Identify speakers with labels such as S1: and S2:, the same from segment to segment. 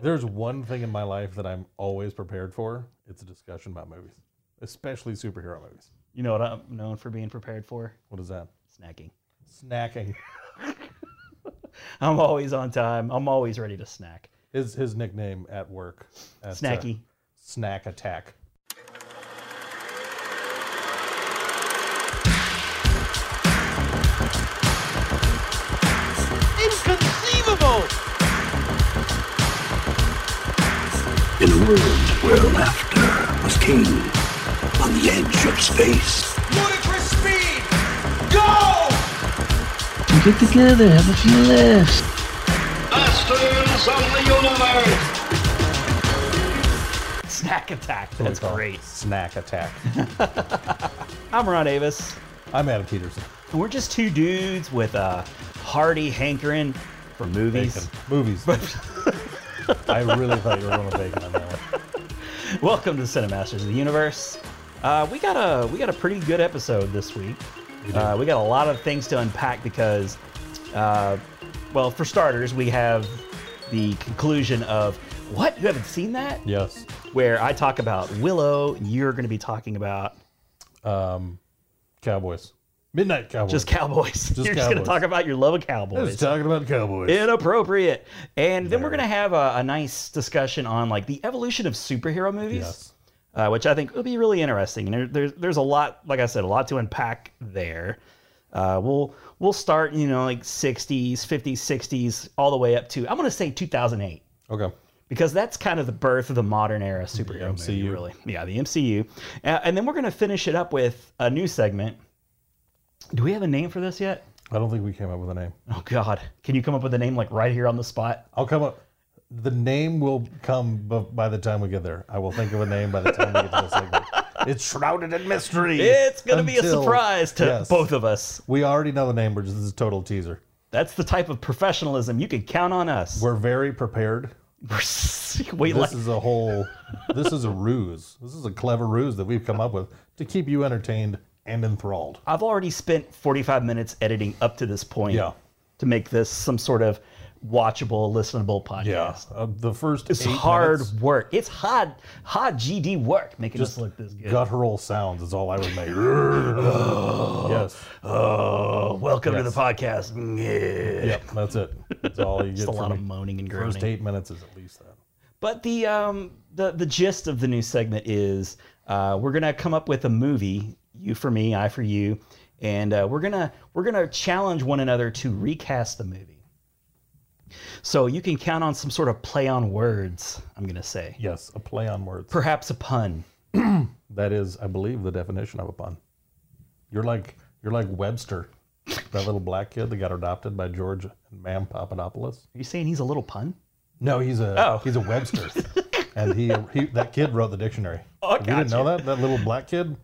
S1: There's one thing in my life that I'm always prepared for. It's a discussion about movies, especially superhero movies.
S2: You know what I'm known for being prepared for?
S1: What is that?
S2: Snacking.
S1: Snacking.
S2: I'm always on time. I'm always ready to snack.
S1: His his nickname at work. At, uh,
S2: Snacky.
S1: snack attack.
S3: Inconceivable!
S4: in a world where laughter was king on the edge of space.
S3: Ludicrous speed! Go!
S4: Get together, have a few laughs.
S3: Masters of the universe!
S2: Snack attack. That's
S1: What we call it.
S2: great.
S1: Snack attack.
S2: I'm Ron Avis.
S1: I'm Adam Peterson.
S2: And we're just two dudes with a hearty hankering for movies.
S1: Bacon. Movies. I really thought you were going with bacon on that one.
S2: Welcome to Cinemasters of the Universe. Uh, we got a we got a pretty good episode this week. We, uh, we got a lot of things to unpack because, uh, well, for starters, we have the conclusion of what you haven't seen that,
S1: Yes.
S2: where I talk about Willow. You're going to be talking about
S1: Cowboys. Midnight Cowboys.
S2: just cowboys. you're just going
S1: cowboys.
S2: to talk about your love of
S1: Just
S2: cowboys.
S1: talking about cowboys.
S2: Inappropriate. And then we're going to have a, a nice discussion on like the evolution of superhero movies.
S1: yes.
S2: uh, which I think will be really interesting. And there, there's there's a lot, like I said, a lot to unpack there. Uh, we'll we'll start, you know, like 60s, 50s, 60s, all the way up to I'm going to say 2008
S1: Okay.
S2: because that's kind of the birth of the modern era superhero movie,
S1: MCU.
S2: really. Yeah, the MCU, uh, and then we're going to finish it up with a new segment. Do we have a name for this yet?
S1: I don't think we came up with a name.
S2: Oh God, can you come up with a name like right here on the spot?
S1: I'll come up. The name will come b- by the time we get there. I will think of a name by the time we get to the segment. It's shrouded in mystery.
S2: It's going to be a
S1: until-
S2: surprise to
S1: Yes.
S2: both of us.
S1: We already know the name, but this is a total teaser.
S2: That's the type of professionalism you can count on us.
S1: We're very prepared.
S2: Wait,
S1: This
S2: like,
S1: is a whole. This is a ruse. This is a clever ruse that we've come up with to keep you entertained and enthralled.
S2: I've already spent 45 minutes editing up to this point
S1: Yeah.
S2: to make this some sort of watchable, listenable podcast.
S1: Uh, the first
S2: It's
S1: eight
S2: hard
S1: minutes,
S2: work. It's hard, hard GD work making us
S1: Just
S2: look this good.
S1: guttural sounds is all I would make. yes.
S2: Oh, welcome to
S1: Yes.
S2: the podcast. Yeah.
S1: Yep. That's it. That's all you get.
S2: Just a
S1: from
S2: lot of
S1: me.
S2: moaning and
S1: First
S2: groaning.
S1: eight minutes is at least that.
S2: But the um the the gist of the new segment is uh, we're gonna come up with a movie, you for me, I for you, and uh, we're gonna we're gonna challenge one another to recast the movie. So you can count on some sort of play on words. I'm gonna say
S1: Yes, a play on words.
S2: perhaps a pun.
S1: That is, I believe, the definition of a pun. You're like you're like Webster, that little black kid that got adopted by George and Mam Papadopoulos.
S2: Are you saying he's a little pun?
S1: No, he's a
S2: Oh.
S1: he's a Webster, and he, he that kid wrote the dictionary.
S2: Oh,
S1: If you didn't
S2: gotcha.
S1: know that that little black kid,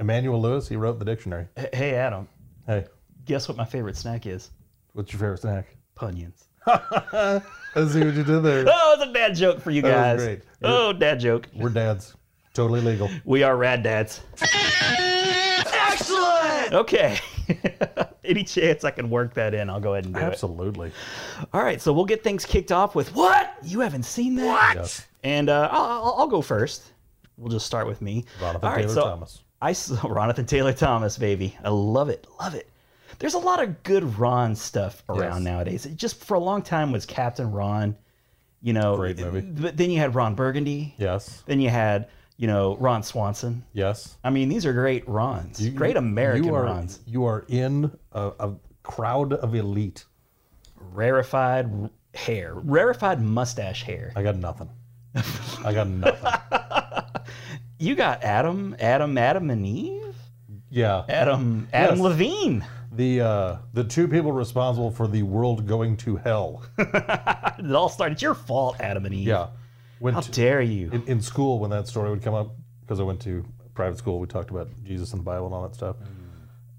S1: Emmanuel Lewis, he wrote the dictionary.
S2: H- Hey Adam,
S1: Hey,
S2: guess what my favorite snack is?
S1: what's your favorite snack?
S2: Punyons.
S1: I see what you did there.
S2: Oh, it's a dad joke for you
S1: was
S2: guys.
S1: great.
S2: Oh, dad joke.
S1: We're dads, totally legal.
S2: We are rad dads.
S3: Excellent!
S2: Okay. Any chance I can work that in, I'll go ahead and do it.
S1: Absolutely.
S2: All right, so we'll get things kicked off with what you haven't seen that. What?
S1: Yes.
S2: And uh, I'll, I'll, I'll go first. We'll just start with me.
S1: Jonathan
S2: All right,
S1: Taylor
S2: so
S1: Thomas.
S2: I s- Ronathan Taylor Thomas, baby. I love it, love it. There's a lot of good Ron stuff
S1: Yes.
S2: around nowadays. It just for a long time was Captain Ron. You know,
S1: Great movie.
S2: But then you had Ron Burgundy.
S1: Yes.
S2: Then you had you know Ron Swanson.
S1: Yes.
S2: I mean, these are great Rons,
S1: You-
S2: great
S1: you-
S2: American
S1: you are,
S2: Rons,
S1: You are in a, a crowd of elite.
S2: rarefied r- hair, rarefied mustache hair.
S1: I got nothing. I got nothing.
S2: You got Adam, Adam, Adam and Eve,
S1: Yeah.
S2: Adam, Adam
S1: Yes.
S2: Levine.
S1: The uh, the two people responsible for the world going to hell.
S2: It all started. It's your fault, Adam and Eve.
S1: Yeah. Went
S2: How
S1: to-
S2: dare you?
S1: in, in school when that story would come up because I went to private school. We talked about Jesus and the Bible and all that stuff.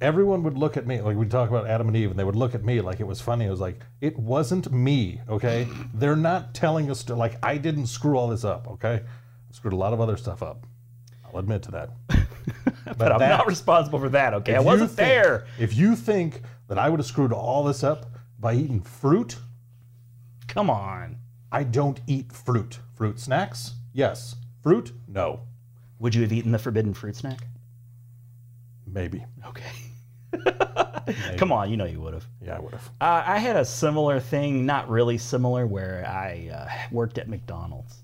S1: Everyone would look at me like we'd talk about Adam and Eve, and they would look at me like it was funny. It was like it wasn't me. Okay, they're not telling us to like I didn't screw all this up. Okay, I screwed a lot of other stuff up. I'll admit to that. but,
S2: but I'm
S1: that-
S2: not responsible for that. Okay, I
S1: if you
S2: wasn't
S1: think-
S2: there.
S1: If you think that I would have screwed all this up by eating fruit,
S2: Come on.
S1: I don't eat fruit. Fruit snacks? Yes. Fruit? No.
S2: Would you have eaten the forbidden fruit snack?
S1: Maybe.
S2: Okay. Come on, you know you would have.
S1: Yeah, I would have.
S2: Uh, I had a similar thing, not really similar, where I uh, worked at McDonald's,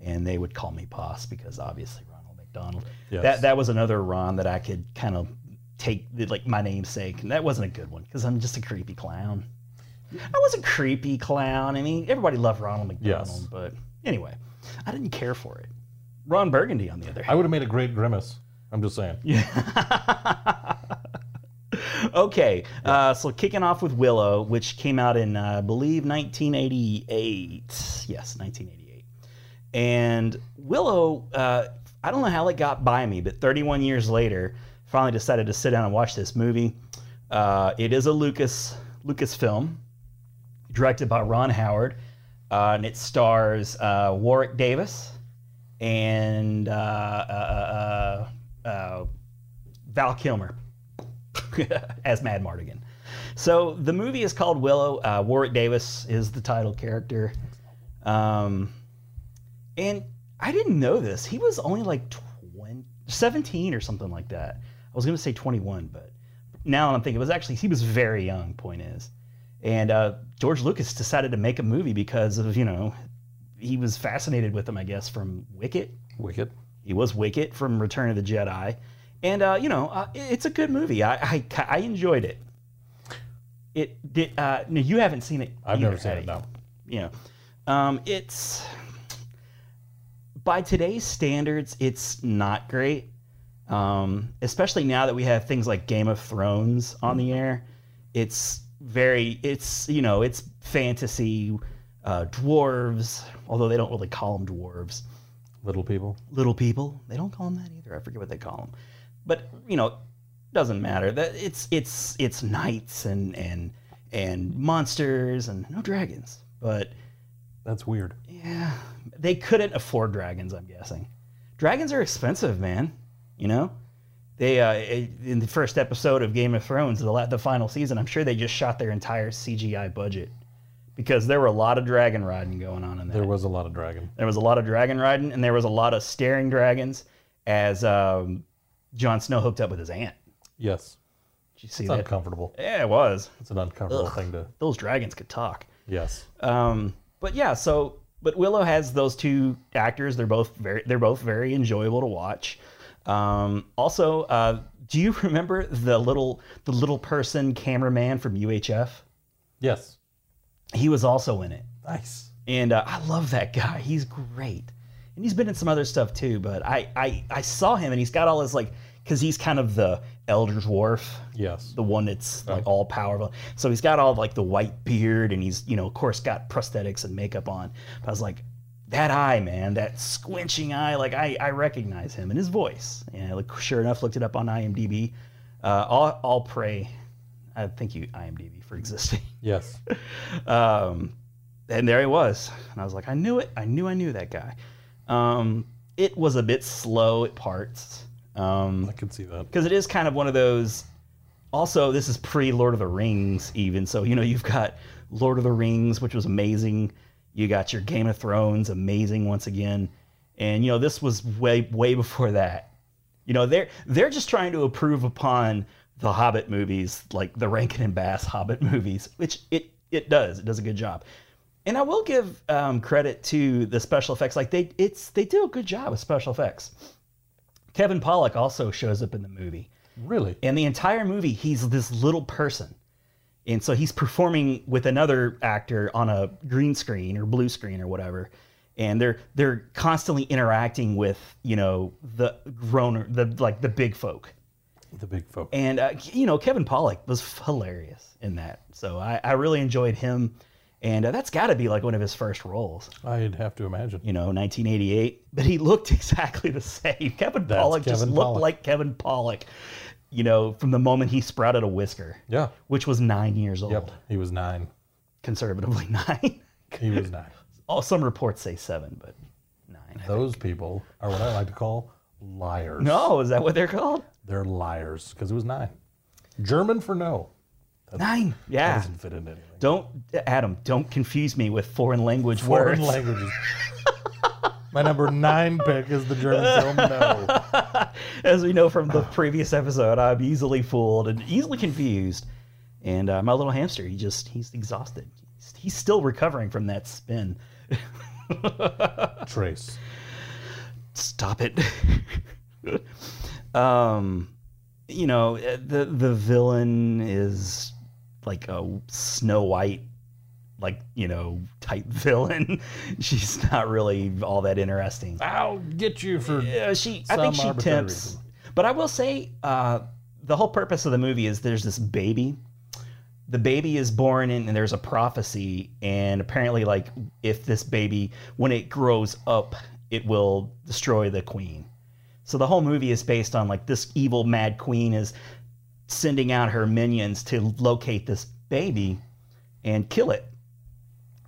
S2: and they would call me boss because obviously Ronald McDonald.
S1: Yes.
S2: That that was another Ron that I could kind of take like my namesake, and that wasn't a good one because I'm just a creepy clown. I was a creepy clown. I mean, everybody loved Ronald McDonald,
S1: Yes.
S2: but anyway, I didn't care for it. Ron Burgundy, on the other hand.
S1: I would have made a great grimace. I'm just saying.
S2: Okay, uh, so kicking off with Willow, which came out in, uh, I believe, 1988. Yes, 1988. And Willow, uh, I don't know how it got by me, but 31 years later, finally decided to sit down and watch this movie. Uh, it is a Lucas Lucas film, directed by Ron Howard, uh, and it stars uh, Warwick Davis and uh, uh, uh, uh, uh, Val Kilmer. as Mad Mardigan. So the movie is called Willow. Uh, Warwick Davis is the title character. Um, and I didn't know this. He was only like 20, 17 or something like that. I was going to say 21, but now I'm thinking it was actually, he was very young, point is. And uh, George Lucas decided to make a movie because of, you know, he was fascinated with him, I guess, from Wicked.
S1: Wicked.
S2: He was Wicket from Return of the Jedi, and uh, you know uh, i- it's a good movie. I, I I enjoyed it. It did. Uh, no, you haven't seen it.
S1: I've
S2: either,
S1: never seen
S2: have
S1: it.
S2: you?
S1: No.
S2: You know, um, it's by today's standards, it's not great. Um, especially now that we have things like Game of Thrones on the air, it's very it's you know it's fantasy, uh, dwarves. Although they don't really call them dwarves
S1: Little people.
S2: little people. They don't call them that either. I forget what they call them. But you know, doesn't matter. That it's it's it's knights and and and monsters and no dragons. But
S1: That's weird.
S2: yeah, they couldn't afford dragons. I'm guessing. Dragons are expensive, man. You know, they uh, in the first episode of Game of Thrones, the la- the final season, I'm sure they just shot their entire CGI budget because there were a lot of dragon riding going on in there.
S1: There was a lot of dragon.
S2: There was a lot of dragon riding, and there was a lot of staring dragons as um, Jon Snow hooked up with his aunt.
S1: Yes.
S2: Did you see
S1: It's
S2: that?
S1: uncomfortable.
S2: Yeah, it was.
S1: It's an uncomfortable thing to.
S2: Those dragons could talk.
S1: Yes.
S2: Um, but yeah, so but Willow has those two actors. They're both very they're both very enjoyable to watch. Um, also, uh, do you remember the little the little person cameraman from UHF?
S1: Yes.
S2: He was also in it.
S1: Nice.
S2: and uh, I love that guy. He's great, and he's been in some other stuff too. But I I, I saw him, and he's got all his like, because he's kind of the elder dwarf,
S1: Yes.
S2: the one that's like all powerful. So he's got all like the white beard, and he's you know of course got prosthetics and makeup on. But I was like, that eye, man, that squinching eye, like I I recognize him and his voice. And I look, sure enough, looked it up on IMDb. Uh, I'll I'll pray. I thank you IMDb for existing.
S1: Yes.
S2: Um, and there he was. And I was like, I knew it. I knew I knew that guy. Um, it was a bit slow at parts. Um,
S1: I can see that.
S2: because it is kind of one of those. Also, this is pre Lord of the Rings, even so. You know, you've got Lord of the Rings, which was amazing. You got your Game of Thrones, amazing once again, and you know this was way way before that. You know, they're they're just trying to improve upon the Hobbit movies, like the Rankin and Bass Hobbit movies, which it it does. It does a good job. And I will give um, credit to the special effects. Like they, it's they do a good job with special effects. Kevin Pollak also shows up in the movie.
S1: Really?
S2: And the entire movie, he's this little person. And so he's performing with another actor on a green screen or blue screen or whatever. And they're they're constantly interacting with, you know, the grown the like the big folk.
S1: The big folk.
S2: And uh, you know, Kevin Pollak was hilarious in that. So I, I really enjoyed him. And uh, that's got to be like one of his first roles,
S1: I'd have to imagine.
S2: you know, 1988. But he looked exactly the same. Kevin
S1: That's
S2: Pollak just
S1: Kevin
S2: looked
S1: Pollak.
S2: like Kevin Pollak, you know, from the moment he sprouted a whisker,
S1: Yeah.
S2: which was nine years old,
S1: Yep. He was nine.
S2: conservatively nine.
S1: He was nine.
S2: All some reports say seven, but nine.
S1: Those people are what I like to call liars.
S2: No, is that what they're called?
S1: They're liars because it was nine. German for no.
S2: Nine.
S1: That
S2: Yeah.
S1: doesn't fit into anything.
S2: Don't, Adam, don't confuse me with foreign language
S1: Foreign
S2: words.
S1: languages. My number nine pick is the German film No.
S2: As we know from the previous episode, I'm easily fooled and easily confused. And uh, my little hamster, he just, he's exhausted. He's, he's still recovering from that spin.
S1: Trace.
S2: Stop it. um, you know, uh, the, the villain is like a Snow White, like, you know, type villain. She's not really all that interesting.
S1: I'll get you for.
S2: Yeah, she. I
S1: some
S2: think she
S1: arbitrary
S2: tempts.
S1: reason.
S2: But I will say, uh, the whole purpose of the movie is there's this baby. The baby is born in, and there's a prophecy, and apparently, like if this baby, when it grows up, it will destroy the queen. So the whole movie is based on like this evil mad queen is sending out her minions to locate this baby and kill it.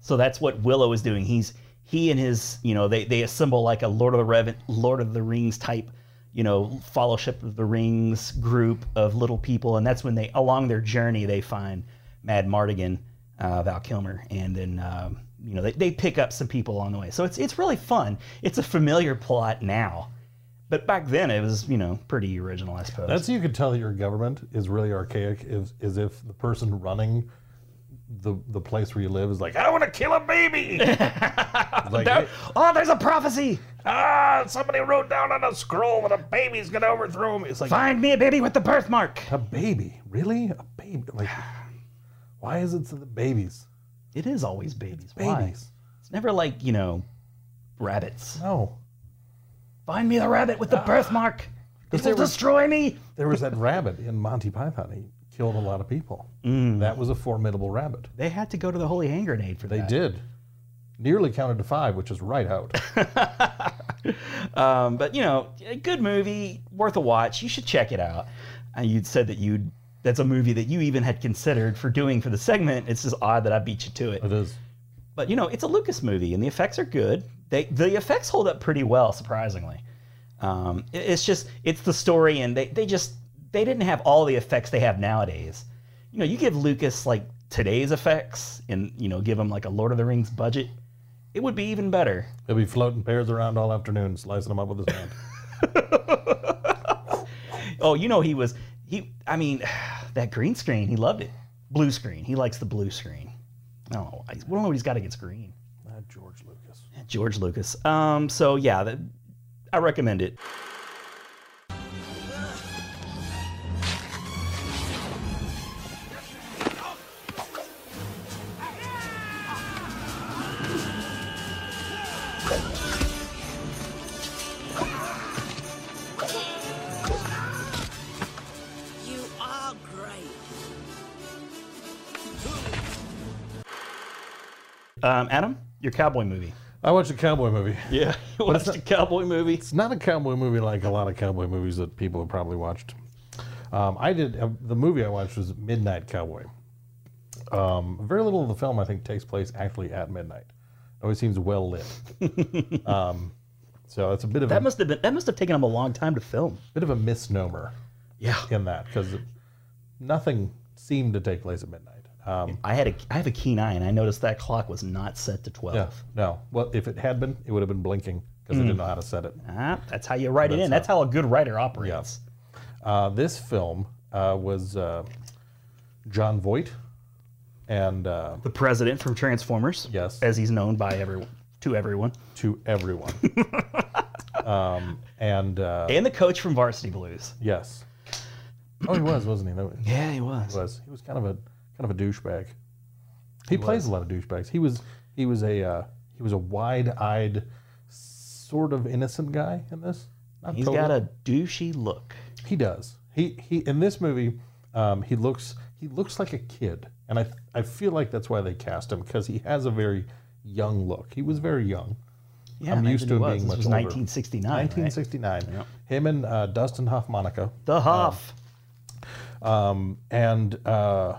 S2: So that's what Willow is doing. He's he and his you know they they assemble like a Lord of the Reven, Lord of the Rings type you know fellowship of the rings group of little people and that's when they along their journey they find mad mardigan uh, val kilmer and then um, you know they, they pick up some people along the way so it's it's really fun it's a familiar plot now but back then it was you know pretty original i suppose
S1: That's how you could tell that your government is really archaic is, is if the person running the the place where you live is like, I want to kill a baby. like,
S2: There- oh there's a prophecy
S1: ah, somebody wrote down on a scroll that a baby's gonna overthrow me. It's like
S2: find me a baby with the birthmark
S1: a baby, really? A baby? Like, why is it to the babies?
S2: it is always babies why
S1: Babies?
S2: it's never like you know rabbits
S1: No.
S2: Find me the rabbit with the birthmark. It will destroy me.
S1: There was that rabbit in Monty Python. He killed a lot of people. That was a formidable rabbit.
S2: They had to go to the holy hand grenade for
S1: They
S2: that.
S1: did. Nearly counted to five, which is right out.
S2: Um, but you know, a good movie, worth a watch. You should check it out. And you'd said that you'd that's a movie that you even had considered for doing for the segment. It's just odd that I beat you to it.
S1: it is.
S2: But you know, it's a Lucas movie, and the effects are good. They the effects hold up pretty well, surprisingly. Um, it- it's just it's the story, and they they just they didn't have all the effects they have nowadays. You know, you give Lucas like today's effects, and you know, give him like a Lord of the Rings budget, it would be even better.
S1: He'll be floating pears around all afternoon, slicing them up with his hand.
S2: Oh, you know, he was he. I mean, that green screen, he loved it. Blue screen, he likes the blue screen. Oh, I don't know what he's got against green.
S1: Ah, George Lucas.
S2: George Lucas. Um, so yeah, that, I recommend it.
S5: You are great.
S2: Um, Adam, your cowboy movie.
S1: I watched a cowboy movie.
S2: Yeah, you watched a cowboy movie.
S1: It's not a cowboy movie like a lot of cowboy movies that people have probably watched. Um, I did uh, the movie I watched was Midnight Cowboy. Um, very little of the film I think takes place actually at midnight. It always seems well lit. um, so it's a bit of a,
S2: That must have been that must have taken him a long time to film.
S1: bit of a misnomer
S2: Yeah,
S1: in that because nothing seemed to take place at midnight. Um,
S2: I had a I have a keen eye, and I noticed that clock was not set to twelve.
S1: yeah, no. Well, if it had been, it would have been blinking because they didn't know how to set it.
S2: Ah, that's how you write it in. That's how a good writer operates.
S1: Uh, this film uh, was uh, John Voight and uh,
S2: The president from Transformers,
S1: Yes.
S2: as he's known by everyone to everyone,
S1: to everyone. um, and uh,
S2: and the coach from Varsity Blues.
S1: yes, oh, he was, wasn't he? No, he
S2: Yeah, he was.
S1: was. He was kind of a kind of a douchebag. He, plays a lot of douchebags. He was he was a uh, he was a wide-eyed, sort of innocent guy in this. Not
S2: He's
S1: totally.
S2: got a douchey look.
S1: He does. He he. In this movie, um, he looks he looks like a kid, and I I feel like that's why they cast him because he has a very young look. He was very young.
S2: Yeah,
S1: I'm
S2: imagine
S1: used to
S2: he
S1: him
S2: was.
S1: being
S2: This
S1: much
S2: was
S1: older.
S2: 1969. right?
S1: 1969. Him and uh, Dustin Hoffmanica,
S2: The Huff.
S1: Um, and uh,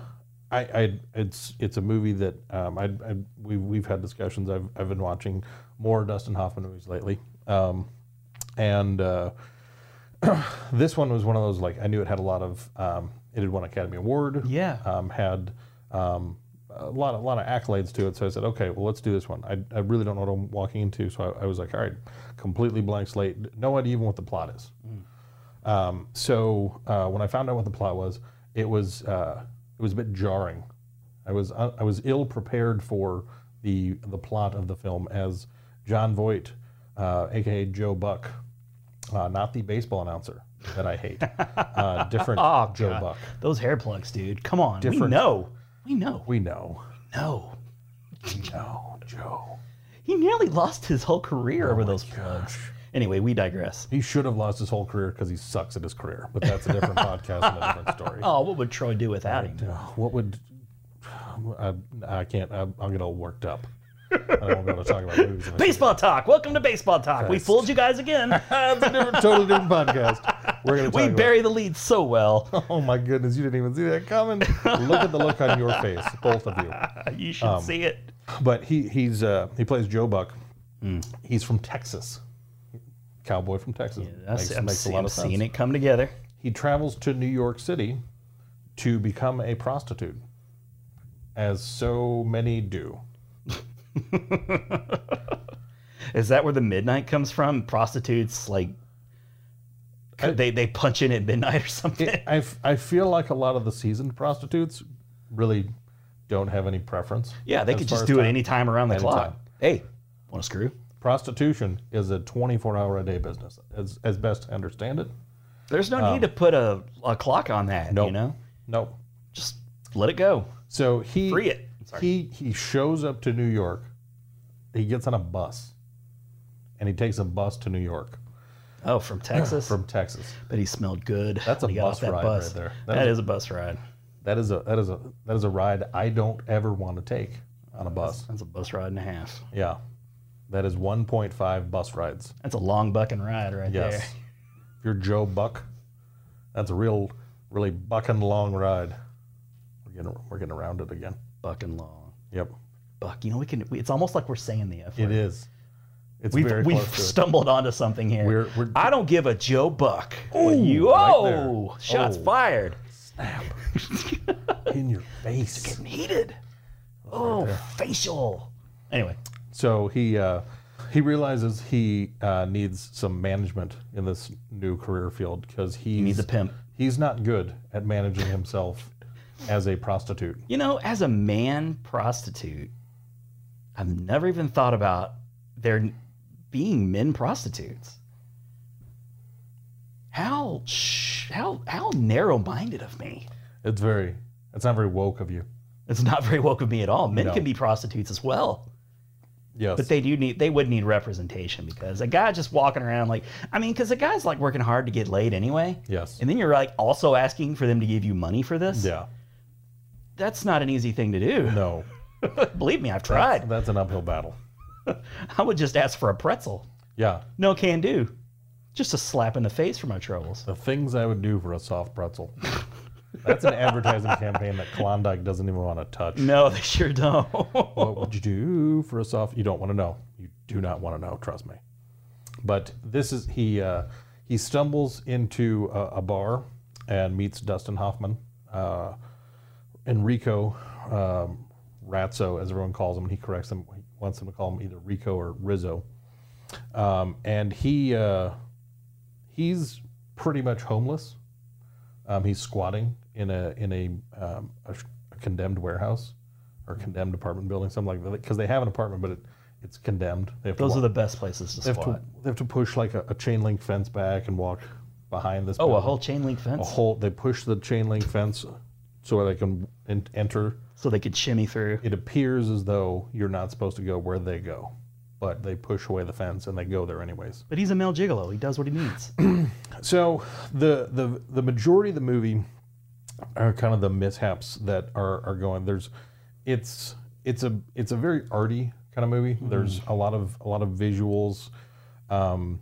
S1: I, I it's it's a movie that um, I, I we we've had discussions. I've I've been watching more Dustin Hoffman movies lately, um, and uh, this one was one of those like I knew it had a lot of. Um, it had won Academy Award.
S2: Yeah.
S1: Um, had um, a lot, a lot of accolades to it. So I said, okay, well, let's do this one. I, I really don't know what I'm walking into. So I, I was like, all right, completely blank slate. No idea even what the plot is. Um, so uh, when I found out what the plot was, it was uh, it was a bit jarring. I was uh, I was ill prepared for the the plot of the film as John Voight, uh, aka Joe Buck, uh, not the baseball announcer that I hate, uh, different
S2: Oh,
S1: Joe Buck.
S2: Those hair plugs, dude. Come on. We
S1: Different-
S2: know. We know.
S1: We know,
S2: know.
S1: we know, Joe.
S2: He nearly lost his whole career
S1: Oh
S2: over those plugs. Anyway, we digress.
S1: He should have lost his whole career because he sucks at his career. But that's a different podcast and a different story.
S2: Oh, what would Troy do without him?
S1: Oh, What would I, I can't? I, I'm getting all worked up. I don't want to talk about movies. in this
S2: Baseball talk. Welcome to baseball talk. We fooled you guys again.
S1: That's a different, totally different podcast. We're gonna talk
S2: we
S1: about-
S2: bury the lead so well.
S1: Oh my goodness, you didn't even see that coming. look at the look on your face, both of you.
S2: You should
S1: Um,
S2: see it.
S1: But he he's uh, he plays Joe Buck.
S2: Mm.
S1: He's from Texas, cowboy from Texas.
S2: I see- I'm, see- I'm
S1: sense.
S2: seeing it come together.
S1: He travels to New York City to become a prostitute, as so many do.
S2: Is that where the midnight comes from? Prostitutes like they they punch in at midnight or something.
S1: It, I, f- I feel like a lot of the seasoned prostitutes really don't have any preference.
S2: yeah, they
S1: as
S2: could
S1: far
S2: just
S1: as
S2: do it
S1: time.
S2: any time around the clock.
S1: time.
S2: Hey, want to screw?
S1: Prostitution is a 24 hour a day business, as, as best I understand it.
S2: There's no need to put a, a clock on that.
S1: Um, Nope.
S2: You know,
S1: No.
S2: just let it go.
S1: So he
S2: Free it. Sorry.
S1: he he shows up to New York. He gets on a bus, and he takes a bus to New York
S2: Oh, from Texas.
S1: from Texas.
S2: but he smelled good.
S1: That's a
S2: when he got
S1: bus
S2: off that
S1: ride
S2: bus.
S1: right there. That
S2: that
S1: is-
S2: is, a bus ride.
S1: That is a that is a that is a ride I don't ever want to take on a bus.
S2: That's a bus ride and a half.
S1: Yeah, that is 1.5 bus rides.
S2: That's a long bucking ride right
S1: Yes.
S2: there.
S1: If you're Joe Buck, that's a real, really bucking long ride. We're getting we're getting around it again.
S2: Bucking long.
S1: Yep,
S2: Buck. You know we can. We, it's almost like we're saying the F
S1: it
S2: word.
S1: is. It's
S2: We've,
S1: very
S2: we've
S1: close to it.
S2: stumbled onto something here.
S1: We're- we're-
S2: I don't give a Joe Buck. what you,
S1: right
S2: oh,
S1: there.
S2: shots
S1: Oh.
S2: fired.
S1: in your face.
S2: Heated. Oh, facial. Anyway,
S1: So he uh, he realizes he uh, needs some management in this new career field because he's
S2: needs a pimp.
S1: He's not good at managing himself as a prostitute.
S2: you know, as a man prostitute, I've never even thought about there being men prostitutes. How sh- how how narrow minded of me.
S1: It's very it's not very woke of you.
S2: It's not very woke of me at all. Men
S1: No.
S2: can be prostitutes as well.
S1: Yes.
S2: But they do need they would need representation because a guy just walking around like I mean because a guy's like working hard to get laid anyway.
S1: yes.
S2: And then you're like also asking for them to give you money for this.
S1: Yeah.
S2: That's not an easy thing to do.
S1: No.
S2: Believe me, I've tried.
S1: That's an uphill battle.
S2: I would just ask for a pretzel.
S1: Yeah.
S2: No can do. Just a slap in the face for my troubles.
S1: The things I would do for a soft pretzel. That's an advertising campaign that Klondike doesn't even want to touch.
S2: No, they sure don't.
S1: what would you do for a soft? You don't want to know. You do not want to know. Trust me. But this is he. Uh, he stumbles into a, a bar and meets Dustin Hoffman, uh, Enrico um, Ratzo, as everyone calls him. He corrects him. He wants him to call him either Rico or Rizzo. Um, and he uh, he's pretty much homeless. Um, he's squatting in a in a, um, a, sh- a condemned warehouse or condemned apartment building, something like that. Because they have an apartment, but it, it's condemned. They have to
S2: Those
S1: wa-
S2: are the best places to
S1: they have to
S2: squat.
S1: they have to push like a, a chain link fence back and walk behind this.
S2: Oh, a
S1: building.
S2: whole chain link
S1: a
S2: fence
S1: whole they push the chain link fence so they can en- enter.
S2: so they could shimmy through.
S1: It appears as though you're not supposed to go where they go, but they push away the fence and they go there anyways.
S2: But he's a male gigolo. He does what he needs.
S1: So the the the majority of the movie are kind of the mishaps that are are going. There's it's it's a it's a very arty kind of movie.
S2: Mm-hmm.
S1: There's a lot of a lot of visuals, um,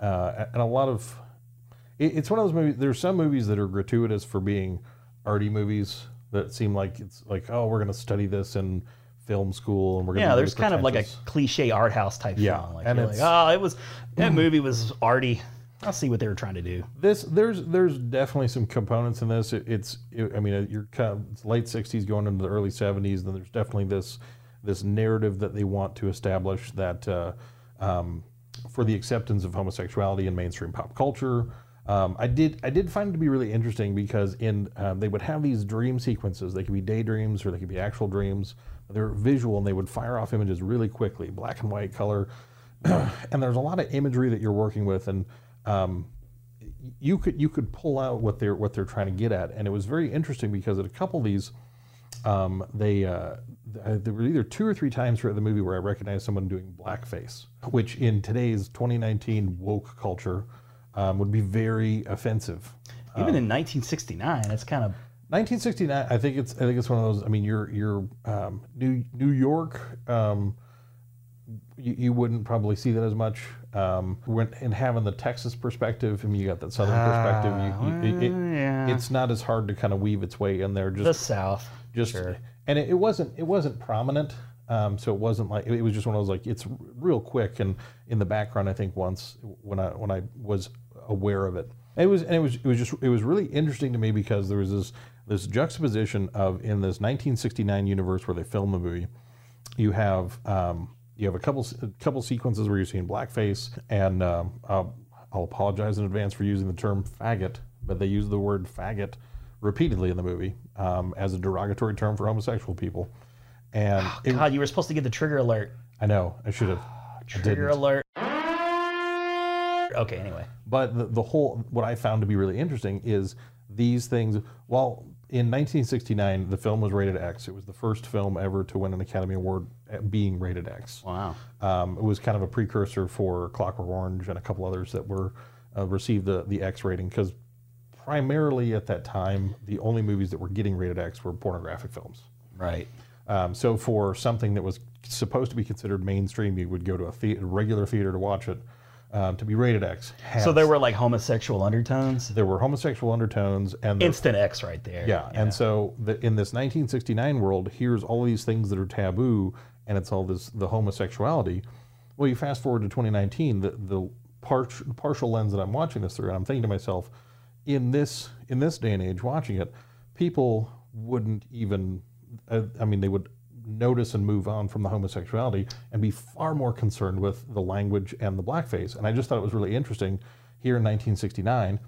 S1: uh, and a lot of it, it's one of those movies. There's some movies that are gratuitous for being arty movies that seem like it's like oh we're gonna study this in film school and we're gonna
S2: yeah,
S1: be
S2: there's kind of like a
S1: pretentious.
S2: cliche art house type
S1: Yeah,
S2: film. Like, "Oh,
S1: and
S2: you're like,
S1: it's-
S2: oh, it was that movie was arty. I see what they were trying to do.
S1: This there's there's definitely some components in this. It, it's it, I mean uh, you're kind of it's late '60s going into the early '70s. Then there's definitely this this narrative that they want to establish that uh, um, for the acceptance of homosexuality in mainstream pop culture. Um, I did I did find it to be really interesting because in um, they would have these dream sequences. They could be daydreams or they could be actual dreams. They're visual and they would fire off images really quickly, black and white color. and there's a lot of imagery that you're working with, and um, you could you could pull out what they're what they're trying to get at, and it was very interesting because at a couple of these, um, they uh, th- uh, there were either two or three times throughout the movie where I recognized someone doing blackface, which in today's 2019 woke culture um, would be very offensive.
S2: Even
S1: Uh,
S2: in 1969, that's kind of
S1: 1969, I think it's I think it's one of those. I mean, you're you're um, New New York. Um, you, you wouldn't probably see that as much. Um, when and having the Texas perspective, I mean, you got that Southern perspective. You, you, it, it-
S2: yeah.
S1: It's not as hard to kind of weave its way in there. Just
S2: the South.
S1: just and it, it wasn't it wasn't prominent um, so it wasn't like it was just one of those like it's r- real quick and in the background i think once when i when i was aware of it it was and it was it was just it was really interesting to me because there was this this juxtaposition of in this 1969 universe where they film the movie you have um, you have a couple a couple sequences where you're seeing blackface, and um, I'll, I'll apologize in advance for using the term faggot, but they use the word faggot repeatedly in the movie um, as a derogatory term for homosexual people. And it-
S2: God, you were supposed to get the trigger alert.
S1: I know I should have,
S2: Trigger alert. Okay, anyway.
S1: but the, the whole what I found to be really interesting is these things. While in 1969 the film was rated X, it was the first film ever to win an Academy Award at being rated X.
S2: Wow.
S1: Um, it was kind of a precursor for Clockwork Orange and a couple others that were uh, received the the X rating because primarily at that time the only movies that were getting rated X were pornographic films.
S2: Right.
S1: Um, so for something that was supposed to be considered mainstream, you would go to a, the- a regular theater to watch it um, to be rated X.
S2: So there were like homosexual undertones.
S1: there were homosexual undertones and there-
S2: Instant X right there.
S1: yeah, and so the, in this 1969 world, here's all these things that are taboo, and it's all this the homosexuality. Well, you fast forward to 2019, the the par- partial lens that I'm watching this through, and I'm thinking to myself, in this in this day and age, watching it, people wouldn't even, uh, I mean, they would notice and move on from the homosexuality and be far more concerned with the language and the blackface. And I just thought it was really interesting here in 1969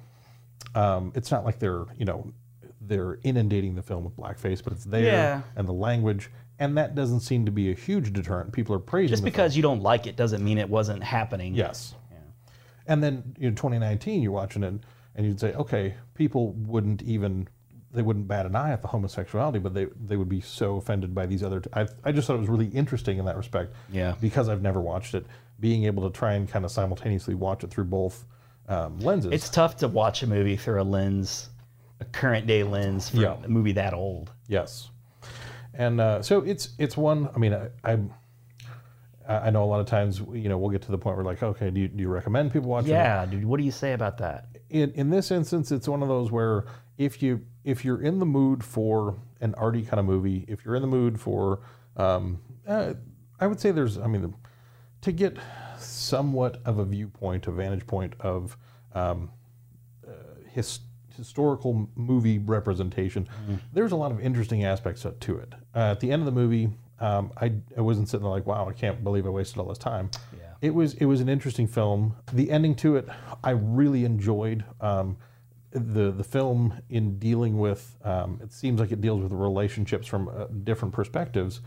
S1: um, it's not like they're you know they're inundating the film with blackface, but it's there
S2: Yeah.
S1: and the language, and that doesn't seem to be a huge deterrent. People are praising
S2: Just
S1: the
S2: because you don't like it doesn't mean it wasn't happening.
S1: film. yes, and then in 2019 you're watching it and you'd say, okay, people wouldn't even they wouldn't bat an eye at the homosexuality, but they they would be so offended by these other. T- I I just thought it was really interesting in that respect.
S2: Yeah.
S1: because I've never watched it, being able to try and kind of simultaneously watch it through both um, lenses.
S2: It's tough to watch a movie through a lens, a current day lens for
S1: Yeah.
S2: a movie that old.
S1: Yes, and uh, so it's it's one. I mean, I, I I know a lot of times you know we'll get to the point where like, okay, do you, do you recommend people watch? it?
S2: Yeah, dude, what do you say about that?
S1: In in this instance, it's one of those where if you if you're in the mood for an arty kind of movie, if you're in the mood for, um, uh, I would say there's. I mean, to get somewhat of a viewpoint, a vantage point of um, his, historical m- movie representation. There's a lot of interesting aspects to- to it. Uh, at the end of the movie, um, I, I wasn't sitting there like, wow, I can't believe I wasted all this time.
S2: Yeah.
S1: It was it was an interesting film. The ending to it, I really enjoyed. Um, the the film in dealing with um, it seems like it deals with relationships from uh, different perspectives.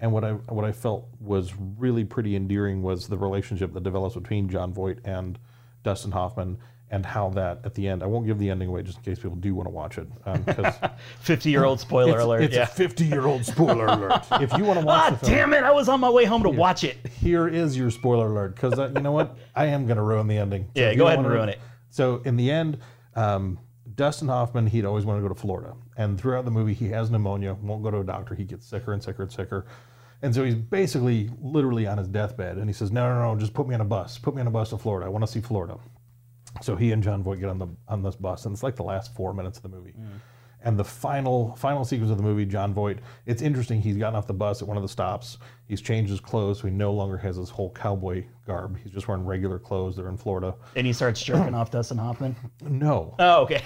S1: And what I what I felt was really pretty endearing was the relationship that develops between John Voight and Dustin Hoffman, and how that at the end. I won't give the ending away just in case people do want to watch it. Um, 'cause
S2: 50 year old spoiler
S1: it's
S2: alert.
S1: it's
S2: yeah.
S1: a fifty-year-old spoiler alert. If you want to watch
S2: Ah,
S1: the film,
S2: damn it. I was on my way home to watch it.
S1: here is your spoiler alert because uh, you know what i am going to ruin the ending So
S2: Yeah,
S1: if you
S2: go
S1: don't
S2: ahead and
S1: wanna-
S2: ruin it.
S1: so in the end um, dustin hoffman he'd always want to go to florida and throughout the movie he has pneumonia won't go to a doctor he gets sicker and sicker and sicker and so he's basically literally on his deathbed and he says no no no just put me on a bus put me on a bus to florida i want to see
S2: Mm.
S1: florida so he and john voight get on the on this bus and it's like the last four minutes of the movie And the final final sequence of the movie, John Voight, it's interesting. He's gotten off the bus at one of the stops. He's changed his clothes, so he no longer has his whole cowboy garb. He's just wearing regular clothes. They're in Florida.
S2: And he starts jerking off Dustin Hoffman.
S1: No,
S2: Oh, okay.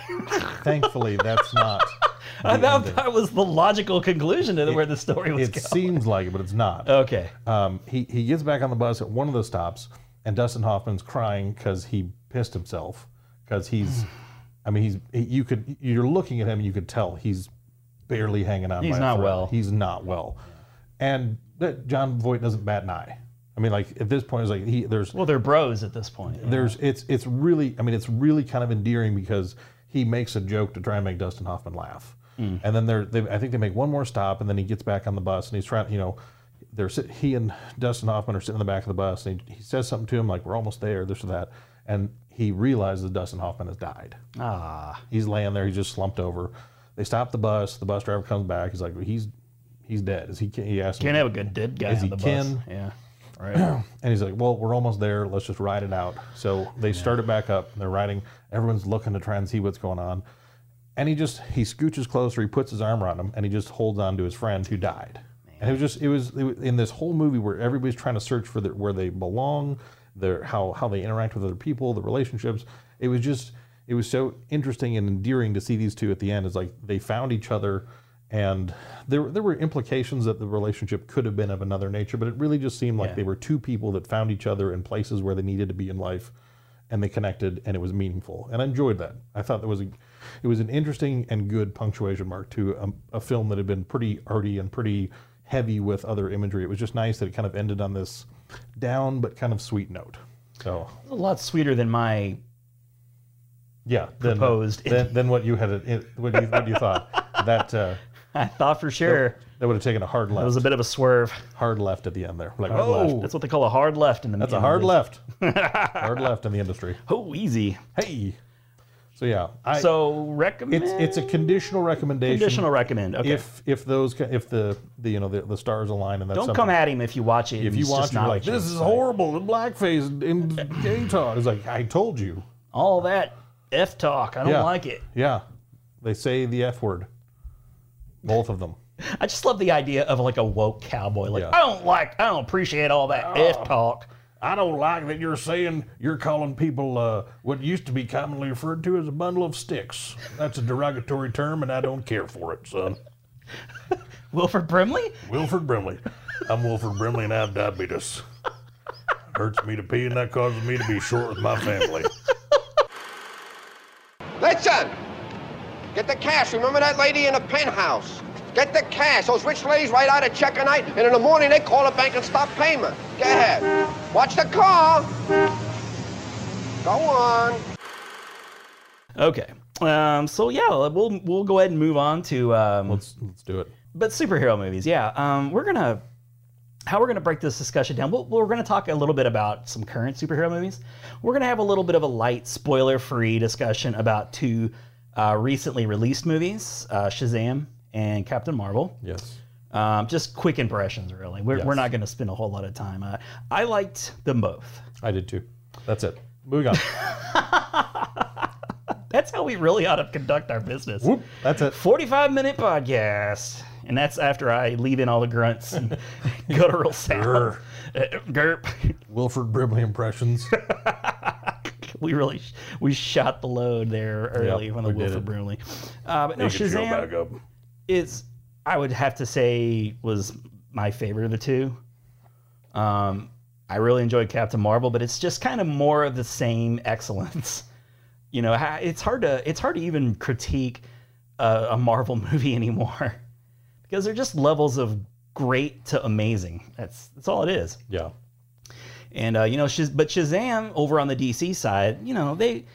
S1: thankfully that's not.
S2: I
S1: the
S2: thought
S1: ending.
S2: that was the logical conclusion to the, where the story was Oh,
S1: It
S2: going.
S1: seems like it, but it's not.
S2: okay.
S1: um, he, he gets back on the bus at one of those stops, and Dustin Hoffman's crying because he pissed himself because he's, I mean, he's he, you could you're looking at him, and you could tell he's barely hanging on.
S2: He's
S1: by a
S2: not
S1: thread.
S2: well.
S1: He's not well, and that John Voight doesn't bat an eye. I mean, like at this point, it's like he there's
S2: Well, they're bros at this point.
S1: there's it's it's really I mean it's really kind of endearing because he makes a joke to try and make Dustin Hoffman laugh, and then they're they, I think they make one more stop and then he gets back on the bus and he's trying you know they're sit- he and Dustin Hoffman are sitting in the back of the bus and he, he says something to him like we're almost there this or that and he realizes that Dustin Hoffman has died
S2: Ah,
S1: he's laying there he's just slumped over they stop the bus the bus driver comes back he's like well, he's he's dead is he he asked him
S2: can't have a good dead guy
S1: Is
S2: on
S1: he
S2: the
S1: kin?
S2: bus. Yeah. Right.
S1: And he's like, "Well, we're almost there. Let's just ride it out." So they start it back up. And they're riding. Everyone's looking to try and see what's going on. And he just he scooches closer. He puts his arm around him, and he just holds on to his friend who died. And it was just it was, it was in this whole movie where everybody's trying to search for their, where they belong, their how how they interact with other people, the relationships. It was just it was so interesting and endearing to see these two at the end. It's like they found each other. And there, there were implications that the relationship could have been of another nature, but it really just seemed like
S2: Yeah.
S1: they were two people that found each other in places where they needed to be in life, and they connected, and it was meaningful. And I enjoyed that. I thought that was a, it was an interesting and good punctuation mark to a, a film that had been pretty arty and pretty heavy with other imagery. It was just nice that it kind of ended on this down but kind of sweet note. So
S2: a lot sweeter than my
S1: yeah, then
S2: Proposed.
S1: then, then what you had it, what you what you thought that uh,
S2: I thought for sure.
S1: that would have taken a hard
S2: It
S1: left.
S2: was a bit of a swerve.
S1: hard left at the end there. Like,
S2: Hard
S1: oh,
S2: left. That's what they call a hard left in the
S1: that's a
S2: in
S1: hard
S2: the-
S1: left. hard left in the industry.
S2: Oh, easy.
S1: Hey. So yeah, I,
S2: So recommend.
S1: it's it's a conditional recommendation.
S2: conditional recommend. Okay.
S1: If if those ca- if the, the you know the, the stars align and that's
S2: Don't
S1: something-
S2: come at him if you watch it.
S1: if
S2: and
S1: you
S2: it's
S1: watch
S2: just
S1: it,
S2: not
S1: you're like
S2: what you
S1: this is
S2: expect.
S1: horrible the blackface and gay talk. It's like I told you.
S2: All that f talk. I don't
S1: Yeah.
S2: like it.
S1: Yeah, they say the f word. Both of them.
S2: I just love the idea of like a woke cowboy. Like
S1: Yeah. Ah.
S2: I don't like. I don't appreciate all that f talk.
S1: I don't like that you're saying you're calling people uh, what used to be commonly referred to as a bundle of sticks. That's a derogatory term, and I don't care for it, son.
S2: Wilford Brimley.
S1: Wilford Brimley. I'm Wilford Brimley, and I have diabetes. Hurts me to pee, and that causes me to be short with my family.
S6: Listen! Get the cash. Remember that lady in the penthouse? Get the cash. Those rich ladies write out a check at night, and in the morning they call the bank and stop payment. Go ahead. Watch the car. Go on.
S2: Okay. Um, so yeah, we'll we'll go ahead and move on to um,
S1: Let's let's do it.
S2: but superhero movies, yeah. Um, we're gonna how we're gonna break this discussion down. We'll, we're gonna talk a little bit about some current superhero movies. We're gonna have a little bit of a light, spoiler-free discussion about two uh, recently released movies, uh, Shazam and Captain Marvel.
S1: Yes.
S2: Um, just quick impressions, really. We're, we're
S1: Yes.
S2: not gonna spend a whole lot of time. Uh, I liked them both.
S1: I did too. That's it. Moving on.
S2: That's how we really ought to conduct our business.
S1: Whoop. That's it.
S2: 45 minute podcast. And that's after I leave in all the grunts and guttural sounds. Uh, Gerp.
S1: Wilford Brimley impressions.
S2: We really sh- we shot the load there early
S1: Yep,
S2: when the
S1: we did
S2: Wilford
S1: it.
S2: Brimley. Uh, but no,
S1: Get your
S2: Shazam
S1: up.
S2: is I would have to say was my favorite of the two. Um, I really enjoyed Captain Marvel, but it's just kind of more of the same excellence. You know, ha- it's hard to it's hard to even critique a, a Marvel movie anymore because they're just levels of great to amazing. That's that's all it is.
S1: Yeah.
S2: And uh, you know, Shaz- but Shazam over on the DC side, you know, they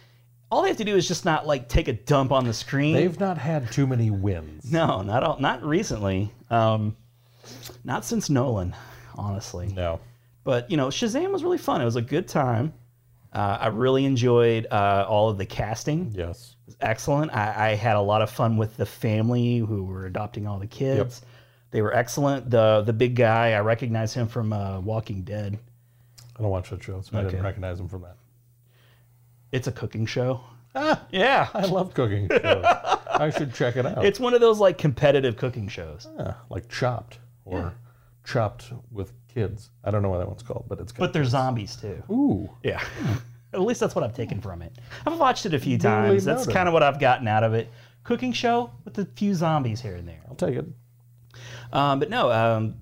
S2: all they have to do is just not like take a dump on the screen.
S1: They've not had too many wins.
S2: No, not all, not recently. Um, not since Nolan, honestly.
S1: No.
S2: But you know, Shazam was really fun. It was a good time. Uh, I really enjoyed uh, all of the casting. It
S1: Yes.
S2: was excellent. I, I had a lot of fun with the family who were adopting all the kids. They were excellent. the The big guy, I recognize him from uh, Walking Dead.
S1: I don't watch that show, so I
S2: Okay.
S1: didn't recognize him from that.
S2: It's a cooking show. yeah,
S1: I love cooking shows. I I should check it out.
S2: It's one of those like competitive cooking shows.
S1: Yeah, like Chopped or Chopped with Kids. I don't know what that one's called, but it's
S2: But
S1: got
S2: they're zombies too.
S1: ooh.
S2: Yeah. At least that's what I've taken from it. I've watched it a few times. That's
S1: noted.
S2: kind of what I've gotten out of it. Cooking show with a few zombies here and there.
S1: I'll take it.
S2: Um, but no, um,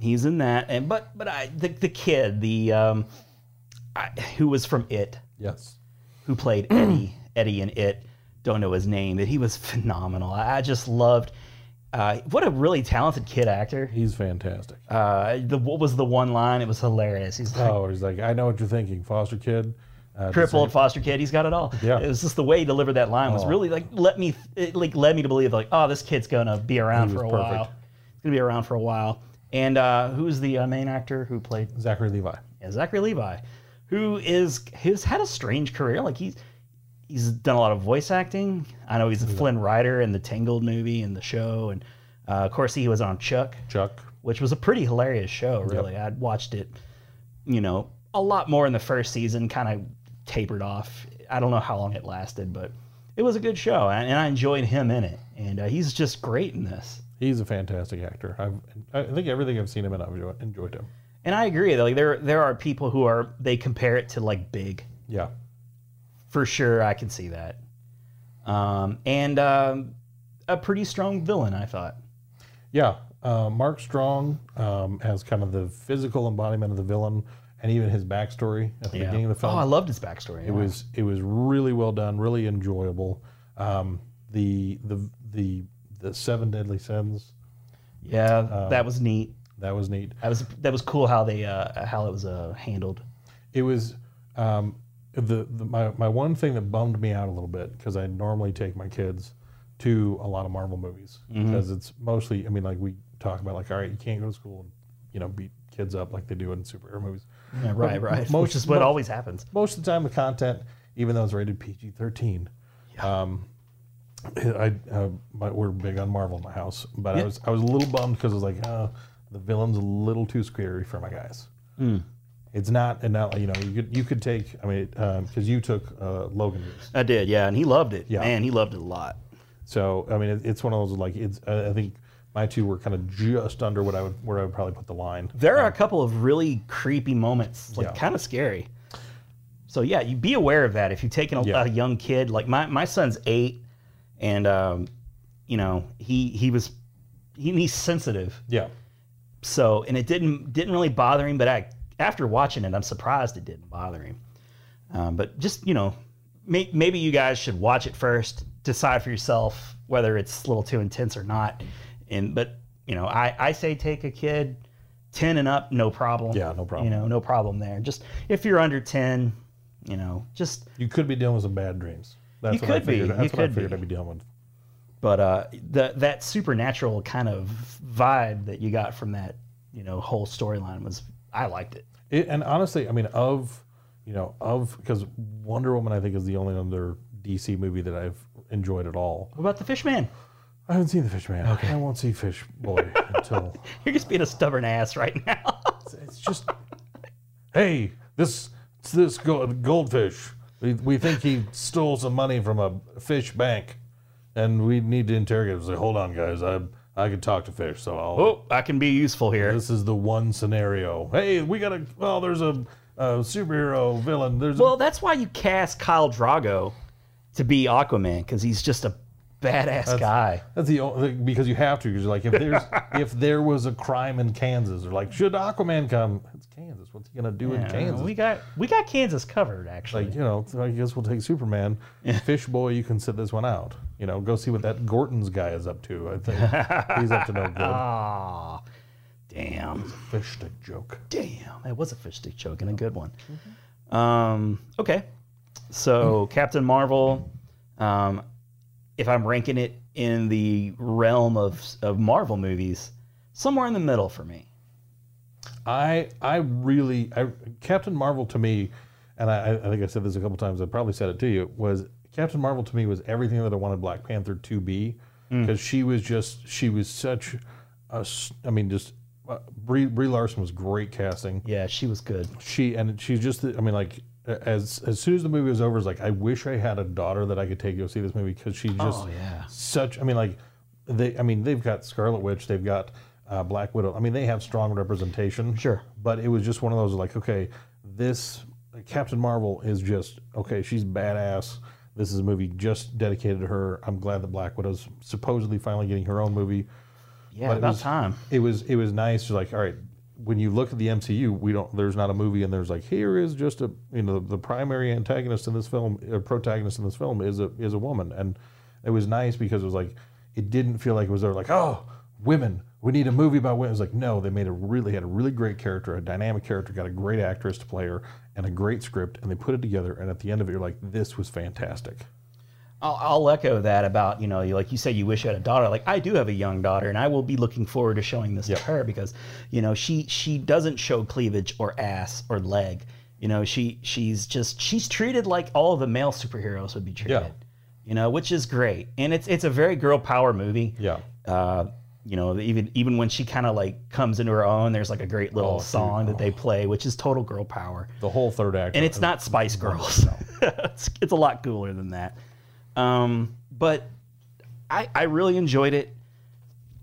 S2: he's in that. And but but I the, the kid the um, I, who was from It,
S1: Yes.
S2: who played Eddie Eddie in It. Don't know his name, but he was phenomenal. I, I just loved. Uh, what a really talented kid actor.
S1: He's fantastic.
S2: Uh, the what was the one line? It was hilarious. He's like,
S1: oh, he's like, I know what you're thinking, foster kid. Uh,
S2: crippled foster kid. He's got it all.
S1: Yeah.
S2: It was just the way he delivered that line was
S1: Oh.
S2: really like let me it, like led me to believe like oh this kid's gonna be around
S1: He
S2: for a
S1: was
S2: while.
S1: perfect.
S2: He's gonna be around for a while. And uh, who's the uh, main actor who played
S1: Zachary Levi.
S2: yeah, Zachary Levi, who is who's had a strange career. Like he's he's done a lot of voice acting. I know he's a Flynn Rider in the Tangled movie and the show, and uh, of course he was on Chuck
S1: Chuck.
S2: which was a pretty hilarious show, really. I'd watched it, you know, a lot more in the first season, kind of tapered off. I don't know how long it lasted, but it was a good show, and, and I enjoyed him in it. And uh, he's just great in this.
S1: He's a fantastic actor. I've, I think everything I've seen him in, I've enjoy- enjoyed him.
S2: And I agree. Like there, there are people who are they compare it to like Big
S1: Yeah.
S2: for sure. I can see that. Um, and um, a pretty strong villain, I thought.
S1: Yeah, uh, Mark Strong um, has kind of the physical embodiment of the villain, and even his backstory at the beginning of the film.
S2: Oh, I loved his backstory.
S1: it was it was really well done, really enjoyable. Um, the the the the seven deadly sins
S2: yeah,
S1: uh,
S2: that was neat.
S1: that was neat.
S2: That was that was cool how they uh, how it was uh, handled.
S1: It was um, the, the my my one thing that bummed me out a little bit because I normally take my kids to a lot of Marvel movies because it's mostly I mean like we talk about like all right you can't go to school and you know beat kids up like they do in superhero movies.
S2: Yeah, right, right.
S1: most-
S2: Which is what
S1: most-
S2: always happens.
S1: most of the time the content, even though it's rated PG thirteen, um, I uh, my, we're big on Marvel in my house, but I was I was a little bummed because I was like, oh, the villain's a little too scary for my guys.
S2: Hmm.
S1: It's not, and now you know you could you could take I mean because you took uh, Logan,
S2: I did, yeah, and he loved it.
S1: Yeah.
S2: Man, he loved it a lot.
S1: so I mean it, it's one of those like it's I I think my two were kind of just under what I would where I would probably put the line.
S2: There are a couple of really creepy moments, like
S1: Yeah.
S2: kind of scary. So yeah, you be aware of that if you're taking a,
S1: Yeah.
S2: a young kid. Like my, my son's eight, and um, you know he he was he, he's sensitive.
S1: Yeah,
S2: So and it didn't didn't really bother him, but I after watching it, I'm surprised it didn't bother him. Um, but just you know, may, maybe you guys should watch it first, decide for yourself whether it's a little too intense or not. And but you know, I I say take a kid ten and up, no problem.
S1: Yeah, no problem.
S2: You know, no problem there. Just if you're under ten, you know, just
S1: you could be dealing with some bad dreams. That's
S2: You
S1: what I
S2: could be.
S1: figured. That's
S2: You
S1: what I
S2: could
S1: figured
S2: be.
S1: I'd be dealing with.
S2: but uh, the, that supernatural kind of vibe that you got from that you know whole storyline was I liked it.
S1: It, and honestly, I mean, of you know, of because Wonder Woman, I think, is the only other DC movie that I've enjoyed at all.
S2: What about the Fishman?
S1: I haven't seen the Fish Man. Okay. I won't see Fish Boy until
S2: You're just being a stubborn ass right now.
S1: it's, it's just. Hey, this it's this go- goldfish. We, we think he stole some money from a fish bank, and we need to interrogate him. It's like, hold on, guys. I I can talk to fish, so I'll.
S2: Oh, I can be useful here.
S1: This is the one scenario. Hey, we got a. Well, there's a, a superhero villain. There's a
S2: Well, that's why you cast Kyle Drago to be Aquaman because he's just a badass guy.
S1: That's the only because you have to. Because you're like, if there's if there was a crime in Kansas, or like, should Aquaman come? It's Kansas. What's he gonna do in Kansas?
S2: We got we got Kansas covered actually.
S1: like, you know, so I guess we'll take Superman. Fish boy, you can sit this one out. You know, go see what that Gorton's guy is up to. I think he's up to no
S2: Ah.
S1: good.
S2: Aw, damn,
S1: Fish stick joke.
S2: damn, that was a fish stick joke and a good one. Um, okay, so Captain Marvel. Um, if I'm ranking it in the realm of of Marvel movies, somewhere in the middle for me.
S1: I I really I Captain Marvel to me, and I, I think I said this a couple times. I probably said it to you. Was Captain Marvel to me was everything that I wanted Black Panther to be, because she was just she was such a s- I mean just uh, Brie Brie Larson was great casting.
S2: Yeah, she was good.
S1: She and she's just I mean like as as soon as the movie was over, it's like I wish I had a daughter that I could take to go see this movie because she just
S2: Oh yeah.
S1: such. I mean like they I mean they've got Scarlet Witch, they've got uh, Black Widow. I mean they have strong representation.
S2: Sure.
S1: but it was just one of those like okay, this Captain Marvel is just okay. She's badass. This is a movie just dedicated to her. I'm glad that Black Widow's supposedly finally getting her own movie
S2: Yeah,
S1: But it
S2: about
S1: was-
S2: time.
S1: it was it was nice. Like, all right, when you look at the MCU, we don't. There's not a movie, and there's like here is just a you know the, primary antagonist in this film, or protagonist in this film is a is a woman, and it was nice because it was like it didn't feel like it was there like oh women we need a movie about women. It was like no, they made a really had a really great character, a dynamic character, got a great actress to play her, and a great script, and they put it together. And at the end of it, you're like this was fantastic.
S2: I'll, I'll echo that about you know you- like you said you wish you had a daughter like I do have a young daughter and I will be looking forward to showing this to her because you know she she doesn't show cleavage or ass or leg you know she she's just she's treated like all the male superheroes would be treated you know which is great and it's it's a very girl power movie
S1: Yeah.
S2: uh, you know, even even when she kind of like comes into her own, there's like a great little
S1: Oh, dude.
S2: song that they play, which is total girl power.
S1: The whole third act,
S2: And it's not Spice Girls. it's, it's a lot cooler than that. Um, but I I really enjoyed it.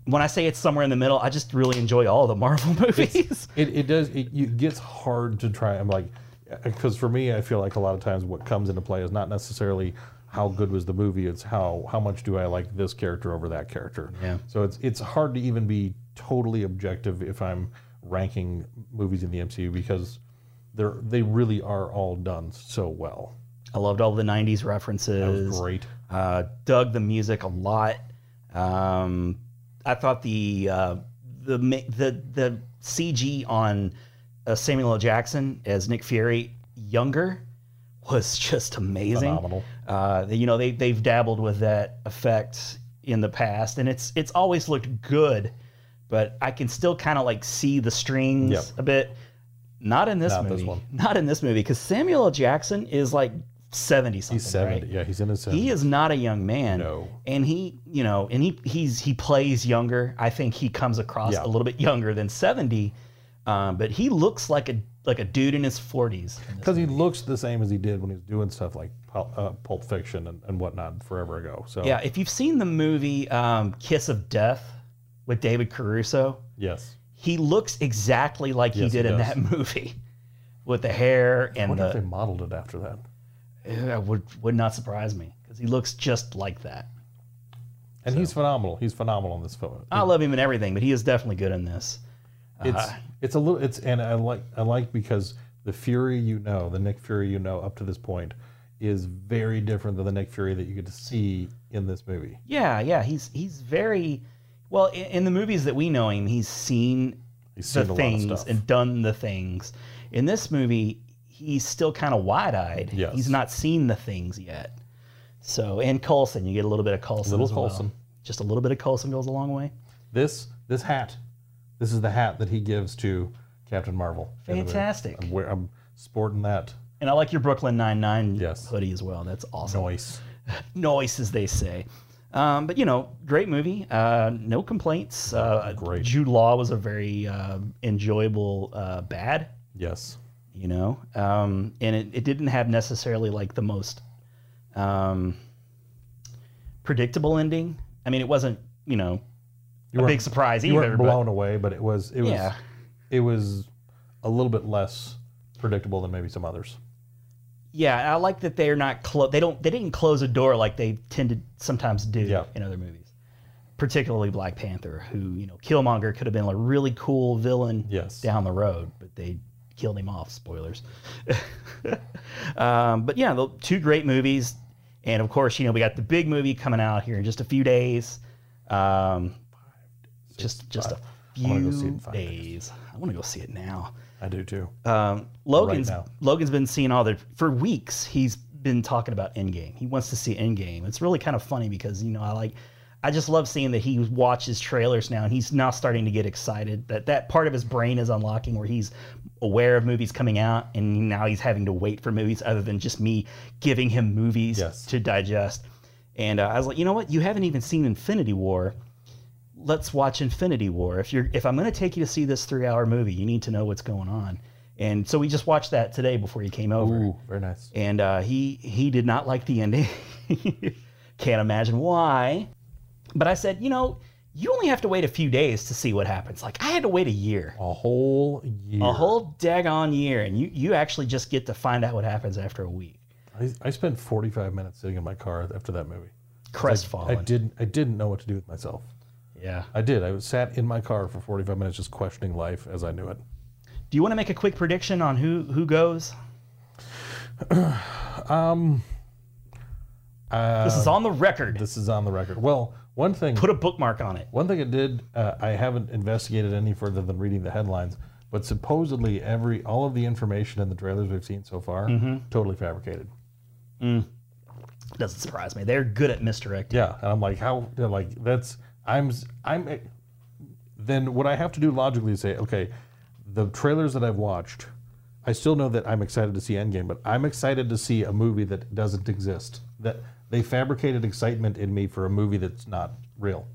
S2: When I say it's somewhere in the middle, I just really enjoy all the Marvel movies.
S1: It, it does. It, you- it gets hard to try. I'm like, because for me, I feel like a lot of times what comes into play is not necessarily how good was the movie. It's how how much do I like this character over that character.
S2: Yeah.
S1: So it's it's hard to even be totally objective if I'm ranking movies in the MCU because they're they really are all done so well.
S2: I loved all the '90s references.
S1: That was great.
S2: Uh, dug the music a lot. Um, I thought the uh, the ma- the the CG on uh, Samuel L. Jackson as Nick Fury younger was just amazing.
S1: Phenomenal.
S2: Uh, you know they they've dabbled with that effect in the past, and it's it's always looked good, but I can still kind of like see the strings
S1: Yep.
S2: a bit. Not in this
S1: Not
S2: movie.
S1: this one.
S2: Not in this movie because Samuel L. Jackson is like seventy something.
S1: He's seventy.
S2: right?
S1: Yeah, he's in his
S2: he is not a young man.
S1: No.
S2: And he, you know, and he he's he plays younger. I think he comes across
S1: Yeah.
S2: a little bit younger than seventy, um, but he looks like a like a dude in his forties.
S1: because he looks the same as he did when he was doing stuff like Pul- uh, Pulp Fiction and, and whatnot forever ago. So
S2: Yeah, if you've seen the movie um, Kiss of Death with David Caruso,
S1: yes.
S2: he looks exactly like
S1: Yes,
S2: he
S1: he
S2: did in
S1: does.
S2: that movie, with the hair
S1: I
S2: and
S1: wonder if they
S2: the.
S1: modeled it after that.
S2: It would would not surprise me because he looks just like that.
S1: And he's phenomenal. He's phenomenal in this film.
S2: I love him and everything, but he is definitely good in this.
S1: It's it's a little it's and I like I like because the Fury you know, the Nick Fury you know up to this point is very different than the Nick Fury that you get to see in this movie.
S2: Yeah, yeah, he's he's very well in, in the movies that we know him. He's seen
S1: He's
S2: the
S1: seen a
S2: things
S1: lot of stuff.
S2: and done the things. In this movie, he's still kind of wide-eyed.
S1: Yes.
S2: he's not seen the things yet. So, and Coulson, you get a little bit of Coulson.
S1: Little
S2: as well.
S1: Coulson.
S2: just a little bit of Coulson goes a long way.
S1: this this hat, this is the hat that he gives to Captain Marvel. in the movie.
S2: Fantastic.
S1: I'm, wear- I'm sporting that
S2: And I like your Brooklyn Nine Nine
S1: Yes.
S2: hoodie as well. That's awesome.
S1: noise.
S2: noise, as they say. Um, but you know, great movie. Uh, no complaints. Uh,
S1: Great.
S2: Jude Law was a very uh, enjoyable uh, bad.
S1: Yes.
S2: you know um, and it, it didn't have necessarily like the most um, predictable ending i mean it wasn't you know
S1: You
S2: a
S1: weren't-
S2: big surprise
S1: You
S2: either
S1: weren't
S2: but
S1: blown away, but it was it was
S2: Yeah.
S1: it was a little bit less predictable than maybe some others.
S2: yeah i like that they're not close they don't they didn't close a door like they tend to sometimes do
S1: Yeah.
S2: in other movies particularly black panther who you know killmonger could have been a really cool villain
S1: Yes.
S2: down the road but they killed him off spoilers um, but yeah the two great movies and of course you know we got the big movie coming out here in just a few days um, just just a
S1: I wanna go see it
S2: few
S1: in five
S2: days i want to go see it now
S1: I do too.
S2: um, Logan's
S1: now.
S2: Logan's been seeing all the for weeks. He's been talking about Endgame. He wants to see Endgame. It's really kind of funny because you know I like I just love seeing that he watches trailers now and he's now starting to get excited. That that part of his brain is unlocking where he's aware of movies coming out and now he's having to wait for movies other than just me giving him movies
S1: Yes.
S2: to digest. And uh, I was like, you know what? You haven't even seen Infinity War let's watch Infinity War. If you're if I'm going to take you to see this three hour movie, you need to know what's going on. And so we just watched that today before you came over
S7: Ooh, very nice.
S2: and uh, he he did not like the ending. Can't imagine why. But I said, you know, you only have to wait a few days to see what happens. Like I had to wait a year,
S7: A whole year.
S2: a whole daggone year, and you you actually just get to find out what happens after a week.
S1: I, I spent 45 minutes sitting in my car after that movie. I
S2: Crestfallen.
S1: didn't. I didn't know what to do with myself.
S2: yeah.
S1: I did. I was sat in my car for 45 minutes, just questioning life as I knew it.
S2: Do you want to make a quick prediction on who who goes? um. This is on the record.
S1: uh, This is on the record. Well, one thing.
S2: Put a bookmark on it.
S1: One thing it did, uh, I haven't investigated any further than reading the headlines, but supposedly every all of the information in the trailers we've seen so far totally fabricated.
S2: Doesn't surprise me. They're good at misdirecting.
S1: Yeah, and I'm like, how? they're Like that's I'm s- I'm. eh, Then what I have to do logically is say, okay, the trailers that I've watched, I still know that I'm excited to see Endgame, but I'm excited to see a movie that doesn't exist. That they fabricated excitement in me for a movie that's not real.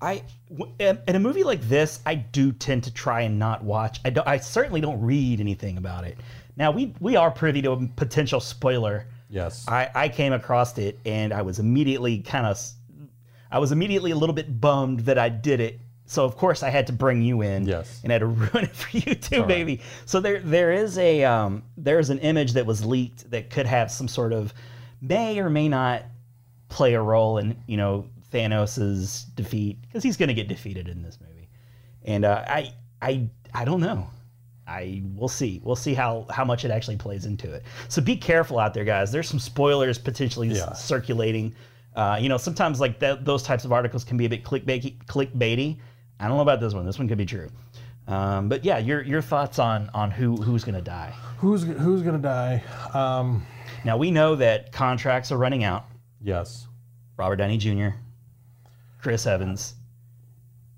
S2: I w- in in a movie like this, I do tend to try and not watch. I don't, I certainly don't read anything about it. Now we we are privy to a potential spoiler.
S1: Yes.
S2: I I came across it and I was immediately kind of I was immediately a little bit bummed that I did it. So of course I had to bring you in
S1: Yes.
S2: and had to ruin it for you too, baby. So there there is a um there's an image that was leaked that could have some sort of may or may not play a role in you know Thanos's defeat because he's going to get defeated in this movie, and uh, I I I don't know. I we'll see we'll see how how much it actually plays into it. So be careful out there, guys. There's some spoilers potentially s-
S1: Yeah.
S2: circulating. Uh, you know, sometimes like that, those types of articles can be a bit clickbaity. Clickbaity. I don't know about this one. This one could be true. Um, but yeah, your your thoughts on on who who's going to die?
S1: Who's who's gonna die? Um,
S2: Now we know that contracts are running out.
S1: yes.
S2: Robert Downey Jr., Chris Evans,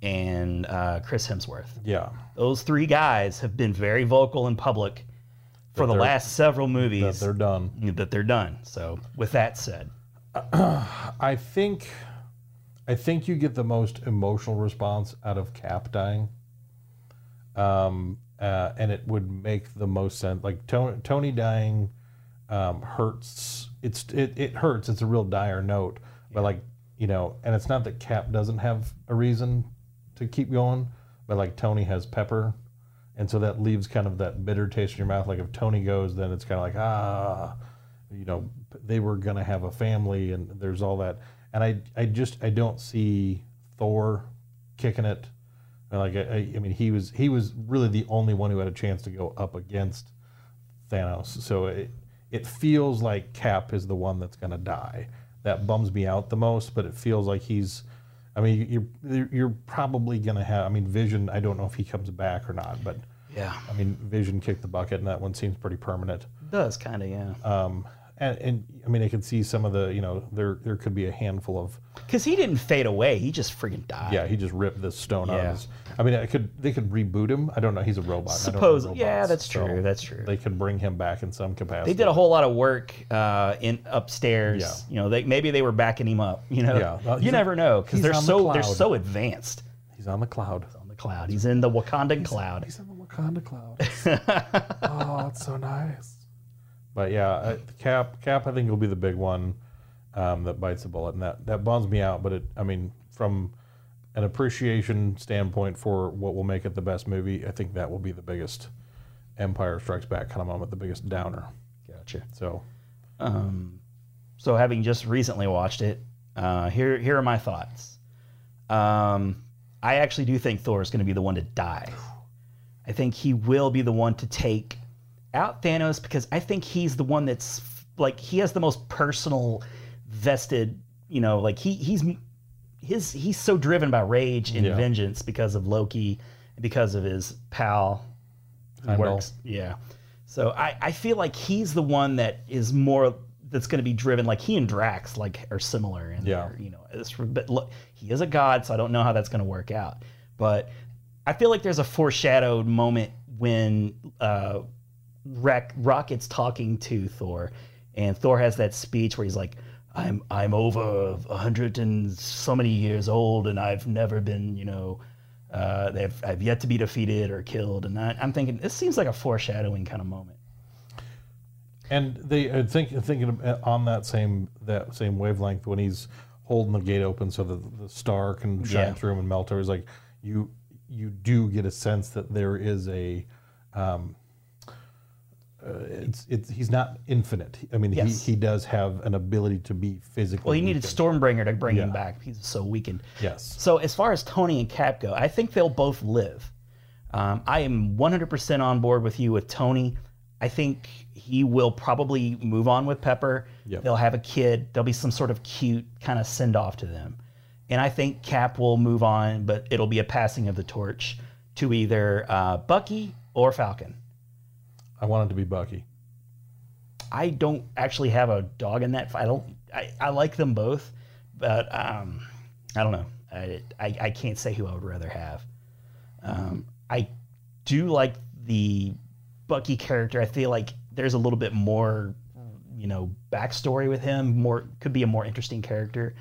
S2: and uh, Chris Hemsworth.
S1: Yeah.
S2: Those three guys have been very vocal in public for the
S1: they're-
S2: last several
S1: That
S2: movies
S1: they're
S2: that
S1: done.
S2: they're, done. So, with that said,
S1: I think I think you get the most emotional response out of Cap dying. Um, uh, and it would make the most sense. Like Tony, Tony dying um, hurts. It's it, it hurts. It's a real dire note. But like you know, and it's not that Cap doesn't have a reason to keep going, but like Tony has Pepper, and so that leaves kind of that bitter taste in your mouth. Like if Tony goes, then it's kind of like ah, you know, they were gonna have a family, and there's all that. And I I just I don't see Thor kicking it. And like I, I I mean, he was he was really the only one who had a chance to go up against Thanos. So it it feels like Cap is the one that's gonna die. That bums me out the most, but it feels like he's. I mean, you're you're probably gonna have. I mean, Vision. I don't know if he comes back or not, but
S2: yeah,
S1: I mean, Vision kicked the bucket, and that one seems pretty permanent.
S2: it does kind of, yeah.
S1: Um, and, and I mean, I could see some of the. You know, there there could be a handful of.
S2: Because he didn't fade away, he just freaking died.
S1: Yeah, he just ripped this stone out
S2: Yeah.
S1: of his. I mean, I could they could reboot him. I don't know. He's a robot. I don't know
S2: Suppose, yeah,
S1: robots,
S2: that's
S1: so
S2: true. That's true.
S1: They could bring him back in some capacity.
S2: They did a whole lot of work uh, in upstairs.
S1: Yeah.
S2: You know, they maybe they were backing him up. You know,
S1: Yeah. Well,
S2: you
S1: he's-
S2: never know because
S1: he's
S2: they're
S1: on the
S2: so they're
S1: cloud.
S2: so advanced.
S1: He's on the cloud.
S2: On the cloud, he's in the Wakandan cloud.
S1: He's on the Wakanda cloud. oh, it's so nice. But yeah, uh, Cap, Cap, I think will be the big one um, that bites the bullet, and that that bums me out. But it, I mean, from an appreciation standpoint for what will make it the best movie, I think that will be the biggest Empire Strikes Back kind of moment, the biggest downer.
S2: Gotcha.
S1: So
S2: so having just recently watched it, uh, here here are my thoughts. Um, I actually do think Thor is going to be the one to die. I think he will be the one to take out Thanos because I think he's the one that's like he has the most personal vested, you know, like he he's his he's so driven by rage and
S1: Yeah.
S2: vengeance because of Loki, because of his pal
S1: Heimdall.
S2: works. Yeah. So I, I feel like he's the one that is more that's going to be driven like he and Drax like are similar and
S1: Yeah.
S2: you know it's, but look, he is a god so I don't know how that's going to work out but I feel like there's a foreshadowed moment when uh, Rack, Rocket's talking to Thor and Thor has that speech where he's like I'm I'm over a hundred and so many years old, and I've never been, you know, uh, they've, I've yet to be defeated or killed. And I, I'm thinking this seems like a foreshadowing kind of moment.
S1: And they uh, think thinking of- uh, on that same that same wavelength when he's holding the gate open so that the star can shine
S2: Yeah.
S1: through him and melt her. Is like you you do get a sense that there is a um, uh, it's it's he's not infinite. I mean,
S2: Yes.
S1: he, he does have an ability to be physically.
S2: Well, he needed
S1: weakened.
S2: Stormbringer to bring him
S1: Yeah.
S2: back. He's so weakened.
S1: Yes.
S2: So as far as Tony and Cap go, I think they'll both live. Um, I am 100% on board with you with Tony. I think he will probably move on with Pepper.
S1: Yep.
S2: They'll have a kid. There'll be some sort of cute kind of send off to them. And I think Cap will move on, but it'll be a passing of the torch to either uh, Bucky or Falcon.
S1: I want it to be Bucky.
S2: I don't actually have a dog in that. fight. I don't. I, I like them both, but um, I don't know. I, I I can't say who I would rather have. Um, I do like the Bucky character. I feel like there's a little bit more, you know, backstory with him. More could be a more interesting character.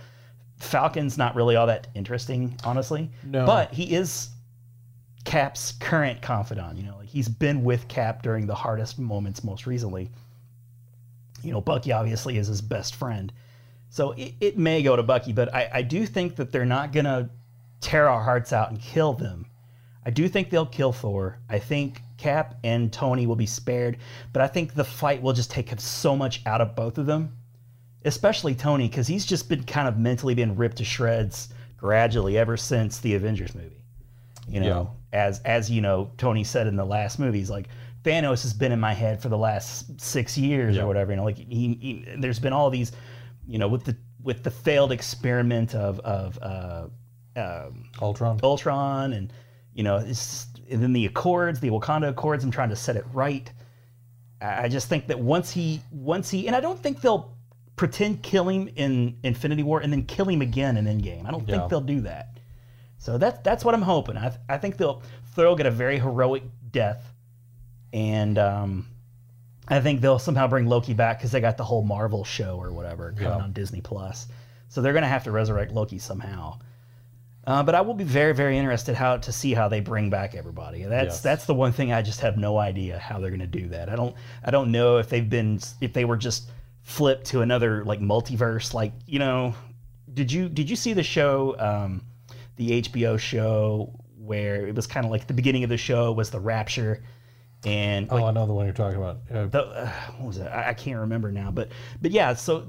S2: Falcon's not really all that interesting, honestly.
S1: No.
S2: But he is Cap's current confidant. You know, like he's been with Cap during the hardest moments most recently. You know, Bucky obviously is his best friend. So it, it may go to Bucky, but I, I do think that they're not going to tear our hearts out and kill them. I do think they'll kill Thor. I think Cap and Tony will be spared, but I think the fight will just take so much out of both of them, especially Tony, because he's just been kind of mentally being ripped to shreds gradually ever since the Avengers movie. You know, as as you know, Tony said in the last movie, he's like Thanos has been in my head for the last six years or whatever. You know, like he, he, there's been all these, you know, with the with the failed experiment of of uh, um,
S1: Ultron.
S2: Ultron, and you know, it's, and then the Accords, the Wakanda Accords. I'm trying to set it right. I I just think that once he, once he, and I don't think they'll pretend kill him in Infinity War and then kill him again in Endgame. I don't
S1: Yeah.
S2: think they'll do that. So that's that's what I'm hoping. I I think they'll Thor'll get a very heroic death, and um, I think they'll somehow bring Loki back because they got the whole Marvel show or whatever coming on Disney Plus. So they're gonna have to resurrect Loki somehow. Uh, but I will be very, very interested how to see how they bring back everybody. That's
S1: Yes.
S2: that's the one thing I just have no idea how they're going to do that. I don't I don't know if they've been if they were just flipped to another like multiverse. Like you know, did you did you see the show, um, the HBO show where it was kind of like the beginning of the show was the Rapture, and
S1: oh, I know the one you're talking about. Uh,
S2: the, uh, what was it? I, I can't remember now, but but yeah. So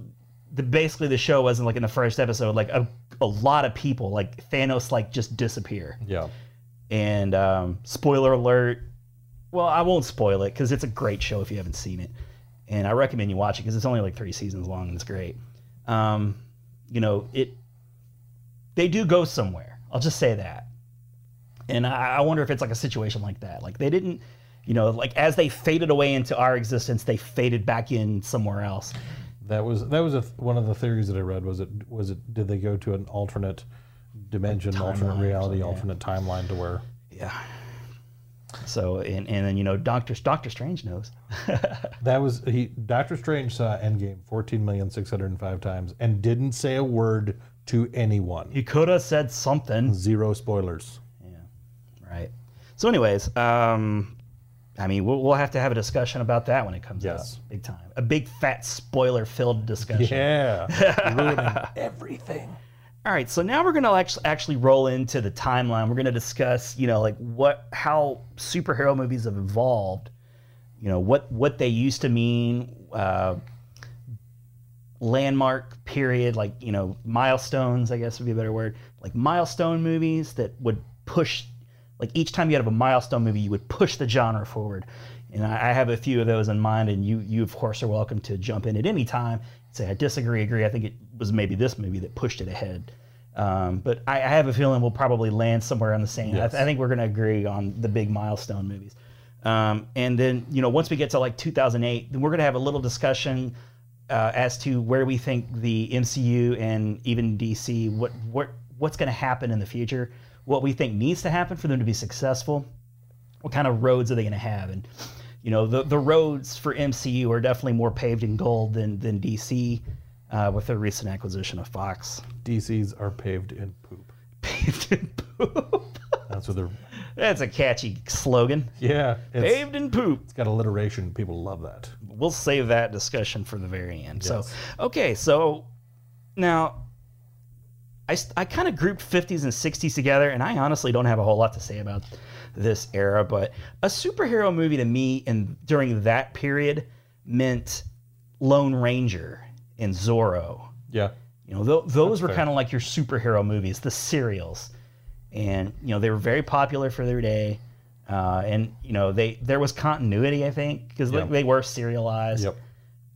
S2: the basically the show wasn't like in the first episode, like a, a lot of people like Thanos like just disappear.
S1: yeah.
S2: And um, spoiler alert. Well, I won't spoil it because it's a great show if you haven't seen it, and I recommend you watch it because it's only like three seasons long and it's great. Um, you know it. They do go somewhere. I'll just say that. And I, I wonder if it's like a situation like that. Like they didn't, you know, like as they faded away into our existence, they faded back in somewhere else.
S1: That was that was a, th- one of the theories that I read. Was it was it did they go to an alternate dimension, alternate reality, alternate timeline to where?
S2: Yeah. So and and then you know Doctor Doctor Strange knows.
S1: That was he. Doctor Strange saw Endgame fourteen million six hundred and five times and didn't say a word to anyone.
S2: He could have said something.
S1: Zero spoilers.
S2: Right. So, anyways, um, I mean, we'll, we'll have to have a discussion about that when it comes
S1: Yes.
S2: out, big time, a big fat spoiler-filled discussion.
S1: Yeah, ruining everything.
S2: All right. So now we're gonna actually actually roll into the timeline. We're gonna discuss, you know, like what how superhero movies have evolved. You know what what they used to mean. Uh, landmark period like you know milestones i guess would be a better word like milestone movies that would push like each time you had a milestone movie you would push the genre forward and i, I have a few of those in mind and you you of course are welcome to jump in at any time and say i disagree agree i think it was maybe this movie that pushed it ahead um, but I, I have a feeling we'll probably land somewhere on the same I,
S1: Yes.
S2: I think we're going to agree on the big milestone movies um, and then you know once we get to like 2008 then we're going to have a little discussion uh, as to where we think the MCU and even DC what what what's going to happen in the future, what we think needs to happen for them to be successful, what kind of roads are they going to have, and you know the the roads for MCU are definitely more paved in gold than than DC. uh, with their recent acquisition of Fox.
S1: DCs are paved in poop.
S2: Paved in poop.
S1: That's what they're.
S2: That's a catchy slogan.
S1: Yeah, it's,
S2: Paved in poop.
S1: it's got alliteration. People love that.
S2: We'll save that discussion for the very end. So, okay, so now I, s- I kind of grouped 50s and 60s together, and I honestly don't have a whole lot to say about this era, but a superhero movie to me and during that period meant Lone Ranger and Zorro.
S1: Yeah,
S2: You know, th- those were kind of like your superhero movies, the serials, and you know they were very popular for their day. Uh, and you know they there was continuity, I think, because
S1: Yeah.
S2: they were serialized.
S1: yep.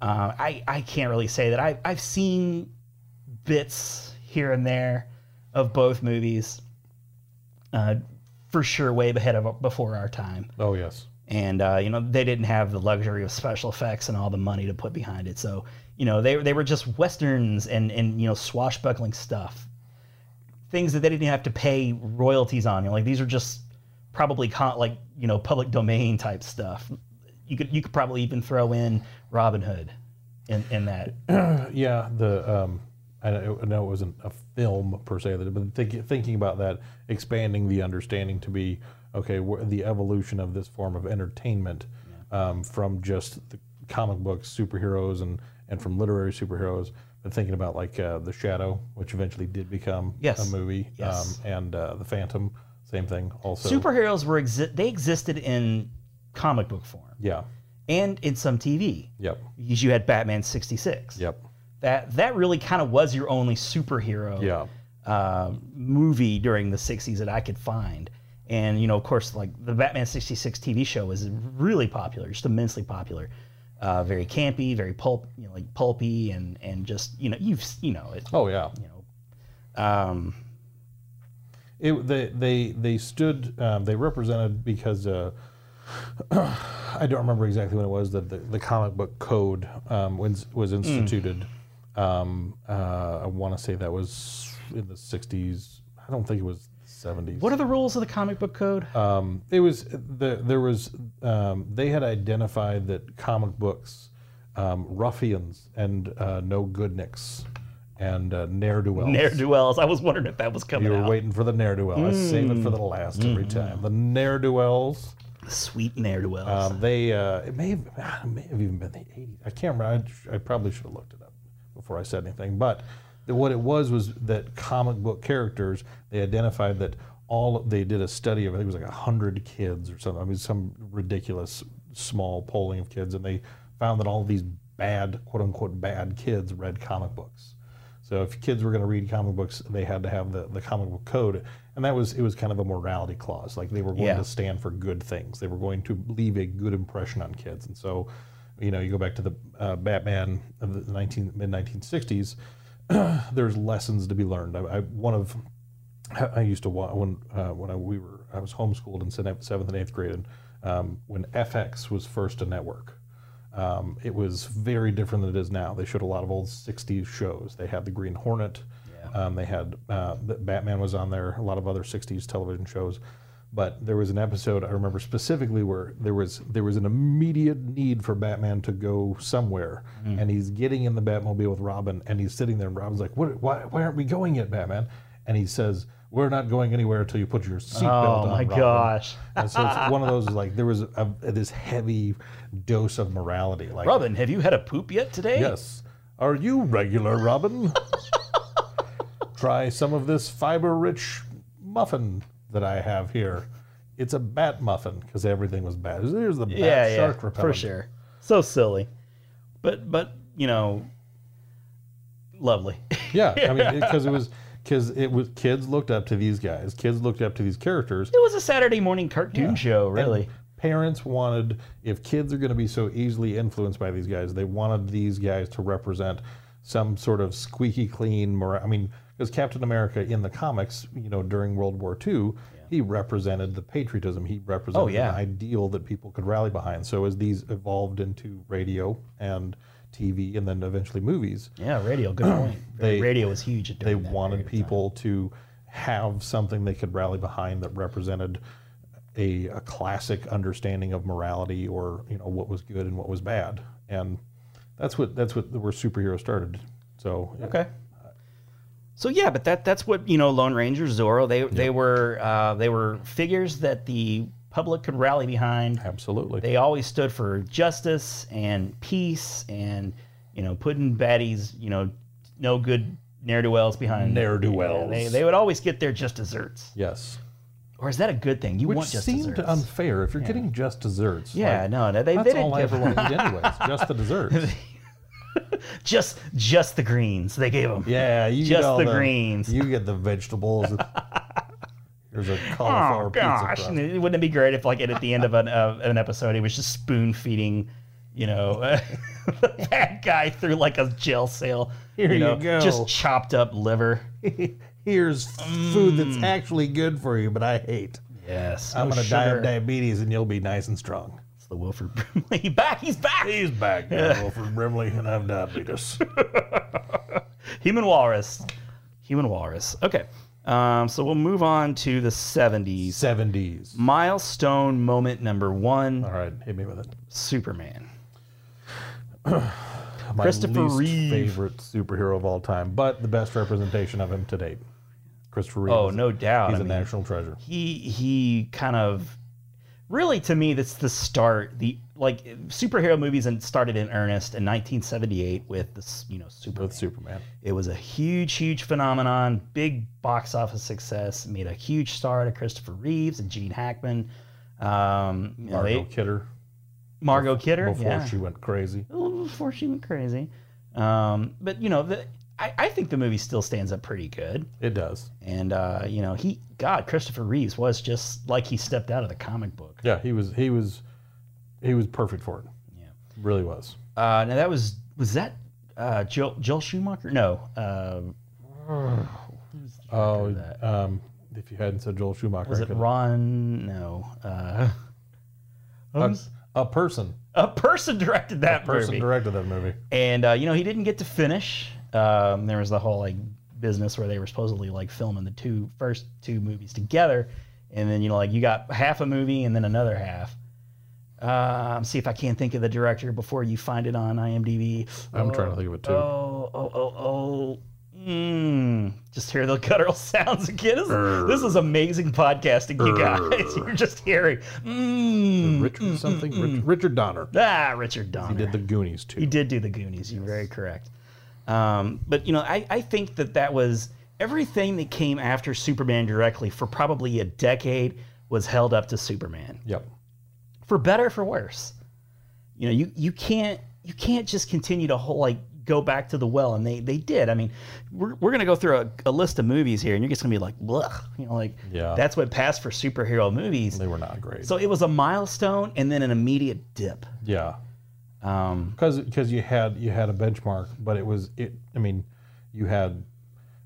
S2: Uh, I I can't really say that I I've seen bits here and there of both movies. Uh, for sure, way ahead of before our time,
S1: Oh yes.
S2: and uh, you know they didn't have the luxury of special effects and all the money to put behind it. So you know they they were just westerns and and you know swashbuckling stuff, things that they didn't have to pay royalties on. You know, like these are just probably con- like you know public domain type stuff. You could you could probably even throw in Robin Hood, in in that.
S1: Yeah, the um, I know I know it wasn't a film per se, but think, thinking about that, expanding the understanding to be okay, wh- the evolution of this form of entertainment um, from just the comic books, superheroes, and and from literary superheroes, but thinking about like uh, the Shadow, which eventually did become
S2: Yes.
S1: a movie,
S2: Yes.
S1: um, and uh, the Phantom, same thing, also
S2: Superheroes were exi- they existed in comic book form
S1: Yeah,
S2: and in some TV.
S1: yep,
S2: Because You had Batman sixty six.
S1: yep,
S2: that that really kind of was your only superhero
S1: yeah,
S2: uh, movie during the 60s that I could find. And you know, of course, like the Batman 66 TV show was really popular, just immensely popular. Uh, very campy, very pulp, you know, like pulpy, and and just you know, you've s- you know it,
S1: oh yeah.
S2: you know, um,
S1: it, they they they stood um, they represented because uh, I don't remember exactly when it was that the, the comic book code um, was was
S2: Hmm.
S1: instituted. Um, uh, I want to say that was in the '60s. I don't think it was '70s.
S2: what are the rules of the comic book code?
S1: Um, it was the, there was um, they had identified that comic books, um, ruffians and uh, no goodniks, and uh, ne'er do wells.
S2: Ne'er do wells. I was wondering if that was coming
S1: You were
S2: out.
S1: waiting for the ne'er do well. I save it for the last every time. The ne'er do wells.
S2: Sweet ne'er do wells.
S1: Um, they uh, it may have, ah, it may have even been the 80s. I can't remember. I, I probably should have looked it up before I said anything. But the, what it was was that comic book characters they identified that all they did a study of. I think it was like hundred kids or something. I mean, some ridiculous small polling of kids, and they found that all these bad quote unquote bad kids read comic books. So if kids were going to read comic books, they had to have the, the comic book code, and that was it was kind of a morality clause. Like they were going
S2: Yeah.
S1: to stand for good things. They were going to leave a good impression on kids. And so, you know, you go back to the uh, Batman of the 19 mid 1960s. there's lessons to be learned. I, I one of I used to watch when uh, when I, we were I was homeschooled in seventh seventh and eighth grade, and um, when FX was first a network, um, it was very different than it is now. They showed a lot of old '60s shows. They had the Green Hornet, um, they had uh, the- Batman was on there, a lot of other '60s television shows. But there was an episode I remember specifically where there was there was an immediate need for Batman to go somewhere,
S2: Hmm.
S1: and he's getting in the Batmobile with Robin, and he's sitting there, and Robin's like, "What? Why, why aren't we going yet, Batman?" And he says, "We're not going anywhere until you put your seatbelt on."
S2: oh my
S1: Robin."
S2: gosh,
S1: And so it's one of those like there was a, this heavy dose of morality, like
S2: Robin, have you had a poop yet today?
S1: Yes. Are you regular, Robin? Try some of this fiber rich muffin that I have here. It's a bat muffin because everything was bad. There's the bat
S2: yeah, yeah,
S1: shark
S2: for
S1: repellent.
S2: sure. So silly, but but you know, lovely.
S1: Yeah, I mean, because it was because it was kids looked up to these guys. Kids looked up to these characters.
S2: It was a Saturday morning cartoon show,
S1: And
S2: Oh, really.
S1: Parents wanted if kids are going to be so easily influenced by these guys, they wanted these guys to represent some sort of squeaky clean mora I mean, because Captain America in the comics, you know, during World War II, he represented the patriotism. He represented
S2: Oh, yeah.
S1: an ideal that people could rally behind. So as these evolved into radio and TV and then eventually movies,
S2: Yeah, radio. Good point.
S1: They-
S2: radio was huge.
S1: they
S2: during that
S1: wanted
S2: period of
S1: people to have something they could rally behind that represented a, a classic understanding of morality or you know what was good and what was bad and that's what that's what where superheroes started So
S2: Okay. So yeah, but that that's what you know. Lone Ranger, Zorro. They they were uh, they were figures that the public could rally behind.
S1: absolutely.
S2: They always stood for justice and peace, and you know, putting baddies, you know, no good ne'er do wells behind.
S1: Ne'er-do-wells.
S2: They, they would always get their just desserts.
S1: yes.
S2: Or is that a good thing? You
S1: Which
S2: want just
S1: seemed
S2: desserts?
S1: unfair if you're getting just desserts.
S2: yeah,
S1: like,
S2: no, no, they, they
S1: that's
S2: didn't
S1: all I
S2: give
S1: ever wanted anyways. Just the desserts.
S2: just just the greens. They gave them.
S1: Yeah, you
S2: Just
S1: get all
S2: the greens.
S1: You get the vegetables. There's a cauliflower
S2: Oh
S1: pizza.
S2: gosh!
S1: crust.
S2: And it- Wouldn't it be great if, like, at at the end of an of an episode, he was just spoon feeding, you know, the bad guy through like a jail cell.
S1: Here you
S2: know,
S1: go.
S2: Just chopped up liver.
S1: Here's food that's actually good for you, but I hate.
S2: Yes.
S1: I'm
S2: Mm. no
S1: gonna die
S2: sugar.
S1: of diabetes, and you'll be nice and strong.
S2: It's the Wilford Brimley. He back. He's back.
S1: He's back now, Wilfred Brimley, and I've diabetes.
S2: Human walrus. Human walrus. Okay. Um, so we'll move on to the 70s.
S1: Seventies.
S2: Milestone moment number one
S1: All right, hit me with it.
S2: Superman.
S1: My
S2: Christopher
S1: least
S2: Reeve.
S1: favorite superhero of all time, but the best representation of him to date. Christopher Reeve.
S2: Oh,
S1: is-
S2: no doubt.
S1: He's
S2: I
S1: a
S2: mean,
S1: national treasure.
S2: he he kind of really to me that's the start the like superhero movies and started in earnest in 1978 with this you know super
S1: With Superman.
S2: it was a huge huge phenomenon big box office success It made a huge star to christopher reeves and gene hackman um you know,
S1: Margot
S2: they-
S1: Kidder.
S2: margot kidder
S1: Before
S2: yeah.
S1: she went crazy.
S2: A little before she went crazy um but you know the I, I think the movie still stands up pretty good
S1: It does.
S2: and uh you know he god christopher reeves was just like he stepped out of the comic book
S1: Yeah, he was. He was. He was perfect for it. Yeah, really was.
S2: Uh, now that was was that uh, Joel, Joel Schumacher? No, uh,
S1: Oh, um, if you hadn't said Joel Schumacher,
S2: was
S1: I
S2: it
S1: could've-
S2: Ron? No, uh,
S1: A, a person.
S2: a person directed that
S1: Person
S2: movie,
S1: directed that movie.
S2: and uh, you know he didn't get to finish. Um, there was the whole like business where they were supposedly like filming the two first two movies together, and then you know like you got half a movie and then another half. Um, see if I can't think of the director before you find it on IMDb.
S1: I'm trying to think of it too.
S2: Oh, oh, oh, oh. Mm. Just hear the guttural sounds again. This, this is amazing podcasting, you guys. You're just hearing. Mm.
S1: Richard something. Rich, Richard Donner.
S2: Ah, Richard Donner.
S1: He did the Goonies too.
S2: He did do the Goonies. You're very correct. Um, but you know, I, I think that that was everything that came after Superman directly for probably a decade was held up to Superman
S1: Yep.
S2: for better or for worse. You know, you you can't you can't just continue to whole, like go back to the well, and they they did. I mean, we're, we're gonna go through a, a list of movies here, and you're just gonna be like, blech, you know, like
S1: Yeah.
S2: that's what passed for superhero movies.
S1: They were not great.
S2: So it was a milestone and then an immediate dip.
S1: yeah,
S2: Um,
S1: because because you had you had a benchmark, but it was it. I mean, you had,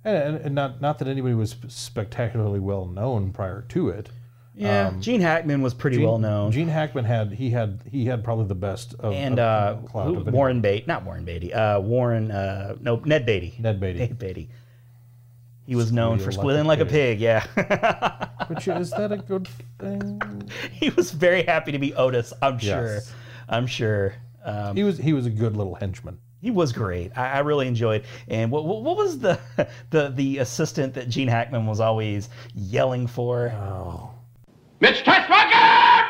S1: and, and, and not not that anybody was spectacularly well known prior to it.
S2: yeah, Um, Gene Hackman was pretty well known,
S1: Gene Hackman had he had he had probably the best of of
S2: and uh,
S1: clout
S2: who-
S1: of anyone.
S2: Warren Beatty, not Warren Beatty, uh, Warren, uh, no, Ned Beatty,
S1: Ned Beatty.
S2: Ned Beatty. He was known for squealing like a pig. Yeah.
S1: Which is that a good thing?
S2: he was very happy to be Otis. I'm sure.
S1: Yes.
S2: I'm sure. Um,
S1: He was he was a good little henchman.
S2: he was great. I, I really enjoyed. And what, what what was the the the assistant that Gene Hackman was always yelling for?
S1: Uh,
S2: Oh.
S3: Mitch Tessmacher!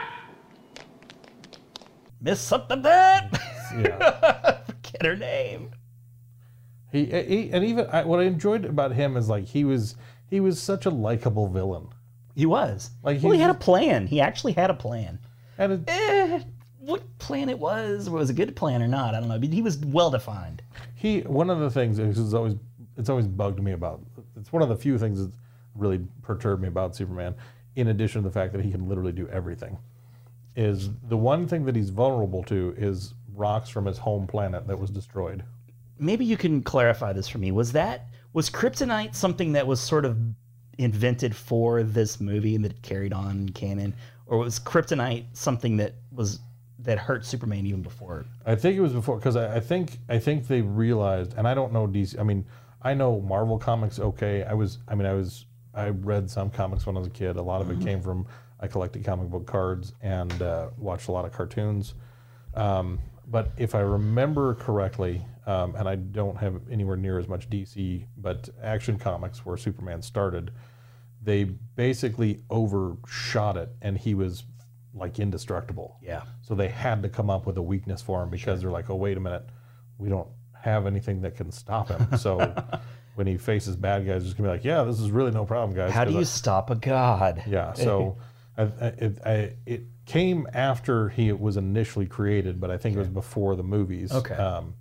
S2: Miss something that
S1: Yeah.
S2: forget her name.
S1: he, eh, he and even I, what I enjoyed about him is like he was he was such a likable villain.
S2: He was.
S1: Like, he
S2: well, he had a
S1: was-
S2: plan. He actually had a plan.
S1: And it,
S2: Eh, what plan it was? Was it a good plan or not? I don't know. But he was well defined.
S1: he one of the things is is always it's always bugged me about it's one of the few things that really perturbed me about superman in addition to the fact that he can literally do everything is the one thing that he's vulnerable to is rocks from his home planet that was destroyed
S2: Maybe you can clarify this for me. Was that was kryptonite something that was sort of invented for this movie and that it carried on canon, or was kryptonite something that was that hurt Superman even before?
S1: I think it was before because I, I think I think they realized, and I don't know DC. I mean, I know Marvel comics. Okay, I was. I mean, I was. I read some comics when I was a kid. A lot of it came from I collected comic book cards and uh, watched a lot of cartoons. Um, But if I remember correctly, um, and I don't have anywhere near as much DC, but Action Comics, where Superman started, they basically overshot it, and he was like indestructible.
S2: Yeah.
S1: So they had to come up with a weakness for him because they're like, oh wait a minute, we don't have anything that can stop him. So when he faces bad guys, he's gonna be like, yeah, this is really no problem, guys.
S2: How do
S1: 'cause
S2: eh, you
S1: I-
S2: stop a god?
S1: yeah. So I, I, it, I, it came after he was initially created, but I think it was before the movies.
S2: Okay.
S1: Um,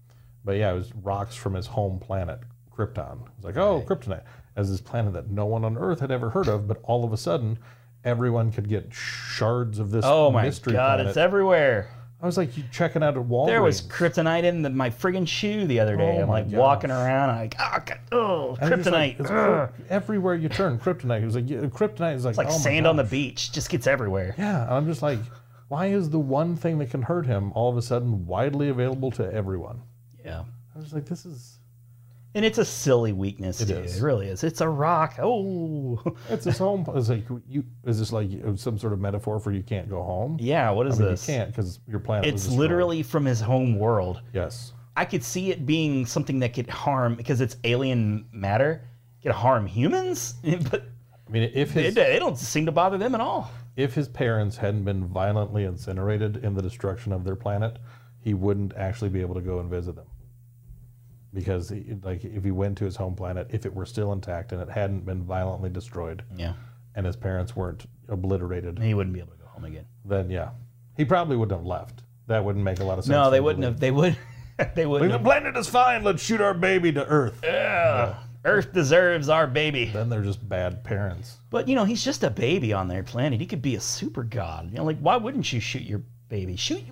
S1: but yeah, it was rocks from his home planet, Krypton. It was like, oh, Kryptonite, as this planet that no one on Earth had ever heard of, but all of a sudden, everyone could get shards of this
S2: Oh my
S1: mystery
S2: god,
S1: planet.
S2: it's everywhere.
S1: I was like, you checking out at Walgreens.
S2: There was kryptonite in the, my friggin' shoe the other day.
S1: Oh
S2: I'm
S1: my
S2: like
S1: gosh.
S2: walking around, I'm like, oh, god, oh
S1: And it's just like-
S2: kryptonite.
S1: it's
S2: Ugh.
S1: cr- everywhere you turn, kryptonite. It was like yeah, kryptonite is like,
S2: like
S1: oh my
S2: sand on the
S1: gosh.
S2: beach, just gets everywhere.
S1: Yeah, and I'm just like, why is the one thing that can hurt him all of a sudden widely available to everyone?
S2: Yeah.
S1: I was like, this is
S2: And it's a silly weakness, too.
S1: is.
S2: It really is. It's a rock. Oh,
S1: it's his home. It's like you is this like some sort of metaphor for you can't go home?
S2: yeah. What
S1: I
S2: is
S1: mean, you
S2: this?
S1: can't because your planet. was
S2: It's
S1: destroyed.
S2: literally from his home world.
S1: yes.
S2: I could see it being something that could harm because it's alien matter. Could harm humans, but
S1: I mean, if
S2: it,
S1: his
S2: it don't seem to bother them at all.
S1: if his parents hadn't been violently incinerated in the destruction of their planet, he wouldn't actually be able to go and visit them. Because he, like if he went to his home planet, if it were still intact and it hadn't been violently destroyed,
S2: Yeah,
S1: and his parents weren't obliterated,
S2: he wouldn't be able to go home again.
S1: then yeah, he probably wouldn't have left. That wouldn't make a lot of sense.
S2: No,
S1: for
S2: they
S1: him to
S2: wouldn't
S1: leave.
S2: have. They would. they
S1: Like,
S2: wouldn't.
S1: the
S2: Have.
S1: planet is fine. Let's shoot our baby to Earth.
S2: Earth deserves our baby.
S1: Then they're just bad parents.
S2: But you know, he's just a baby on their planet. He could be a super god. You know, like why wouldn't you shoot your baby? Shoot.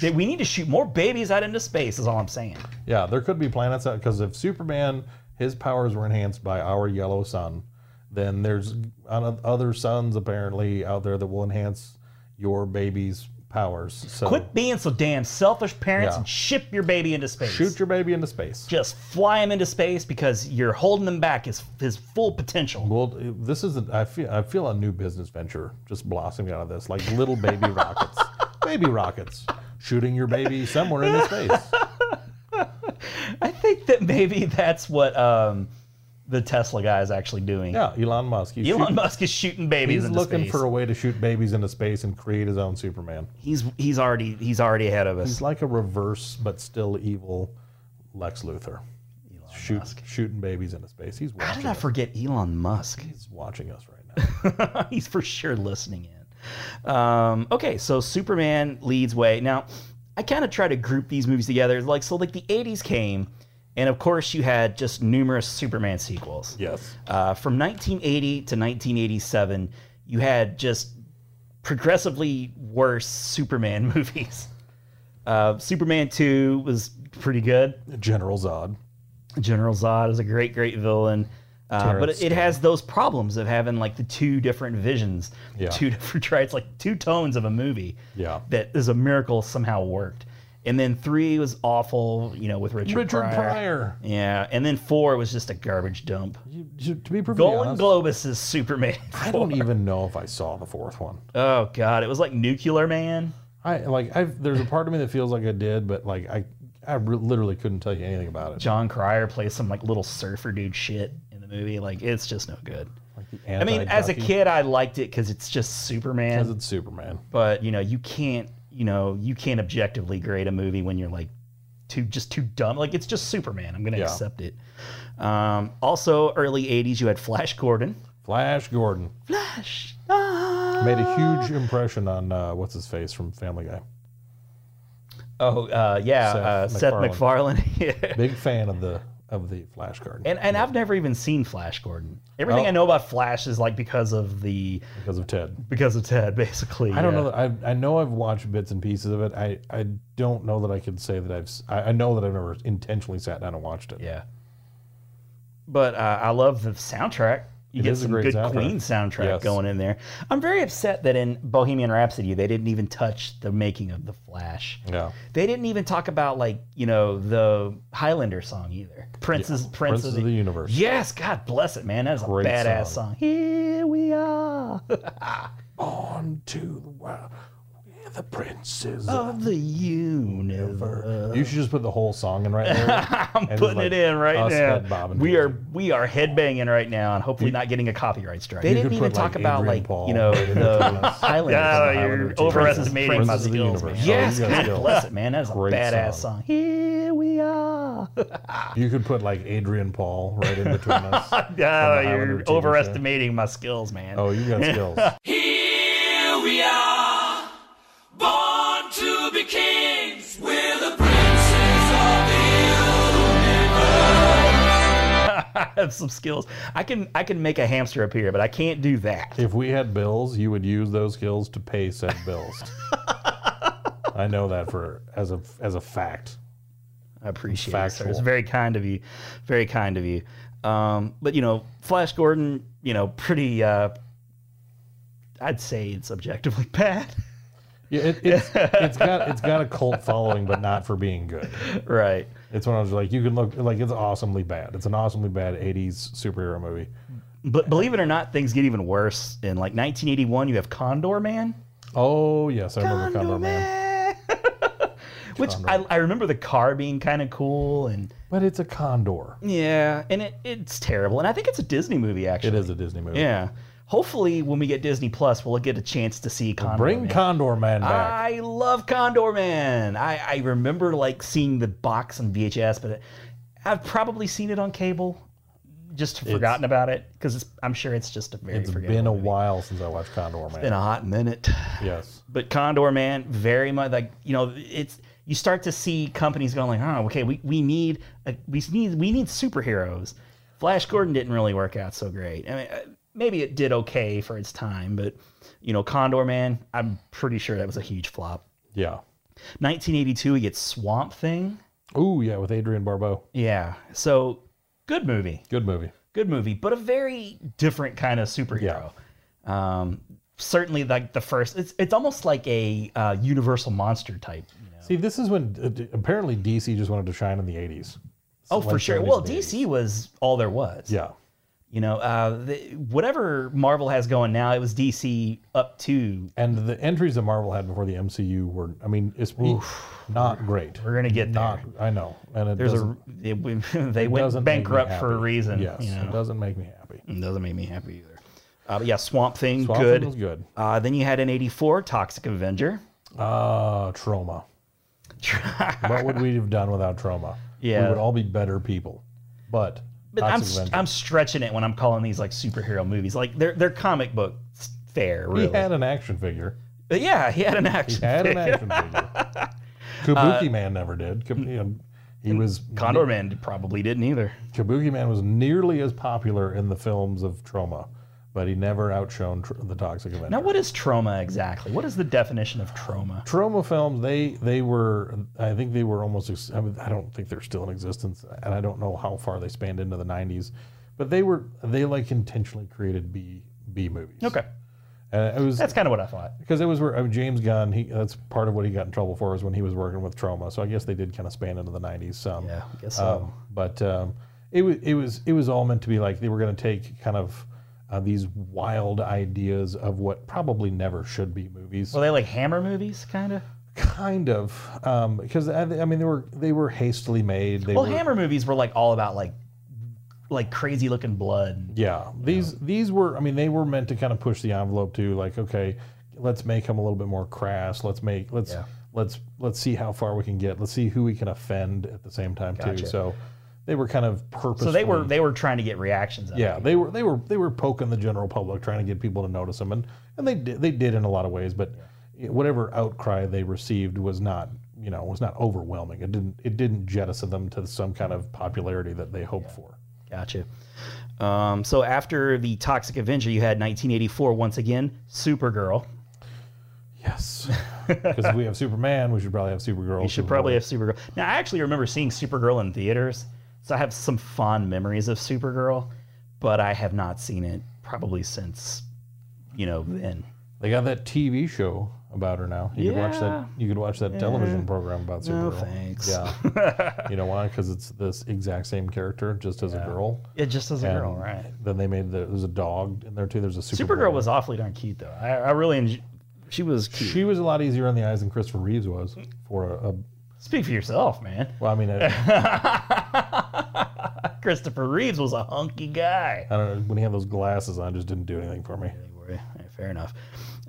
S2: That we need to shoot more babies out into space. Is all I'm saying.
S1: Yeah, there could be planets out because if Superman, his powers were enhanced by our yellow sun, then there's on- other suns apparently out there that will enhance your baby's powers. So
S2: Quit being so damn selfish, parents,
S1: Yeah.
S2: and ship your baby into space.
S1: shoot your baby into space.
S2: just fly him into space because you're holding him back his his full potential.
S1: Well, this is a, I feel I feel a new business venture just blossoming out of this, like little baby rockets, baby rockets, shooting your baby somewhere into space.
S2: I think that maybe that's what um, the Tesla guy is actually doing.
S1: Yeah, Elon Musk. He's,
S2: Elon
S1: shoot-
S2: Musk is shooting babies
S1: he's
S2: into
S1: looking
S2: space.
S1: for a way to shoot babies into space and create his own Superman.
S2: he's he's already he's already ahead of us.
S1: He's like a reverse but still evil Lex Luthor. Shoot, shooting babies into space. He's
S2: How did
S1: watching.
S2: I
S1: Us.
S2: forget Elon Musk?
S1: He's watching us right now.
S2: he's for sure listening in. Um, okay, so Superman leads way. Now, I kind of try to group these movies together. Like so, like the '80s came, and of course you had just numerous Superman sequels.
S1: yes.
S2: Uh, from 1980 to 1987, you had just progressively worse Superman movies. Uh, Superman 2 was pretty good.
S1: General Zod.
S2: General Zod is a great, great villain. Uh, but
S1: Terrence
S2: it, it has those problems of having like the two different visions,
S1: Yeah.
S2: two different traits, like two tones of a movie.
S1: Yeah.
S2: That is a miracle somehow worked. And then three was awful, you know, with Richard,
S1: Richard
S2: Pryor.
S1: Pryor.
S2: Yeah. And then four was just a garbage dump.
S1: You- you- to be perfectly
S2: Golan
S1: honest,
S2: Globus is Superman.
S1: I don't even know if I saw the fourth one.
S2: Oh God, it was like Nuclear Man.
S1: I like. I there's a part of me that feels like I did, but like I, I re- literally couldn't tell you anything about it.
S2: John Cryer plays some like little surfer dude shit in the movie. Like it's just no good. I mean, as a
S1: Anti-Ducky.
S2: kid, I liked it because it's just
S1: Because
S2: Superman.
S1: it's Superman.
S2: but you know, you can't, you know, you can't objectively grade a movie when you're like too just too dumb. Like it's just Superman. I'm gonna
S1: Yeah.
S2: accept it. Um, also, early '80s, you had Flash Gordon.
S1: Flash Gordon
S2: Flash. Ah.
S1: made a huge impression on uh, what's his face from Family Guy.
S2: Oh uh, yeah,
S1: Seth
S2: uh, Seth
S1: MacFarlane.
S2: MacFarlane. yeah.
S1: Big fan of the of the Flash Gordon
S2: And, and I've never even seen Flash Gordon. Everything
S1: Oh.
S2: I know about Flash is like because of the
S1: because of Ted.
S2: because of Ted, basically.
S1: I don't
S2: yeah.
S1: know. That I I know I've watched bits and pieces of it. I, I don't know that I could say that I've. s- I, I know that I've never intentionally sat down and watched it.
S2: Yeah. But uh, I love the soundtrack. You
S1: It
S2: get
S1: is a
S2: some
S1: great
S2: good
S1: soundtrack.
S2: Queen soundtrack
S1: Yes.
S2: going in there. I'm very upset that in Bohemian Rhapsody they didn't even touch the making of the Flash.
S1: Yeah.
S2: They didn't even talk about like you know the Highlander song either. Prince's Prince,
S1: Prince
S2: of
S1: of the Universe.
S2: Yes, God bless it, man. That is a
S1: Great
S2: badass
S1: song.
S2: song. Here we are.
S1: On to the wild.
S4: the princes.
S2: Of the universe.
S1: You should just put the whole song in right there. I'm
S2: Putting it in right
S1: us
S2: now.
S1: head bobbing
S2: we
S1: to
S2: are
S1: it.
S2: we are headbanging right now, and hopefully not getting a copyright strike.
S1: You
S2: They
S1: could
S2: didn't even
S1: put,
S2: talk about
S1: Adrian
S2: like
S1: Paul
S2: you know
S1: and
S2: the
S1: Prince. Highlander
S2: Highlanders.
S7: Ah,
S1: too.
S7: you're
S1: Princes-
S7: overestimating my
S1: Princes of the
S7: skills,
S1: Universe.
S7: man.
S1: Oh,
S2: Yes,
S1: you guys
S2: God
S1: go.
S2: bless it, man. That is a
S1: Great
S2: badass
S1: song.
S2: song. Here we are.
S1: You could put like Adrian Paul right in between us.
S7: Ah,
S1: Highlander TV
S7: you're
S1: show.
S7: overestimating my skills, man.
S1: Oh, you got skills.
S5: Here we are, born to be kings. We're the princes of the
S7: I have some skills.
S2: I can I can make a hamster appear, but I can't do that.
S1: If we had bills, you would use those skills to pay said bills. I know that for as a as a fact.
S2: I appreciate it. Sir.
S1: Factual.
S2: It's very kind of you. Very kind of you. Um, but you know, Flash Gordon, you know, pretty uh I'd say it's objectively bad.
S1: Yeah, it, it's, it's got it's got a cult following, but not for being good.
S2: right.
S1: It's one of those like you can look like it's awesomely bad. It's an awesomely bad '80s superhero movie.
S2: But believe it or not, things get even worse. In like 1981, you have Condor Man.
S1: Oh yes, I remember Condor Man.
S2: Which I, I remember the car being kind of cool and
S1: But it's a condor.
S2: yeah, and it, it's terrible. And I think it's a Disney movie actually.
S1: It is a Disney movie.
S2: Yeah. Hopefully, when we get Disney Plus, we'll get a chance to see Condor
S1: Bring
S2: Man.
S1: Condor Man back.
S2: I love Condor Man. I, I remember like seeing the box on VHS, but it, I've probably seen it on cable, just forgotten about it because I'm sure it's just a very.
S1: It's
S2: forgettable
S1: been a
S2: movie.
S1: while since I watched Condor Man.
S2: Been a hot minute.
S1: yes.
S2: But Condor Man, very much like you know, it's you start to see companies going like, oh, okay, we, we need a, we need we need superheroes. Flash Gordon didn't really work out so great. I mean, uh, maybe it did okay for its time, but you know, Condor Man, I'm pretty sure that was a huge flop.
S1: Yeah.
S2: 1982, he gets Swamp Thing.
S1: Ooh yeah, with Adrian Barbeau.
S2: Yeah, so good movie,
S1: Good movie.
S2: good movie, but a very different kind of superhero. Um, certainly, like the first, it's it's almost like a uh, Universal monster type. you know?
S1: See, this is when uh, d- apparently DC just wanted to shine in the '80s.
S2: Oh, for
S1: like
S2: sure.
S1: 70s
S2: Well,
S1: and 80s.
S2: DC was all there was.
S1: Yeah.
S2: You know, uh, the, whatever Marvel has going now, it was DC up to.
S1: And the entries that Marvel had before the MCU were, I mean, it's not great.
S2: We're gonna get
S1: not.
S2: there.
S1: I know. And it
S2: There's a
S1: doesn't-
S2: it, we- they
S1: it doesn't
S2: went
S1: make me
S2: bankrupt for a
S1: happy.
S2: reason.
S1: Yes,
S2: you know?
S1: it doesn't make me happy.
S2: It doesn't make me happy either. Uh, but yeah, Swamp Thing,
S1: Swamp Thing
S2: good.
S1: was good.
S2: Uh, then you had an '84 Toxic Avenger.
S1: Ah, trauma. what would we have done without trauma?
S2: Yeah.
S1: we would all be better people. But,
S2: But I'm,
S1: Toxic Avenger-
S2: I'm stretching it when I'm calling these like superhero movies. Like they're they're comic book fair, really.
S1: he had an action figure.
S2: but yeah, he had an action.
S1: He had an
S2: figure.
S1: action figure.
S2: Uh,
S1: Kabuki Man never did. Kab- you know, he was
S2: Condor Man probably didn't either.
S1: Kabuki Man was nearly as popular in the films of trauma, but he never outshone tr- the Toxic Avenger.
S2: Now, what is trauma exactly? What is the definition of trauma?
S1: Trauma films, they they were, I think they were almost. Ex- I, mean, I don't think they're still in existence, and I don't know how far they spanned into the '90s, but they were they like intentionally created B B movies.
S2: Okay,
S1: and it was
S2: that's kind of what I thought.
S1: because it was where I mean, James Gunn. He that's part of what he got in trouble for is when he was working with Trauma. So I guess they did kind of span into the '90s some.
S2: Yeah, I guess so.
S1: Um, but um, it was it was it was all meant to be like they were going to take kind of uh, these wild ideas of what probably never should be movies.
S2: Were they like Hammer movies, kind of?
S1: kind of um, because I, I mean they were they were hastily made. They
S2: Well,
S1: were,
S2: Hammer movies were like all about like like crazy looking blood.
S1: Yeah, these these were. I mean, they were meant to kind of push the envelope to like, okay, let's make them a little bit more crass. Let's make let's
S2: Yeah.
S1: let's let's see how far we can get. Let's see who we can offend at the same time
S2: Gotcha.
S1: too. So they were kind of purposeful.
S2: So they were they were trying to get reactions. Out of
S1: yeah,
S2: it.
S1: they were they were they were poking the general public, trying to get people to notice them, and and they did, they did in a lot of ways, but whatever outcry they received was not you know was not overwhelming. It didn't it didn't jettison them to some kind of popularity that they hoped for.
S2: gotcha. Um, so after the Toxic Avenger, you had 1984 once again, Supergirl.
S1: Yes. Because if we have Superman, we should probably have Supergirl.
S2: You should probably have Supergirl. Now, I actually remember seeing Supergirl in theaters, so I have some fond memories of Supergirl, but I have not seen it probably since, you know, then.
S1: They got that TV show about her now. You could watch that. You could watch that television program about
S2: No,
S1: Supergirl.
S2: thanks.
S1: Yeah. you know why? Because it's this exact same character, just as a girl.
S2: It just as a
S1: And
S2: girl, right?
S1: Then they made the, there's a dog in there too. There's a Supergirl.
S2: Supergirl was awfully darn cute, though. I, I really enjoy. She was cute.
S1: She was a lot easier on the eyes than Christopher Reeves was for a. a
S7: Speak for yourself, man.
S1: well, I mean, I,
S7: Christopher Reeves was a hunky guy.
S1: I don't know. When he had those glasses on, it just didn't do anything for me.
S2: All right, fair enough.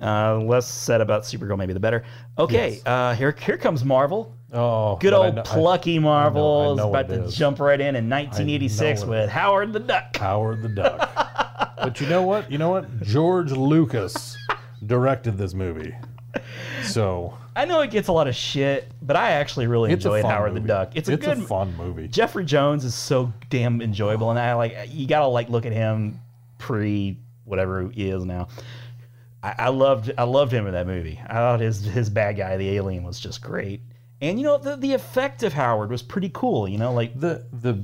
S2: Uh, less said about Supergirl, maybe the better. Okay, uh, here here comes Marvel.
S1: Oh,
S2: Good
S1: but I
S2: old
S1: kn- I-
S2: plucky Marvel is
S1: know
S2: about
S1: it
S2: to
S1: is.
S2: jump right in in 1986
S1: it
S2: with Howard the Duck.
S1: Howard the Duck. but you know what? You know what? George Lucas directed this movie. So
S2: I know it gets a lot of shit, but I actually really
S1: it's a
S2: enjoyed
S1: fun
S2: Howard
S1: movie.
S2: the Duck. It's a good.
S1: fun movie.
S2: Jeffrey Jones is so damn enjoyable, and I like you gotta like look at him pre whatever he is now. I, I loved I loved him in that movie. I thought his his bad guy, the alien, was just great. And you know the the effect of Howard was pretty cool. You know, like
S1: The the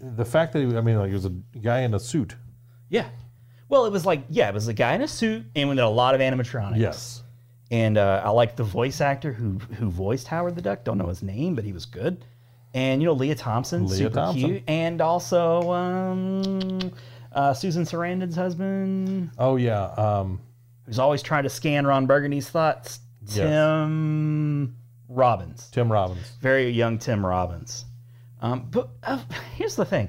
S1: the fact that he, I mean, like he was a guy in a suit.
S2: yeah. Well, it was like yeah, it was a guy in a suit, and we did a lot of animatronics.
S1: Yes.
S2: and uh, I like the voice actor who who voiced Howard the Duck. Don't know his name, but he was good. And you know Leah Thompson,
S1: Leah
S2: super
S1: Thompson.
S2: cute, and also um, uh, Susan Sarandon's husband,
S1: Oh yeah. Um,
S2: who's always trying to scan Ron Burgundy's thoughts. Tim Robbins,
S1: Tim Robbins.
S2: very young Tim Robbins. Um, but uh, here's the thing: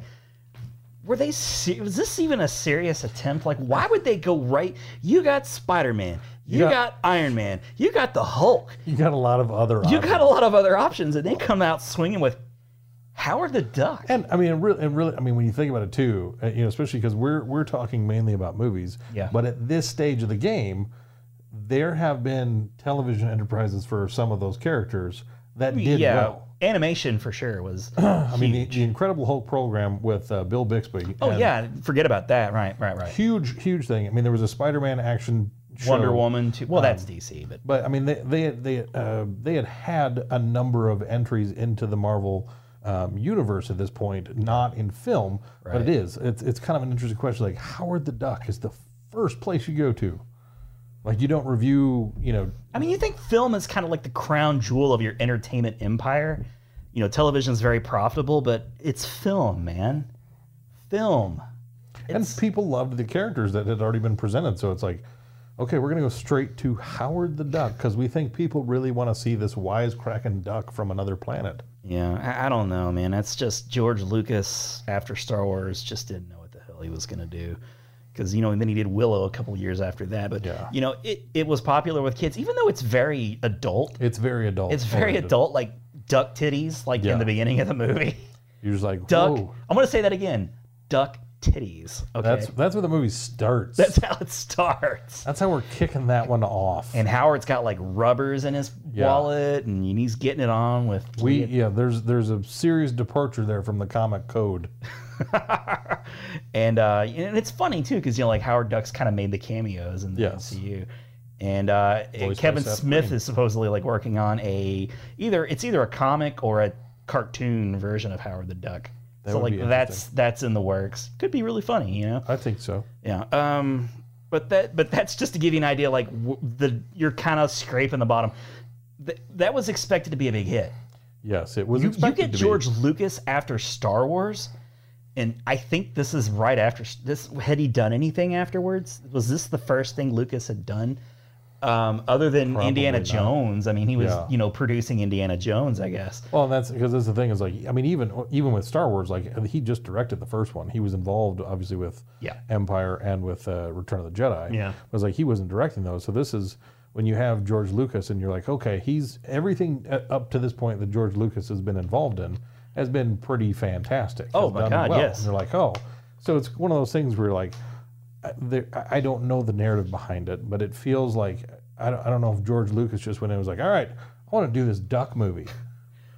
S2: were they? Se- was this even a serious attempt? Like, why would they go right? You got Spider Man. You
S1: Yeah.
S2: got Iron Man. You got the Hulk.
S1: You got a lot of other.
S2: You got a lot of other options, and they come out swinging with Howard the Duck.
S1: And I mean, it really, and really, I mean, when you think about it too, uh, you know, especially because we're we're talking mainly about movies.
S2: Yeah.
S1: But at this stage of the game, there have been television enterprises for some of those characters that did
S2: yeah,
S1: well.
S2: animation for sure was.
S1: I mean, the, the Incredible Hulk program with uh, Bill Bixby.
S2: oh
S1: and
S2: yeah, forget about that. Right, right, right.
S1: Huge, huge thing. I mean, there was a Spider-Man action. Show, Um,
S2: Wonder Woman. Too. Well, that's DC, but
S1: But I mean, they they they uh, they had had a number of entries into the Marvel um, universe at this point, not in film, but it is. It's it's kind of an interesting question. Like Howard the Duck is the first place you go to. Like you don't review, you know,
S2: I mean, you think film is kind of like the crown jewel of your entertainment empire. You know, television's very profitable, but it's film, man. Film.
S1: and people loved the characters that had already been presented. So it's like, okay, we're gonna go straight to Howard the Duck because we think people really want to see this wisecracking duck from another planet.
S2: Yeah, I, I don't know, man. That's just George Lucas after Star Wars just didn't know what the hell he was gonna do, because you know, and then he did Willow a couple years after that. But
S1: Yeah.
S2: you know, it it was popular with kids, even though it's very adult.
S1: It's very adult.
S2: It's very
S1: oriented.
S2: adult, like duck titties, like
S1: Yeah.
S2: in the beginning of the movie.
S1: You're just like,
S2: Duck.
S1: Whoa,
S2: I'm gonna say that again. Duck titties. Okay,
S1: that's
S2: that's,
S1: that's where the movie starts.
S2: how it starts.
S1: That's how we're kicking that one off.
S2: And Howard's got like rubbers in his
S1: Yeah.
S2: wallet, and he's getting it on with
S1: we yeah, there's there's a serious departure there from the comic code.
S2: and uh, and it's funny too because you know like Howard Duck's kind of made the cameos in the
S1: Yes.
S2: MCU, and uh,
S1: Voiced by
S2: Kevin
S1: Seth
S2: Smith
S1: Green.
S2: is supposedly like working on a either it's either a comic or a cartoon version of Howard the Duck. so
S1: would
S2: like
S1: be
S2: that's that's in the works. Could be really funny, you know.
S1: I think so.
S2: Yeah. Um. But that but that's just to give you an idea like w- the you're kind of scraping the bottom. Th- that was expected to be a big hit.
S1: Yes, it was
S2: You, you
S1: expected
S2: get
S1: to
S2: George
S1: be.
S2: Lucas after Star Wars, and I think this is right after this. Had he done anything afterwards? Was this the first thing Lucas had done, um, other than
S1: Probably
S2: Indiana
S1: not.
S2: Jones? I mean, he was
S1: Yeah.
S2: you know producing Indiana Jones, I guess.
S1: Well, and that's because that's the thing is like I mean even even with Star Wars like he just directed the first one. He was involved obviously with
S2: Yeah.
S1: Empire and with uh, Return of the Jedi.
S2: Yeah.
S1: It was like he wasn't directing those. So this is when you have George Lucas and you're like, okay, he's everything uh, up to this point that George Lucas has been involved in has been pretty fantastic.
S2: Oh
S1: has
S2: my
S1: done
S2: God, yes.
S1: And you're like, oh, so it's one of those things where you're like, I- there, I- I don't know the narrative behind it, but it feels like I don't, I don't know if George Lucas just went in and was like, all right, I want to do this duck movie.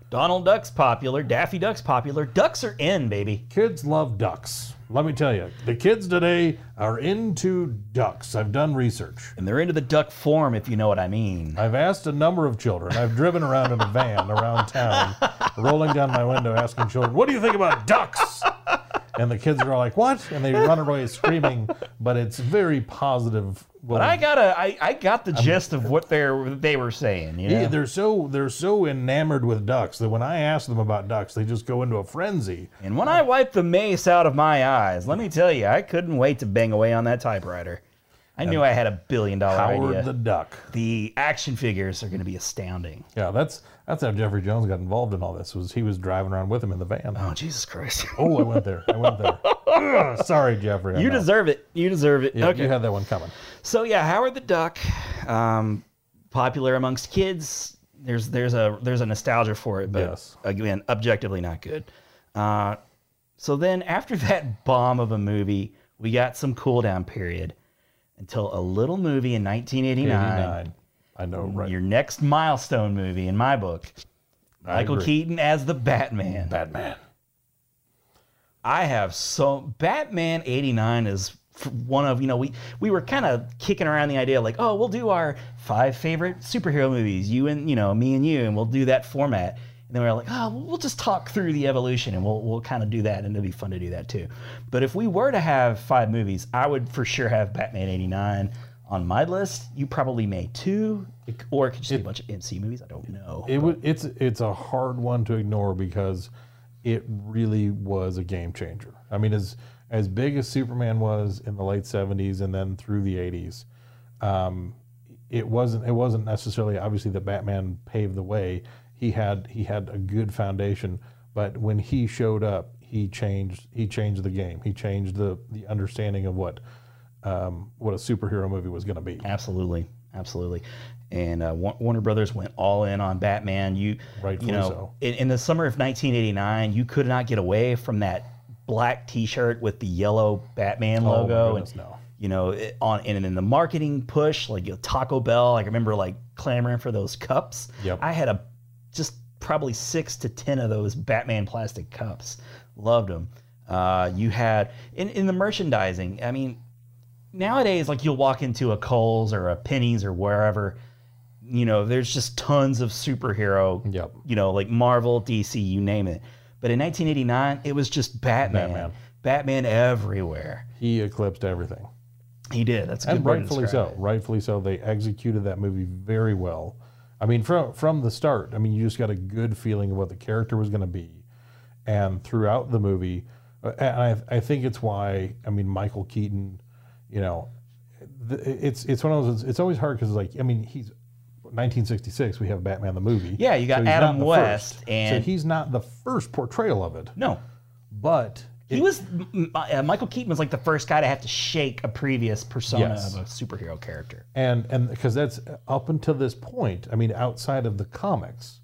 S2: Donald Duck's popular. Daffy Duck's popular. Ducks are in, baby.
S1: Kids love ducks. Let me tell you, the kids today are into ducks. I've done research.
S2: And they're into the duck form, if you know what I mean.
S1: I've asked a number of children. I've driven around in a van around town, rolling down my window, asking children, "What do you think about ducks?" And the kids are all like, "What?" And they run away screaming. But it's very positive. Well,
S2: But I got a, I, I got the gist of what they they were saying. You know?
S1: yeah, they're so they're so enamored with ducks that when I ask them about ducks, they just go into a frenzy.
S2: And when I wiped the mace out of my eyes, let me tell you, I couldn't wait to bang away on that typewriter. I I knew I had a billion dollar
S1: Howard
S2: idea.
S1: the
S2: The...
S1: Duck.
S2: action figures are going to be astounding.
S1: Yeah, that's that's how Jeffrey Jones got involved in all this. Was he was driving around with him in the van?
S2: Oh Jesus Christ!
S1: Oh, I went there. I went there. Ugh, sorry, Jeffrey. I
S2: you
S1: know.
S2: deserve it. You deserve it.
S1: Yeah,
S2: okay.
S1: You had that one coming.
S2: So yeah, Howard the Duck, um, popular amongst kids. There's there's a there's a nostalgia for it, but
S1: Yes.
S2: again, objectively not good. Uh, so then after that bomb of a movie, we got some cool down period until a little movie in 1989,
S1: 89. I know, right?
S2: your next milestone movie in my book,
S1: I
S2: Michael
S1: agree.
S2: Keaton as the Batman.
S1: Batman.
S2: I have so Batman 89 is f- one of, you know, we we were kind of kicking around the idea like, oh, we'll do our five favorite superhero movies, you and, you know, me and you, and we'll do that format. And then we were like, oh, we'll just talk through the evolution and we'll, we'll kind of do that. And it'll be fun to do that too. But if we were to have five movies, I would for sure have Batman 89 on my list. You probably may too. It- Or it could just be a bunch of MC movies. I don't know.
S1: It was. It's it's a hard one to ignore because it really was a game changer. I mean, as as big as Superman was in the late '70s and then through the '80s, um, it wasn't. It wasn't necessarily obviously that Batman paved the way. He had he had a good foundation, but when he showed up, he changed he changed the game. He changed the the understanding of what um, what a superhero movie was going to be.
S2: Absolutely, absolutely. And uh, Wa- Warner Brothers went all in on Batman. You,
S1: Rightfully
S2: you know,
S1: so.
S2: in, in the summer of 1989, you could not get away from that black T-shirt with the yellow Batman
S1: Oh, my
S2: logo,
S1: goodness,
S2: and
S1: no.
S2: you know, it, on and in the marketing push, like you know, Taco Bell. Like I remember, like clamoring for those cups.
S1: Yep.
S2: I had a just probably six to ten of those Batman plastic cups. Loved them. Uh, you had in in the merchandising. I mean, nowadays, like you'll walk into a Kohl's or a Penny's or wherever, you know, there's just tons of superhero,
S1: Yep.
S2: you know, like Marvel, DC, you name it. But in 1989, it was just Batman.
S1: Batman.
S2: Batman, everywhere.
S1: He eclipsed everything.
S2: He did. That's a good
S1: and
S2: way to
S1: rightfully
S2: describe
S1: so. Rightfully so. They executed that movie very well. I mean, from from the start, I mean, you just got a good feeling of what the character was going to be, and throughout the movie, uh, and I, I think it's why I mean Michael Keaton, you know, th- it's it's one of those. It's always hard because like I mean he's. 1966, we have Batman the movie.
S2: Yeah, you got
S1: he's not
S2: Adam
S1: the
S2: West
S1: first.
S2: and-
S1: so he's not the first portrayal of it,
S2: it. No.
S1: but
S2: He was m- m- uh, Michael Keaton was like the first guy to have to shake a previous persona
S1: Yes.
S2: of a superhero character.
S1: and and because that's up until this point i mean outside of the comics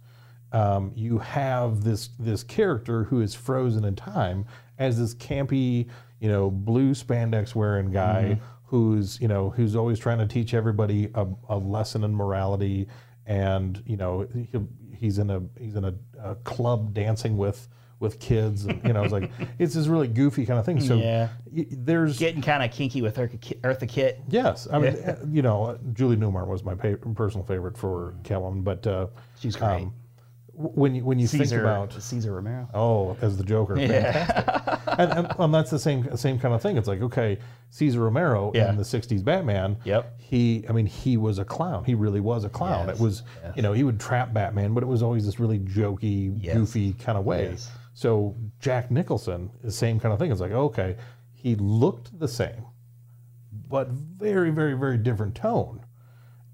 S1: um, you have this this character who is frozen in time as this campy you know blue spandex wearing guy who's you know who's always trying to teach everybody a, a lesson in morality and you know he'll, he's in a he's in a, a club dancing with with kids and you know it's like it's this really goofy kind of thing so
S2: Yeah.
S1: y- there's
S2: Getting kind of kinky with Eartha Ki- Eartha Kitt.
S1: Yes, I mean, uh, you know, Julie Newmar was my pa- personal favorite for Kellum, but uh,
S2: She's great.
S1: um, w- when you when you
S2: Caesar,
S1: think about
S2: Caesar Romero.
S1: oh, as the Joker, fantastic. and, and and that's the same same kind of thing. It's like okay, Caesar Romero
S2: Yeah.
S1: in the '60s Batman.
S2: Yep.
S1: He, I mean, he was a clown. He really was a clown.
S2: Yes,
S1: It was, you know, he would trap Batman, but it was always this really jokey,
S2: Yes.
S1: goofy kind of way.
S2: Yes.
S1: So Jack Nicholson, the same kind of thing. It's like okay, he looked the same but very, very, very different tone.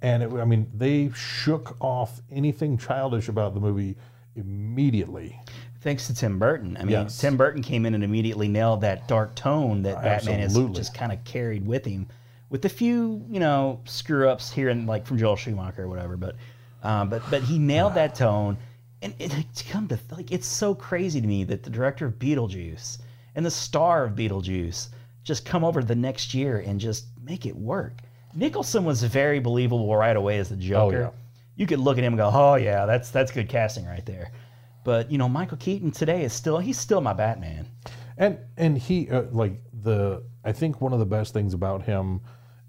S1: And it, I mean, they shook off anything childish about the movie immediately.
S2: thanks to Tim Burton. I mean,
S1: Yes. Uh,
S2: Tim Burton came in and immediately nailed that dark tone that Batman has
S1: Absolutely.
S2: just kind of carried with him, with a few you know screw ups here and like from Joel Schumacher or whatever. But um, but but he nailed that tone, and it it's come to like it's so crazy to me that the director of Beetlejuice and the star of Beetlejuice just come over the next year and just make it work. Nicholson was very believable right away as the Joker. You could look at him and go, "Oh yeah, that's that's good casting right there." But you know, Michael Keaton today is still he's still my Batman.
S1: And and he uh, like the I think one of the best things about him,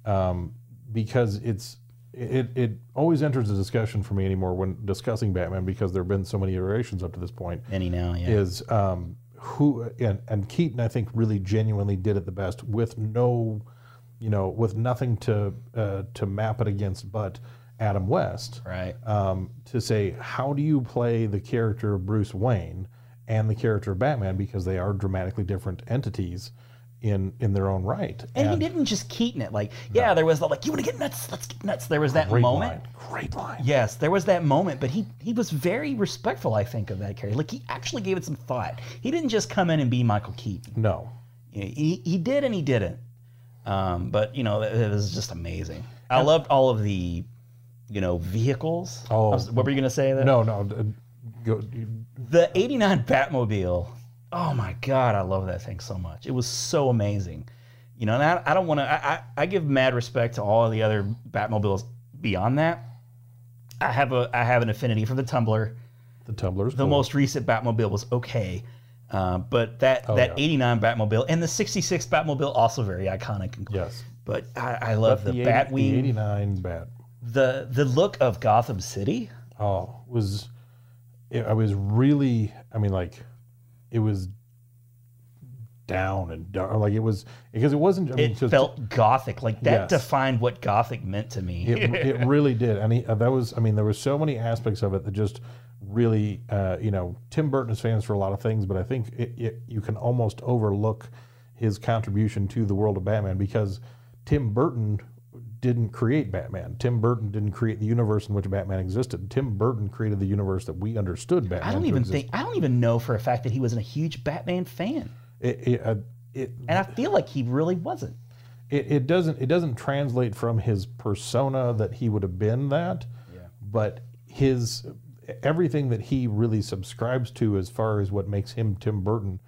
S1: um, because it's it it always enters the discussion for me anymore when discussing Batman because there have been so many iterations up to this point.
S2: Any now, yeah.
S1: is um, who and, and Keaton I think really genuinely did it the best with no you know with nothing to uh, to map it against but Adam West
S2: Right.
S1: um, to say how do you play the character of Bruce Wayne and the character of Batman because they are dramatically different entities in in their own right.
S2: And he didn't just Keaton it. Like, yeah, there was the like, you want to get nuts? Let's get nuts. There was that
S1: Great
S2: moment.
S1: line. Great line.
S2: Yes, there was that moment, but he he was very respectful, I think, of that character. Like he actually gave it some thought. He didn't just come in and be Michael Keaton.
S1: No.
S2: You know, He he did and he didn't. Um, but you know, it, it was just amazing. I loved all of the, you know, vehicles.
S1: Oh.
S2: I was- what were you gonna say? There?
S1: No. No. d- Go, you-
S2: the '89 Batmobile. Oh my God, I love that thing so much. It was so amazing. You know, and I, I don't want to. I, I I give mad respect to all the other Batmobiles beyond that. I have a I have an affinity for the Tumbler.
S1: the tumblers.
S2: The most recent Batmobile was okay, uh, but that that
S1: Oh, yeah.
S2: '89 Batmobile and the '66 Batmobile also very iconic. And cool.
S1: Yes.
S2: But I, I love the,
S1: eighty- The
S2: Batwing.
S1: '89 bat.
S2: The the look of Gotham City.
S1: Oh, was it, I was really. I mean, like, it was down and dark. Like it was because it wasn't. I mean,
S2: It
S1: just-
S2: felt gothic. Like
S1: Yes.
S2: that defined what gothic meant to me.
S1: It, it really did, and he, uh, that was. I mean, there were so many aspects of it that just really, uh, you know, Tim Burton is famous for a lot of things, but I think it, it, you can almost overlook his contribution to the world of Batman because Tim Burton didn't create Batman. Tim Burton didn't create the universe in which Batman existed. Tim Burton created the universe that we understood Batman.
S2: I don't
S1: to
S2: even
S1: exist.
S2: think I don't even know for a fact that he wasn't a huge Batman fan,
S1: it. it, uh, it
S2: and I feel like he really wasn't.
S1: it, it doesn't it doesn't translate from his persona that he would have been that but his everything that he really subscribes to as far as what makes him tim burton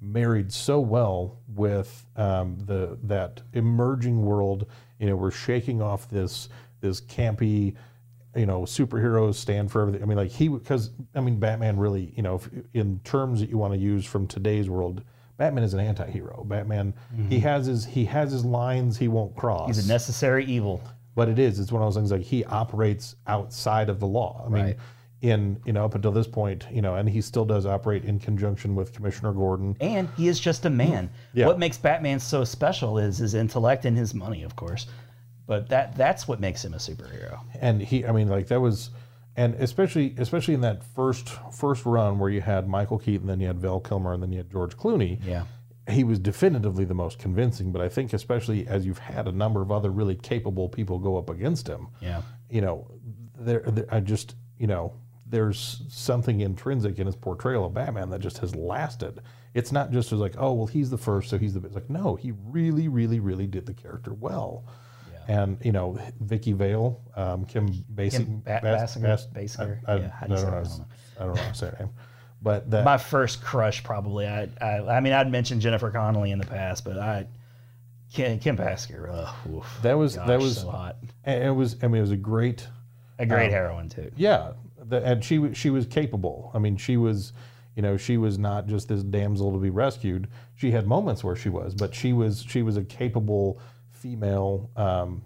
S1: married so well with um, the that emerging world you know we're shaking off this this campy you know superheroes stand for everything i mean like he because i mean batman really you know if, in terms that you want to use from today's world batman is an anti-hero batman he has his he has his lines he won't cross
S2: Mm-hmm. He's a necessary evil.
S1: but it is it's one of those things like he operates outside of the law i mean
S2: Right.
S1: in you know up until this point you know and he still does operate in conjunction with commissioner gordon
S2: and he is just a man.
S1: Yeah.
S2: What makes Batman so special is his intellect and his money, of course. But that that's what makes him a superhero.
S1: and he i mean like that was and especially especially in that first first run where you had michael keaton then you had val kilmer and then you had george clooney
S2: Yeah.
S1: he was definitively the most convincing but i think especially as you've had a number of other really capable people go up against him
S2: Yeah.
S1: you know, there, there I just, you know, there's something intrinsic in his portrayal of Batman that just has lasted. It's not just as like, oh, well, he's the first, so he's the. It's like, no, he really, really, really did the character well. And you know, Vicky Vale, um, Kim
S2: Kim
S1: Basinger,
S2: Ba-
S1: Bas-
S2: Basinger-
S1: Bas-
S2: Basinger?
S1: I, I,
S2: Yeah, how
S1: I
S2: do you
S1: don't
S2: say
S1: know.
S2: that?
S1: his- I don't know how to say her name, but that
S2: My first crush, probably. I I, I mean, I'd mentioned Jennifer Connelly in the past, but I Kim, Kim Basinger. ugh, oh, oof.
S1: that was that
S2: Gosh,
S1: was
S2: so hot.
S1: and it was. I mean, it was a great
S2: A great heroine too.
S1: Yeah, the, and she wa- she was capable. I mean, she was, you know, she was not just this damsel to be rescued. She had moments where she was, but she was she was a capable female. Um,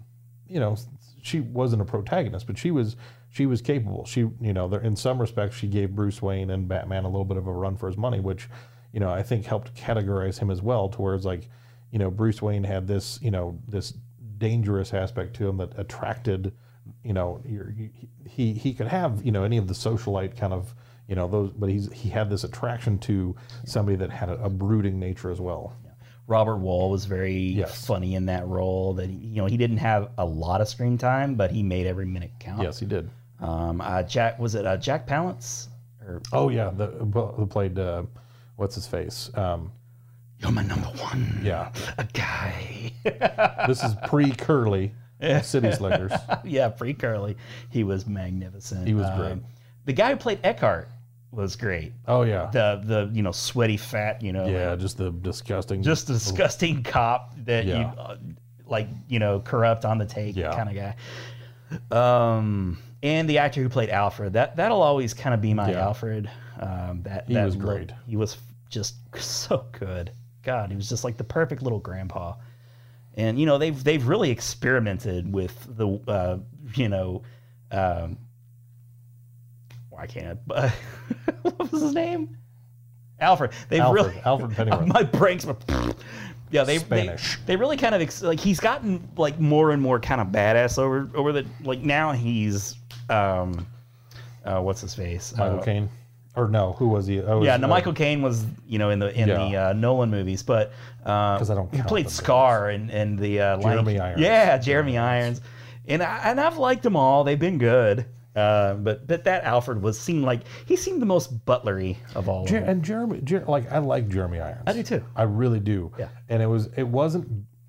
S1: you know, s- she wasn't a protagonist, but she was she was capable. She you know, there, in some respects, she gave Bruce Wayne and Batman a little bit of a run for his money, which you know I think helped categorize him as well to where it's like. You know, Bruce Wayne had this, you know, this dangerous aspect to him that attracted you know your, he he could have you know any of the socialite kind of you know those but he's he had this attraction to somebody that had a, a brooding nature as well
S2: Robert Wall was very
S1: Yes.
S2: funny in that role. That you know he didn't have a lot of screen time, but he made every minute count.
S1: yes he did
S2: Um, uh, Jack was it uh, Jack Palance or
S1: oh yeah the who played uh, what's his face um,
S2: You're my number one
S1: yeah
S2: a guy?
S1: this is pre curly city slickers
S2: yeah, free Curly. He was magnificent.
S1: He was
S2: Um,
S1: great.
S2: The guy who played Eckhart was great.
S1: oh yeah
S2: The the you know sweaty fat you know
S1: yeah just the disgusting
S2: just a disgusting cop that
S1: Yeah.
S2: you uh, like you know corrupt on the take
S1: Yeah.
S2: kind of guy um and the actor who played alfred that that'll always kind of be my
S1: Yeah.
S2: alfred um that
S1: He
S2: that
S1: was
S2: look-
S1: great.
S2: he was f- just so good god he was just like the perfect little grandpa and you know they've they've really experimented with the uh you know um why can't I, what was his name alfred they've
S1: Alfred,
S2: really
S1: Alfred Pennyworth.
S2: my brain's were- yeah they, they
S1: Spanish.
S2: they really kind of ex- like he's gotten like more and more kind of badass over over the like now he's um uh what's his face
S1: Michael
S2: Uh,
S1: Caine Or no, who was he? Oh, it
S2: Yeah,
S1: was,
S2: no,
S1: uh,
S2: Michael Caine was you know in the in the
S1: Yeah.
S2: uh, Nolan movies, but because
S1: I don't
S2: he
S1: count
S2: played
S1: them,
S2: Scar and and the uh, Lion
S1: Jeremy
S2: King-
S1: Irons.
S2: Yeah, Jeremy Irons, and I, and I've liked them all. They've been good, uh, but but that Alfred was seemed like he seemed the most butlery of all. of
S1: Jer-
S2: them.
S1: and Jeremy, Jer- like I like Jeremy Irons.
S2: I do too.
S1: I really do.
S2: Yeah.
S1: And it was it wasn't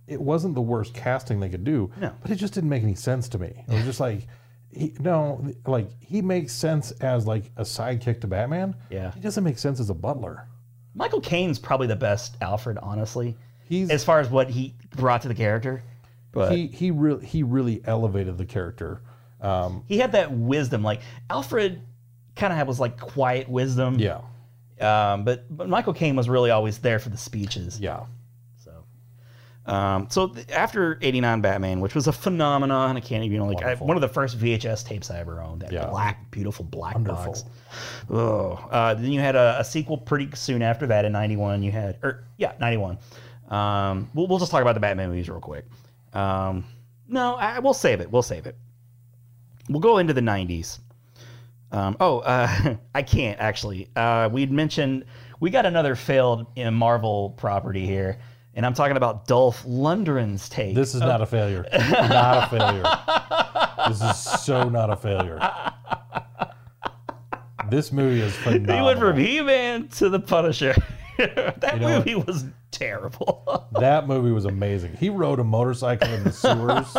S1: it wasn't the worst casting they could do.
S2: No.
S1: But it just didn't make any sense to me. It was just like he no like he makes sense as like a sidekick to Batman.
S2: Yeah.
S1: He doesn't make sense as a butler.
S2: Michael Caine's probably the best Alfred, honestly,
S1: He's
S2: as far as what he brought to the character. But
S1: he he really he really elevated the character. Um,
S2: he had that wisdom. Like Alfred, kind of was like quiet wisdom.
S1: yeah.
S2: Um, but but Michael Caine was really always there for the speeches.
S1: Yeah.
S2: So, um, so th- after '89 Batman, which was a phenomenon, I can't even like I, one of the first VHS tapes I ever owned. That
S1: Yeah.
S2: black, beautiful black
S1: Wonderful.
S2: box. Oh, uh, then you had a, a sequel pretty soon after that in '91. You had, or yeah, '91. Um, we'll, we'll just talk about the Batman movies real quick. Um, no, I, we'll save it. We'll save it. We'll go into the '90s. Um, oh, uh, I can't actually. Uh, we'd mentioned we got another failed in Marvel property here, and I'm talking about Dolph Lundgren's take.
S1: This is not a failure. not a failure. This is so not a failure. This movie is phenomenal.
S2: he went from He-Man to the Punisher. that
S1: know what?
S2: movie was terrible.
S1: That movie was amazing. He rode a motorcycle in the sewers.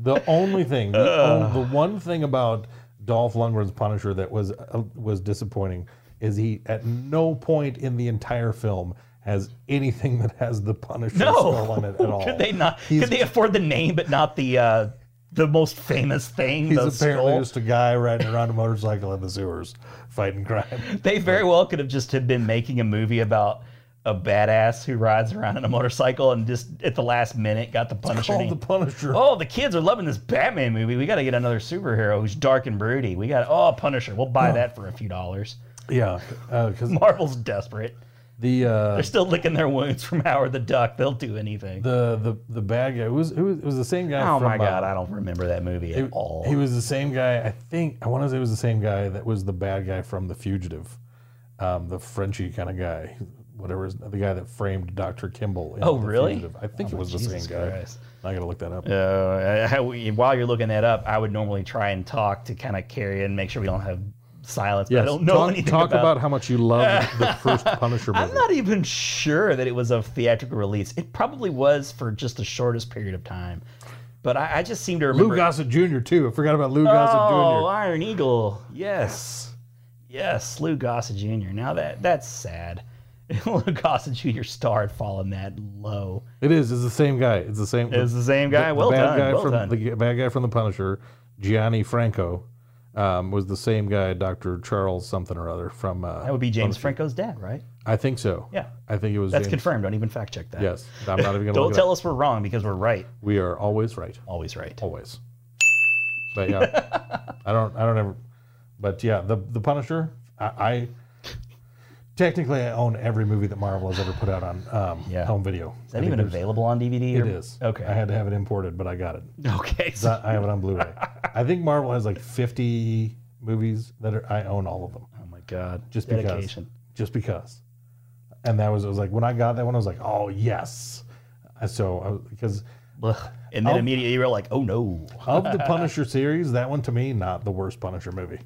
S1: the only thing, the,
S2: Uh.
S1: on- the one thing about Dolph Lundgren's Punisher that was uh, was disappointing is he at no point in the entire film has anything that has the Punisher skull on it at all.
S2: could they not?
S1: He's-
S2: could they afford the name but not the uh, the most famous thing?
S1: He's
S2: the
S1: apparently
S2: skull?
S1: just a guy riding around a motorcycle in the sewers fighting crime.
S2: They very well could have just have been making a movie about a badass who rides around on a motorcycle and just at the last minute got the Punisher.
S1: Called
S2: name.
S1: the Punisher.
S2: Oh, the kids are loving this Batman movie. We got to get another superhero who's dark and broody. We got oh Punisher. We'll buy that for a few dollars.
S1: Yeah, because
S2: Marvel's desperate.
S1: the uh,
S2: They're still licking their wounds from Howard the Duck. They'll do anything.
S1: the the the bad guy who was who was, it was the same guy.
S2: oh
S1: from,
S2: my God,
S1: uh,
S2: I don't remember that movie at
S1: He-
S2: all.
S1: He was the same guy. I think I want to say it was the same guy that was the bad guy from The Fugitive, um, the Frenchy kind of guy, whatever is the guy that framed Doctor Kimball. in
S2: Oh,
S1: The
S2: really?
S1: Fugitive. I think it was the
S2: Jesus
S1: same guy.
S2: Christ.
S1: I gotta look that up.
S2: Uh, I- I- we- while you're looking that up, I would normally try and talk to kind of carry and make sure we don't have silence. but I don't know
S1: talk,
S2: anything
S1: talk
S2: about.
S1: how much you love the first Punisher movie.
S2: I'm not even sure that it was a theatrical release. It probably was for just the shortest period of time. But I, I just seem to remember.
S1: Lou Gossett Jr. too. I forgot about Lou
S2: oh,
S1: Gossett Jr.
S2: Iron Eagle. Yes. Yes, Lou Gossett Jr. Now that that's sad. Lou Gossett Jr. starred falling that low.
S1: It is. It's the same guy. It's the same.
S2: It's the same guy. well
S1: bad
S2: done.
S1: guy
S2: well
S1: from
S2: done.
S1: the bad guy from the Punisher, Gianni Franco, um, was the same guy, Doctor Charles something or other from. Uh,
S2: that would be James Franco's dad, right?
S1: I think so.
S2: Yeah.
S1: I think it was.
S2: That's
S1: James-
S2: confirmed. Don't even fact check that.
S1: Yes, I'm not even going to
S2: Don't
S1: look it
S2: tell
S1: up.
S2: us we're wrong because we're right.
S1: We are always right,
S2: Always right.
S1: always. But yeah, I don't. I don't ever. But yeah, the the Punisher. I, I technically I own every movie that Marvel has ever put out on um,
S2: Yeah.
S1: home video.
S2: Is that even available on DVD?
S1: It
S2: or-
S1: is.
S2: Okay.
S1: I had to have it imported, but I got it.
S2: okay. So
S1: I I have it on Blu-ray. I think Marvel has like 50 movies that are. I own all of them.
S2: Oh my God!
S1: just
S2: dedication.
S1: because just because and that was it was like when i got that one i was like oh yes Uh, so I was- because
S2: Ugh. And then
S1: I'll-
S2: immediately you were like, "Oh no!
S1: of the punisher series that one to me not the worst punisher movie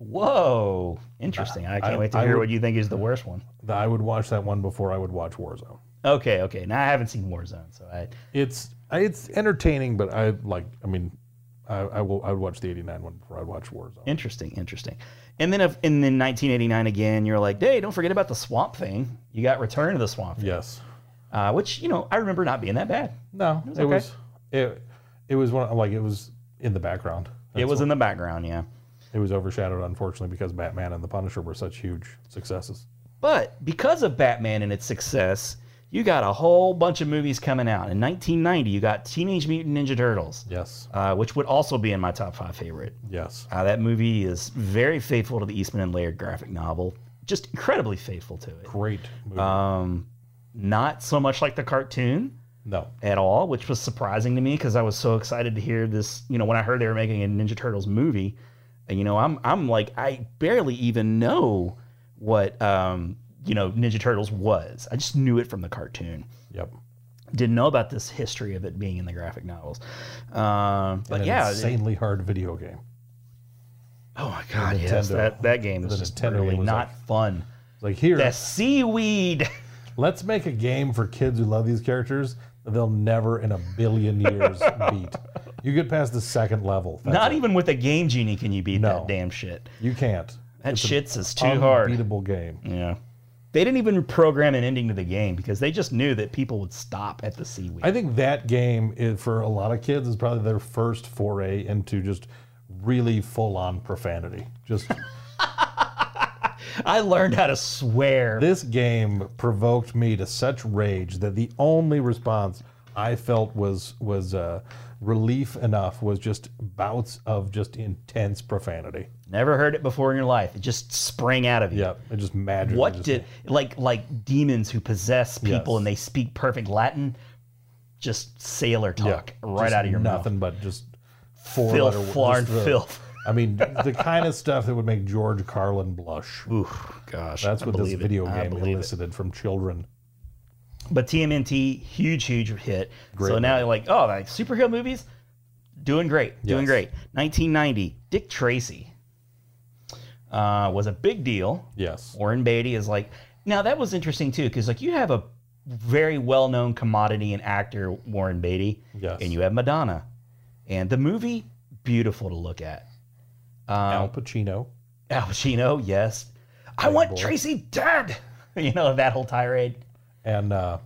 S2: Whoa! Interesting. I can't
S1: I-
S2: wait to
S1: I
S2: hear
S1: would-
S2: what you think is the worst one."
S1: Th- i would watch that one before i would watch warzone
S2: Okay, okay. Now I haven't seen Warzone, so I
S1: it's it's entertaining but i like i mean i, I will i would watch the 89 one before i'd watch warzone
S2: interesting, interesting. And then if and then 1989 again, you're like, "Hey, don't forget about the Swamp Thing." You got Return of the Swamp, Thing,
S1: yes
S2: uh, which you know I remember not being that bad.
S1: no it was it,
S2: okay.
S1: was it, was one like it was in the background
S2: it
S1: That's
S2: was
S1: what-
S2: in the background, yeah.
S1: it was overshadowed unfortunately because batman and the punisher were such huge successes
S2: But because of Batman and its success, you got a whole bunch of movies coming out. In 1990, you got Teenage Mutant Ninja Turtles.
S1: yes
S2: uh, which would also be in my top five favorite.
S1: yes
S2: Uh, that movie is very faithful to the Eastman and Laird graphic novel, just incredibly faithful to it.
S1: great movie
S2: Uh, Not so much like the cartoon
S1: no
S2: at all, which was surprising to me because I was so excited to hear this. You know, when I heard they were making a Ninja Turtles movie, And, you know, I'm I'm like I barely even know what um, you know Ninja Turtles was. I just knew it from the cartoon.
S1: Yep.
S2: Didn't know about this history of it being in the graphic novels. Um, but
S1: An
S2: yeah, it-
S1: insanely hard video game.
S2: Oh my god, yes,
S1: Nintendo.
S2: that, that game was
S1: The
S2: just
S1: Nintendo
S2: really
S1: was
S2: not fun.
S1: It's like here,
S2: The seaweed.
S1: let's make a game for kids who love these characters that they'll never in a billion years beat. You get past the second level. That's
S2: not
S1: it.
S2: even with a game genie can you beat
S1: No.
S2: that damn shit.
S1: You can't.
S2: That
S1: It's an
S2: shit's is too hard.
S1: Unbeatable game.
S2: Yeah. They didn't even program an ending to the game because they just knew that people would stop at the seaweed.
S1: I think that game is, for a lot of kids is probably their first foray into just really full on profanity. Just
S2: I learned how to swear.
S1: this game provoked me to such rage that the only response I felt was was uh, relief enough was just bouts of just intense profanity.
S2: Never heard it before in your life. It just sprang out of you.
S1: Yep, it just magic.
S2: What
S1: just,
S2: did like like demons who possess people
S1: Yes.
S2: and they speak perfect Latin? Just sailor
S1: yeah,
S2: talk right
S1: just
S2: out of your mouth.
S1: nothing but just four
S2: Filth,
S1: letter-
S2: flarn,
S1: just the-
S2: filth.
S1: I mean, the kind of stuff that would make George Carlin blush.
S2: Oof, gosh,
S1: That's
S2: I
S1: what this
S2: believe it.
S1: video
S2: I
S1: game
S2: believe it.
S1: elicited from children.
S2: But TMNT, huge, huge hit. so
S1: movie.
S2: now you're like, oh, like superhero movies, doing great, doing
S1: Yes.
S2: great. 1990, Dick Tracy uh, was a big deal.
S1: Yes.
S2: Warren Beatty is like, now that was interesting too, because like you have a very well-known commodity and actor Warren Beatty,
S1: Yes.
S2: and you have Madonna, and the movie beautiful to look at. Um,
S1: Al Pacino.
S2: Al Pacino, yes, I want Tracy dead. You know that whole tirade.
S1: And uh,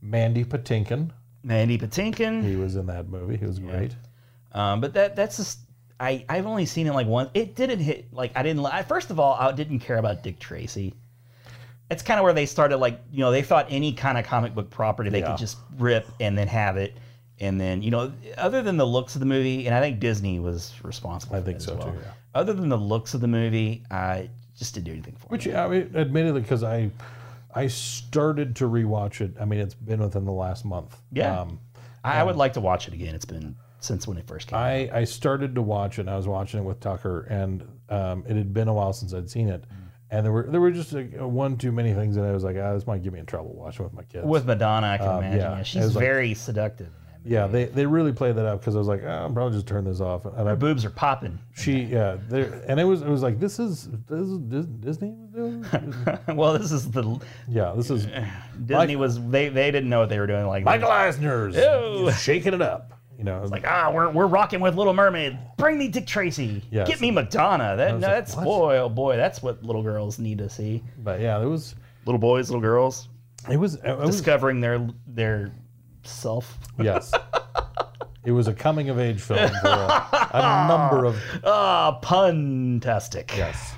S1: Mandy Patinkin.
S2: Mandy Patinkin.
S1: He was in that movie. He was great.
S2: Um, but that that's just I I've only seen it like once. It didn't hit like I didn't. li- I, first of all, I didn't care about Dick Tracy. It's kind of where they started like you know they thought any kind of comic book property they
S1: Yeah.
S2: could just rip and then have it. And then you know, other than the looks of the movie, and I think Disney was responsible.
S1: I
S2: for
S1: think
S2: it
S1: so,
S2: as well.
S1: too, yeah.
S2: Other than the looks of the movie, I just didn't do anything for
S1: Which
S2: me.
S1: I mean, admittedly, because I, I started to rewatch it. I mean, it's been within the last month.
S2: Yeah.
S1: Um,
S2: I, I would like to watch it again. It's been since when it first came. out.
S1: I I started to watch it. and I was watching it with Tucker, and um, it had been a while since I'd seen it.
S2: Mm.
S1: And there were there were just like one too many things that I was like, ah, this might get me in trouble watching with my kids.
S2: With Madonna, I can
S1: Um,
S2: imagine.
S1: yeah,
S2: Yeah,
S1: it
S2: she's
S1: was like-
S2: very seductive. in that movie.
S1: yeah, they, they really played that up because I was like, ah, I'll probably just turn this off. And I
S2: Her boobs are popping.
S1: she yeah there and it was it was like this is this is Dis- Disney
S2: well, this is the
S1: yeah this is
S2: Disney was they they didn't know what they were doing. Like
S1: Michael Eisner's
S2: Ew.
S1: he's shaking it up you know like
S2: ah, we're, we're rocking with Little Mermaid. Bring me Dick Tracy.
S1: Yes.
S2: Get me Madonna. That no,
S1: like,
S2: that's
S1: what?
S2: boy oh boy. That's what little girls need to see.
S1: but yeah it was
S2: Little boys, little girls
S1: it was it was
S2: discovering their their self.
S1: yes it was a coming of age film for a, a number of
S2: Ah, puntastic.
S1: yes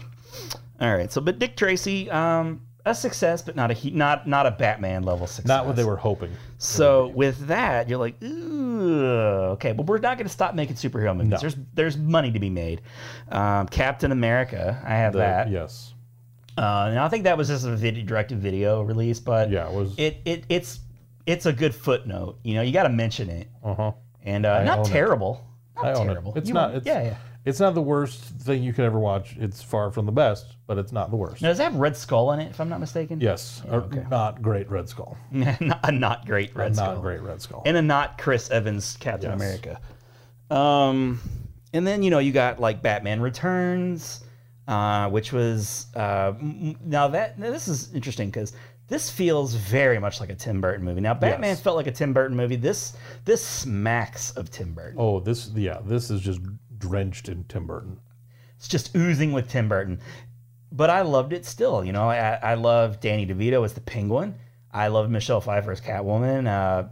S2: All right. So, but Dick Tracy, um, a success, but not a he, not not a Batman level success.
S1: not what they were hoping
S2: So with that, you're like, ooh, okay, but we're not going to stop making superhero movies.
S1: No.
S2: There's there's money to be made. Um, Captain America, I have
S1: The-
S2: that.
S1: yes
S2: Uh, and I think that was just a video, directed video release, but
S1: yeah it was
S2: it, it it's it's a good footnote. You know, you got to mention it,
S1: uh huh
S2: and uh, not
S1: own it.
S2: terrible. Not
S1: I own
S2: terrible.
S1: it it's
S2: You
S1: not
S2: own-
S1: it's,
S2: yeah, yeah.
S1: it's not the worst thing you could ever watch it's far from the best but it's not the worst
S2: Now, does that have Red Skull in it? If I'm not mistaken.
S1: yes or not great Red Skull
S2: not, a not great Red
S1: not
S2: Skull.
S1: great Red Skull
S2: and a not Chris Evans Captain
S1: Yes.
S2: America. Um, and then you know you got like Batman Returns, uh, which was uh, m- m- now that now this is interesting because this feels very much like a Tim Burton movie. Now Batman
S1: Yes.
S2: felt like a Tim Burton movie. This this smacks of Tim Burton.
S1: Oh, this yeah, this is just drenched in Tim Burton.
S2: It's just oozing with Tim Burton. But I loved it still. You know, I, I love Danny DeVito as the Penguin. I love Michelle Pfeiffer as Catwoman. Uh,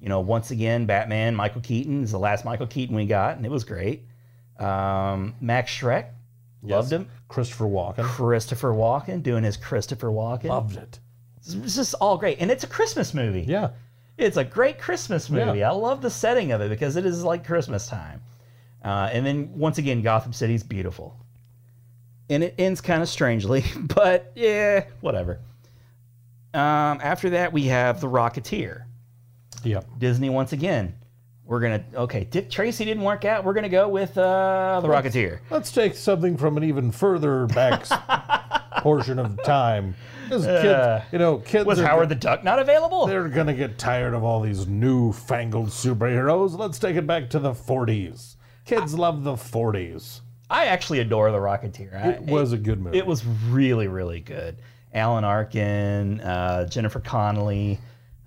S2: you know, once again, Batman, Michael Keaton is the last Michael Keaton we got, and it was great. Um, Max Schreck, loved him.
S1: Christopher Walken
S2: Christopher Walken doing his Christopher Walken.
S1: loved it.
S2: It's just all great. And it's a Christmas movie.
S1: Yeah,
S2: It's a great Christmas movie. I love the setting of it because it is like Christmas time. Uh, and then once again, Gotham City's beautiful. And it ends kind of strangely, but yeah, whatever. Um, after that, we have The Rocketeer.
S1: yep.
S2: Disney once again We're gonna okay. Dick Tracy didn't work out. We're gonna go with uh, the Rocketeer.
S1: Let's take something from an even further back s- portion of time. 'Cause kids- you know, kids
S2: Was
S1: are,
S2: Howard the Duck not available?
S1: they're gonna get tired of all these newfangled superheroes. Let's take it back to the 40s. Kids love the 40s.
S2: I actually adore the Rocketeer. I-
S1: It was a good movie.
S2: It was really, really good. Alan Arkin, uh, Jennifer Connelly,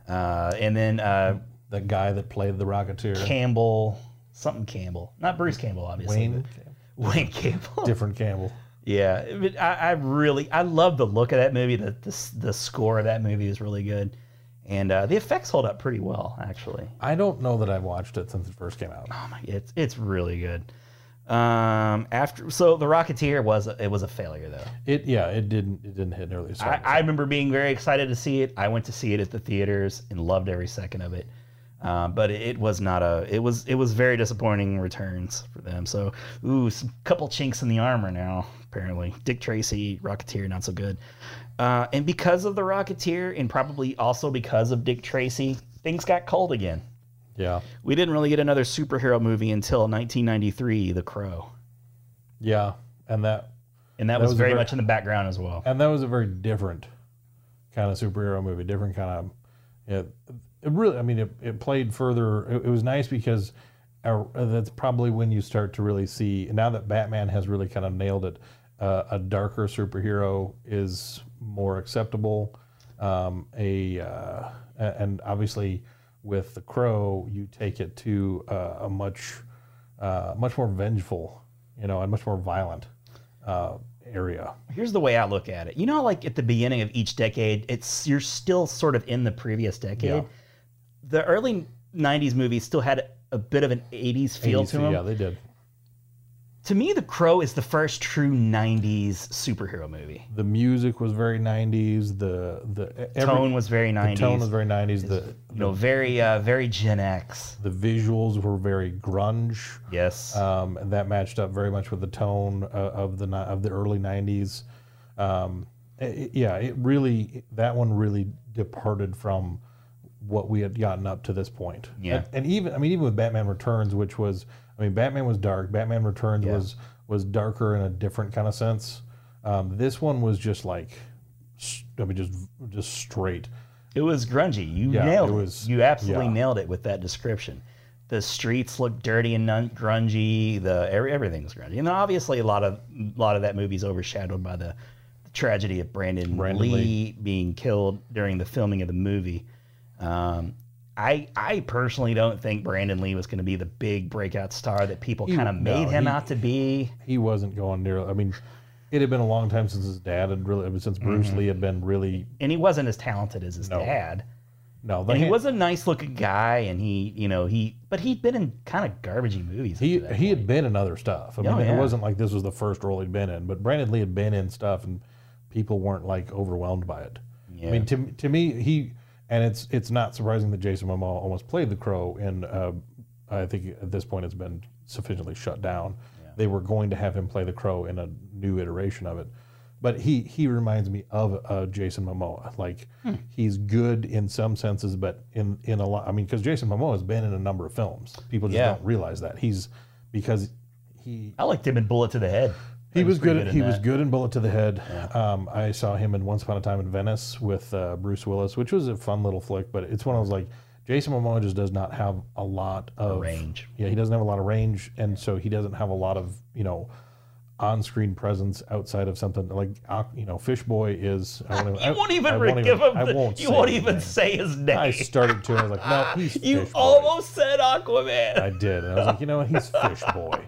S2: uh, and then uh,
S1: the guy that played the Rocketeer,
S2: Campbell, something Campbell, not Bruce Campbell, obviously.
S1: Wayne,
S2: but Wayne Campbell.
S1: different Campbell.
S2: yeah, but I, I really, I love the look of that movie. The, the s- the score of that movie is really good, and uh, the effects hold up pretty well, actually.
S1: I don't know that I've watched it since it first came out.
S2: Oh my, it's it's really good. Um, after so the Rocketeer was a- it was a failure though.
S1: It yeah, it didn't it didn't hit nearly. as hard.
S2: I, I remember being very excited to see it. I went to see it at the theaters and loved every second of it. Uh, but it, was not a. It was it was very disappointing returns for them. So ooh, some couple chinks in the armor now. Apparently, Dick Tracy, Rocketeer, not so good. Uh, and because of the Rocketeer, and probably also because of Dick Tracy, things got cold again.
S1: yeah,
S2: We didn't really get another superhero movie until 1993, The Crow,
S1: yeah, and that
S2: and that, was,
S1: was a
S2: very
S1: very-
S2: much in the background as well.
S1: and that was a very different kind of superhero movie, different kind of it, it really I mean it, it played further it, it was nice because uh that's probably when you start to really see now that Batman has really kind of nailed it uh, a darker superhero is more acceptable um, a uh, a- and obviously with the crow you take it to uh, a much uh, much more vengeful you know and much more violent uh, area
S2: here's the way I look at it. You know, how, like at the beginning of each decade, it's you're still sort of in the previous decade.
S1: Yeah.
S2: The early '90s movies still had a bit of an '80s feel to them.
S1: yeah they did
S2: To me, The Crow is the first true '90s superhero movie.
S1: the music was very 90s the the every,
S2: tone was very
S1: the
S2: '90s.
S1: tone was very 90s the
S2: you know, very uh, very Gen X.
S1: the visuals were very grunge
S2: Yes.
S1: um, and that matched up very much with the tone uh, of the ni- of the early 90s um, it- it- yeah it really that one really departed from what we had gotten up to this point
S2: Yeah.
S1: and, and even i mean even with batman returns which was i mean batman was dark batman returns was was darker in a different kind of sense um, this one was just like s- i mean just just straight
S2: It was grungy. You
S1: Yeah,
S2: nailed
S1: it
S2: it.
S1: was-
S2: you absolutely
S1: yeah.
S2: nailed it with that description. The streets look dirty and nun- grungy. The every, everything's grungy, and obviously a lot of a lot of that movie's overshadowed by the tragedy of Brandon,
S1: Brandon
S2: Lee,
S1: Lee.
S2: being killed during the filming of the movie. Um, I I personally don't think Brandon Lee was going to be the big breakout star that people
S1: He-
S2: kind of
S1: no,
S2: made him
S1: he-
S2: out to be.
S1: he wasn't going near. I mean, it had been a long time since his dad had really, I mean, since Bruce
S2: Mm-hmm.
S1: Lee had been really.
S2: And he wasn't as talented as his
S1: No.
S2: dad.
S1: No, the
S2: And he
S1: hand-
S2: was a nice looking guy, and he, you know, he, but he'd been in kind of garbagey movies. up
S1: He
S2: to that
S1: he
S2: point.
S1: had been in other stuff. I mean,
S2: Oh, yeah.
S1: it wasn't like this was the first role he'd been in. But Brandon Lee had been in stuff, and people weren't like overwhelmed by it. I mean, to to me, he and it's it's not surprising that Jason Momoa almost played the Crow, and uh, I think at this point it's been sufficiently shut down. They were going to have him play the Crow in a new iteration of it, but he he reminds me of uh, Jason Momoa. Like
S2: Hmm.
S1: he's good in some senses, but in in a lot. I mean, because Jason Momoa has been in a number of films. People just
S2: Yeah.
S1: don't realize that he's because he
S2: I liked him in Bullet to the Head.
S1: he was good.
S2: pretty
S1: at
S2: good in
S1: he was
S2: that.
S1: good in Bullet to the Head. Um, I saw him in Once Upon a Time in Venice with uh, Bruce Willis, which was a fun little flick. But it's one of those like Jason Momoa just does not have a lot of
S2: range.
S1: Yeah, he doesn't have a lot of range, and so he doesn't have a lot of you know on-screen presence outside of something like uh, you know Fish Boy is. I won't even. I,
S2: You won't even
S1: I
S2: re-
S1: won't
S2: give
S1: even-
S2: him.
S1: I
S2: the-
S1: won't.
S2: you
S1: say
S2: won't
S1: his
S2: even
S1: name.
S2: say his name.
S1: I started to. I was like, no, he's
S2: you
S1: Fish Boy.
S2: almost said Aquaman.
S1: I did, and I was like, you know what? He's Fish Boy.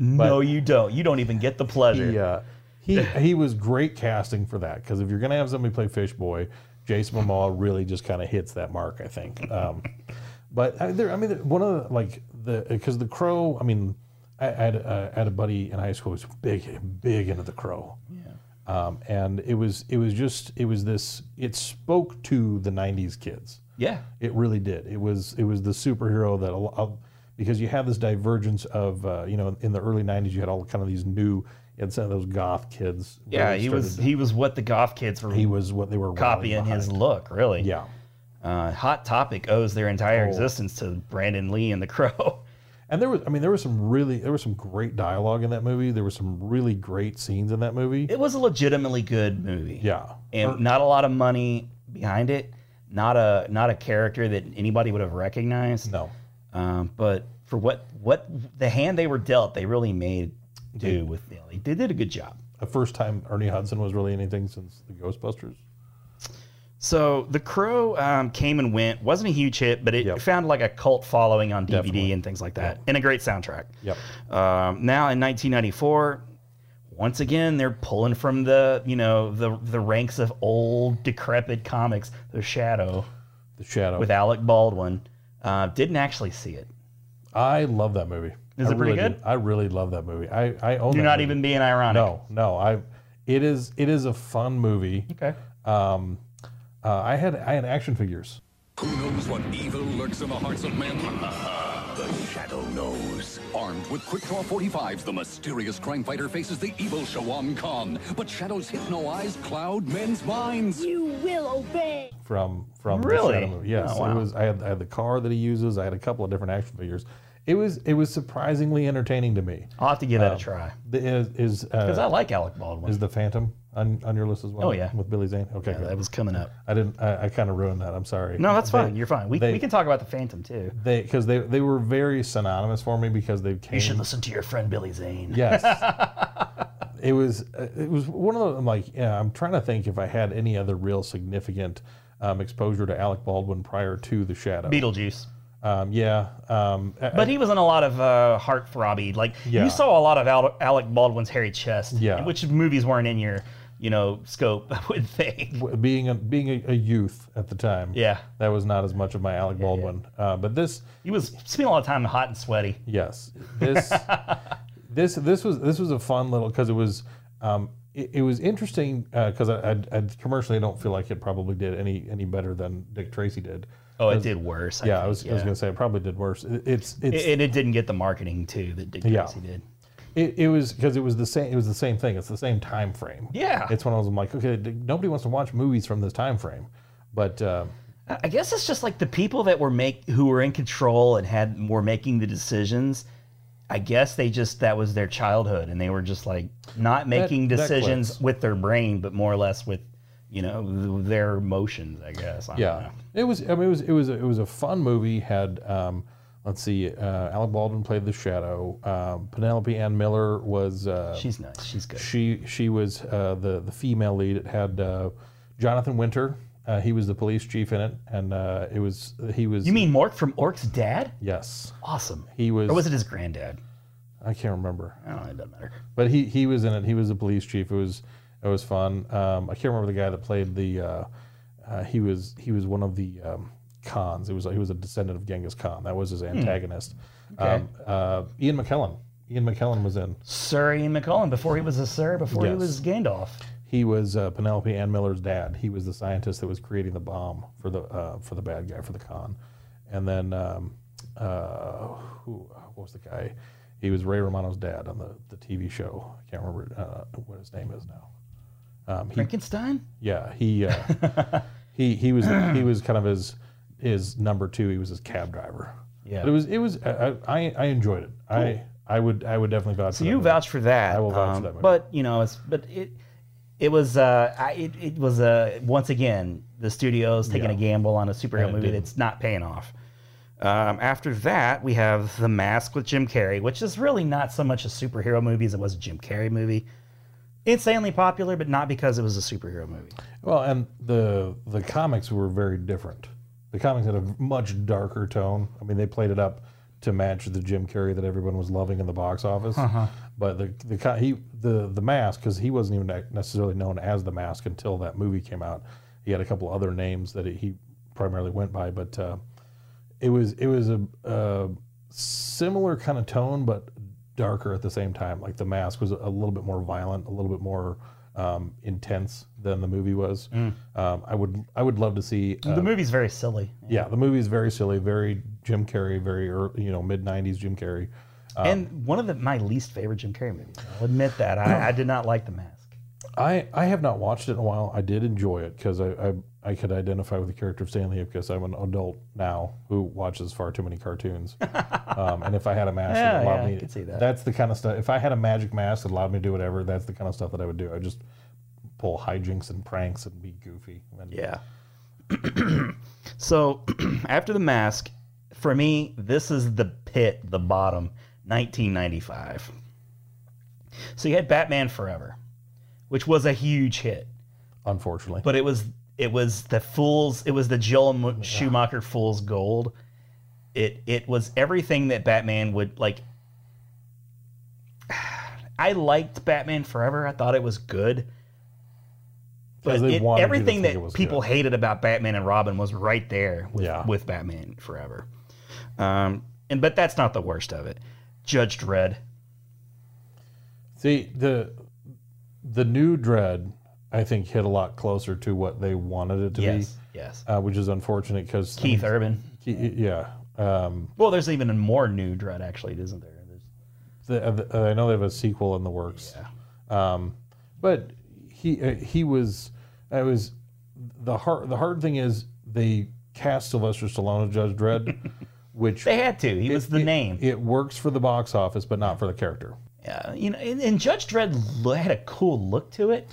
S2: no, you don't. You don't even get the pleasure.
S1: he, uh, he he was great casting for that because if you're gonna have somebody play Fish Boy, Jason Momoa really just kind of hits that mark, I think. Um, but I, there, I mean, one of the like the because the Crow, I mean, I, I, had, uh, I had a buddy in high school who was big, big into the Crow. Um, and it was it was just it was this it spoke to the '90s kids.
S2: Yeah.
S1: It really did. It was it was the superhero that a lot because you have this divergence of uh, you know in the early '90s you had all kind of these new you had some of those goth kids.
S2: Yeah,
S1: really
S2: he was.
S1: started-
S2: He was what the goth kids were
S1: he was what they were rallying
S2: copying his
S1: behind.
S2: look. Really.
S1: yeah
S2: Uh, Hot Topic owes their entire
S1: Oh.
S2: existence to Brandon Lee and The Crow.
S1: And there was, I mean, there was some really, there was some great dialogue in that movie. There were some really great scenes in that movie.
S2: It was a legitimately good movie.
S1: yeah. Er,
S2: and not a lot of money behind it. Not a not a character that anybody would have recognized.
S1: No.
S2: Um, but for what what the hand they were dealt, they really made do with. You know, they did a good job.
S1: The first time Ernie Hudson was really anything since the Ghostbusters.
S2: So The Crow um, came and went. wasn't a huge hit, but it
S1: Yep.
S2: found like a cult following on DVD
S1: Definitely.
S2: and things like that, and a great soundtrack.
S1: Yep.
S2: Um, now in 1994, once again they're pulling from the you know the the ranks of old decrepit comics. The Shadow
S1: The Shadow.
S2: with Alec Baldwin. Uh, didn't actually see it.
S1: I love that movie.
S2: Is
S1: I
S2: it pretty
S1: really
S2: good?
S1: do. I really love that movie. I, I own
S2: You're
S1: that
S2: not
S1: movie.
S2: even being ironic.
S1: No, no. I it is it is a fun movie.
S2: Okay.
S1: Um uh, I had I had action figures.
S8: Who knows what evil lurks in the hearts of men?
S4: The shadow knows.
S8: Armed with quick draw 45s, the mysterious crime fighter faces the evil Shawan Khan. But shadows hit no eyes cloud men's minds.
S9: You will obey.
S1: from from
S2: Really?
S1: the Shadow movie. Yes,
S2: Oh, wow.
S1: it was. I had, I had the car that he uses. I had a couple of different action figures. It was it was surprisingly entertaining to me.
S2: I'll have to give that a try
S1: The, is is,
S2: because
S1: uh,
S2: I like Alec Baldwin.
S1: is the Phantom on, on your list as well?
S2: Oh, yeah.
S1: with Billy Zane. Okay, good.
S2: that was coming up.
S1: I didn't. I, I kind of ruined that. I'm sorry.
S2: No, that's
S1: They-
S2: fine. You're fine. We,
S1: they-
S2: we can talk about the Phantom too.
S1: They because they they were very synonymous for me because they came.
S2: You should listen to your friend Billy Zane.
S1: Yes. it was uh, it was one of the I'm like yeah, I'm trying to think if I had any other real significant um, exposure to Alec Baldwin prior to The Shadow.
S2: Beetlejuice.
S1: Um, yeah. Um, I-
S2: But he was in a lot of uh, heart throbby. Like
S1: Yeah.
S2: you saw a lot of Al- Alec Baldwin's hairy chest.
S1: Yeah.
S2: Which movies weren't in your you know scope? I would think.
S1: w- being a being a, a youth at the time.
S2: Yeah.
S1: that was not as much of my Alec Baldwin. Uh, but this,
S2: He was spending a lot of time hot and sweaty.
S1: yes, this, this, this was this was a fun little because it was. Um, it, it was interesting because I, I, I commercially don't feel like it probably did any any better than Dick Tracy did.
S2: Oh, it did worse. I
S1: Yeah, I
S2: think,
S1: was, I was gonna say it probably did worse. It, it's it's
S2: It- and it didn't get the marketing too that Dick
S1: Yeah.
S2: Tracy did.
S1: It, it was because it was the same. It was the same thing. It's the same time frame.
S2: Yeah.
S1: it's one of those. I'm like, okay, d- nobody wants to watch movies from this time frame, but uh,
S2: I guess it's just like the people that were make who were in control and had were making the decisions. I guess they just that was their childhood, and they were just like not making
S1: that
S2: decisions
S1: clicks.
S2: with their brain, but more or less with you know th- their emotions. I guess. I don't
S1: yeah,
S2: know.
S1: it was. I mean, it was. It was. A, it was a fun movie. Had um, let's see, uh, Alec Baldwin played the Shadow. Um, Penelope Ann Miller was uh,
S2: she's nice. She's good.
S1: she. She was uh, the the female lead. It had uh, Jonathan Winter. Uh, he was the police chief in it, and uh, it was he was.
S2: You mean Mork from Orc's dad?
S1: yes?
S2: Awesome.
S1: He was.
S2: or was it his granddad?
S1: I can't remember.
S2: I don't know. It doesn't matter.
S1: but he he was in it. He was the police chief. It was it was fun. Um, I can't remember the guy that played the. Uh, uh, he was he was one of the um, Khans. It was he was a descendant of Genghis Khan. That was his antagonist. Um, uh, Ian McKellen. Ian McKellen was in.
S2: Sir Ian McCollum before he was a sir, before he
S1: Yes.
S2: was Gandalf.
S1: He was uh, Penelope Ann Miller's dad. He was the scientist that was creating the bomb for the uh, for the bad guy for the Khan, and then um, uh, who what was the guy? He was Ray Romano's dad on the, the TV show. I can't remember uh, what his name is now. Um, he
S2: Frankenstein.
S1: Yeah, he uh, he he was he was kind of his his number two. He was his cab driver.
S2: Yeah.
S1: but it was it was I I, I enjoyed it. I I would I would definitely vouch.
S2: So you vouch for that. um,
S1: I will vouch for that movie.
S2: But you know, it's but it it was uh I, it, it was uh once again the studio's taking
S1: Yeah.
S2: a gamble on a superhero
S1: it
S2: movie
S1: didn't.
S2: that's not paying off. Um, after that, we have The Mask with Jim Carrey, which is really not so much a superhero movie as it was a Jim Carrey movie. Insanely popular, but not because it was a superhero movie.
S1: Well, and the the comics were very different. The comics had a much darker tone. I mean, they played it up to match the Jim Carrey that everyone was loving in the box office.
S2: Uh-huh.
S1: But the the co- he the the mask because he wasn't even necessarily known as the mask until that movie came out. He had a couple other names that he primarily went by, but uh, it was it was a, a similar kind of tone, but darker at the same time. Like the mask was a little bit more violent, a little bit more um, intense than the movie was. Um, I would I would love to see. Uh,
S2: the movie's very silly,
S1: yeah, the movie is very silly, very Jim Carrey, very ear you know mid '90s Jim Carrey. um,
S2: and one of the, my least favorite Jim Carrey movies. I'll admit that I, I did not like The Mask.
S1: I, I have not watched it in a while. I did enjoy it because I, I I could identify with the character of Stanley because I'm an adult now who watches far too many cartoons. um, and if I had a mask that
S2: Yeah,
S1: allowed
S2: yeah,
S1: me,
S2: I could see that.
S1: that's the kind of stuff. If I had a magic mask that allowed me to do whatever, that's the kind of stuff that I would do. I just pull hijinks and pranks and be goofy. And
S2: Yeah. so after the mask, for me, this is the pit, the bottom, 1995. So you had Batman Forever, which was a huge hit,
S1: Unfortunately,
S2: but it was it was the fools it was the Joel Mo- Schumacher fool's gold. It it was everything that Batman would like. I liked Batman Forever. I thought it was good. But
S1: they
S2: it-
S1: wanted you to
S2: everything
S1: think it was
S2: that people
S1: good.
S2: hated about Batman and Robin was right there with,
S1: Yeah.
S2: with Batman Forever. Um, and but that's not the worst of it. Judge Dredd.
S1: See the the new Dread, I think, hit a lot closer to what they wanted it to
S2: Yes, yes.
S1: be, uh, which is unfortunate because
S2: Keith Urban.
S1: yeah, um,
S2: Well, there's even a more new Dredd actually, isn't there? There's,
S1: the, uh, the- uh, I know they have a sequel in the works, um, but he uh, he was I was the hard the hard thing is they cast Sylvester Stallone as Judge Dredd, which
S2: they had to. He was the
S1: it-
S2: name.
S1: It works for the box office, but not for the character.
S2: Yeah, you know, and, and Judge Dredd lo- had a cool look to it.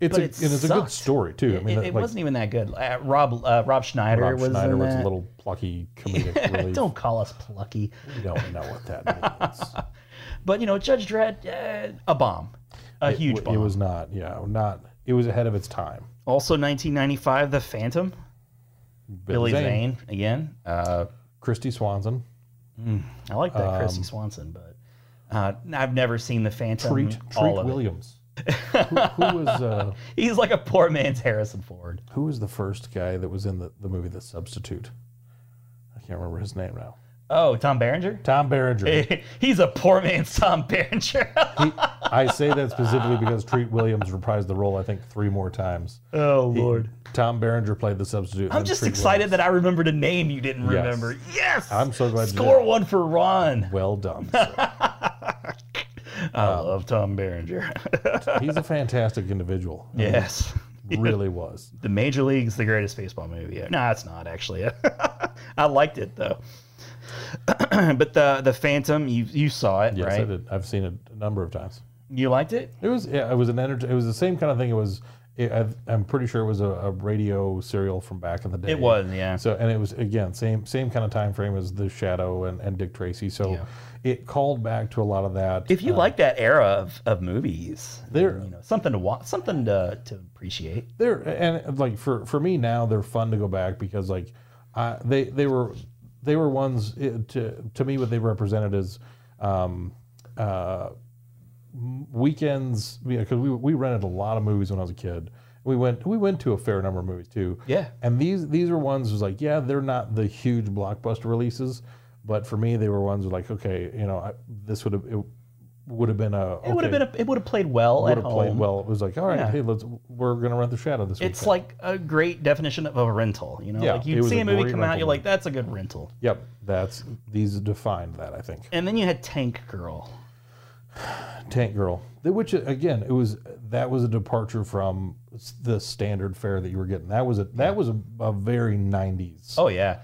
S1: It's
S2: But
S1: a,
S2: it
S1: and it's a good
S2: sucked.
S1: story too. I mean,
S2: it
S1: that,
S2: it
S1: like,
S2: wasn't even that good. Uh, Rob uh, Rob Schneider
S1: Rob
S2: was
S1: Schneider
S2: in
S1: was
S2: that.
S1: a little plucky comedic relief.
S2: Don't call us plucky.
S1: You don't know what that means.
S2: But you know, Judge Dredd, uh, a bomb, a huge bomb.
S1: It was not, yeah, not. It was ahead of its time.
S2: also 1995, The Phantom, Billy Zane, again. Uh,
S1: Christy Swanson,
S2: I like that
S1: Um,
S2: Christy Swanson, but uh, I've never seen The Phantom.
S1: Treat, Treat
S2: Mm-hmm. all of it.
S1: Williams. who, who was uh,
S2: He's like a poor man's Harrison Ford.
S1: who was the first guy that was in the, the movie The Substitute? I can't remember his name now.
S2: Oh, Tom Berenger.
S1: Tom Berenger.
S2: He's a poor man's Tom Berenger.
S1: I say that specifically because Treat Williams reprised the role I think three more times.
S2: oh
S1: He-
S2: Lord.
S1: Tom Berenger played the substitute.
S2: I'm just excited that I remembered a name you didn't
S1: Uh, Yes.
S2: remember. Yes.
S1: I'm so glad you
S2: Score
S1: did.
S2: one for Ron.
S1: Well done. sir.
S2: I love Tom Berenger.
S1: He's a fantastic individual. I mean,
S2: yes.
S1: really was.
S2: The Major League's the greatest baseball movie. No, it's not actually. I liked it though. but the the Phantom, you you saw it,
S1: Yes, I
S2: right?
S1: did. I've seen it a number of times.
S2: You liked it?
S1: It was yeah, it was an enter- it was the same kind of thing. It was it, I, I'm pretty sure it was a, a radio serial from back in the day.
S2: It was, yeah.
S1: So and it was again same same kind of time frame as The Shadow and, and Dick Tracy. So it called back to a lot of that.
S2: If you like that era of, of movies,
S1: Uh, There-
S2: you know, something to watch, something to, to appreciate.
S1: they're and like for for me now they're fun to go back because like I they they were they were ones it, to to me what they represented is um uh m- weekends because we we rented a lot of movies when I was a kid we went we went to a fair number of movies too
S2: Yeah.
S1: and these these are ones was like yeah they're not the huge blockbuster releases but for me they were ones were like okay you know I, this would have it would have been a
S2: It would have been a, it would have played well
S1: would
S2: at
S1: have
S2: home.
S1: played well. It was like, all right,
S2: Yeah.
S1: hey, let's we're gonna rent the shadow this week.
S2: It's like a great definition of a rental. You know,
S1: Yeah,
S2: like
S1: it
S2: you
S1: was
S2: see
S1: a
S2: a movie
S1: great
S2: come out,
S1: rental
S2: you're like, that's a good rental.
S1: Yep, that's these defined that I think.
S2: And then you had Tank Girl.
S1: Tank Girl, th- which uh, again, it was that was a departure from s- the standard fare that you were getting. That was a that was a, a very '90s.
S2: Oh yeah,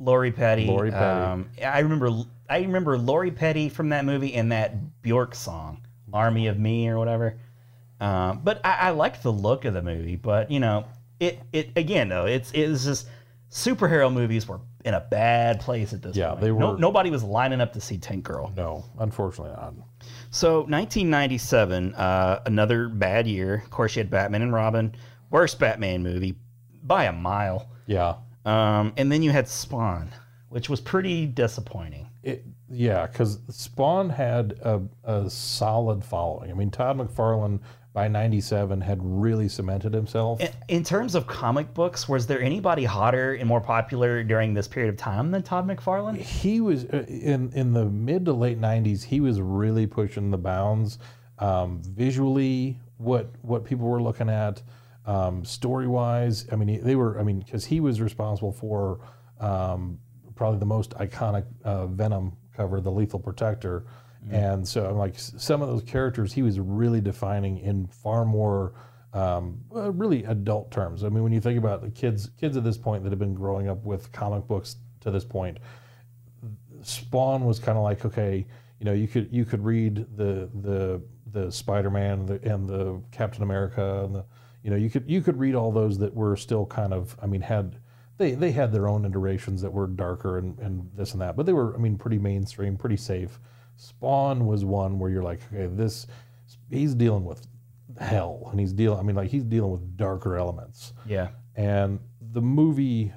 S2: Lori Petty.
S1: Lori Petty.
S2: Um, I remember I remember Lori Petty from that movie and that Bjork song, "Army of Me" or whatever. Um, but I, I liked the look of the movie. But you know, it it again though, it's it was just superhero movies were in a bad place at this
S1: Yeah,
S2: point.
S1: they
S2: No,
S1: were-
S2: nobody was lining up to see Tank Girl.
S1: No, unfortunately Um, not.
S2: So 1997, uh, another bad year. Of course, you had Batman and Robin, worst Batman movie by a mile.
S1: Yeah,
S2: Um, and then you had Spawn, which was pretty disappointing.
S1: it yeah, because Spawn had a, a solid following. I mean, Todd McFarlane by '97 had really cemented himself.
S2: In, in terms of comic books, was there anybody hotter and more popular during this period of time than Todd McFarlane?
S1: he was uh, in in the mid to late 90s he was really pushing the bounds um, visually what what people were looking at um, story wise i mean he- they were i mean because he was responsible for um, probably the most iconic uh, venom cover the lethal protector And so I'm like, s- some of those characters he was really defining in far more um, uh, really adult terms. I mean, when you think about the kids, kids at this point that have been growing up with comic books to this point, Spawn was kind of like okay, you know, you could you could read the the the Spider Man and the, and the Captain America and the you know you could you could read all those that were still kind of I mean had they they had their own iterations that were darker and and this and that, but they were I mean pretty mainstream, pretty safe. Spawn was one where you're like okay, this he's dealing with hell and he's dealing I mean like he's dealing with darker elements
S2: Yeah.
S1: and the movie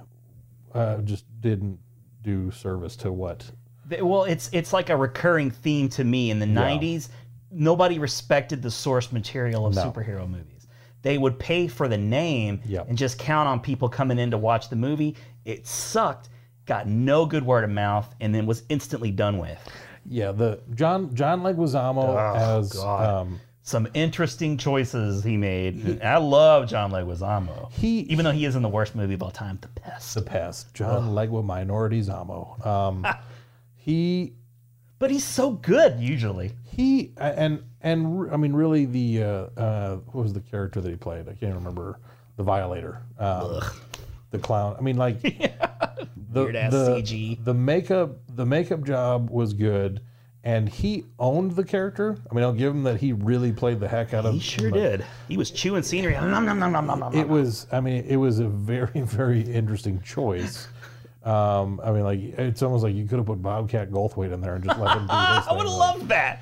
S1: uh, just didn't do service to what
S2: Th- Well, it's it's like a recurring theme to me in the '90s. Nobody respected the source material of superhero movies. They would pay for the name
S1: Yep.
S2: and just count on people coming in to watch the movie. It sucked, got no good word of mouth, and then was instantly done with.
S1: Yeah, the John John Leguizamo
S2: Oh,
S1: as um,
S2: Some interesting choices he made. And I love John Leguizamo.
S1: he
S2: even though he is in the worst movie of all time, The Pest.
S1: the past John Legua Minority Zamo. Um, he
S2: but he's so good usually.
S1: he and and re- I mean really the uh, uh, what was the character that he played? I can't remember. The Violator, um, the clown. I mean like the,
S2: Weird-ass
S1: the
S2: CG.
S1: the makeup the makeup job was good. And he owned the character. I mean, I'll give him that he really played the heck out of.
S2: He sure
S1: like,
S2: did. He was chewing scenery. Nom, nom, nom, nom, nom, nom,
S1: it was i mean it was a very very interesting choice um, I mean, like it's almost like you could have put Bobcat Goldthwait in there and just let him do this.
S2: I would have loved that.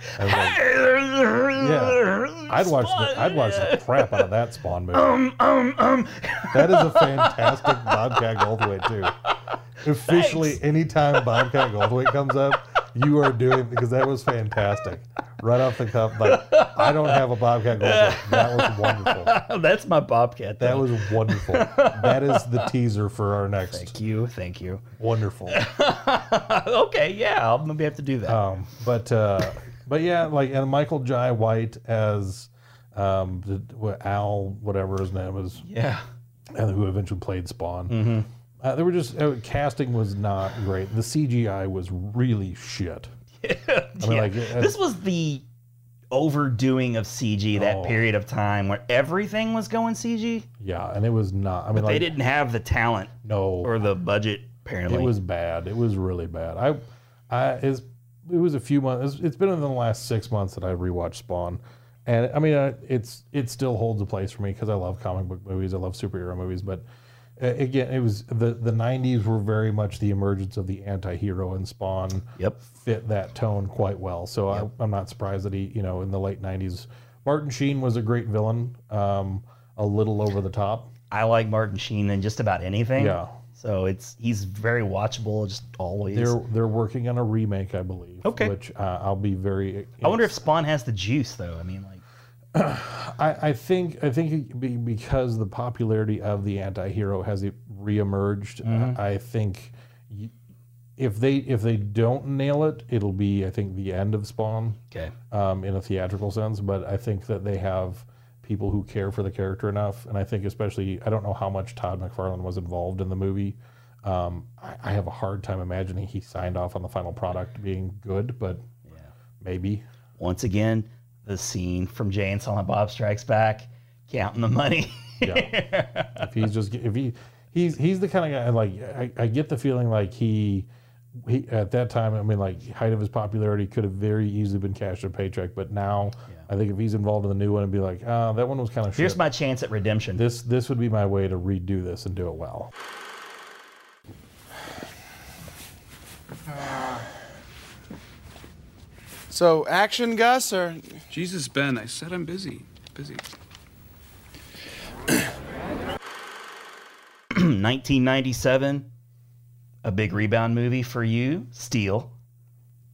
S1: Yeah, I'd watch. The, I'd watch the crap out of that Spawn movie. Um, um, um. That is a fantastic Bobcat Goldthwait too. Officially, anytime Bobcat Goldthwait comes up, you are doing because that was fantastic. Right off the cuff, like I don't have a Bobcat Goldthwait. That was wonderful.
S2: Oh, that's my Bobcat.
S1: That
S2: though.
S1: was wonderful. that is the teaser for our next.
S2: Thank you. Thank you.
S1: Wonderful.
S2: okay, yeah, I'll maybe have to do that.
S1: Um, but uh, but yeah, like and Michael Jai White as um, the, what, Al, whatever his name is,
S2: yeah.
S1: and who eventually played Spawn.
S2: Mm-hmm.
S1: Uh, they were just uh, casting was not great. The CGI was really shit. I mean,
S2: Yeah.
S1: like uh,
S2: this was the overdoing of CG that
S1: Oh.
S2: period of time where everything was going CG.
S1: yeah, and it was not. I mean, like
S2: they didn't have the talent
S1: no
S2: or the budget apparently.
S1: It was bad. It was really bad. I, I it's, it was a few months. It's, it's been in the last six months that I rewatched Spawn, and I mean, I, it's it still holds a place for me because I love comic book movies. I love superhero movies, but uh, again, it was the the '90s were very much the emergence of the anti-hero, and Spawn
S2: Yep.
S1: fit that tone quite well. So I, I'm not surprised that he, you know, in the late '90s, Martin Sheen was a great villain, um, a little over the top.
S2: I like Martin Sheen in just about anything.
S1: Yeah.
S2: So it's he's very watchable just always.
S1: They're they're working on a remake, I believe.
S2: Okay.
S1: Which uh, I'll be very. uh,
S2: I wonder if Spawn has the juice though. I mean like
S1: I, I think I think it be- because the popularity of the anti-hero has it reemerged. uh,
S2: Mm-hmm.
S1: I think y- if they if they don't nail it, it'll be I think the end of Spawn
S2: okay.
S1: um, in a theatrical sense. But I think that they have people who care for the character enough, and I think especially I don't know how much Todd McFarlane was involved in the movie. Um, I, I have a hard time imagining he signed off on the final product being good, but maybe.
S2: Once again, the scene from Jay and Silent Bob Strikes Back, counting the money.
S1: Yeah. if he's just if he he's he's the kind of guy like I, I get the feeling like he he at that time I mean like height of his popularity could have very easily been cashed a paycheck, but now I think if he's involved in the new one and be like, ah, that one was kind of shit.
S2: Here's my chance at redemption.
S1: this this would be my way to redo this and do it well.
S9: So, action, Gus, or
S10: Jesus, Ben, I said I'm busy. Busy.
S2: 1997, Hmm, a big rebound movie for you, Steel,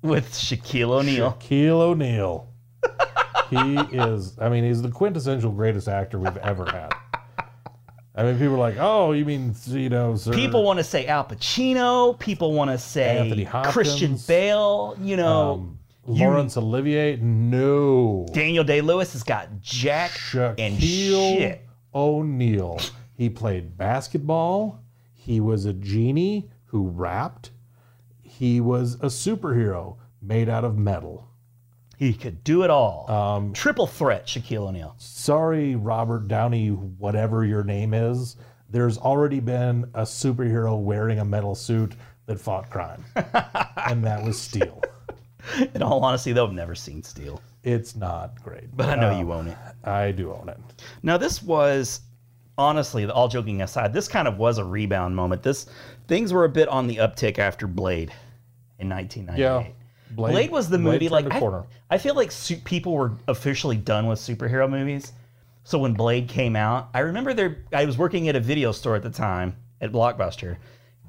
S2: with Shaquille O'Neal.
S1: Keel O'Neal. he is. I mean, he's the quintessential greatest actor we've ever had. I mean, people are like, "Oh, you mean you know, sir,
S2: People want to say Al Pacino. People want to
S1: Anthony
S2: say
S1: Hopkins. Um,
S2: Christian Bale. You know, you-
S1: Lawrence Olivier? No,
S2: Daniel Day Lewis has got Jack and
S1: Shaquille
S2: shit.
S1: O'Neal. He played basketball. He was a genie who rapped. He was a superhero made out of metal.
S2: He could do it all. Um, Triple threat, Shaquille O'Neal.
S1: sorry, Robert Downey, whatever your name is, there's already been a superhero wearing a metal suit that fought crime, and that was Steel.
S2: In all honesty, though, I've never seen Steel,
S1: It's not great,
S2: but I know you own it.
S1: I do own it.
S2: Now, this was honestly, all joking aside, this kind of was a rebound moment. This things were a bit on the uptick after Blade in 1998. Blade, was the
S1: Blade
S2: movie
S1: turned
S2: like
S1: a corner.
S2: I, I feel like su- people were officially done with superhero movies. So when Blade came out, I remember there I was working at a video store at the time at Blockbuster,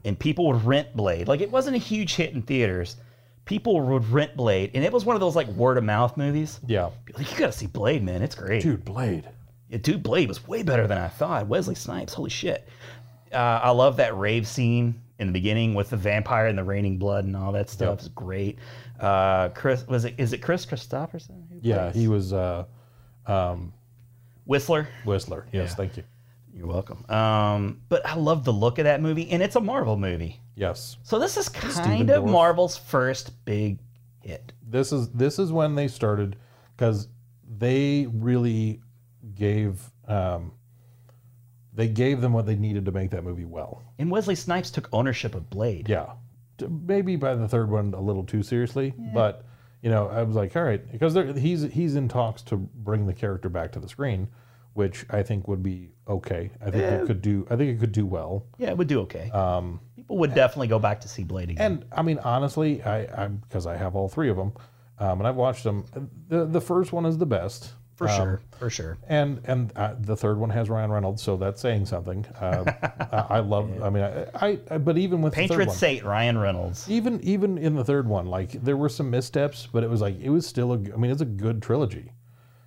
S2: and people would rent Blade. Like it wasn't a huge hit in theaters. People would rent Blade, and it was one of those like word of mouth movies.
S1: Yeah,
S2: Like you gotta see Blade, man. It's great.
S1: dude, Blade.
S2: Yeah, dude, Blade was way better than I thought. Wesley Snipes, holy shit. Uh, I love that rave scene in the beginning with the vampire and the raining blood and all that stuff. It's great. Uh, Chris, was it? Is it Chris Christopherson? who
S1: Yeah,
S2: plays
S1: he was uh,
S2: Whistler.
S1: Whistler. Yes, thank you.
S2: You're welcome. Um, but I love the look of that movie, and it's a Marvel movie.
S1: Yes,
S2: So this is kind
S1: Stephen
S2: of
S1: Dorff.
S2: Marvel's first big hit.
S1: this is this is when they started because they really gave um, they gave them what they needed to make that movie well.
S2: And Wesley Snipes took ownership of Blade.
S1: Yeah. D- Maybe by the third one a little too seriously, but you know, I was like, all right, because there- he's he's in talks to bring the character back to the screen, which I think would be okay. I think it could do. I think it could do well.
S2: Yeah, it would do okay. Um, People would definitely go back to see Blade again.
S1: And I mean, honestly, I I because I have all three of them, um, and I've watched them. The the first one is the best
S2: for sure, Um, for sure.
S1: and and uh, the third one has Ryan Reynolds, so that's saying something. Um, I, I love. I mean, I, I, I but even with the third
S2: Patriot
S1: one,
S2: Saint Ryan Reynolds.
S1: even even in the third one, like there were some missteps, but it was like it was still a. g- I mean, it's a good trilogy.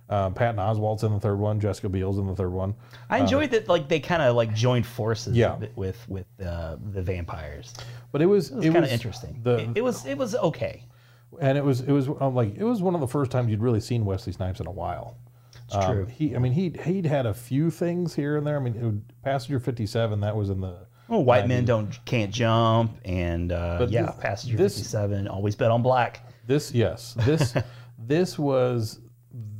S1: Um, Patton Oswalt's in the third one. Jessica Biel's in the third one.
S2: I enjoyed that like they kind of like joined forces
S1: Uh, Yeah.
S2: a bit with with uh, the vampires.
S1: But it was
S2: It was kind of interesting.
S1: The,
S2: it, it was it was okay.
S1: and it was it was um, like it was one of the first times you'd really seen Wesley Snipes in a while. It's
S2: true.
S1: He, I mean, he he'd had a few things here and there. I mean, it would, Passenger Fifty Seven that was in the
S2: Well, white men don't can't jump, and uh,
S1: But
S2: yeah,
S1: this-
S2: passenger
S1: this-
S2: fifty seven always bet on black.
S1: This yes, this this was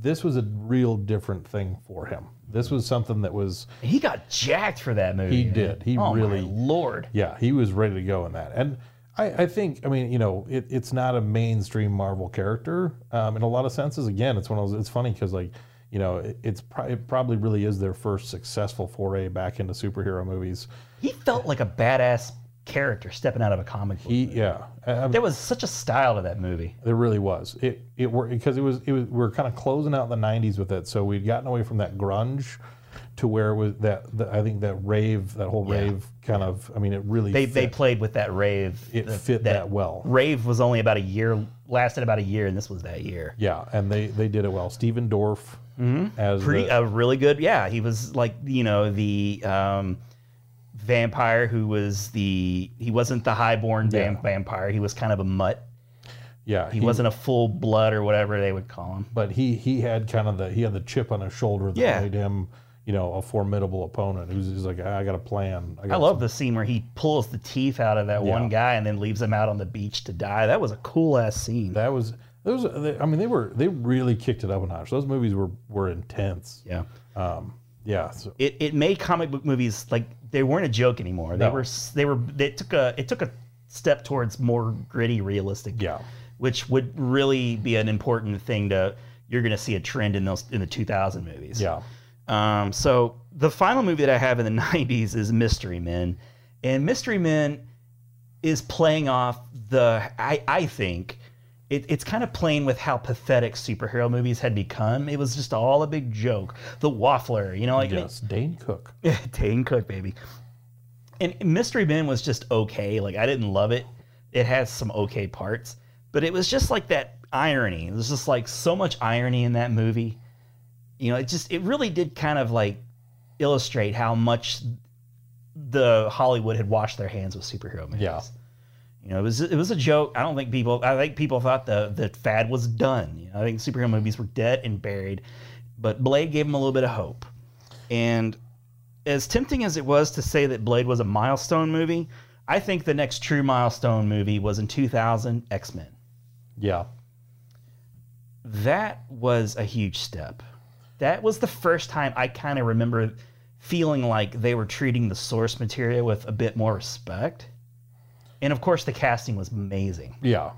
S1: this was a real different thing for him. This was something that was
S2: And he got jacked for that movie.
S1: He
S2: man.
S1: did. He
S2: oh, my
S1: really-
S2: lord.
S1: yeah, he was ready to go in that. And I, I think I mean you know it, it's not a mainstream Marvel character um, in a lot of senses. Again, it's one of those. It's funny because like you know it, it's pro- it probably really is their first successful foray back into superhero movies.
S2: He felt like a badass character stepping out of a comic book.
S1: He yeah, I, I-
S2: there was such a style to that movie.
S1: There really was. It it were because it was it was we were kind of closing out the '90s with it, so we'd gotten away from that grunge to where it was that the, I think that rave, that whole rave kind of. I mean, it really
S2: They
S1: fit,
S2: they played with that rave.
S1: it
S2: the-
S1: fit that, well.
S2: Rave was only about a year, lasted about a year, and this was that year.
S1: Yeah, and they they did it well. Steven Dorff as
S2: Mm-hmm. pretty uh,
S1: the,
S2: a really good yeah he was like you know the um vampire who was the he wasn't the highborn vam-
S1: Yeah.
S2: vampire he was kind of a mutt
S1: yeah
S2: he, wasn't a full blood or whatever they would call him
S1: but he he had kind of the he had the chip on his shoulder that
S2: Yeah.
S1: made him you know a formidable opponent. Who's he's like I got a plan.
S2: i
S1: got
S2: love the scene where he pulls the teeth out of that one guy and then leaves him out on the beach to die that was a cool ass scene
S1: that was those. They, I mean, they were they really kicked it up a notch. Those movies were were intense.
S2: yeah
S1: Yeah, so
S2: it, it made comic book movies like they weren't a joke anymore they
S1: No.
S2: were s- they were they took a it took a step towards more gritty realistic
S1: Yeah.
S2: which would really be an important thing to you're going to see a trend in those in the 2000 movies.
S1: Yeah.
S2: Um, so the final movie that I have in the 90s is Mystery Men, and Mystery Men is playing off the I I think it, it's kind of playing with how pathetic superhero movies had become. It was just all a big joke. The Waffler, you know, like
S1: Yes, Dane Cook.
S2: Dane Cook, baby. And Mystery Men was just okay. Like I didn't love it. It has some okay parts, but it was just like that irony. There's just like so much irony in that movie. You know, it just it really did kind of like illustrate how much the Hollywood had washed their hands with superhero movies.
S1: Yeah.
S2: You know, it was it was a joke. I don't think people I think people thought the the fad was done. You know, I think superhero movies were dead and buried, but Blade gave them a little bit of hope. And as tempting as it was to say that Blade was a milestone movie, I think the next true milestone movie was in 2000 X Men.
S1: Yeah.
S2: that was a huge step. That was the first time I kind of remember feeling like they were treating the source material with a bit more respect. And of course, the casting was amazing.
S1: Yeah,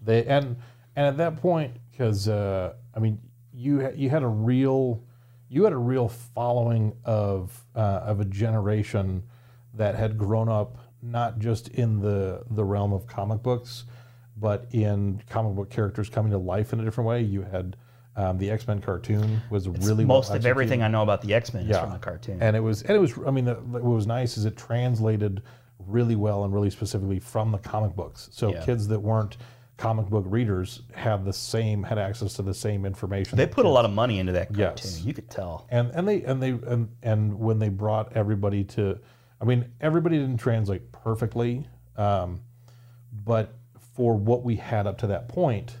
S1: they and and at that point, because uh, I mean, you ha- you had a real you had a real following of uh, of a generation that had grown up not just in the the realm of comic books, but in comic book characters coming to life in a different way. You had um, the X Men cartoon was really well
S2: Most of everything
S1: executed.
S2: I know about the X Men is
S1: Yeah.
S2: from the cartoon.
S1: And it was, and it was. I mean, the, what was nice is it translated really well and really specifically from the comic books. So
S2: Yeah.
S1: kids that weren't comic book readers had the same had access to the same information.
S2: they
S1: that
S2: put a
S1: kids-
S2: lot of money into that cartoon.
S1: Yes.
S2: You could tell.
S1: and and they and they and, and when they brought everybody to, I mean, everybody didn't translate perfectly, um, but for what we had up to that point,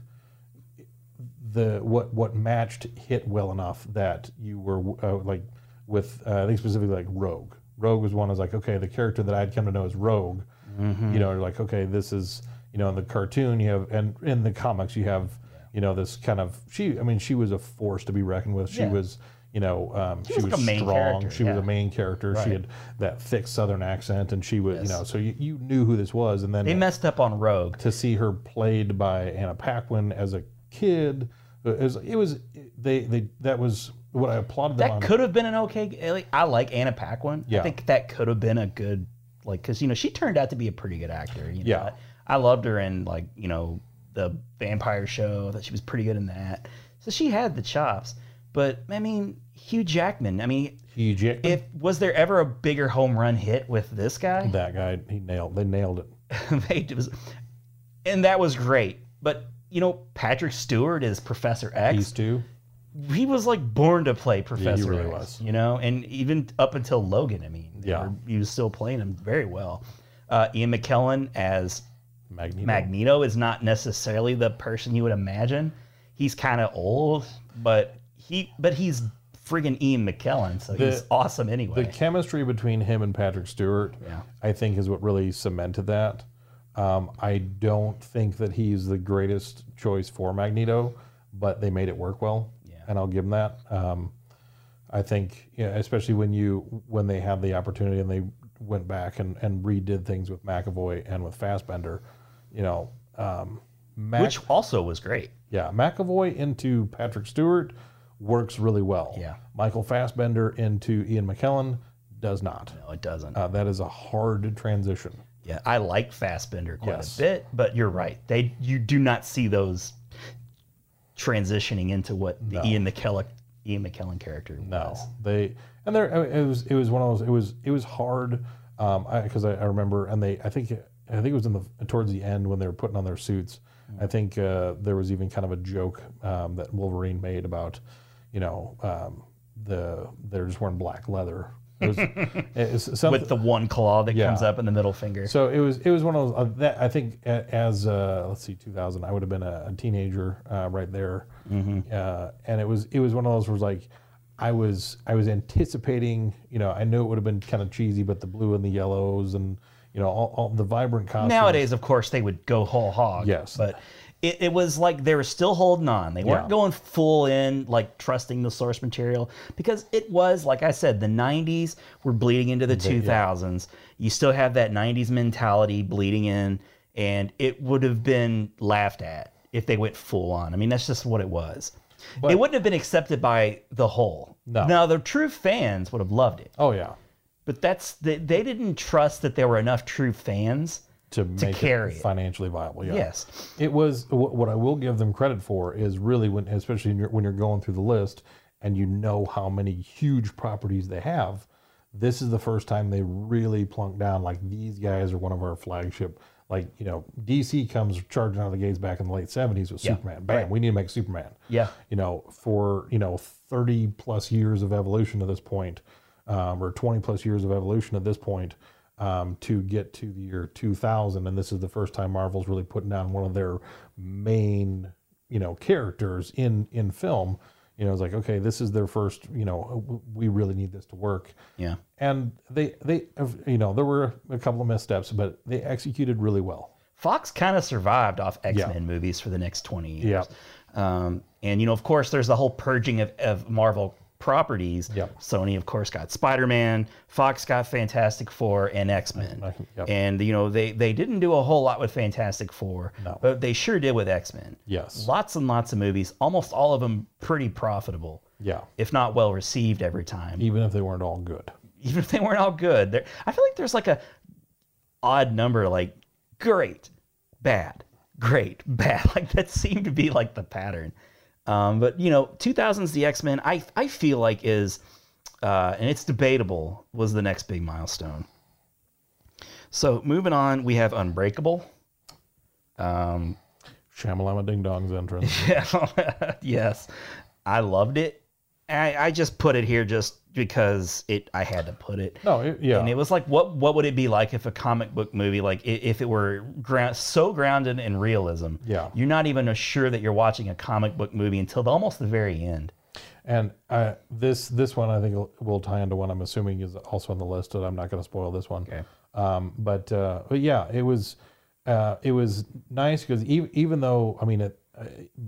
S1: the what what matched hit well enough that you were uh, like with uh, I think specifically like Rogue. Rogue was one. I was like, okay, the character that I'd come to know is Rogue.
S11: Mhm.
S1: You know, you're like okay, this is you know in the cartoon you have and in the comics you have you know this kind of she. I mean, she was a force to be reckoned with. She
S11: Yeah.
S1: was you know um, she,
S11: was
S1: was,
S11: like a main
S1: strong.
S11: character,
S1: she was
S11: yeah.
S1: a main character. She
S11: Right.
S1: had that thick Southern accent, and she was
S11: Yes.
S1: you know so you, you knew who this was. And then
S2: They messed up on Rogue
S1: to see her played by Anna Paquin as a kid. It was, it was they they that was what I applauded them
S2: That
S1: on.
S2: could have been an okay. eh, like, I like Anna Paquin. I
S1: Yeah.
S2: think that could have been a good like because you know she turned out to be a pretty good actor. You know?
S1: Yeah.
S2: I, I loved her in like you know the vampire show. That she was pretty good in that. So she had the chops. But I mean Hugh Jackman. I mean
S1: Hugh Jackman.
S2: If was there ever a bigger home run hit with this guy?
S1: That guy he nailed. They nailed it.
S2: they it was, and that was great. But you know, Patrick Stewart is Professor X. He's
S1: too.
S2: He was like born to play Professor.
S1: really
S2: X,
S1: was.
S2: You know, and even up until Logan, I mean, they
S1: Yeah.
S2: were- he was still playing him very well. Uh, Ian McKellen as
S1: Magneto.
S2: Magneto is not necessarily the person you would imagine. He's kind of old, but he but he's friggin' Ian McKellen, so
S1: The-
S2: he's awesome anyway.
S1: The chemistry between him and Patrick Stewart, I think, is what really cemented that. Um, I don't think that he's the greatest choice for Magneto, but they made it work well, and I'll give him that. Um, I think, you know, especially when you when they had the opportunity and they went back and, and redid things with McAvoy and with Fassbender, you know, um, Mac-
S2: Which also was great.
S1: yeah, McAvoy into Patrick Stewart works really well. Yeah. Michael Fassbender into Ian McKellen does not.
S2: No, it doesn't.
S1: Uh, that is a hard transition.
S2: Yeah, I like Fassbender quite
S1: Yes.
S2: a bit, but you're right. They you do not see those transitioning into what the
S1: No.
S2: Ian McKellen Ian McKellen character was.
S1: They and there I mean, it was it was one of those it was it was hard um because I, I, remember and they I think I think it was in the towards the end when they were putting on their suits. I think uh, there was even kind of a joke um, that Wolverine made about you know um, the they're just wearing black leather. It was- it's something-
S2: With the one claw that
S1: Yeah.
S2: comes up in the middle finger.
S1: So it was it was one of those. Uh, that, I think a- as uh, let's see, 2000. I would have been a, a teenager uh, right there,
S2: Mm-hmm.
S1: uh, and it was it was one of those where it was like I was I was anticipating. You know, I knew it would have been kind of cheesy, but the blue and the yellows and you know all, all the vibrant costumes.
S2: Nowadays, of course, they would go whole hog.
S1: Yes.
S2: But it, it was like they were still holding on. They weren't
S1: Yeah.
S2: going full in, like trusting the source material, because it was, like I said, the 90s were bleeding into the
S1: They- yeah.
S2: 2000s. You still have that 90s mentality bleeding in, and it would have been laughed at if they went full on. I mean, that's just what it was. it wouldn't have been accepted by the whole.
S1: No.
S2: Now, the true fans would have loved it.
S1: Oh, yeah.
S2: But that's they, they didn't trust that there were enough true fans
S1: to, make it
S2: carry it.
S1: financially viable. Yeah.
S2: Yes.
S1: it was. What, what I will give them credit for is really when, especially when you're, when you're going through the list and you know how many huge properties they have. This is the first time they really plunked down like these guys are one of our flagship. Like you know, DC comes charging out of the gates back in the late '70s with
S2: Yeah,
S1: Superman. Bam,
S2: right.
S1: we need to make Superman
S2: Yeah.
S1: you know, for you know, thirty plus years of evolution to this point, um, or twenty plus years of evolution at this point, um, to get to the year two thousand, and this is the first time Marvel's really putting down one of their main, you know, characters in in film. You know, it's like okay, this is their first. You know, w- we really need this to work
S2: Yeah.
S1: and they they have- you know there were a couple of missteps but they executed really well
S2: Fox kind of survived off X Men movies for the next 20 years. Um, and you know, of course, there's the whole purging of, of Marvel properties. Sony, of course, got Spider Man. Fox got Fantastic Four and X Men. And you know, they they didn't do a whole lot with Fantastic Four, but they sure did with X Men.
S1: Yes.
S2: lots and lots of movies. Almost all of them pretty profitable,
S1: Yeah.
S2: if not well received every time.
S1: Even if they weren't all good.
S2: Even if they weren't all good, there I feel like there's like a odd number, like great, bad, great, bad. Like that seemed to be like the pattern. Um, but you know, 2000s the X Men. I I feel like is, uh, and it's debatable, was the next big milestone. So moving on, we have Unbreakable. Um,
S1: Shamalama Ding Dong's entrance.
S2: yeah. yes, I loved it. I, I just put it here just because it. I had to put it.
S1: No, it- yeah.
S2: And it was like, what what would it be like if a comic book movie, like i- if it were ground, so grounded in realism?
S1: Yeah.
S2: You're not even sure that you're watching a comic book movie until the, almost the very end.
S1: And uh, this this one I think will- will tie into one I'm assuming is also on the list, and I'm not going to spoil this one. Okay. Um, but uh, but yeah, it was uh, it was nice because even, even though I mean it, uh,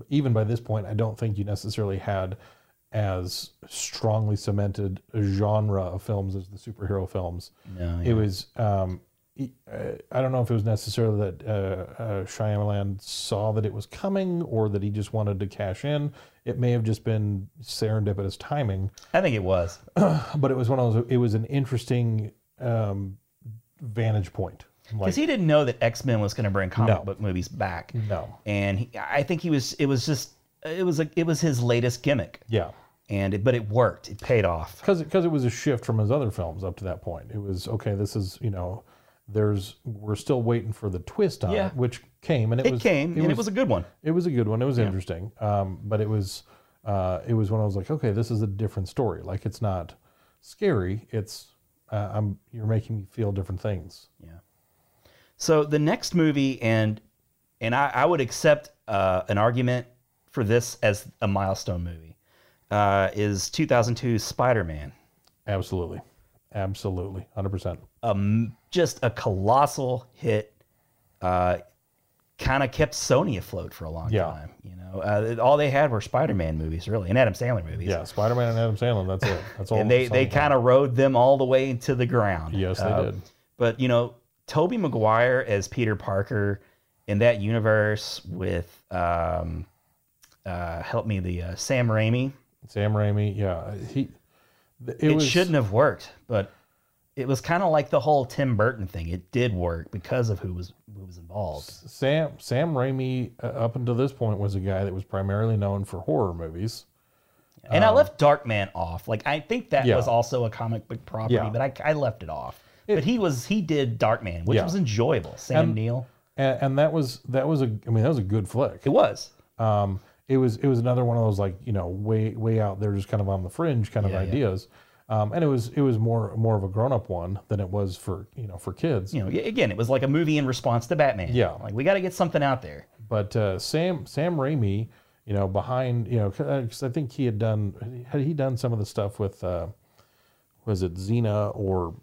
S1: even by this point I don't think you necessarily had as strongly cemented a genre of films as the superhero films.
S2: No,
S1: It was um, e- uh, I don't know if it was necessarily that uh, uh, Shyamalan saw that it was coming or that he just wanted to cash in. It may have just been serendipitous timing.
S2: I think it was,
S1: but it was one of those. It was an interesting um, vantage point.
S2: Because he didn't know that X Men was going to bring comic book movies back.
S1: No.
S2: And he, I think he was. It was just. It was a, It was his latest gimmick.
S1: Yeah.
S2: And it, but it worked. It paid off.
S1: because because it was a shift from his other films up to that point. It was okay. This is you know, there's we're still waiting for the twist on
S2: Yeah.
S1: it, which came and it,
S2: It
S1: was
S2: came, and it was a good one.
S1: It was a good one. It was interesting. Um, but it was uh, it was when I was like, okay, this is a different story. Like it's not scary. It's uh, I'm you're making me feel different things.
S2: So the next movie, and and I, I would accept uh, an argument for this as a milestone movie, uh, is 2002 Spider Man.
S1: Absolutely, absolutely, hundred percent.
S2: Um, just a colossal hit. Uh, kind of kept Sony afloat for a long
S1: Yeah.
S2: time. You know, uh, all they had were Spider Man movies, really, and Adam Sandler movies.
S1: Yeah, Spider Man and Adam Sandler. That's it. That's all.
S2: and they, they kind of rode them all the way to the ground. Uh,
S1: Yes, they did.
S2: But you know, Toby Maguire as Peter Parker in that universe with um, uh, help me the uh, Sam Raimi.
S1: Sam Raimi, yeah, he. It,
S2: It,
S1: was-
S2: shouldn't have worked, but it was kind of like the whole Tim Burton thing. It did work because of who was who was involved.
S1: Sam Sam Raimi uh, up until this point was a guy that was primarily known for horror movies.
S2: And I left Darkman off. Like I think that
S1: Um, Yeah.
S2: was also a comic book property,
S1: Yeah.
S2: but I, I left it off. but he was he did Darkman, which
S1: Yeah.
S2: was enjoyable. Sam
S1: And-
S2: Neill.
S1: And, and that was that was a I mean that was a good flick.
S2: It was.
S1: Um, it was it was another one of those like you know way way out there just kind of on the fringe kind of
S2: Yeah, yeah.
S1: ideas. Um, and it was it was more more of a grown up one than it was for you know for kids.
S2: You know, y- again, it was like a movie in response to Batman.
S1: Yeah.
S2: Like we got to get something out there.
S1: But uh, Sam Sam Raimi, you know, behind you know, because I think he had done had he done some of the stuff with uh, was it Xena or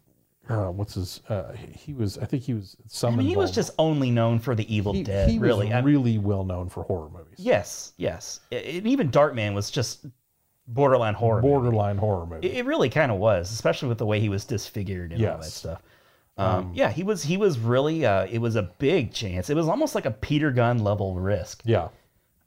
S1: uh, what's his? Uh, he was I think he was some.
S2: I mean, he was just only known for The Evil
S1: he,
S2: Dead,
S1: he was
S2: really. I-
S1: really well known for horror movies,
S2: yes, yes. I- and even Darkman was just borderline horror. movie.
S1: borderline horror movies.
S2: It, it really kind of was, especially with the way he was disfigured and all that
S1: Yes.
S2: stuff. Um, yeah, he was. He was really. Uh, it was a big chance. It was almost like a Peter Gunn level risk,
S1: Yeah,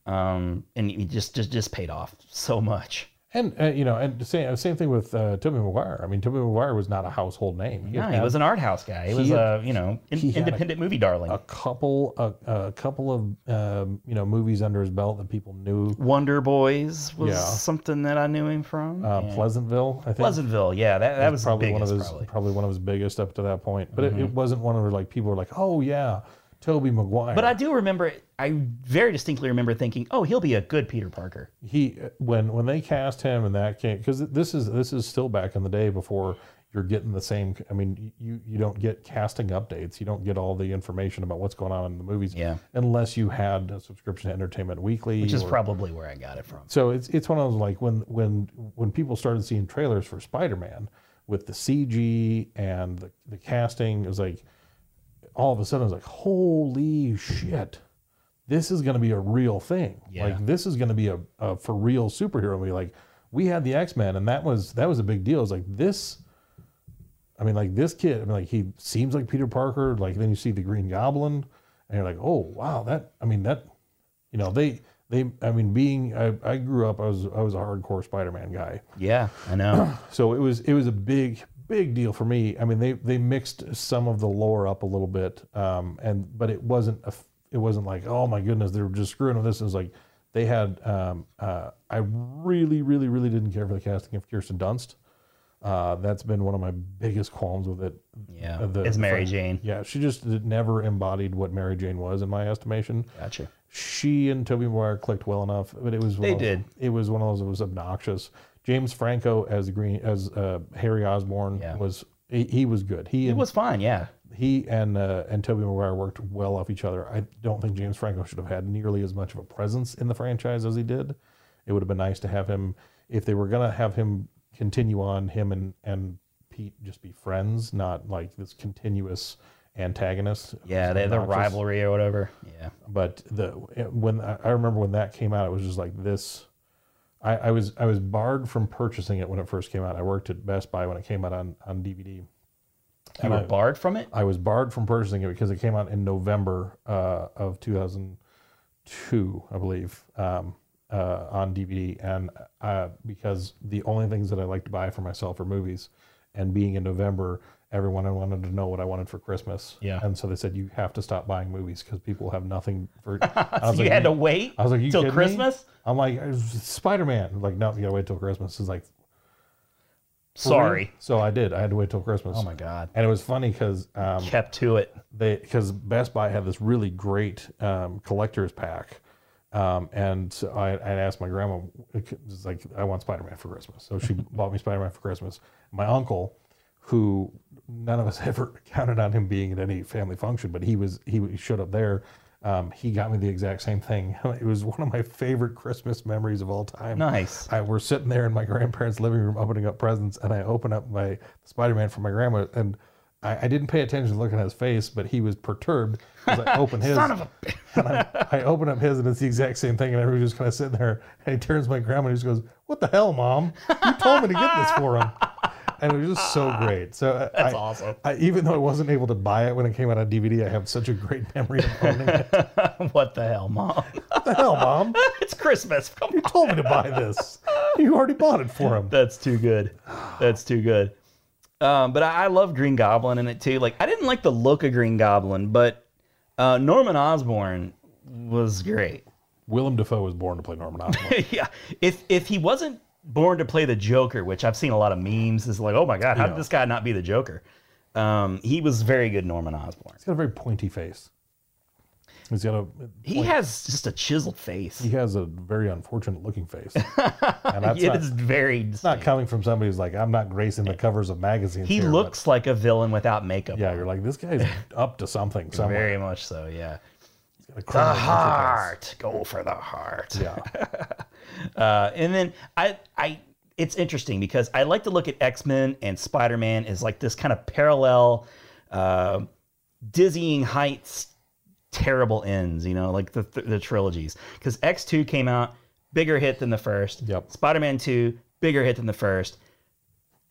S2: um, and he just just just paid off so much.
S1: and uh, you know, and the same same thing with uh, Tobey Maguire. I mean, Tobey Maguire was not a household name.
S2: Yeah, he
S1: had
S2: was an art house guy. He,
S1: he
S2: was
S1: had-
S2: a you know in,
S1: he had a-
S2: independent movie darling.
S1: a couple a, a couple of um, you know movies under his belt that people knew.
S2: Wonder Boys was
S1: Yeah.
S2: something that I knew him from.
S1: Uh,
S2: and-
S1: Pleasantville, I think.
S2: Pleasantville, yeah, that, that was his
S1: probably one of
S2: biggest,
S1: his probably.
S2: probably. Mm-hmm.
S1: one of his biggest up to that point. But it, it wasn't one of like people were like, oh yeah, Toby Maguire.
S2: But I do remember, I very distinctly remember thinking, oh, he'll be a good Peter Parker.
S1: he when when they cast him and that came because this is this is still back in the day before you're getting the same. I mean, you you don't get casting updates. You don't get all the information about what's going on in the movies.
S2: Yeah.
S1: Unless you had a subscription to Entertainment Weekly,
S2: Which is
S1: or-
S2: probably where I got it from.
S1: So it's it's one of those like when when when people started seeing trailers for Spider Man with the CG and the, the casting, it was like all of a sudden it was like, holy shit, this is going to be a real thing.
S12: Yeah.
S1: Like this is going to be a, a for real superhero movie. Like we had the X Men, and that was that was a big deal. It's like this. I mean, like this kid. I mean, like he seems like Peter Parker. Like then you see the Green Goblin, and you're like, oh wow, that. I mean that, you know they they. I mean, being I, I grew up, I was I was a hardcore Spider Man guy.
S2: Yeah, I know.
S1: so it was it was a big big deal for me. I mean, they they mixed some of the lore up a little bit, um, and but it wasn't a, f- it wasn't like oh my goodness they were just screwing with this. It was like they had um, uh, I really really really didn't care for the casting of Kirsten Dunst. Uh, that's been one of my biggest qualms with it.
S2: Yeah,
S1: Uh,
S2: as Mary
S1: fir-
S2: Jane.
S1: Yeah, she just did- never embodied what Mary Jane was in my estimation.
S2: Gotcha.
S1: She and Toby Maguire clicked well enough, but it was one
S2: They
S1: of those-
S2: did.
S1: It was one of those that was obnoxious. James Franco as the Green as uh, Harry Osborn was he, he was good. He and,
S2: was fine. Yeah,
S1: he and uh, and Toby Maguire worked well off each other. I don't think James Franco should have had nearly as much of a presence in the franchise as he did. It would have been nice to have him if they were gonna have him continue on. Him and and Pete just be friends, not like this continuous antagonist.
S2: yeah, they had their
S1: Obnoxious.
S2: rivalry or whatever. Yeah,
S1: But the when I I remember when that came out, it was just like this. I, I was I was barred from purchasing it when it first came out. I worked at Best Buy when it came out on, on DVD. You
S2: you were barred from it.
S1: I was barred from purchasing it because it came out in November uh, of 2002, I believe, um, uh, on DVD. And uh, because the only things that I like to buy for myself are movies. And being in November, everyone wanted to know what I wanted for Christmas.
S2: Yeah.
S1: And so they said, you have to stop buying movies because people have nothing for.
S2: So
S1: I
S2: you had to wait
S1: I was like, you
S2: till
S1: kidding me?"
S2: Christmas?
S1: I'm like, Spider Man. Like, no, you gotta wait till Christmas. It's like, for real?
S2: Sorry.
S1: So I did. I had to wait till Christmas.
S2: Oh my God.
S1: And it was funny because um,
S2: Kept to it.
S1: they because Best Buy had this really great um, collector's pack, um, and so I, I asked my grandma, it was like, I want Spider Man for Christmas, so she bought me Spider Man for Christmas. My uncle, who none of us ever counted on him being at any family function, but he was he showed up there. Um, he got me the exact same thing. It was one of my favorite Christmas memories of all time.
S2: Nice.
S1: I we're sitting there in my grandparents' living room opening up presents, and I open up my Spider Man for my grandma, and I, I didn't pay attention to looking at his face, but he was perturbed as I opened his.
S2: Son of a
S1: and I, I open up his, and it's the exact same thing, and everybody's just kind of sitting there. And he turns to my grandma and he just goes, "What the hell, mom? You told me to get this for him." And it was just so great. So I-
S2: That's
S1: I-
S2: awesome.
S1: I, even though I wasn't able to buy it when it came out on DVD, I have such a great memory of owning it.
S2: what the hell, mom?
S1: What the hell, mom?
S2: it's Christmas. Come
S1: You told me to buy this. You already bought it for him.
S2: That's too good. That's too good. Um, but I, I love Green Goblin in it too. Like I didn't like the look of Green Goblin, but uh, Norman Osborn was great.
S1: Willem Dafoe was born to play Norman Osborn.
S2: yeah, if if he wasn't born to play the Joker, which I've seen a lot of memes, is like, oh my god, how did
S1: Yeah.
S2: this guy not be the Joker? Um, he was very good, Norman Osborn.
S1: He's got a very pointy face. He's got a
S2: He has just a chiseled face.
S1: he has a very unfortunate looking face. And that's
S2: it
S1: not,
S2: is very.
S1: it's not coming from somebody who's like, I'm not gracing the covers of magazines.
S2: He
S1: here," but
S2: looks like a villain without makeup.
S1: yeah, you're like, this guy's up to something somewhere.
S2: very much so. Yeah.
S1: A
S2: The
S1: criminal enterprise.
S2: heart. Go for the heart.
S1: Yeah.
S2: Uh, and then I, I, it's interesting because I like to look at X Men and Spider Man as like this kind of parallel, uh, dizzying heights, terrible ends. You know, like the the trilogies. Because X Two came out bigger hit than the first.
S1: Yep.
S2: Spider Man Two bigger hit than the first.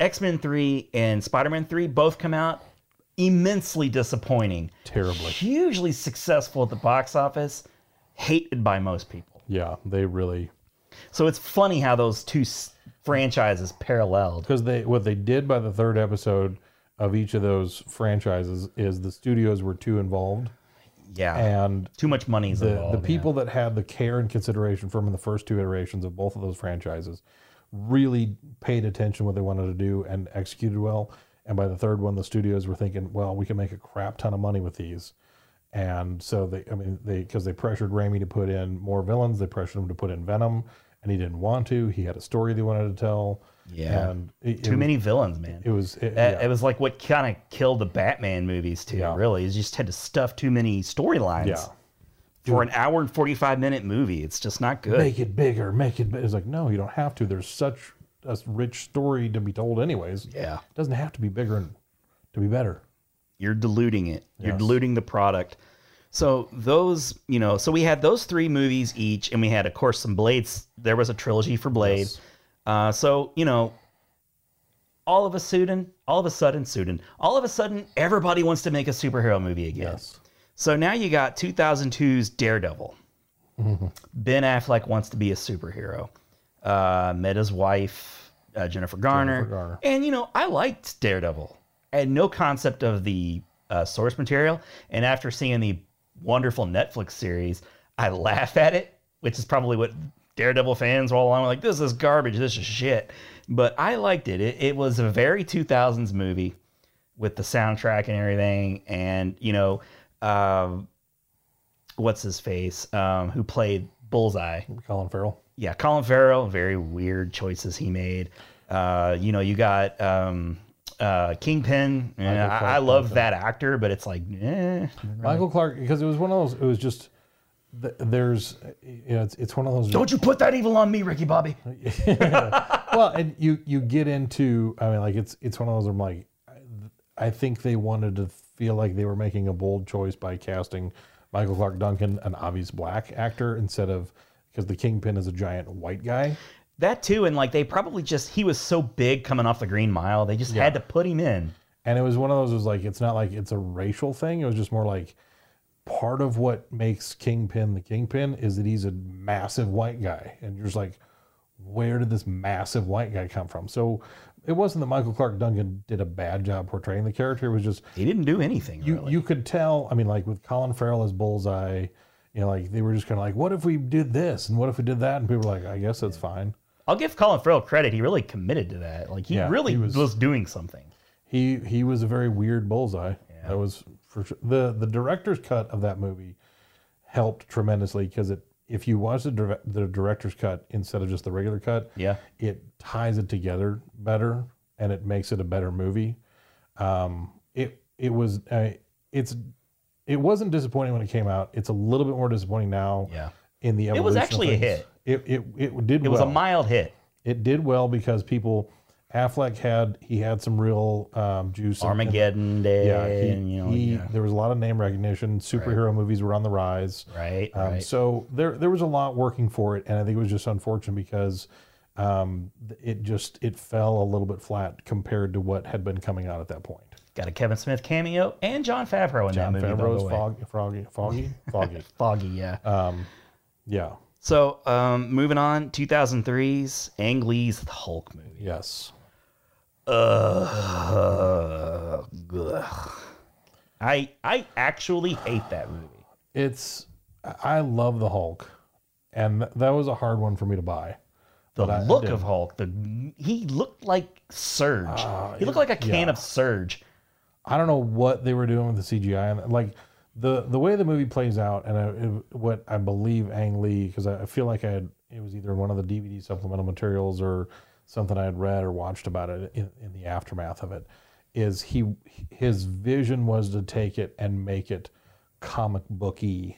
S2: X Men Three and Spider Man Three both come out immensely disappointing.
S1: Terribly.
S2: Hugely successful at the box office, hated by most people.
S1: Yeah. They really
S2: So it's funny how those two s- franchises paralleled.
S1: because they what they did by the third episode of each of those franchises is the studios were too involved
S2: Yeah.
S1: and
S2: Too much money is
S1: the,
S2: involved.
S1: the people that had the care and consideration from the first two iterations of both of those franchises really paid attention what they wanted to do and executed well. And by the third one, the studios were thinking, well, we can make a crap ton of money with these. And so they, I mean, they because they pressured Raimi to put in more villains, they pressured him to put in Venom, and he didn't want to. He had a story they wanted to tell.
S2: Yeah.
S1: and it,
S2: Too
S1: it,
S2: many villains, man.
S1: It was it,
S2: That-
S1: yeah.
S2: It was like what kind of killed the Batman movies too.
S1: Yeah.
S2: Really, is just had to stuff too many storylines
S1: Yeah.
S2: for an hour and forty-five minute movie. It's just not good.
S1: make it bigger, make it. bi-" It's like no, you don't have to. There's such a rich story to be told, anyways.
S2: Yeah.
S1: it doesn't have to be bigger and to be better.
S2: You're diluting it. You're
S1: Yes.
S2: diluting the product. So those, you know, so we had those three movies each, and we had, of course, some Blades. There was a trilogy for Blade. Uh, so you know, all of a sudden, all of a sudden, Sudan, all of a sudden, everybody wants to make a superhero movie again. So now you got 2002's Daredevil.
S1: Mm-hmm.
S2: Ben Affleck wants to be a superhero. Uh, met his wife, uh, Jennifer, Garner.
S1: Jennifer Garner.
S2: And, you know, I liked Daredevil. I had no concept of the uh, source material. And after seeing the wonderful Netflix series, I laugh at it, which is probably what Daredevil fans were all along like, this is garbage, this is shit. But I liked it. It, it was a very 2000s movie with the soundtrack and everything. And, you know, um, what's his face, um, who played Bullseye.
S1: Colin Farrell.
S2: Yeah, Colin Farrell. Very weird choices he made. Uh, you know, you got um, uh, Kingpin. And
S1: Michael
S2: I,
S1: Clark
S2: I love
S1: Duncan.
S2: that actor, but it's like, eh.
S1: Michael Clark, because it was one of those. It was just th- there's, you know, it's, it's one of those.
S2: Don't you put that evil on me, Ricky Bobby?
S1: well, and you you get into. I mean, like it's it's one of those. I'm like, I think they wanted to feel like they were making a bold choice by casting Michael Clark Duncan, an obvious black actor, instead of because the Kingpin is a giant white guy.
S2: That too, and like they probably just he was so big coming off the Green Mile, they just had to put him in.
S1: And it was one of those. It was like it's not like it's a racial thing. It was just more like part of what makes Kingpin the Kingpin is that he's a massive white guy, and you're just like, where did this massive white guy come from? So it wasn't that Michael Clark Duncan did a bad job portraying the character. It was just
S2: he didn't do anything.
S1: You you could tell. I mean, like with Colin Farrell as Bullseye, you know, like they were just kind of like, what if we did this and what if we did that? And people were like, I guess that's fine.
S2: I'll give Colin Farrell credit; he really committed to that. Like he
S1: Yeah,
S2: really
S1: he
S2: was,
S1: was-
S2: doing something.
S1: He he was a very weird bullseye. That was for sure. The the director's cut of that movie helped tremendously because it if you watch the dir- the director's cut instead of just the regular cut,
S2: Yeah.
S1: it ties it together better and it makes it a better movie. Um, it it was uh, it's it wasn't disappointing when it came out. It's a little bit more disappointing now.
S2: Yeah.
S1: In the
S2: It was
S1: evolution of
S2: actually a
S1: things.
S2: hit.
S1: It it it did.
S2: It was a
S1: well.
S2: mild hit.
S1: It did well because people, Affleck had he had some real um, juice. in- in-
S2: Armageddon Day,
S1: yeah, he,
S2: and, you know,
S1: Eh, he-
S2: yeah.
S1: there was a lot of name recognition. Superhero movies were on the rise.
S2: Right,
S1: Um,
S2: right.
S1: So there there was a lot working for it, and I think it was just unfortunate because um, th- it just it fell a little bit flat compared to what had been coming out at that point.
S2: Got a Kevin Smith cameo and John Favreau in
S1: John
S2: that movie. by
S1: Favreau's
S2: the way.
S1: fog, froggy, foggy, foggy,
S2: foggy. Yeah.
S1: Um, yeah.
S2: So, um, moving on, 2003's Ang Lee's The Hulk movie.
S1: Yes.
S2: Uh, ugh. I I actually hate that movie.
S1: It's I love the Hulk, and th- that was a hard one for me to buy.
S2: The
S1: But I- I
S2: look
S1: did.
S2: of Hulk. The he looked like Surge.
S1: Uh,
S2: he looked like a can of Surge.
S1: I don't know what they were doing with the CGI and like the the way the movie plays out, and I, it- what I believe Ang Lee because I, I feel like I had it was either one of the DVD supplemental materials or something I had read or watched about it in, in the aftermath of it is he his vision was to take it and make it comic booky.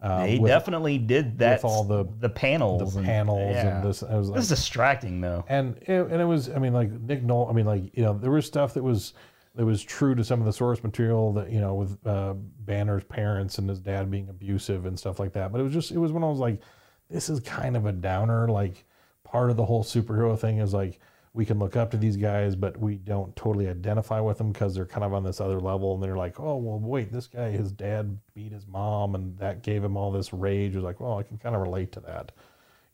S1: Uh,
S2: he
S1: with-
S2: definitely did that.
S1: with all the
S2: the panels,
S1: the
S2: and-
S1: panels
S2: yeah.
S1: and this. I was like,
S2: this is distracting though.
S1: and it, and it was I mean like Nick Nolte I mean like you know there was stuff that was that was true to some of the source material that you know with uh, Banner's parents and his dad being abusive and stuff like that but it was just it was when I was like this is kind of a downer like part of the whole superhero thing is like we can look up to these guys but we don't totally identify with them because they're kind of on this other level and they're like oh well wait this guy his dad beat his mom and that gave him all this rage it was like well I can kind of relate to that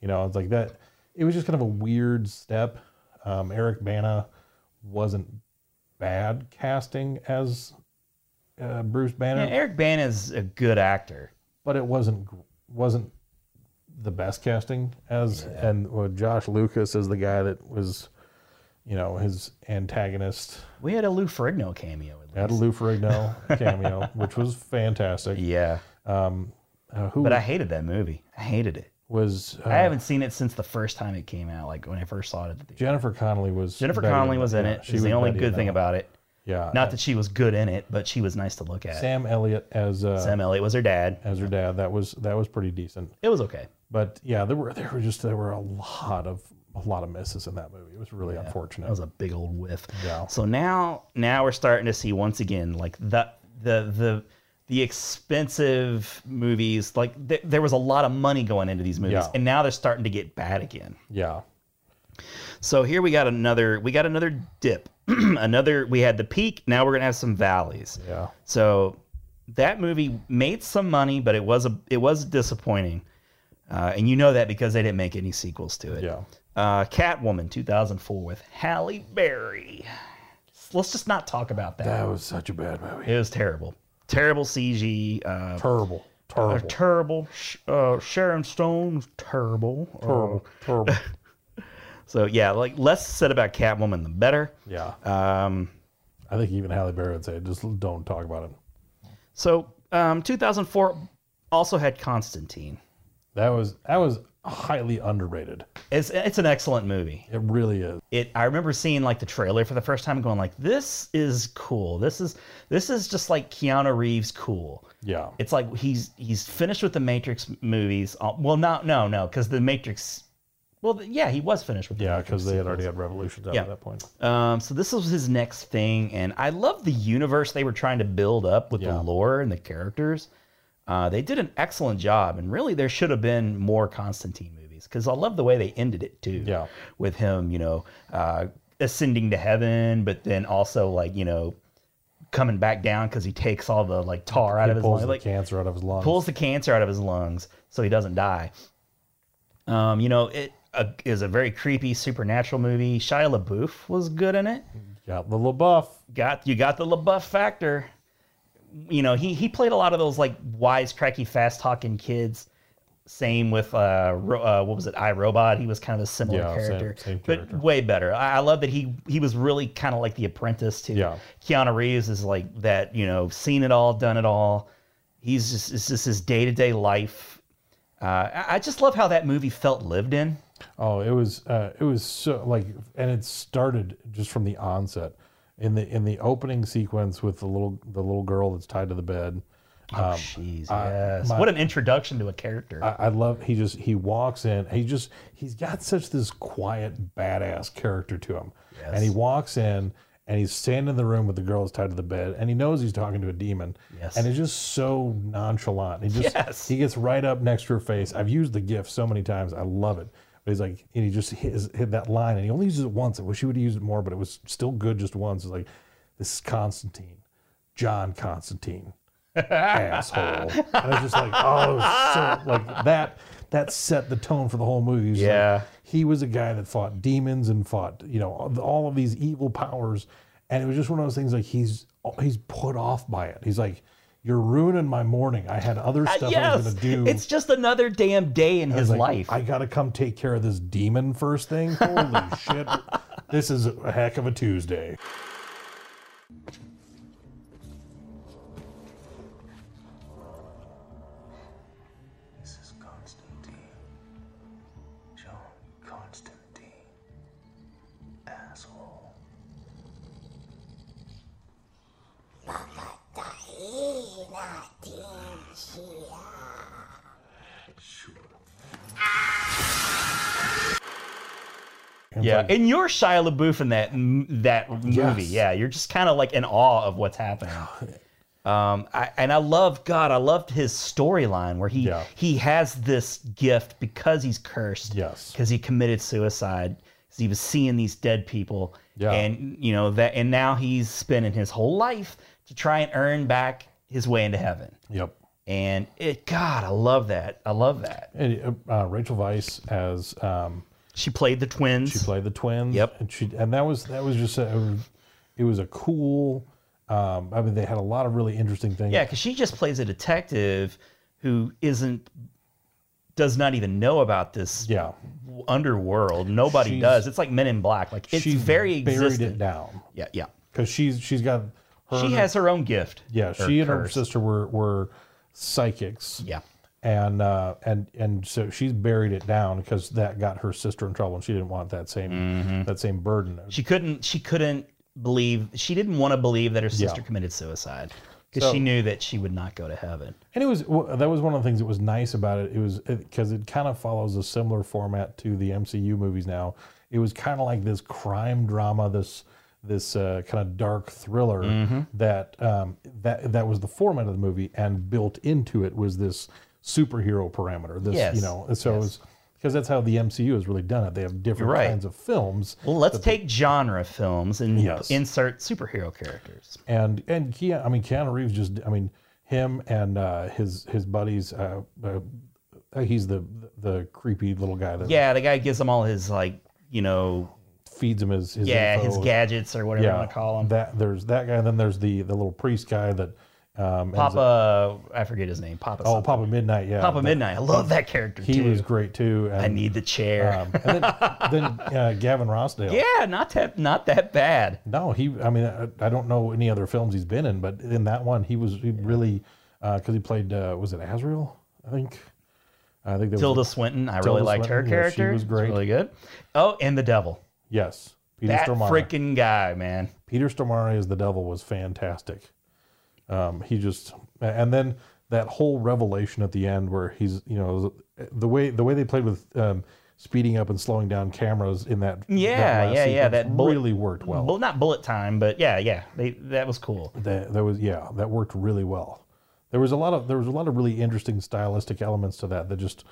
S1: you know, it's like that. It was just kind of a weird step. Um, Eric Bana wasn't bad casting as uh, Bruce Banner,
S2: Yeah, Eric Bana is a good actor.
S1: but it wasn't gr- wasn't the best casting as and well, Josh Lucas is the guy that was, you know, his antagonist.
S2: We had a Lou Ferrigno cameo.
S1: Had a Lou Ferrigno cameo, which was fantastic.
S2: Yeah.
S1: Um, uh, who
S2: But I hated that movie. I hated it.
S1: was uh,
S2: I haven't seen it since the first time it came out. Like when I first saw it at the theater.
S1: Jennifer Connelly was
S2: Jennifer
S1: Betty
S2: Connelly
S1: in
S2: was in
S1: Yeah,
S2: it. She's the
S1: was
S2: only
S1: Betty
S2: good
S1: in
S2: thing
S1: that.
S2: about it.
S1: Yeah,
S2: Not that she was good in it, but she was nice to look at.
S1: Sam Elliott as uh,
S2: Sam Elliott was her dad.
S1: as her dad. That was that was pretty decent.
S2: It was okay.
S1: But yeah, there were there were just there were a lot of a lot of misses in that movie. It was really unfortunate.
S2: That was a big old whiff. So now now we're starting to see once again like the the the the expensive movies, like th- there was a lot of money going into these movies,
S1: Yeah.
S2: and now they're starting to get bad again.
S1: Yeah.
S2: So here we got another we got another dip. another we had the peak, now we're going to have some valleys.
S1: Yeah.
S2: So that movie made some money, but it was a it was disappointing. Uh, and you know that because they didn't make any sequels to it.
S1: Yeah.
S2: Uh, Catwoman 2004 with Halle Berry. Let's just not talk about that.
S1: That was such a bad movie.
S2: It was terrible. Terrible CG. Uh,
S1: Terrible.
S2: uh,
S1: Terrible.
S2: terrible. Sh- Uh, Sharon Stone's terrible.
S1: Terrible.
S2: Uh,
S1: Terrible.
S2: so yeah, like less said about Catwoman, the better.
S1: Yeah.
S2: Um,
S1: I think even Halle Berry would say, just don't talk about it.
S2: so um, 2004 also had Constantine.
S1: That was that was highly underrated.
S2: It's it's an excellent movie.
S1: It really is.
S2: It I remember seeing like the trailer for the first time, and going like, this is cool. This is this is just like Keanu Reeves cool.
S1: Yeah.
S2: It's like he's he's finished with the Matrix movies. Uh, Well, not no no because the Matrix. Well, th- yeah, he was finished with. The
S1: Yeah,
S2: Matrix
S1: because they had
S2: sequels.
S1: already had Revolutions out
S2: Yeah.
S1: at that point.
S2: Um, so this was his next thing, and I love the universe they were trying to build up with
S1: Yeah.
S2: the lore and the characters. Uh, they did an excellent job, and really there should have been more Constantine movies because I love the way they ended it too.
S1: Yeah.
S2: with him, you know, uh, ascending to heaven, but then also like you know coming back down because he takes all the like tar out
S1: He
S2: of his
S1: pulls
S2: lungs,
S1: the
S2: like
S1: cancer out of his lungs.
S2: pulls the cancer out of his lungs so he doesn't die. Um, you know, it uh, is a very creepy supernatural movie. Shia LaBeouf was good in it.
S1: Got the LaBeouf.
S2: Got you got the LaBeouf factor. You know, he he played a lot of those like wisecracky, fast talking kids. Same with uh, Ro- uh, what was it, I Robot? He was kind of a similar
S1: Yeah, same-
S2: character,
S1: same character.
S2: but way better. I, I love that he he was really kind of like the apprentice to
S1: Yeah.
S2: Keanu Reeves. Is like that, you know, seen it all, done it all. He's just it's just his day to day life. Uh, I, I just love how that movie felt lived in.
S1: Oh, it was uh, it was so like, and it started just from the onset in the in the opening sequence with the little the little girl that's tied to the bed.
S2: Oh, jeez,
S1: Um, I-
S2: yes.
S1: my-
S2: what an introduction to a character.
S1: I, I love he just he walks in. He just he's got such this quiet badass character to him, and he walks in and he's standing in the room with the girl that's tied to the bed, and he knows he's talking to a demon.
S2: Yes.
S1: and it's just so nonchalant. He just
S2: Yes.
S1: he gets right up next to her face. I've used the gif so many times. I love it. But he's like, and he just hit, hit that line, and he only uses it once. I wish he would have used it more, but it was still good just once. It's like, this is Constantine, John Constantine asshole. And I was just like, oh, so, like that. That set the tone for the whole movie. It was like,
S2: Yeah.
S1: he was a guy that fought demons and fought, you know, all- all of these evil powers, and it was just one of those things. Like he's he's put off by it. He's like, you're ruining my morning. I had other
S2: Uh,
S1: stuff I was
S2: yes,
S1: gonna do.
S2: it's just another damn day in
S1: I was
S2: his
S1: like,
S2: life.
S1: I gotta come take care of this demon first thing. Holy shit, this is a heck of a Tuesday.
S13: This is Constantine. John Constantine. Asshole.
S1: And it's
S2: yeah,
S1: like,
S2: and you're Shia LaBeouf in that m- that movie.
S1: Yes.
S2: Yeah, you're just kind of like in awe of what's happening. Um, I, and I love God. I loved his storyline where he
S1: Yeah.
S2: he has this gift because he's cursed.
S1: Yes.
S2: because he committed suicide. 'cause he was seeing these dead people.
S1: Yeah.
S2: and you know that, and now he's spending his whole life to try and earn back his way into heaven.
S1: yep.
S2: And it, God, I love that. I love that.
S1: And uh, Rachel Weisz as um,
S2: She played the twins.
S1: She played the twins.
S2: Yep.
S1: And she and that was that was just a, it was, it was a cool. Um, I mean, they had a lot of really interesting things.
S2: Yeah, because she just plays a detective who isn't does not even know about this
S1: Yeah.
S2: w- underworld. Nobody
S1: She's-
S2: does. It's like Men in Black. Like it's
S1: She's
S2: very
S1: buried
S2: existent.
S1: it down
S2: Yeah, yeah.
S1: because she's she's got her.
S2: she has her own gift.
S1: Yeah,
S2: or
S1: she and her
S2: curse.
S1: sister were were psychics.
S2: Yeah.
S1: And uh, and and so she's buried it down because that got her sister in trouble, and she didn't want that same
S2: Mm-hmm.
S1: that same burden.
S2: She couldn't. She couldn't believe. She didn't want to believe that her sister committed suicide because she
S1: So-
S2: knew that she would not go to heaven.
S1: And it was well, that was one of the things that was nice about it. It was because it, kind of follows a similar format to the MCU movies now. It was kind of like this crime drama, this this uh, kind of dark thriller
S2: Mm-hmm.
S14: Mhm.
S1: that um, that that was the format of the movie, and built into it was this superhero parameter. This
S2: Yes.
S1: you know, and so it was because that's how the MCU has really done it. They have different
S2: right.
S1: kinds of films.
S2: Well, let's take genre films and
S1: Yes.
S2: insert superhero characters.
S1: and and Keanu, I mean Keanu Reeves just I mean him and uh, his his buddies. Uh, uh, he's the the creepy little guy that
S2: Yeah, the guy gives them all his like, you know,
S1: feeds him his, his
S2: yeah,
S1: info.
S2: his gadgets or whatever you want to call them.
S1: That there's that guy. Then there's the the little priest guy that um, ends up-
S2: Papa, I forget his name. Papa.
S1: oh,
S2: something.
S1: Papa Midnight. Yeah,
S2: Papa
S1: That-
S2: Midnight. I love that character
S1: He
S2: too.
S1: was Uh, great too. I
S2: need the chair.
S1: and then then uh, Gavin Rossdale.
S2: yeah, not that not that bad.
S1: No, he. I mean, I, I don't know any other films he's been in, but in that one, he was he really because he played uh, was it Azrael? I think. I think that
S2: Tilda
S1: was,
S2: Swinton. I really
S1: Tilda
S2: liked her
S1: Swinton, yeah,
S2: character.
S1: She was great.
S2: really good. Oh, and the devil.
S1: Yes, Peter
S2: that
S1: Stormare.
S2: freaking guy, man.
S1: Peter Stormare as the devil was fantastic. Um, he just and then that whole revelation at the end where he's you know the way the way they played with um, speeding up and slowing down cameras in that that
S2: Yeah,
S1: last
S2: yeah, yeah.
S1: sequence
S2: That bullet,
S1: really worked well.
S2: Well, not bullet time, but yeah, yeah. They that was cool.
S1: That, that was yeah, that worked really well. There was a lot of there was a lot of really interesting stylistic elements to that that just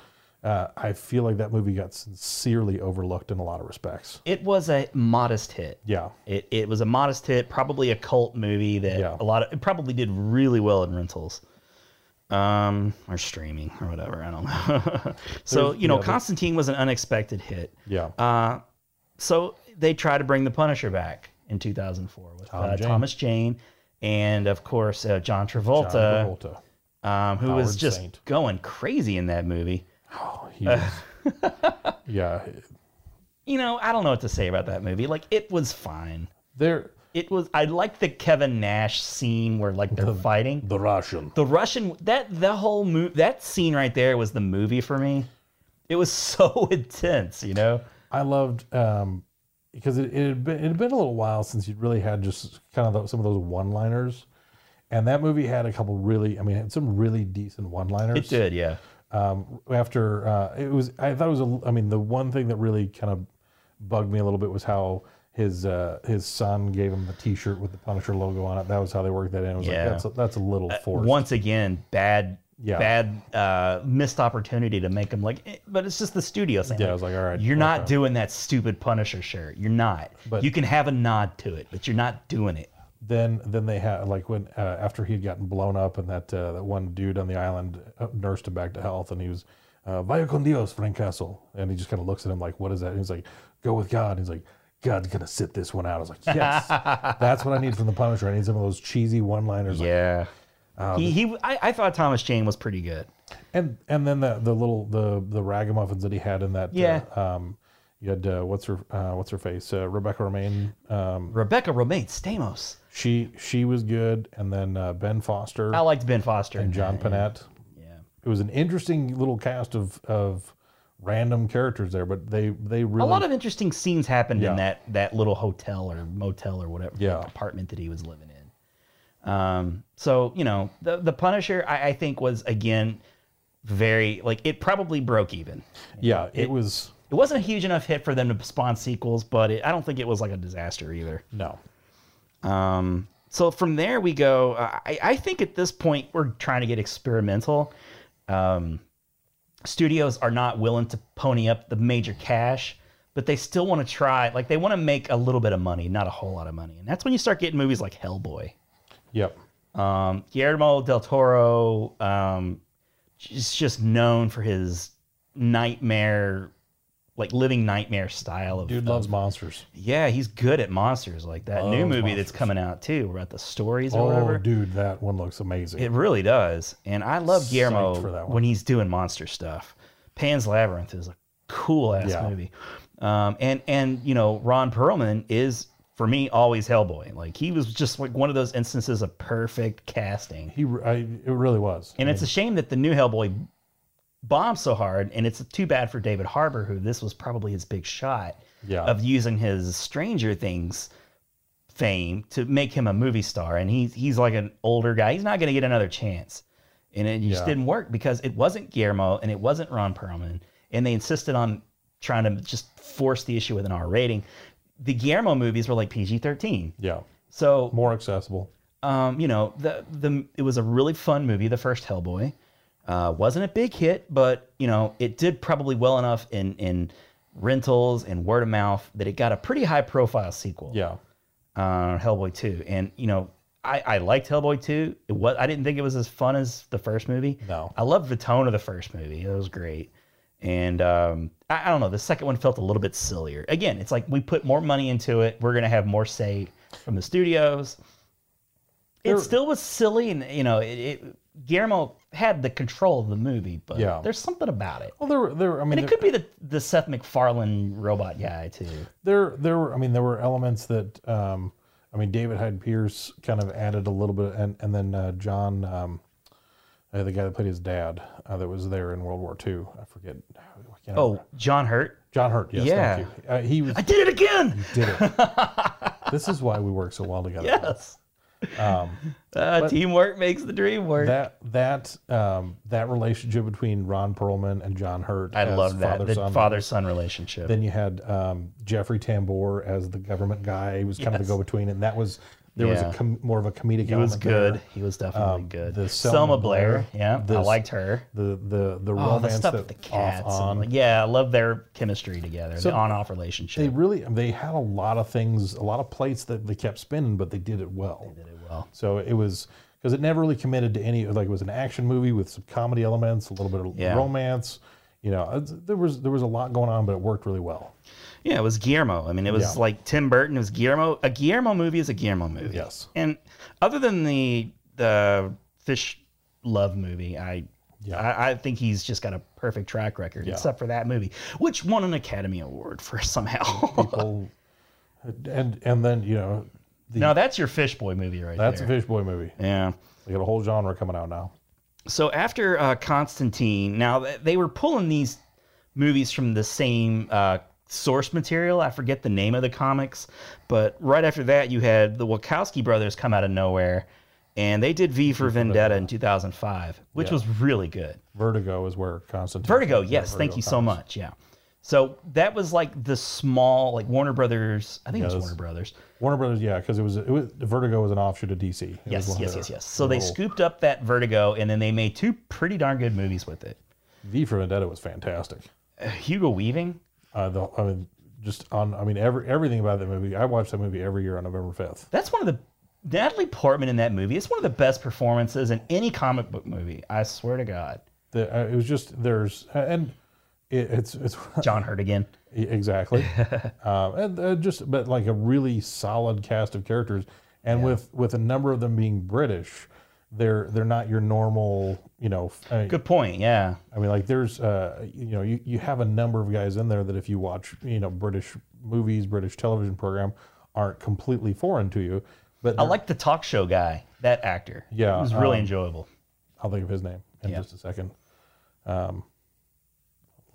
S1: uh, I feel like that movie got sincerely overlooked in a lot of respects.
S2: It was a modest hit.
S1: Yeah.
S2: It, it was a modest hit, probably a cult movie that a lot of it probably did really well in rentals. Um, or streaming or whatever. I don't know. so,
S1: There's-
S2: you know,
S1: yeah, there-
S2: Constantine was an unexpected hit.
S1: Yeah.
S2: Uh, so they tried to bring the Punisher back in 2004 with
S1: Tom
S2: uh,
S1: Jane.
S2: Thomas Jane and, of course, uh, John Travolta,
S1: Travolta.
S2: Um, who was
S1: Howard
S2: just
S1: Saint.
S2: going crazy in that movie.
S1: Oh, he yeah.
S2: You know, I don't know what to say about that movie. Like, it was fine.
S1: There,
S2: it was. I like the Kevin Nash scene where like they're fighting
S1: the Russian.
S2: The Russian that the whole movie that scene right there was the movie for me. It was so intense, you know.
S1: I loved um, because it, it had been it had been a little while since you'd really had just kind of those, some of those one liners, and that movie had a couple really I mean it had some really decent one liners.
S2: It did, yeah.
S1: Um, after uh, it was I thought it was a, I mean the one thing that really kind of bugged me a little bit was how. His uh, his son gave him a T-shirt with the Punisher logo on it. That was how they worked that in. It was
S2: Yeah. Uh,
S1: like that's a, that's a little forced.
S2: Once again, bad,
S1: Yeah.
S2: bad uh, missed opportunity to make him like. eh, But it's just the studio saying,
S1: Yeah, I was like, all right,
S2: you're not
S1: okay."
S2: doing that stupid Punisher shirt. You're not.
S1: But-
S2: you can have a nod to it, but you're not doing it.
S1: then then they had like when uh, after he had gotten blown up and that uh, that one dude on the island uh, nursed him back to health and he was uh, vaya con dios frank castle and he just kind of looks at him like what is that and he's like go with god and he's like god's gonna sit this one out i was like yes that's what i need from the punisher i need some of those cheesy one liners
S2: yeah
S1: um,
S2: he, he I, I thought Thomas Jane was pretty good.
S1: and and then the the little the the ragamuffins that he had in that uh,
S2: Yeah.
S1: um you had uh, what's her uh, what's her face uh, rebecca romaine um,
S2: rebecca romaine stamos
S1: she she was good and then uh, ben foster
S2: I liked Ben Foster
S1: and John Panette.
S2: Yeah.
S1: It was an interesting little cast of of random characters there, but they they really
S2: a lot of interesting scenes happened
S1: Yeah.
S2: in that that little hotel or motel or whatever
S1: Yeah.
S2: apartment that he was living in. Um, so you know, the the Punisher, I, I think, was again very like it probably broke even.
S1: yeah, it, was
S2: It wasn't a huge enough hit for them to spawn sequels, but it, I don't think it was like a disaster either.
S1: No.
S2: Um, so from there we go. uh, I, I think at this point we're trying to get experimental. Um, studios are not willing to pony up the major cash, but they still want to try. Like they want to make a little bit of money, not a whole lot of money, and that's when you start getting movies like Hellboy.
S1: Yep.
S2: Um, Guillermo del Toro um, is just known for his nightmare, like living nightmare style of
S1: dude
S2: of-
S1: loves monsters.
S2: yeah, he's good at monsters. Like that new
S1: Loves
S2: movie that's coming out too, about the stories or
S1: Oh,
S2: whatever.
S1: dude, that one looks amazing.
S2: It really does, and I love
S1: Psyched
S2: Guillermo
S1: for that one.
S2: when he's doing monster stuff. Pan's Labyrinth is a cool ass
S1: Yeah.
S2: movie, um, and and you know Ron Perlman is for me always Hellboy. Like he was just like one of those instances of perfect casting.
S1: He, I, it really was,
S2: and it's a shame that the new Hellboy bombed so hard, and it's too bad for David Harbour, who this was probably his big shot
S1: Yeah.
S2: of using his Stranger Things fame to make him a movie star, and he's he's like an older guy. He's not going to get another chance, and it just
S1: Yeah.
S2: didn't work because it wasn't Guillermo and it wasn't Ron Perlman, and they insisted on trying to just force the issue with an R rating. the Guillermo movies were like PG thirteen.
S1: Yeah.
S2: So
S1: more accessible.
S2: Um, you know, the the it was a really fun movie, the first Hellboy. Uh, wasn't a big hit, but you know, it did probably well enough in in rentals and word of mouth that it got a pretty high profile sequel.
S1: Yeah.
S2: Uh, Hellboy 2. And you know, I, I liked Hellboy 2. It was I didn't think it was as fun as the first movie.
S1: No.
S2: I loved the tone of the first movie. It was great. And um, I, I don't know, the second one felt a little bit sillier. Again, it's like we put more money into it. We're gonna have more say from the studios. It still was silly, and you know, it, it Guillermo had the control of the movie, but
S1: Yeah.
S2: there's something about it.
S1: Well, there, there. I mean,
S2: and it could be the, the Seth MacFarlane robot guy too.
S1: there there were I mean there were elements that um, I mean David Hyde Pierce kind of added a little bit and and then uh, John um, uh, the guy that played his dad uh, that was there in World War II I forget I can't
S2: Oh,
S1: remember.
S2: John Hurt.
S1: John Hurt yes
S2: Yeah.
S1: thank you uh, he was
S2: I did it again.
S1: did it this is why we work so well together
S2: Yes.
S1: um,
S2: Uh,
S1: But-
S2: teamwork makes the dream work.
S1: that that um, that relationship between Ron Perlman and John Hurt
S2: I
S1: as
S2: love that. The
S1: father-son.
S2: father son relationship.
S1: Then you had um, Jeffrey Tambor as the government guy. He was kind of
S2: Yes.
S1: the go-between, and that was there was
S2: Yeah.
S1: a com- more of a comedic.
S2: he was
S1: element
S2: good.
S1: there.
S2: He was definitely
S1: Um,
S2: good.
S1: the
S2: Selma, Blair. Yeah. I
S1: this-
S2: liked her.
S1: The the the
S2: Oh, the
S1: romance
S2: stuff
S1: that
S2: with the cats.
S1: off on.
S2: and like- yeah, I love their chemistry together,
S1: So-
S2: the on off relationship.
S1: They really they had a lot of things, a lot of plates that they kept spinning, but they did it well. They did it
S2: well.
S1: So it was because it never really committed to any like it was an action movie with some comedy elements, a little bit of
S2: Yeah.
S1: romance. You know, it's- there was there was a lot going on, but it worked really well.
S2: Yeah, it was Guillermo. I mean, it was
S1: Yeah.
S2: like Tim Burton. It was Guillermo. A Guillermo movie is a Guillermo movie.
S1: Yes.
S2: And other than the the fish love movie, I
S1: Yeah.
S2: I, I think he's just got a perfect track record,
S1: Yeah.
S2: except for that movie, which won an Academy Award for somehow.
S1: People, and and then you know, the,
S2: now that's your Fish Boy movie right
S1: that's
S2: there.
S1: a Fishboy movie.
S2: Yeah.
S1: They got a whole genre coming out now.
S2: So after uh, Constantine, now th- they were pulling these movies from the same uh, source material. I forget the name of the comics, but right after that, you had the Wachowski brothers come out of nowhere, and they did V for Vendetta in 2005, which
S1: Yeah.
S2: was really good.
S1: Vertigo is where Constantine.
S2: Vertigo,
S1: yeah,
S2: yes, thank
S1: Vertigo
S2: you so
S1: comes.
S2: much. Yeah. So that was like the small, like Warner Brothers. I think
S1: Yeah,
S2: it was
S1: that's-
S2: Warner Brothers.
S1: Warner Brothers, yeah, because it was it was Vertigo was an offshoot of DC. It was
S2: Yes,
S1: one of
S2: yes,
S1: their-
S2: yes, yes. So
S1: their
S2: they
S1: little-
S2: scooped up that Vertigo, and then they made two pretty darn good movies with it.
S1: V for Vendetta was fantastic.
S2: Uh, Hugo Weaving,
S1: Uh, the, I mean, just on, I mean, every everything about that movie. I watch that movie every year on November fifth.
S2: That's one of the Natalie Portman in that movie. It's one of the best performances in any comic book movie. I swear to God.
S1: The, uh, it was just there's and it, it's it's e,
S2: John Hurt again.
S1: exactly, um, and uh, just but like a really solid cast of characters, and with with a number of them being British, they're they're not your normal, you know. f- uh, I mean,
S2: Good point. Yeah.
S1: I mean, like there's, uh, you know, you, you have a number of guys in there that if you watch, you know, British movies, British television program, aren't completely foreign to you. But
S2: I
S1: they're-
S2: like the talk show guy, that actor.
S1: Yeah,
S2: It was really
S1: um,
S2: enjoyable.
S1: I'll think of his name in
S2: Yeah.
S1: just a second. Um,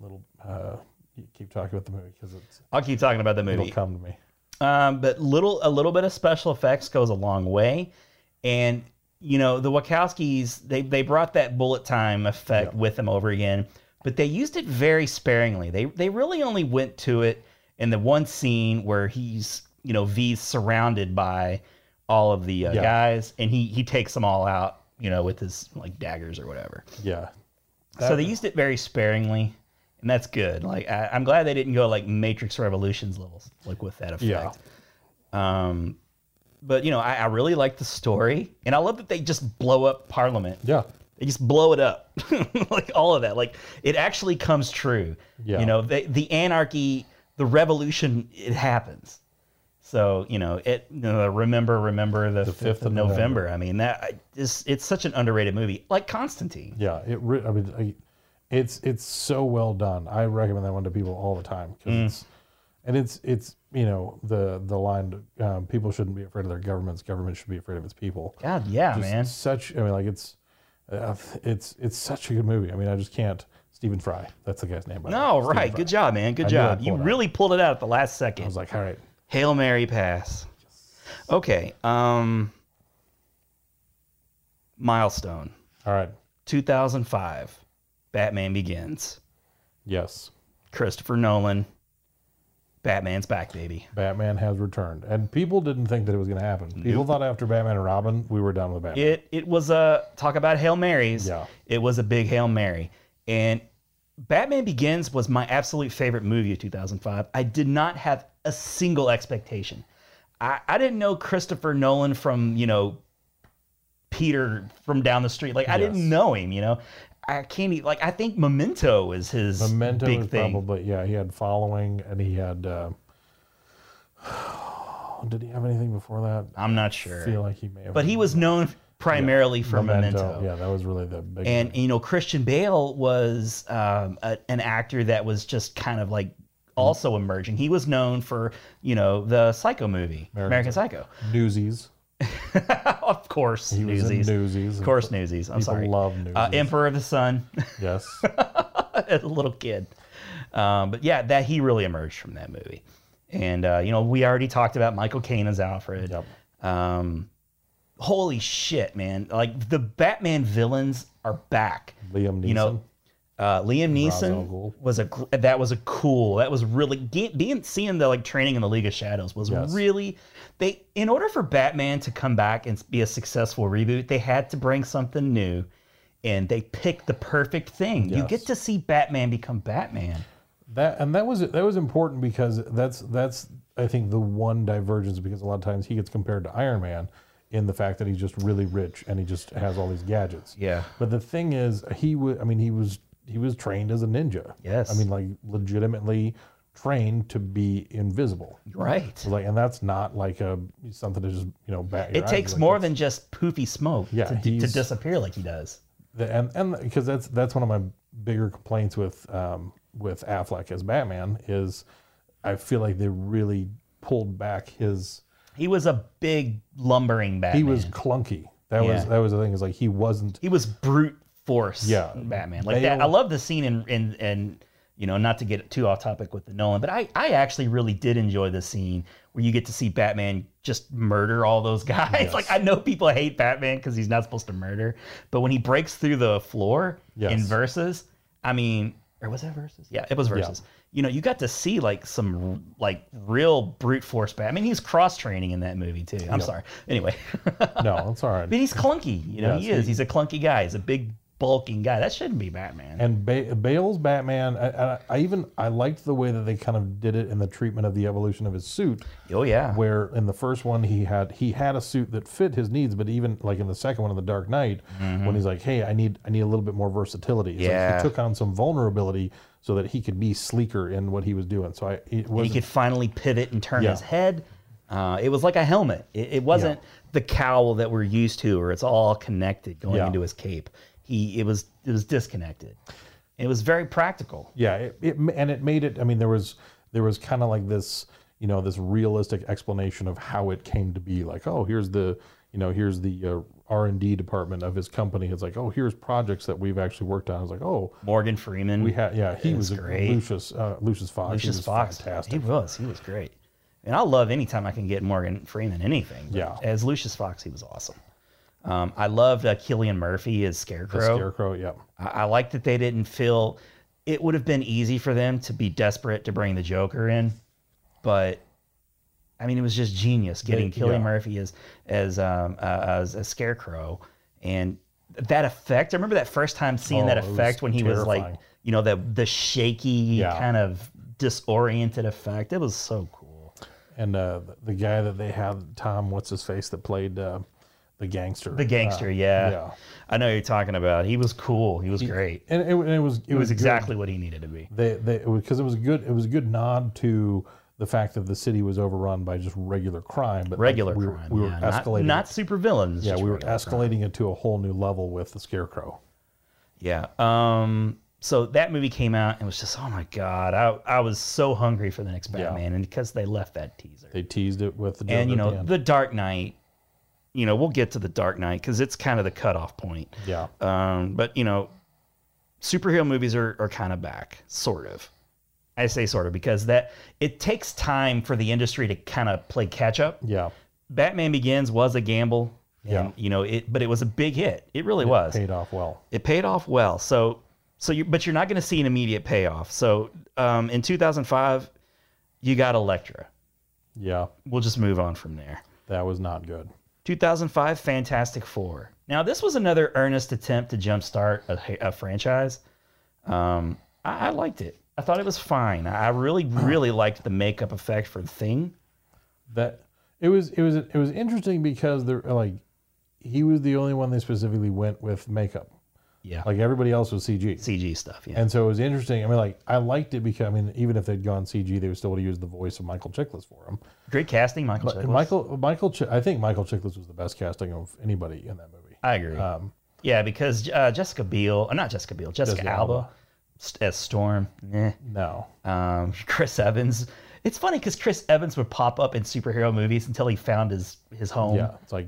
S1: little, uh, you keep talking about the movie because it's
S2: I'll keep talking about the
S1: it'll
S2: movie.
S1: come to me.
S2: Um, but little a little bit of special effects goes a long way. And you know, the Wachowskis, they they brought that bullet time effect with them over again, but they used it very sparingly. They they really only went to it in the one scene where he's, you know, V's surrounded by all of the uh,
S1: Yeah.
S2: guys and he he takes them all out, you know, with his like daggers or whatever.
S1: Yeah,
S2: so they used it very sparingly. And that's good. Like I, I'm glad they didn't go like Matrix Revolutions levels, like with that effect.
S1: yeah.
S2: Um, but you know, I, I really like the story, and I love that they just blow up Parliament.
S1: Yeah.
S2: They just blow it up, like all of that. Like it actually comes true.
S1: Yeah.
S2: You know, the the anarchy, the revolution, it happens. So you know, it you know, remember, remember the, fifth of November. I mean, that I- it's it's such an underrated movie, like Constantine.
S1: Yeah, it. Re- I mean, I, it's it's so well done. I recommend that one to people all the time 'cause
S2: Mm.
S1: it's, and it's it's you know the the line um, people shouldn't be afraid of their governments. Government should be afraid of its people.
S2: God, yeah,
S1: Just
S2: Oh, man.
S1: Such I mean, like it's uh, it's it's such a good movie. I mean, I just can't. Stephen Fry, that's the guy's name. By the way.
S2: No,
S1: Stephen
S2: right.
S1: Fry.
S2: Good job, man. Good
S1: I knew
S2: job.
S1: I'd
S2: You
S1: pull it out.
S2: really pulled it out at the last
S1: I
S2: second.
S1: was like, all right,
S2: Hail Mary pass. Okay. Um Milestone.
S1: all right,
S2: 2005. Batman Begins.
S1: yes,
S2: Christopher Nolan. Batman's back, baby.
S1: Batman has returned, and people didn't think that it was going to happen. People thought after Batman and Robin, we were done with Batman.
S2: It it was a talk about Hail Marys. Yeah. It was a big Hail Mary. And Batman Begins was my absolute favorite movie of 2005. I did not have a single expectation. I, I didn't know Christopher Nolan from, you know, Peter from down the street. Like I didn't know him, you know. I can't even like I think Memento is his
S1: Memento
S2: big
S1: was
S2: thing.
S1: probably yeah. He had following, and he had. Uh, did he have anything before that?
S2: I'm not sure.
S1: I feel like he may have.
S2: but he was known primarily for Memento.
S1: Yeah, that was really the big.
S2: And you know, Christian Bale was um, a, an actor that was just kind of like also emerging. He was known for you know the Psycho movie, American, Psycho.
S1: Newsies.
S2: of course,
S1: He was in
S2: Newsies.
S1: Newsies.
S2: Of course, Newsies. I'm
S1: People
S2: sorry.
S1: love
S2: Uh,
S1: Newsies.
S2: Emperor of the Sun.
S1: Yes.
S2: As a little kid. Um, but yeah, that he really emerged from that movie. And uh, you know, we already talked about Michael Caine as Alfred. Um, holy shit, man! Like the Batman villains are back.
S1: Liam
S2: You know, uh, Liam Neeson was a gr- that was a cool. That was really ge- being seeing the like training in the League of Shadows was
S1: Yes.
S2: really they. In order for Batman to come back and be a successful reboot, they had to bring something new, and they picked the perfect thing. You
S1: Yes.
S2: get to see Batman become Batman.
S1: That and that was that was important because that's that's I think the one divergence because a lot of times he gets compared to Iron Man in the fact that he's just really rich and he just has all these gadgets.
S2: Yeah.
S1: But the thing is, he was I mean he was he was trained as a ninja.
S2: Yes.
S1: I mean like legitimately trained to be invisible.
S2: Right.
S1: Like and that's not like a something to just you know bat. your
S2: It
S1: eyes.
S2: takes
S1: Like,
S2: more than just poofy smoke
S1: Yeah,
S2: to, to
S1: he's-
S2: disappear like he does.
S1: the, and and because that's that's one of my bigger complaints with um, with Affleck as Batman is I feel like they really pulled back his
S2: He was a big lumbering
S1: he
S2: Batman.
S1: was clunky that was
S2: Yeah.
S1: that was the thing is like he wasn't
S2: he was brute force.
S1: Yeah.
S2: Batman like
S1: They
S2: that. I
S1: all-
S2: love the scene in in and you know not to get too off topic with the Nolan, but I I actually really did enjoy the scene where you get to see Batman just murder all those guys. Like I know people hate Batman because he's not supposed to murder, but when he breaks through the floor in
S1: Yes.
S2: verses, I mean. Or was that versus? Yeah, it was
S1: Yeah.
S2: versus. You know, you got to see like some r- like real brute force. Batman. I mean, he's cross training in that movie too. I'm
S1: Yeah.
S2: sorry. Anyway,
S1: no it's all right
S2: but he's clunky. You know,
S1: Yes,
S2: he is.
S1: he-
S2: He's a clunky guy. He's a big, bulking guy. That shouldn't be Batman.
S1: and ba- Bale's Batman I, I, I even I liked the way that they kind of did it in the treatment of the evolution of his suit
S2: Oh yeah.
S1: where in the first one he had he had a suit that fit his needs, but even like in the second one in the Dark Knight, when he's like, "Hey, I need I need a little bit more versatility." It's
S2: Mm-hmm. Yeah.
S1: like he took on some vulnerability so that he could be sleeker in what he was doing. So I it
S2: And
S1: was
S2: he could finally pivot and turn
S1: Yeah.
S2: his head. Uh, it was like a helmet. It, it wasn't the cowl that we're used to, where it's all connected going
S1: Yeah.
S2: into his cape. He it was it was disconnected. It was very practical.
S1: yeah, it, it ma- and it made it. I mean, there was there was kind of like this you know this realistic explanation of how it came to be. Like, oh, here's the you know here's the uh, R and D department of his company. It's like, oh, here's projects that we've actually worked on. I was like, oh,
S2: Morgan Freeman.
S1: we had yeah, he
S2: is
S1: was, a
S2: great.
S1: Lucius uh, Lucius Fox. he
S2: Lucius
S1: was
S2: Fox.
S1: fantastic.
S2: He was. He was great. And I love anytime I can get Morgan Freeman anything. but
S1: Yeah.
S2: As Lucius Fox, he was awesome. Um, I loved uh, Killian Murphy as Scarecrow.
S1: The Scarecrow, yeah.
S2: I, I like that they didn't feel it would have been easy for them to be desperate to bring the Joker in, but I mean, it was just genius getting
S1: They-
S2: Killian
S1: yeah.
S2: Murphy as as um, uh, as a Scarecrow, and that effect. I remember that first time seeing
S1: Oh,
S2: that
S1: it was
S2: effect when he was
S1: terrifying.
S2: like, you know, the the shaky
S1: Yeah.
S2: kind of disoriented effect. It was so cool.
S1: And uh, the guy that they had, Tom, what's his face, that played uh, the gangster.
S2: The gangster,
S1: Uh,
S2: yeah.
S1: Yeah.
S2: I know who you're talking about. He was cool. He was great.
S1: Uh, And it, and it was it,
S2: It was
S1: good.
S2: exactly what he needed to be.
S1: they they because it was a good it was a good nod to the fact that the city was overrun by just regular crime, but like,
S2: Regular
S1: we were,
S2: crime.
S1: We were
S2: yeah, not-
S1: escalating.
S2: Not, super villains.
S1: yeah,
S2: just
S1: we were
S2: regular crime.
S1: escalating it to a whole new level with the scarecrow.
S2: Yeah. Um. So that movie came out and was just, oh my god, I I was so hungry for the next Batman, and because they left that teaser,
S1: They teased it with the Joker
S2: and you
S1: at
S2: know,
S1: the end.
S2: the Dark Knight. You know, we'll get to the Dark Knight because it's kind of the cutoff point.
S1: yeah,
S2: Um. But you know, superhero movies are are kind of back, sort of. I say sort of because that it takes time for the industry to kind of play catch up.
S1: yeah,
S2: Batman Begins was a gamble. And,
S1: Yeah.
S2: You know it, but it was a big hit. It really was
S1: paid off well.
S2: it paid off well. So so you but you're not going to see an immediate payoff. So um, in 2005, you got Elektra.
S1: Yeah.
S2: We'll just move on from there.
S1: That was not good.
S2: 2005 Fantastic Four. Now, this was another earnest attempt to jumpstart a, a franchise. Um, I, I liked it. I thought it was fine. I really, really liked the makeup effect for the thing.
S1: That it was it was it was interesting because they're like he was the only one they specifically went with makeup.
S2: Yeah.
S1: Like everybody else was CG.
S2: CG stuff, yeah.
S1: And so it was interesting. I mean, like I liked it because I mean, even if they'd gone CG, they would still use the voice of Michael Chiklis for him.
S2: Great casting, Michael
S1: But
S2: Chiklis.
S1: Michael Michael Ch- I think Michael Chiklis was the best casting of anybody in that movie.
S2: I agree.
S1: Um,
S2: yeah, because uh, Jessica Biel, uh, not Jessica Biel, Jessica,
S1: Jessica
S2: Alba,
S1: Alba.
S2: st- as Storm. eh.
S1: No.
S2: Um, Chris Evans. It's funny because Chris Evans would pop up in superhero movies until he found his his home.
S1: Yeah, it's like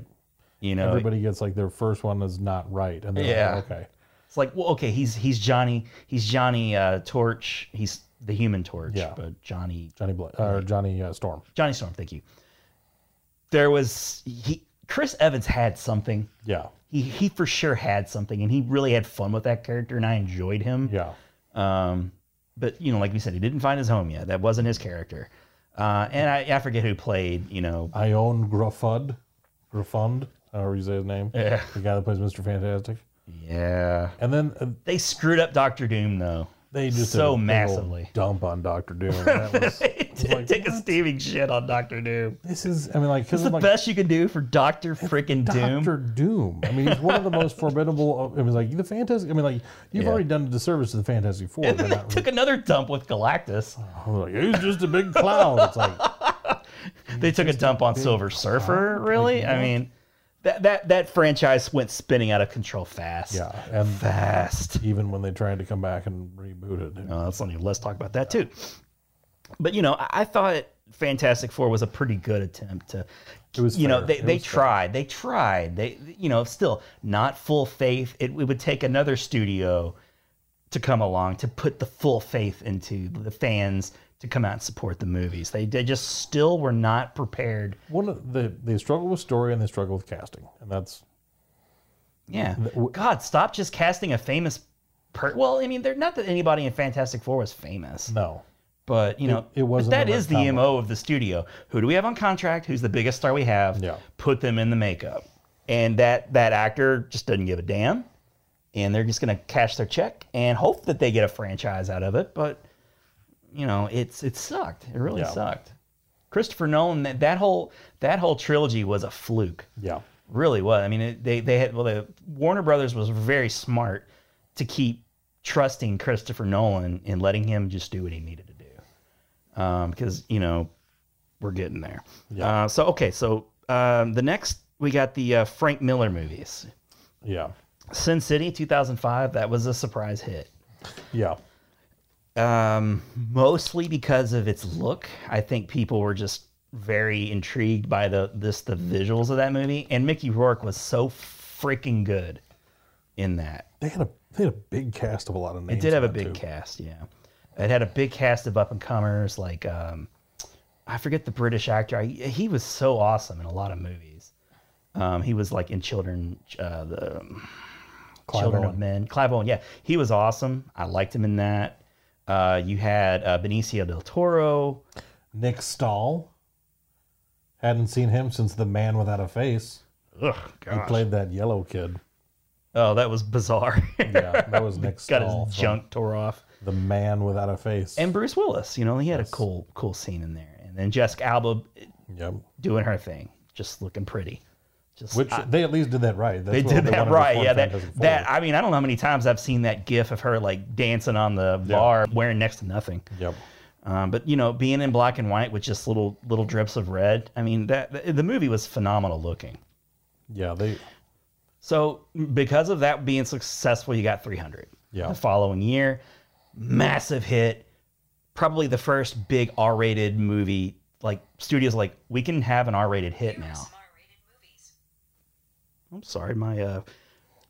S2: you know,
S1: everybody gets like their first one is not right, and they're
S2: Yeah.
S1: like, okay,
S2: It's like, well, okay, he's he's Johnny, he's Johnny uh, Torch, he's the Human Torch,
S1: Yeah.
S2: but Johnny
S1: Johnny Bla- or Johnny uh, Storm.
S2: Johnny Storm. Thank you. There was he Chris Evans had something.
S1: Yeah,
S2: He he for sure had something, and he really had fun with that character, and I enjoyed him.
S1: yeah.
S2: Um, but you know, like we said, he didn't find his home yet. That wasn't his character. Uh, and I, I forget who played. You know,
S1: Ion Gruffudd, Gruffund, however you say his name.
S2: Yeah.
S1: the guy that plays Mister Fantastic.
S2: yeah.
S1: And then uh,
S2: They screwed up Doctor Doom though.
S1: they just did a big
S2: so
S1: old
S2: massively.
S1: dump on Doctor Doom. and That was,
S2: Take a steaming shit on Doctor Doom.
S1: this is, I mean, like,
S2: It's
S1: because
S2: the
S1: like,
S2: best you can do for Doctor Freaking Doom.
S1: Doctor Doom. I mean, he's one of the most formidable. I mean, like the Fantastic. I mean, like you've
S2: Yeah.
S1: already done a disservice to the Fantastic Four.
S2: And then
S1: by
S2: they
S1: not
S2: took another dump with Galactus.
S1: Like, he's just a big clown. It's like
S2: They took a dump on Silver Surfer. Really? I mean, that that that franchise went spinning out of control fast.
S1: yeah, and
S2: fast.
S1: even when they tried to come back and reboot it,
S2: No, Uh, that's on you. Let's talk about that too. But you know, I, I thought Fantastic Four was a pretty good attempt to.
S1: It was
S2: you know
S1: fair.
S2: they,
S1: It
S2: they
S1: was fair.
S2: tried they tried they you know still not full faith it, it would take another studio to come along to put the full faith into the fans to come out and support the movies they, they just still were not prepared
S1: one of the they struggle with story and they struggle with casting, and that's
S2: yeah
S1: w-
S2: god stop just casting a famous per well i mean they're not that anybody in fantastic four was famous
S1: no.
S2: But you know,
S1: it wasn't
S2: But that
S1: the right
S2: is the
S1: combo.
S2: mo of the studio. Who do we have on contract? Who's the biggest star we have?
S1: Yeah.
S2: Put them in the makeup, and that that actor just doesn't give a damn, and they're just gonna cash their check and hope that they get a franchise out of it. But you know, it's it sucked. It really
S1: Yeah.
S2: sucked. Christopher Nolan, that, that whole that whole trilogy was a fluke
S1: Yeah,
S2: really was. I mean, it, they they had well, the Warner Brothers was very smart to keep trusting Christopher Nolan and letting him just do what he needed to do, because you know we're getting there.
S1: Yeah.
S2: Uh, so okay, so um, the next we got the uh, Frank Miller movies,
S1: yeah,
S2: Sin City, two thousand five. That was a surprise hit.
S1: yeah.
S2: Um, mostly because of its look. I think people were just very intrigued by the this the visuals of that movie, and Mickey Rourke was so freaking good in that.
S1: They had a they had a big cast of a lot of names.
S2: It did have a
S1: in that,
S2: big
S1: too.
S2: cast, yeah. It had a big cast of up and comers, like um, I forget the British actor. I, he was so awesome in a lot of movies. Um, he was like in Children, uh, the um,
S1: Clive
S2: Children of
S1: Owen.
S2: Men. Clive Owen, yeah, he was awesome. I liked him in that. Uh, you had uh, Benicio del Toro.
S1: Nick Stahl. Hadn't seen him since The Man Without a Face.
S2: Ugh,
S1: He played that yellow kid.
S2: Oh, that was bizarre.
S1: Yeah, that was Nick
S2: Got
S1: Stahl.
S2: his
S1: from
S2: junk tore off.
S1: The Man Without a Face.
S2: And Bruce Willis, you know, he had a cool, cool scene in there. And then Jessica Alba
S1: yep.
S2: doing her thing, just looking pretty. Just
S1: Which
S2: I-
S1: they at least did that right. That's
S2: they
S1: what
S2: did that
S1: wanted
S2: right.
S1: for
S2: Yeah,
S1: Fantastic
S2: that
S1: Four.
S2: that I mean, I don't know how many times I've seen that GIF of her like dancing on the bar, wearing next to nothing.
S1: Yep.
S2: Um, but you know, being in black and white with just little little drips of red. I mean, that the, the movie was phenomenal looking.
S1: Yeah, they.
S2: So because of that being successful, you got 300.
S1: Yeah.
S2: The following year, massive hit, probably the first big R-rated movie. Like studios, like we can have an R-rated hit now. I'm sorry, my uh,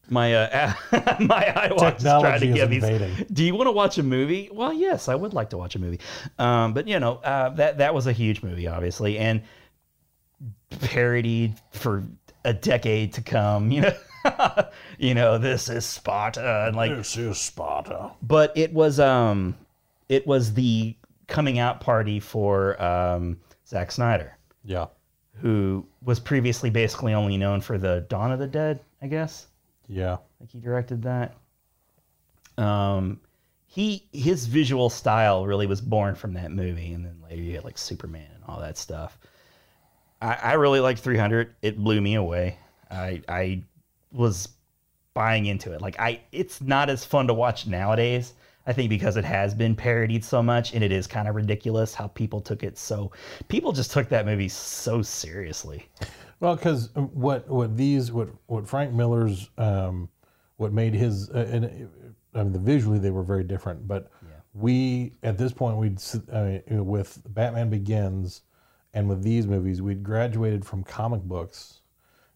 S2: my uh, my iWatch is trying
S1: Technology
S2: to
S1: is
S2: give me.
S1: invading.
S2: Do you want to watch a movie? Well, yes, I would like to watch a movie. Um, but you know, uh, that that was a huge movie, obviously, and parodied for a decade to come. You know, you know, this is Sparta, and like
S1: This is Sparta.
S2: but it was um it was the coming out party for um, Zack Snyder.
S1: Yeah.
S2: Who was previously basically only known for the Dawn of the Dead, I guess.
S1: Yeah.
S2: Like he directed that. Um, he his visual style really was born from that movie, and then later you had like Superman and all that stuff. I, I really liked 300. It blew me away. I I was buying into it. Like I, it's not as fun to watch nowadays. I think because it has been parodied so much, and it is kind of ridiculous how people took it so. People just took that movie so seriously.
S1: Well, because what what these what what Frank Miller's um, what made his uh, and it- I mean the visually they were very different, but we at this point we'd s- I mean, with Batman Begins and with these movies we'd graduated from comic books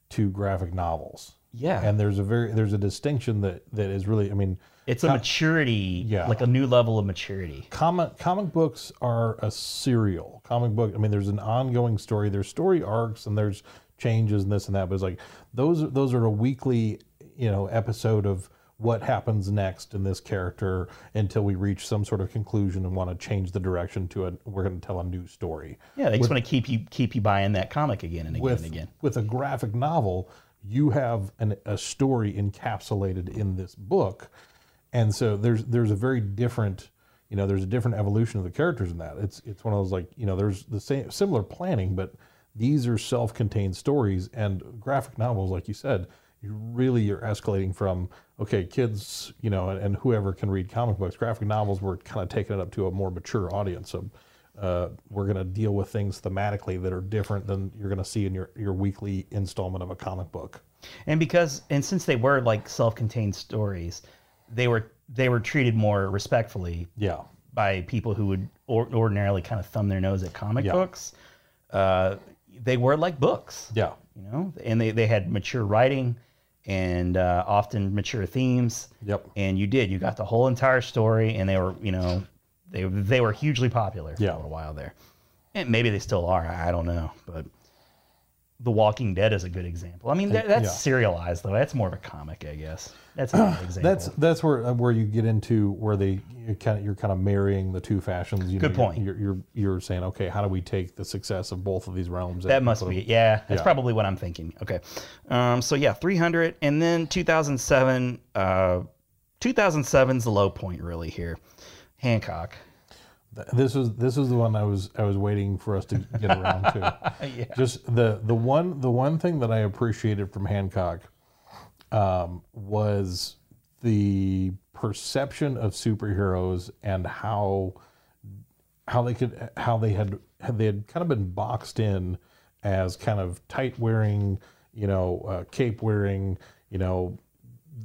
S1: to graphic novels.
S2: Yeah.
S1: and there's a very there's a distinction that that is really I mean
S2: It's a
S1: co-
S2: maturity,
S1: Yeah.
S2: like a new level of maturity.
S1: comic comic books are a serial comic book i mean there's an ongoing story there's story arcs and there's changes and this and that but it's like those those are a weekly you know episode of what happens next in this character until we reach some sort of conclusion and want to change the direction to it we're going to tell a new story
S2: Yeah, they
S1: With-
S2: just want to keep you keep you buying that comic again and again
S1: with,
S2: and again.
S1: With a graphic novel, you have an, a story encapsulated in this book, and so there's there's a very different, you know, there's a different evolution of the characters in that. It's it's one of those like you know, there's the same similar planning, but these are self-contained stories and graphic novels, like you said. You really you're escalating from okay, kids, you know, and, and whoever can read comic books. Graphic novels were kind of taking it up to a more mature audience. So uh, we're going to deal with things thematically that are different than you're going to see in your, your weekly installment of a comic book.
S2: And because and since they were like self-contained stories, they were they were treated more respectfully.
S1: Yeah.
S2: By people who would or, ordinarily kind of thumb their nose at comic
S1: Yeah.
S2: books. Uh, they were like books.
S1: Yeah.
S2: You know, and they, they had mature writing and uh, often mature themes.
S1: Yep.
S2: And you did. You got the whole entire story, and they were, you know, they they were hugely popular
S1: Yeah.
S2: for a little while there. And maybe they still are. I I don't know. But The Walking Dead is a good example. I mean, that, that's
S1: Yeah.
S2: serialized though. That's more of a comic, I guess. That's an example.
S1: That's that's where uh, where you get into where they you kind of you're kind of marrying the two fashions. You
S2: Good
S1: know,
S2: point.
S1: You're, you're you're you're saying okay, how do we take the success of both of these realms?
S2: that
S1: and
S2: must
S1: put
S2: be.
S1: them-
S2: it. Yeah, that's
S1: Yeah.
S2: probably what I'm thinking. Okay. Um, so yeah, 300, and then 2007. Uh, 2007's the low point really here. Hancock.
S1: Th- This was this was the one I was I was waiting for us to get around to.
S2: Yeah.
S1: Just the the one the one thing that I appreciated from Hancock um, was the perception of superheroes and how how they could how they had had they had kind of been boxed in as kind of tight wearing you know uh, cape wearing you know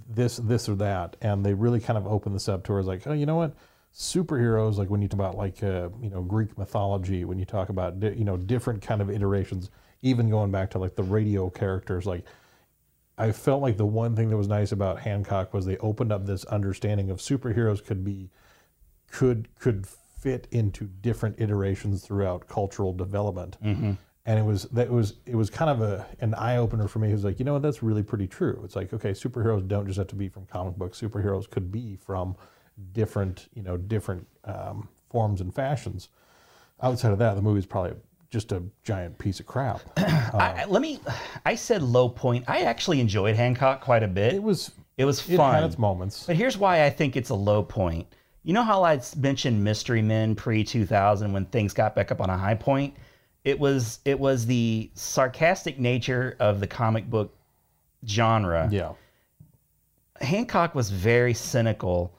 S1: this this or that and they really kind of opened this up towards like oh you know what superheroes like when you talk about like uh, you know greek mythology when you talk about di- you know different kind of iterations even going back to like the radio characters like I felt like the one thing that was nice about Hancock was they opened up this understanding of superheroes could be could could fit into different iterations throughout cultural development. And it was that was it was kind of a an eye opener for me. It was like, you know what, that's really pretty true. It's like, okay, superheroes don't just have to be from comic books. Superheroes could be from different, you know, different um, forms and fashions. Outside of that, the movie's probably just a giant piece of crap. Uh.
S2: I, I- let me. I said low point. I actually enjoyed Hancock quite a bit. It
S1: was.
S2: It was
S1: it
S2: fun.
S1: had its moments.
S2: But here's why I think it's a low point. You know how I mentioned Mystery Men pre 2000 when things got back up on a high point. It was it was the sarcastic nature of the comic book genre.
S1: Yeah.
S2: Hancock was very cynical,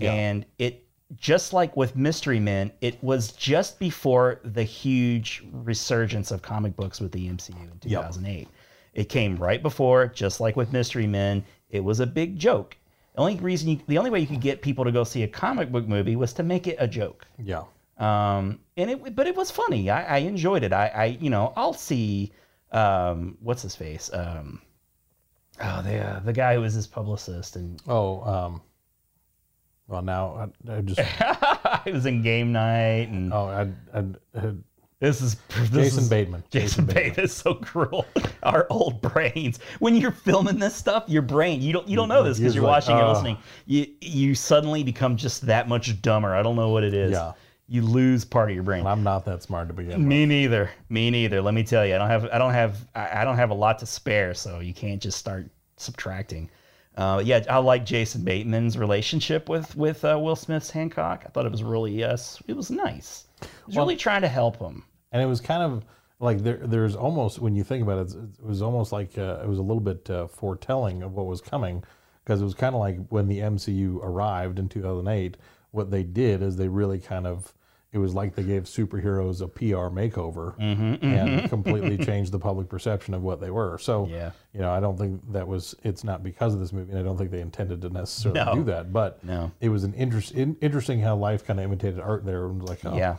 S2: and it just like with Mystery Men, it was just before the huge resurgence of comic books with the MCU in 2008. It came right before, just like with Mystery Men, it was a big joke. The only reason, you, the only way you could get people to go see a comic book movie was to make it a joke.
S1: Yeah.
S2: Um, and it, but it was funny. I, I enjoyed it. I, I, you know, I'll see, um, what's his face? Um, oh, the uh, the guy who was his publicist and
S1: oh, um, well now I, I just
S2: I was in game night and
S1: oh, I, I,
S2: this is this
S1: Jason
S2: is-
S1: Bateman.
S2: Jason, Bateman. is so cruel. Our old brains. When you're filming this stuff, your brain you don't you don't know this because
S1: You're
S2: you're
S1: like, uh.
S2: watching and
S1: "Oh."
S2: listening. You you suddenly become just that much dumber. I don't know what it is.
S1: Yeah.
S2: you lose part of your brain.
S1: I'm not that smart to begin with.
S2: Me neither. Me neither. Let me tell you, I don't have I don't have I I don't have a lot to spare, so you can't just start subtracting. Uh, yeah, I like Jason Bateman's relationship with with uh, Will Smith's Hancock. I thought it was really yes, it was nice. He was really trying to help him.
S1: and it was kind of like there there's almost when you think about it it's- it was almost like uh, it was a little bit uh, foretelling of what was coming because it was kind of like when the MCU arrived in 2008 what they did is they really kind of it was like they gave superheroes a PR makeover
S2: mhm.
S1: and completely changed the public perception of what they were. So,
S2: Yeah.
S1: you know, I don't think that was it's not because of this movie and I don't think they intended to necessarily
S2: No.
S1: do that, but
S2: No.
S1: it was an interest in, interesting how life kind of imitated art there and was like, oh,
S2: Yeah.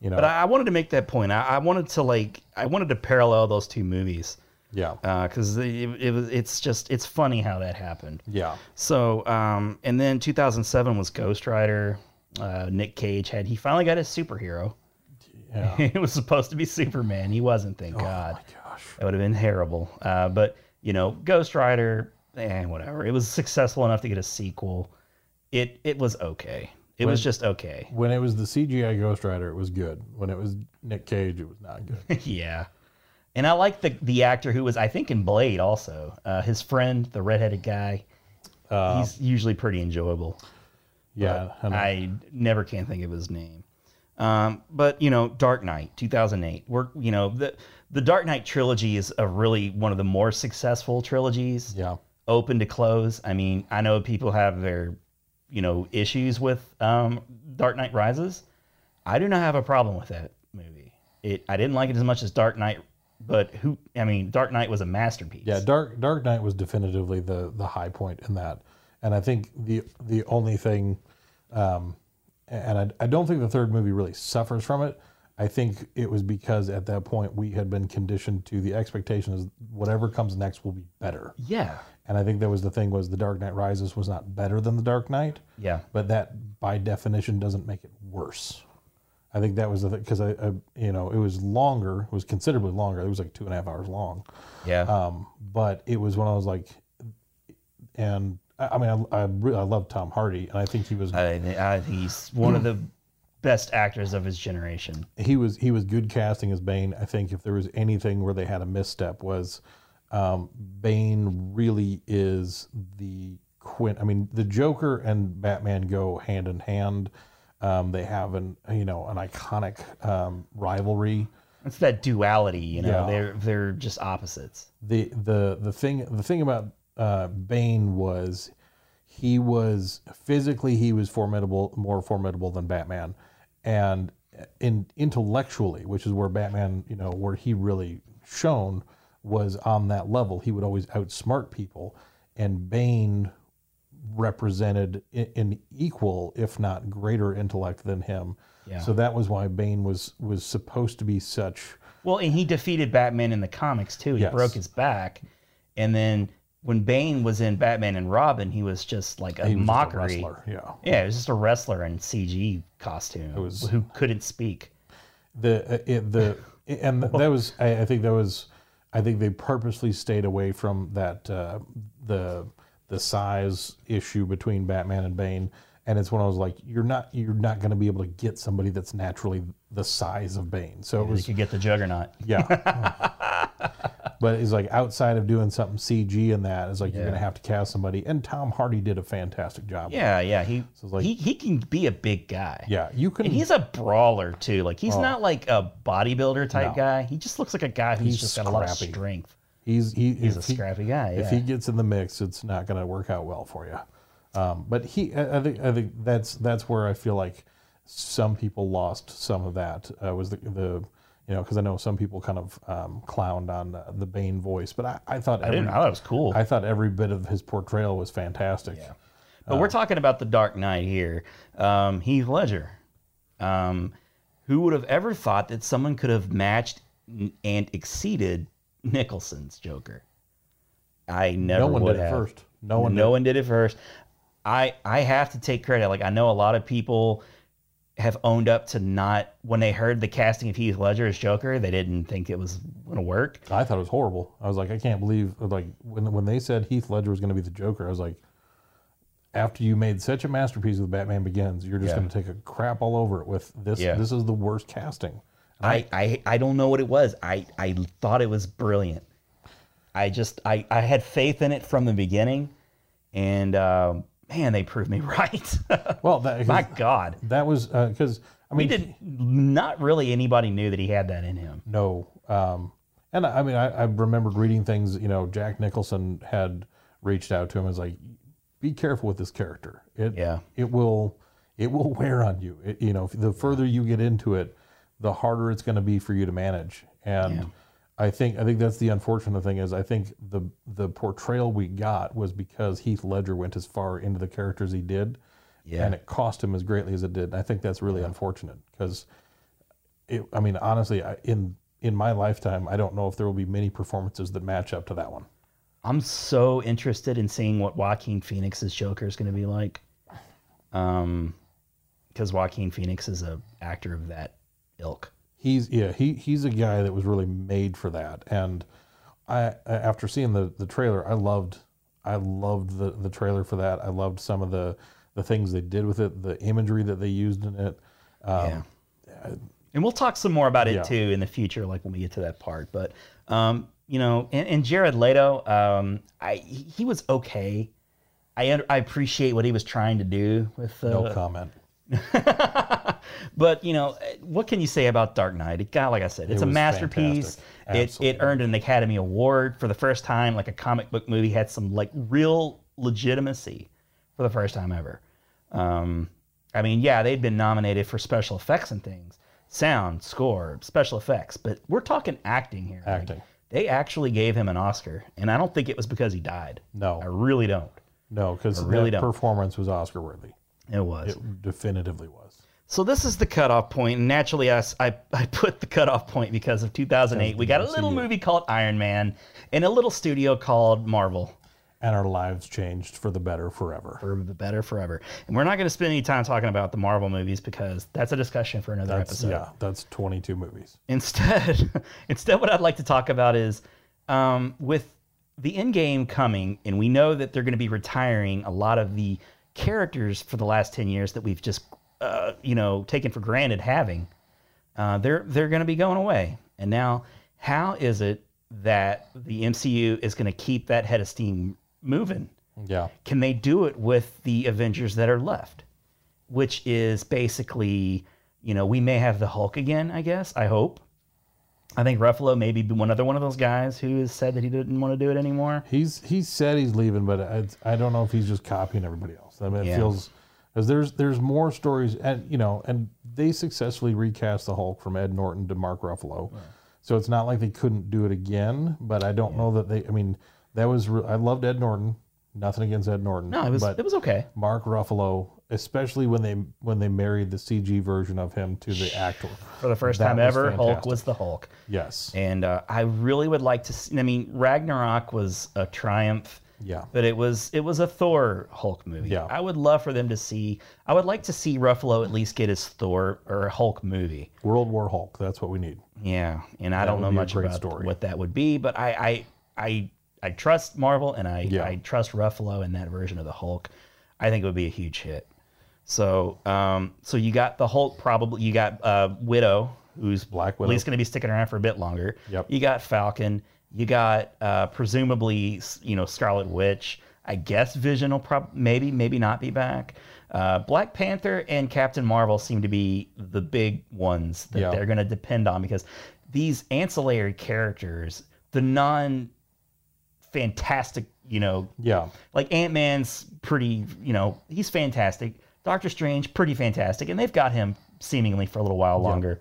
S1: you know.
S2: But I, I wanted to make that point. I, I wanted to like I wanted to parallel those two movies.
S1: Yeah.
S2: Because it, it was it's just it's funny how that happened.
S1: yeah.
S2: So um, and then 2007 was Ghost Rider. Uh, Nick Cage had he finally got his superhero.
S1: Yeah. Oh
S2: it was supposed to be Superman. He wasn't. Thank God. That would have been terrible. Uh, but you know, Ghost Rider and whatever. It was successful enough to get a sequel. It it was okay. It was
S1: When-
S2: just okay.
S1: When it was the CGI Ghost Rider, it was good. When it was Nick Cage, it was not good.
S2: yeah. And I like the the actor who was, I think, in Blade also. Uh, his friend, the redheaded guy.
S1: Uh,
S2: he's usually pretty enjoyable.
S1: Yeah,
S2: But I, never can think of his name. Um, but you know, Dark Knight, two thousand eight. We're you know the the Dark Knight trilogy is a really one of the more successful trilogies.
S1: Yeah.
S2: Open to close. I mean, I know people have their you know issues with um, Dark Knight Rises. I do not have a problem with that movie. It I didn't like it as much as Dark Knight, but who I mean, Dark Knight was a masterpiece.
S1: Yeah, Dark Dark Knight was definitively the the high point in that, and I think the the only thing, um, and I, I don't think the third movie really suffers from it. I think it was because at that point we had been conditioned to the expectation is whatever comes next will be better.
S2: Yeah.
S1: And I think that was the thing was the Dark Knight Rises was not better than the Dark Knight.
S2: Yeah.
S1: But that by definition doesn't make it worse. I think that was the thing because I, I, you know, it was longer. It was considerably longer. It was like two and a half hours long.
S2: Yeah.
S1: Um, but it was when I was like, and I, I mean, I I, really, I love Tom Hardy, and I think he was
S2: I, thi- I think he's one
S1: hmm.
S2: of the best actors of his generation.
S1: he was he was good casting as Bane. I think if there was anything where they had a misstep was um, Bane really is the quint. I mean, the Joker and Batman go hand in hand. Um, they have an you know an iconic um, rivalry.
S2: It's that duality, you know.
S1: Yeah.
S2: They're they're just opposites.
S1: the the the thing the thing about uh, Bane was he was physically he was formidable more formidable than Batman, and uh, in intellectually, which is where Batman you know where he really shone was on that level. He would always outsmart people, and Bane represented i- an equal, if not greater, intellect than him.
S2: Yeah.
S1: So that was why Bane was was supposed to be such.
S2: Well, and he defeated Batman in the comics too. He
S1: Yes.
S2: broke his back, and then when Bane was in Batman and Robin, he was just like a
S1: He was just a
S2: mockery.
S1: wrestler, yeah.
S2: yeah, he was just a wrestler in CG costume
S1: was-
S2: who couldn't speak.
S1: the uh, it, the and that was I, I think that was I think they purposely stayed away from that uh, the the size issue between Batman and Bane and it's when I was like you're not you're not going to be able to get somebody that's naturally the size of Bane so it
S2: You
S1: was
S2: could get the Juggernaut.
S1: yeah but it's like outside of doing something CG and that it's like you're
S2: Yeah.
S1: going to have to cast somebody and Tom Hardy did a fantastic job
S2: Yeah, yeah. He
S1: like-
S2: he he can be a big guy.
S1: yeah you can
S2: And he's a brawler too. Like he's not like a bodybuilder type
S1: No.
S2: guy. He just looks like a guy who's
S1: He's
S2: just got a lot of
S1: scrappy.
S2: strength.
S1: He's he,
S2: He's
S1: if
S2: a scrappy guy,
S1: If
S2: yeah.
S1: he gets in the mix, it's not going to work out well for you. Um, but he, I, I think, I think that's that's where I feel like some people lost some of that uh, was the the you know because I know some people kind of um, clowned on uh, the Bane voice, but I, I thought
S2: I didn't. I thought it was cool.
S1: I thought every bit of his portrayal was fantastic.
S2: But
S1: Uh.
S2: we're talking about the Dark Knight here. Um, Heath Ledger. Um, who would have ever thought that someone could have matched n- and exceeded Nicholson's Joker? I never
S1: no one
S2: would
S1: did
S2: have.
S1: it first. No one.
S2: no one did it first. I I have to take credit. Like I know a lot of people have owned up to not when they heard the casting of Heath Ledger as Joker, they didn't think it was going to work.
S1: I thought it was horrible. I was like, I can't believe like when when they said Heath Ledger was going to be the Joker. I was like, after you made such a masterpiece with Batman Begins, you're just
S2: Yeah.
S1: going to take a crap all over it with this.
S2: Yeah.
S1: This is the worst casting.
S2: I, I I don't know what it was. I I thought it was brilliant. I just I I had faith in it from the beginning, and um, man, they proved me right.
S1: well, that,
S2: my God,
S1: that was because I
S2: mean, didn't not really anybody knew that he had that in him.
S1: No. Um, and I, I mean, I, I remembered reading things, you know, Jack Nicholson had reached out to him and was like, be careful with this character. It, yeah. It will, it will wear on you. It, you know, if- the further you get into it, the harder it's going to be for you to manage. And I think, I think that's the unfortunate thing is I think the, the portrayal we got was because Heath Ledger went as far into the characters he did.
S2: Yeah.
S1: And it cost him as greatly as it did. And I think that's really unfortunate because it, I mean, honestly, I, in in my lifetime, I don't know if there will be many performances that match up to that one.
S2: I'm so interested in seeing what Joaquin Phoenix's Joker is going to be like, um, because Joaquin Phoenix is a actor of that ilk.
S1: He's yeah, he he's a guy that was really made for that. And I a- after seeing the the trailer, I loved I loved the the trailer for that. I loved some of the the things they did with it, the imagery that they used in it. Um,
S2: Yeah. and we'll talk some more about it
S1: Yeah.
S2: too in the future, like when we get to that part. But um, you know, and, and Jared Leto, um, I he he was okay. I un- I appreciate what he was trying to do with uh,
S1: No comment.
S2: But you know, what can you say about Dark Knight? It got like I said,
S1: It
S2: it's a
S1: was
S2: masterpiece.
S1: fantastic.
S2: It, it earned an Academy Award for the first time. Like a comic book movie had some like real legitimacy for the first time ever. Um, I mean, yeah, they'd been nominated for special effects and things, sound, score, special effects, but we're talking acting here. Acting. they actually gave him an Oscar, and I don't think it was because he died.
S1: No,
S2: I really don't.
S1: No, because
S2: I really
S1: that
S2: don't.
S1: performance was Oscar worthy.
S2: It was.
S1: It definitively was.
S2: So this is the cutoff point, and naturally, I, s- I- I put the cutoff point because of 2008. We got a little movie called Iron Man and a little studio called Marvel.
S1: And our lives changed for the better forever.
S2: For the better forever. And we're not going to spend any time talking about the Marvel movies because that's a discussion for another
S1: That's
S2: episode.
S1: yeah, that's twenty two movies.
S2: Instead, instead, what I'd like to talk about is um, with the end game coming, and we know that they're going to be retiring a lot of the characters for the last ten years that we've just uh, you know taken for granted having. Uh, they're they're going to be going away, and now how is it that the MCU is going to keep that head of steam moving?
S1: Yeah.
S2: Can they do it with the Avengers that are left? Which is basically, you know, we may have the Hulk again, I guess. I hope. I think Ruffalo may be one other one of those guys who has said that he didn't want to do it anymore.
S1: He's he said he's leaving, but I, I don't know if he's just copying everybody else. I mean, it
S2: Yeah.
S1: feels because there's there's more stories, and you know, and they successfully recast the Hulk from Ed Norton to Mark Ruffalo, so it's not like they couldn't do it again. But I don't know that they. I mean, that was re- I loved Ed Norton. Nothing against Ed Norton.
S2: No, it was-
S1: but
S2: it was okay.
S1: Mark Ruffalo, especially when they when they married the CG version of him to the actor
S2: For the first
S1: That
S2: time
S1: was
S2: ever, Hulk
S1: fantastic.
S2: was the Hulk.
S1: Yes.
S2: And uh, I really would like to see I mean, Ragnarok was a triumph.
S1: Yeah.
S2: But it was it was a Thor Hulk movie.
S1: Yeah.
S2: I would love for them to see I would like to see Ruffalo at least get his Thor or Hulk movie.
S1: World War Hulk. That's what we need.
S2: Yeah, and I
S1: That
S2: don't
S1: would
S2: know
S1: be a
S2: much
S1: great
S2: about
S1: story.
S2: what that would be, but I I I, I trust Marvel and I,
S1: Yeah.
S2: I trust Ruffalo in that version of the Hulk. I think it would be a huge hit. So um so you got the Hulk probably you got uh Widow who's
S1: Black
S2: at
S1: Widow.
S2: least going to be sticking around for a bit longer.
S1: Yep.
S2: You got Falcon. You got uh presumably s- you know Scarlet Witch. I guess Vision will probably maybe maybe not be back. Uh, Black Panther and Captain Marvel seem to be the big ones that
S1: Yeah.
S2: they're going to depend on because these ancillary characters, the non fantastic, you know,
S1: Yeah.
S2: like Ant Man's pretty, you know, he's fantastic. Doctor Strange, pretty fantastic, and they've got him seemingly for a little while longer.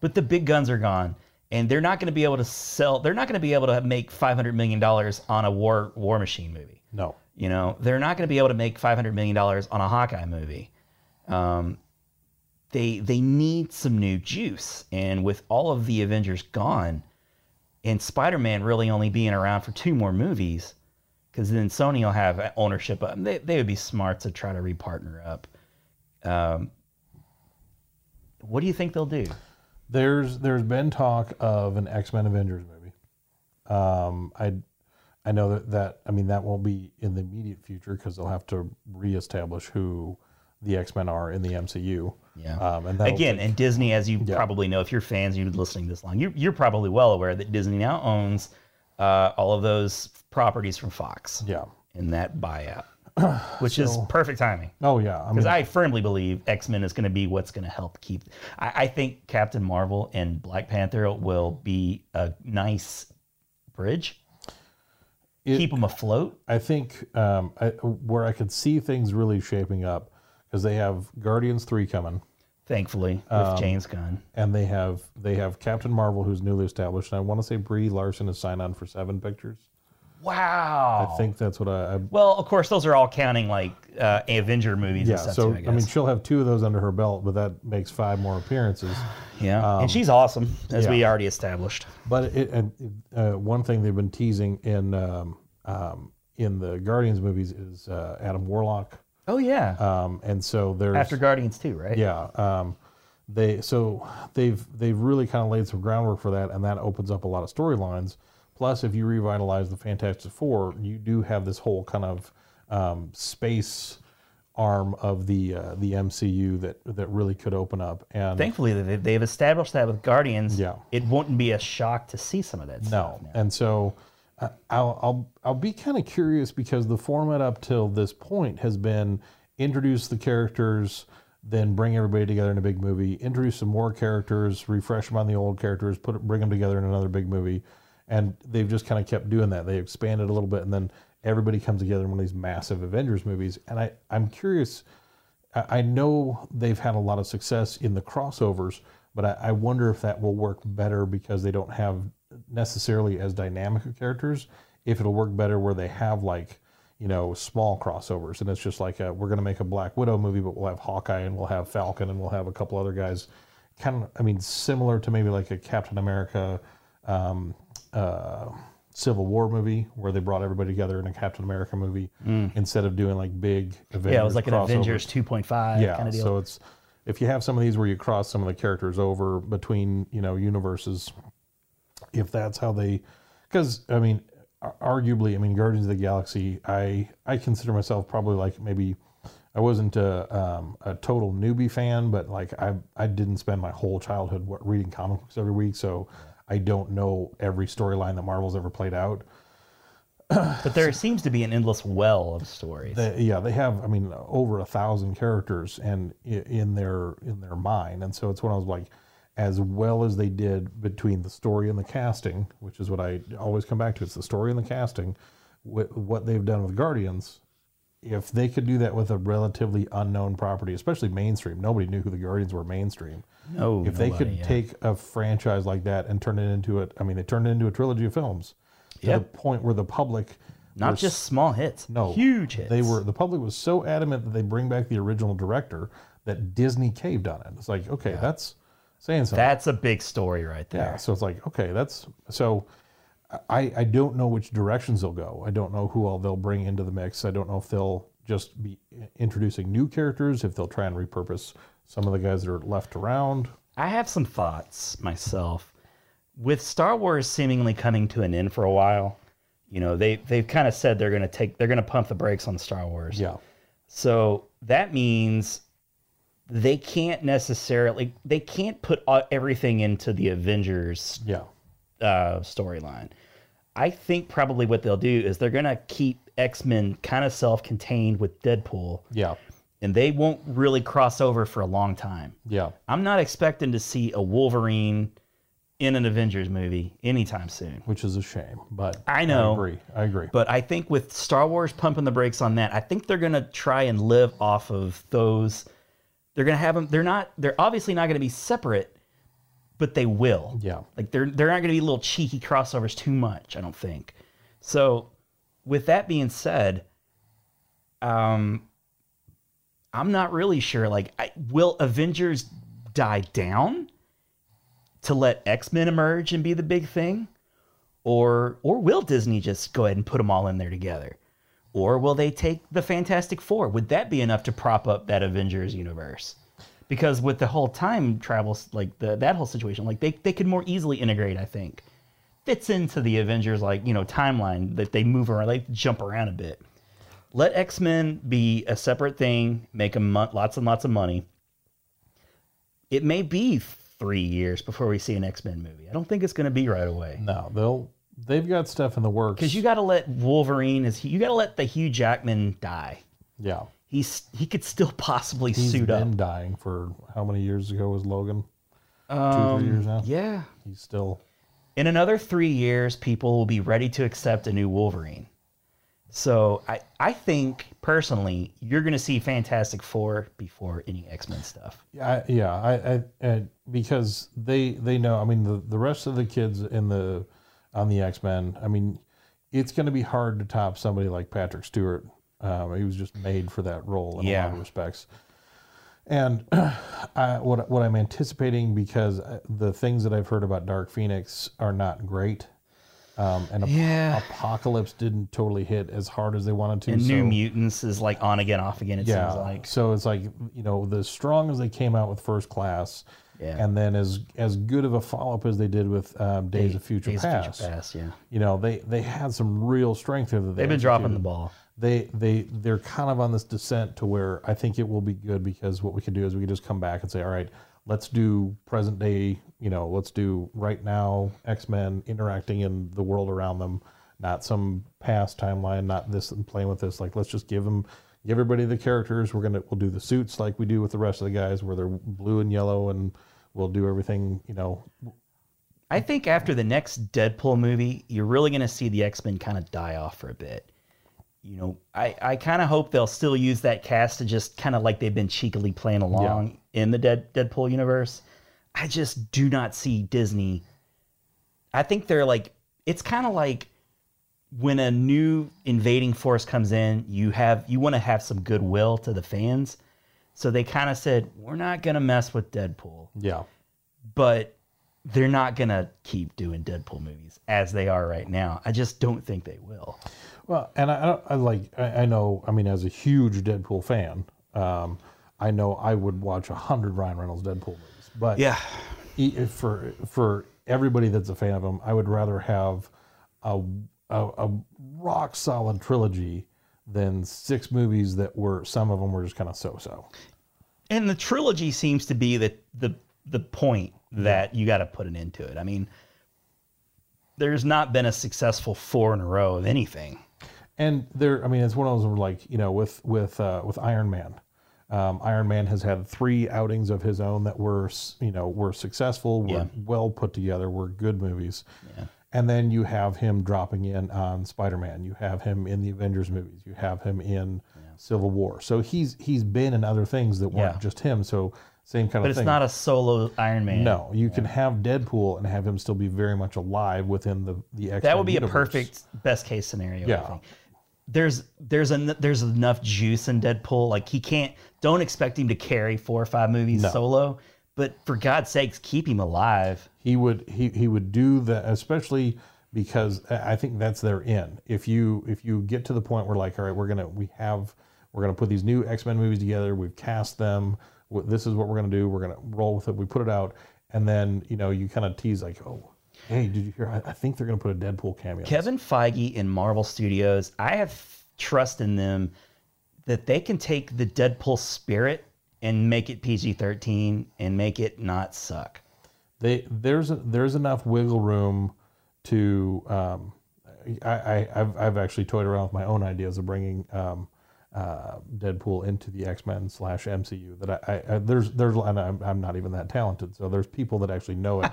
S2: But the big guns are gone, and they're not going to be able to sell. They're not going to be able to make five hundred million dollars on a war war machine movie.
S1: No.
S2: You know, they're not going to be able to make five hundred million dollars on a Hawkeye movie. Um, they they need some new juice, and with all of the Avengers gone, and Spider Man really only being around for two more movies, because then Sony will have ownership of. They they would be smart to try to repartner up. Um, what do you think they'll do?
S1: There's there's been talk of an X Men Avengers movie. Um, I I know that, that I mean that won't be in the immediate future because they'll have to reestablish who the X Men are in the MCU.
S2: Yeah.
S1: Um, and that'll
S2: Again,
S1: take-
S2: and Disney, as you probably know, if you're fans, you've been listening this long, you, you're probably well aware that Disney now owns uh, all of those properties from Fox.
S1: Yeah.
S2: In that buyout, which is
S1: So-
S2: perfect timing.
S1: Oh yeah, I
S2: Because
S1: mean,
S2: I firmly believe X Men is going to be what's going to help keep. I, I think Captain Marvel and Black Panther will be a nice bridge. keep them afloat.
S1: I think um, I, where I could see things really shaping up because they have Guardians three coming,
S2: thankfully with
S1: Um,
S2: James Gunn.
S1: and they have they have Captain Marvel who's newly established, and I want to say Brie Larson is signed on for seven pictures.
S2: Wow.
S1: I think that's what I. I
S2: Well, of course, those are all counting like uh, Avenger movies.
S1: yeah,
S2: and stuff
S1: so
S2: too, I,
S1: I,
S2: guess.
S1: mean, she'll have two of those under her belt, but that makes five more appearances.
S2: Yeah,
S1: Um,
S2: and she's awesome, as we
S1: yeah.
S2: already established.
S1: But it, and uh, one thing they've been teasing in um, um, in the Guardians movies is uh, Adam Warlock.
S2: Oh yeah.
S1: Um, and so there's
S2: After Guardians too, right?
S1: Yeah. Um, they so they've they've really kind of laid some groundwork for that, and that opens up a lot of storylines. Plus, if you revitalize the Fantastic Four, you do have this whole kind of um, space arm of the uh, the MCU that that really could open up. And
S2: Thankfully, they- they've established that with Guardians.
S1: Yeah.
S2: It wouldn't be a shock to see some of that stuff.
S1: No, and so uh, I'll I'll, I'll be kind of curious because the format up till this point has been introduce the characters, then bring everybody together in a big movie, introduce some more characters, refresh them on the old characters, put it- bring them together in another big movie, and they've just kind of kept doing that. They expanded a little bit, and then everybody comes together in one of these massive Avengers movies. And I I'm curious. I I know they've had a lot of success in the crossovers, but I, I wonder if that will work better because they don't have necessarily as dynamic of characters. If it'll work better where they have like, you know, small crossovers and it's just like a, we're going to make a Black Widow movie, but we'll have Hawkeye and we'll have Falcon and we'll have a couple other guys. Kind of, I mean, similar to maybe like a Captain America um, uh, Civil War movie where they brought everybody together in a Captain America movie
S2: Mm.
S1: instead of doing like big Avengers.
S2: yeah, it was like an
S1: crossovers
S2: Avengers 2.5
S1: yeah,
S2: kind of deal.
S1: So it's if you have some of these where you cross some of the characters over between you know universes, if that's how they, because I mean, ar- arguably, I mean, Guardians of the Galaxy, I I consider myself probably like maybe I wasn't a, um, a total newbie fan, but like I I didn't spend my whole childhood wa- reading comic books every week, so I don't know every storyline that Marvel's ever played out.
S2: but there seems to be an endless well of stories.
S1: They, yeah, they have. I mean, over a thousand characters and i- in their in their mind, and so it's when I was like, as well as they did between the story and the casting, which is what I always come back to. It's the story and the casting. What, what they've done with Guardians, if they could do that with a relatively unknown property, especially mainstream, nobody knew who the Guardians were mainstream.
S2: No,
S1: if they could
S2: Oh, nobody, yeah.
S1: take a franchise like that and turn it into it, I mean, they turned it into a trilogy of films to the
S2: Yep.
S1: point where the public
S2: Not
S1: were
S2: just small hits.
S1: no,
S2: Huge hits.
S1: They were the public was so adamant that they bring back the original director that Disney caved on it. It's like, okay, that's saying something.
S2: That's a big story right there.
S1: yeah. So it's like, okay, that's so. I I don't know which directions they'll go. I don't know who all they'll bring into the mix. I don't know if they'll just be introducing new characters. If they'll try and repurpose some of the guys that are left around.
S2: I have some thoughts myself. With Star Wars seemingly coming to an end for a while, you know, they they've kind of said they're going to take they're going to pump the brakes on Star Wars.
S1: Yeah.
S2: So that means they can't necessarily they can't put all, everything into the Avengers
S1: Yeah.
S2: uh, storyline. I think probably what they'll do is they're going to keep X-Men kind of self-contained with Deadpool
S1: Yeah.
S2: and they won't really cross over for a long time.
S1: Yeah.
S2: I'm not expecting to see a Wolverine in an Avengers movie anytime soon.
S1: Which is a shame, but
S2: I know.
S1: I agree. I agree.
S2: But I think with Star Wars pumping the brakes on that, I think they're going to try and live off of those. They're going to have them. They're not. They're obviously not going to be separate, but they will.
S1: Yeah.
S2: Like they're they're not going to be little cheeky crossovers too much. I don't think. So, with that being said, um, I'm not really sure. Like, I, will Avengers die down to let X Men emerge and be the big thing, or or will Disney just go ahead and put them all in there together, or will they take the Fantastic Four? Would that be enough to prop up that Avengers universe? Because with the whole time travel, like the, that whole situation, like they they could more easily integrate. I think fits into the Avengers like you know timeline that they move around, they jump around a bit. Let X Men be a separate thing, make them lots and lots of money. It may be three years before we see an X Men movie. I don't think it's going to be right away.
S1: No, they'll they've got stuff in the works.
S2: Because you got to let Wolverine is you got to let the Hugh Jackman die.
S1: Yeah,
S2: he's he could still possibly
S1: He's
S2: suit
S1: been
S2: up.
S1: dying for how many years ago was Logan? Two,
S2: Um,
S1: three years now.
S2: Yeah.
S1: He's still
S2: In another three years, people will be ready to accept a new Wolverine. So I I think personally, you're going to see Fantastic Four before any X Men stuff.
S1: Yeah, I, yeah, I, I, I because they they know. I mean, the, the rest of the kids in the on the X Men. I mean, it's going to be hard to top somebody like Patrick Stewart. Um, he was just made for that role in a lot
S2: Yeah.
S1: of respects. And I, what what I'm anticipating because uh, the things that I've heard about Dark Phoenix are not great. Um, and Ap-
S2: Yeah.
S1: Apocalypse didn't totally hit as hard as they wanted to.
S2: And New
S1: so-
S2: Mutants is like on again, off again. It seems like
S1: so it's like you know the strong as they came out with first class
S2: Yeah.
S1: and then as as good of a follow-up as they did with um, days, of future
S2: Days of
S1: past
S2: Future Past, yeah.
S1: you know they they had some real strength here that they
S2: They've been dropping the
S1: executed.
S2: ball.
S1: they they they're kind of on this descent to where i think it will be good because what we can do is we can just come back and say all right let's do present day you know let's do right now x-men interacting in the world around them not some past timeline not this and playing with this like let's just give them give everybody the characters we're gonna we'll do the suits like we do with the rest of the guys where they're blue and yellow and we'll do everything you know
S2: I think after the next Deadpool movie, you're really going to see the X Men kind of die off for a bit. You know, I, I kind of hope they'll still use that cast to just kind of like they've been cheekily playing along in the Dead, Deadpool universe. I just do not see Disney. I think they're like, it's kind of like when a new invading force comes in, you have you want to have some goodwill to the fans. So they kind of said, we're not going to mess with Deadpool
S1: yeah
S2: but they're not gonna keep doing Deadpool movies as they are right now. I just don't think they will.
S1: Well, and I, I don't- I like I, I know I mean as a huge Deadpool fan, um, I know I would watch a hundred Ryan Reynolds Deadpool movies. But
S2: Yeah.
S1: e- if for for everybody that's a fan of him, I would rather have a a, a rock solid trilogy than six movies that were some of them were just kind of so so.
S2: And the trilogy seems to be the the the point that you got to put an end to it. I mean, there's not been a successful four in a row of anything.
S1: And there, I mean, it's one of those where, like, you know, with with uh, with Iron Man, um, Iron Man has had three outings of his own that were, s- you know, were successful, were
S2: Yeah.
S1: well put together, were good movies. And then you have him dropping in on Spider Man. You have him in the Avengers movies. You have him in Civil War. So he's he's been in other things that weren't
S2: Yeah.
S1: just him. So same kind
S2: But
S1: of
S2: it's
S1: thing.
S2: not a solo Iron Man.
S1: no, you can have Deadpool and have him still be very much alive within the the X.
S2: that would be a perfect best case scenario. I
S1: Yeah.
S2: think. There's there's en- there's enough juice in Deadpool. Like he can't. Don't expect him to carry four or five movies
S1: No.
S2: solo. But for God's sakes, keep him alive.
S1: he would he, he would do that especially because i I think that's their end if you if you get to the point where like all right we're gonna we have we're gonna put these new x-men movies together we've cast them wh- this is what we're gonna do we're gonna roll with it we put it out and then you know you kind of tease like oh hey did you hear i, I think they're gonna put a deadpool cameo
S2: Kevin Feige and Marvel Studios, I have trust in them that they can take the Deadpool spirit and make it PG 13 and make it not suck.
S1: they there's there's enough wiggle room to um, I, I I've, I've actually toyed around with my own ideas of bringing um, uh, Deadpool into the X Men slash MCU that I, I, I there's there's and I'm, I'm not even that talented so there's people that actually know it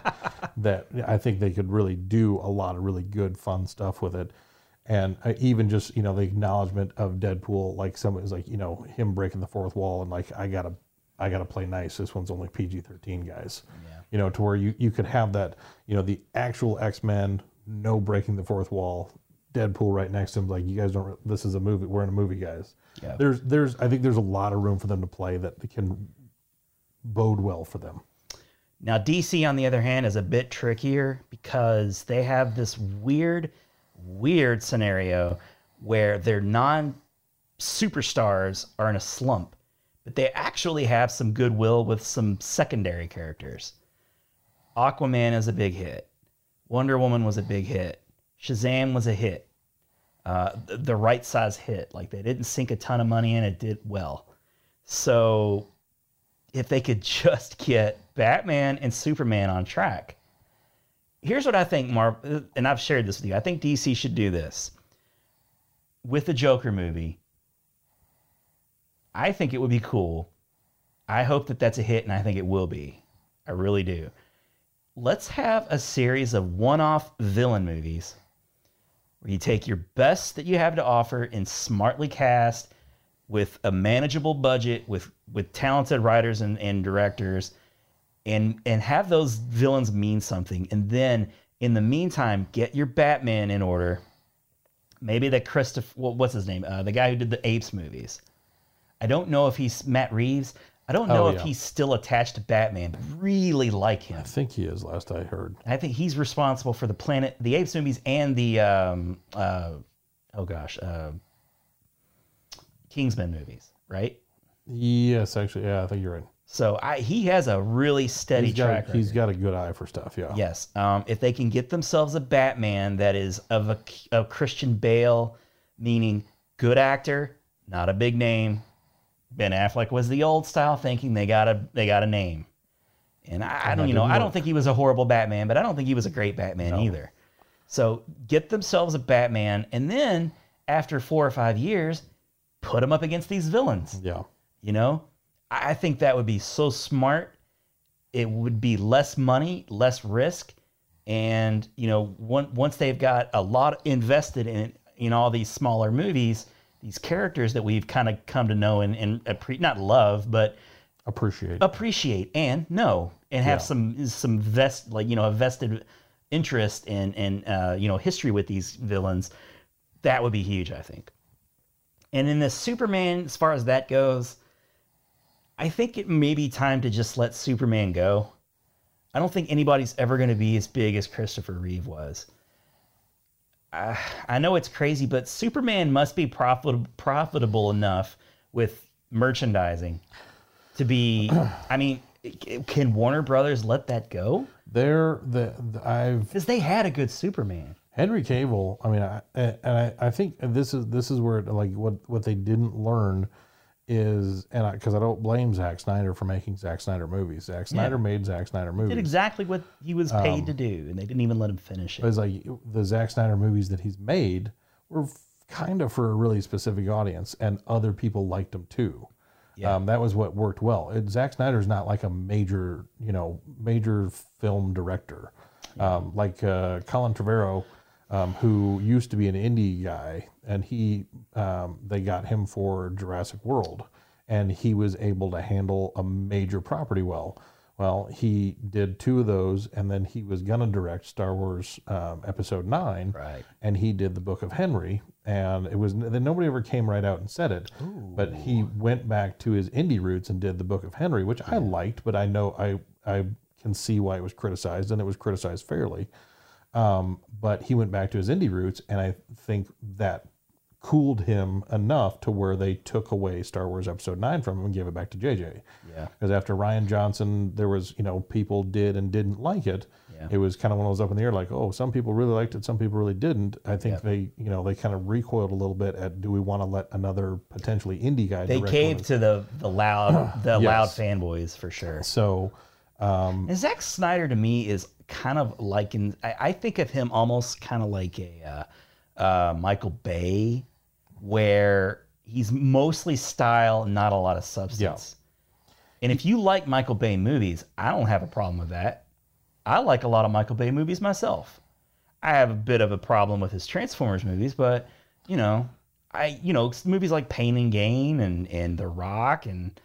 S1: that I think they could really do a lot of really good fun stuff with it. And uh, even just you know the acknowledgement of Deadpool, like somebody's like you know him breaking the fourth wall and like I gotta I gotta play nice. This one's only PG thirteen, guys. You know, to where you you could have that, you know, the actual X Men, no breaking the fourth wall, Deadpool right next to him, like you guys don't. re- This is a movie. We're in a movie, guys.
S2: Yeah.
S1: There's there's I think there's a lot of room for them to play that can bode well for them.
S2: Now, DC, on the other hand, is a bit trickier because they have this weird, weird scenario where their non superstars are in a slump, but they actually have some goodwill with some secondary characters. Aquaman is a big hit. Wonder Woman was a big hit. Shazam was a hit. Uh, th- the right size hit. Like they didn't sink a ton of money in. It did well. So if they could just get Batman and Superman on track, here's what I think, Marv, and I've shared this with you. I think DC should do this with the Joker movie. I think it would be cool. I hope that that's a hit, and I think it will be. I really do. Let's have a series of one off villain movies where you take your best that you have to offer and smartly cast with a manageable budget, with, with talented writers and, and directors and and have those villains mean something and then in the meantime get your batman in order maybe the christopher well, what's his name uh, the guy who did the apes movies i don't know if he's matt reeves i don't know
S1: Oh,
S2: if
S1: yeah.
S2: he's still attached to batman but really like him
S1: I think he is. Last I heard,
S2: i think he's responsible for the planet the apes movies and the um uh oh gosh uh kingsman movies right
S1: yes, actually, yeah, I think you're right.
S2: so I, he has a really steady
S1: He's got,
S2: track record.
S1: he's got a good eye for stuff. Yeah,
S2: Yes. Um, if they can get themselves a Batman that is of a of Christian Bale, meaning good actor, not a big name. Ben Affleck was the old style thinking they got a they got a name. And I, I
S1: And
S2: don't
S1: that
S2: you know,
S1: didn't
S2: I don't
S1: work.
S2: think he was a horrible Batman, but I don't think he was a great Batman
S1: No.
S2: either. So get themselves a Batman and then after four or five years, put him up against these villains.
S1: yeah.
S2: You know, I I think that would be so smart. It would be less money, less risk, and you know, one, once they've got a lot invested in in all these smaller movies, these characters that we've kind of come to know and and appre- not love, but
S1: Appreciate.
S2: Oh. appreciate and know and have
S1: Yeah.
S2: some some vest like you know a vested interest and and uh, you know history with these villains that would be huge i think and in the superman as far as that goes i think it may be time to just let superman go i don't think anybody's ever going to be as big as christopher reeve was I, I know it's crazy but superman must be profit, profitable enough with merchandising to be i mean c- can warner brothers let that go
S1: There, the, the I've
S2: because they had a good superman
S1: Henry Cable. I mean, I, and I, I think this is this is where like what what they didn't learn is, and I because I don't blame Zack Snyder for making Zack Snyder movies. Zack Snyder made Zack Snyder movies.
S2: did exactly what he was paid
S1: Hmm. Um,
S2: to do and they didn't even let him finish it
S1: It's like the Zack Snyder movies that he's made were f- kind of for a really specific audience, and other people liked them too.
S2: Yeah.
S1: Um, that was what worked well. It, Zack Snyder's not like a major, you know, major film director, um, like uh, Colin Trevorrow, um, who used to be an indie guy, and he um, they got him for Jurassic World, and he was able to handle a major property well. Well, he did two of those, and then he was gonna direct Star Wars um, Episode Nine,
S2: Right.
S1: and he did the Book of Henry, and it was then nobody ever came right out and said it, but he went back to his indie roots and did the Book of Henry, which I liked, but I know I I can see why it was criticized, and it was criticized fairly. Um, but he went back to his indie roots, and I think that cooled him enough to where they took away Star Wars Episode Nine from him and gave it back to JJ.
S2: Yeah.
S1: because after Ryan Johnson, there was you know people did and didn't like it.
S2: Yeah.
S1: It was kind of one of those up in the air, like oh, some people really liked it, some people really didn't. I think they you know they kind of recoiled a little bit at do we want to let another potentially indie guy?
S2: they
S1: direct one
S2: caved
S1: of-
S2: to the the loud the loud
S1: Yes.
S2: fanboys for sure
S1: so. Um,
S2: and Zack Snyder to me is kind of like in I, I think of him almost kind of like a uh, uh, Michael Bay, where he's mostly style, not a lot of substance. And if you like Michael Bay movies, I don't have a problem with that. I like a lot of Michael Bay movies myself. I have a bit of a problem with his Transformers movies, but you know, I you know movies like Pain and Gain and and The Rock and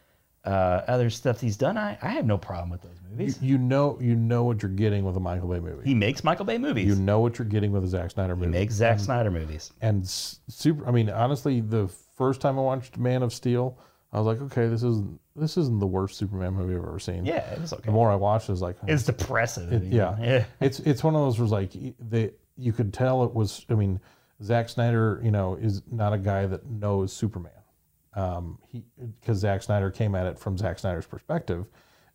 S2: uh, other stuff he's done. I, I have no problem with those
S1: you,
S2: movies.
S1: you know, you know what you're getting with a Michael Bay movie.
S2: He makes Michael Bay movies.
S1: you know what you're getting with a Zack Snyder movie.
S2: he makes Zack Snyder movies.
S1: and s- super i mean honestly the first time i watched man of steel i was like okay this isn't this isn't the worst superman movie i've ever seen
S2: Yeah, it was
S1: the
S2: okay.
S1: more i watched it was like oh,
S2: It's depressive. you know?
S1: yeah. it's it's one of those where it's like y- they you could tell it was i mean Zack Snyder, you know, is not a guy that knows Superman. Um, he because Zack Snyder came at it from Zack Snyder's perspective,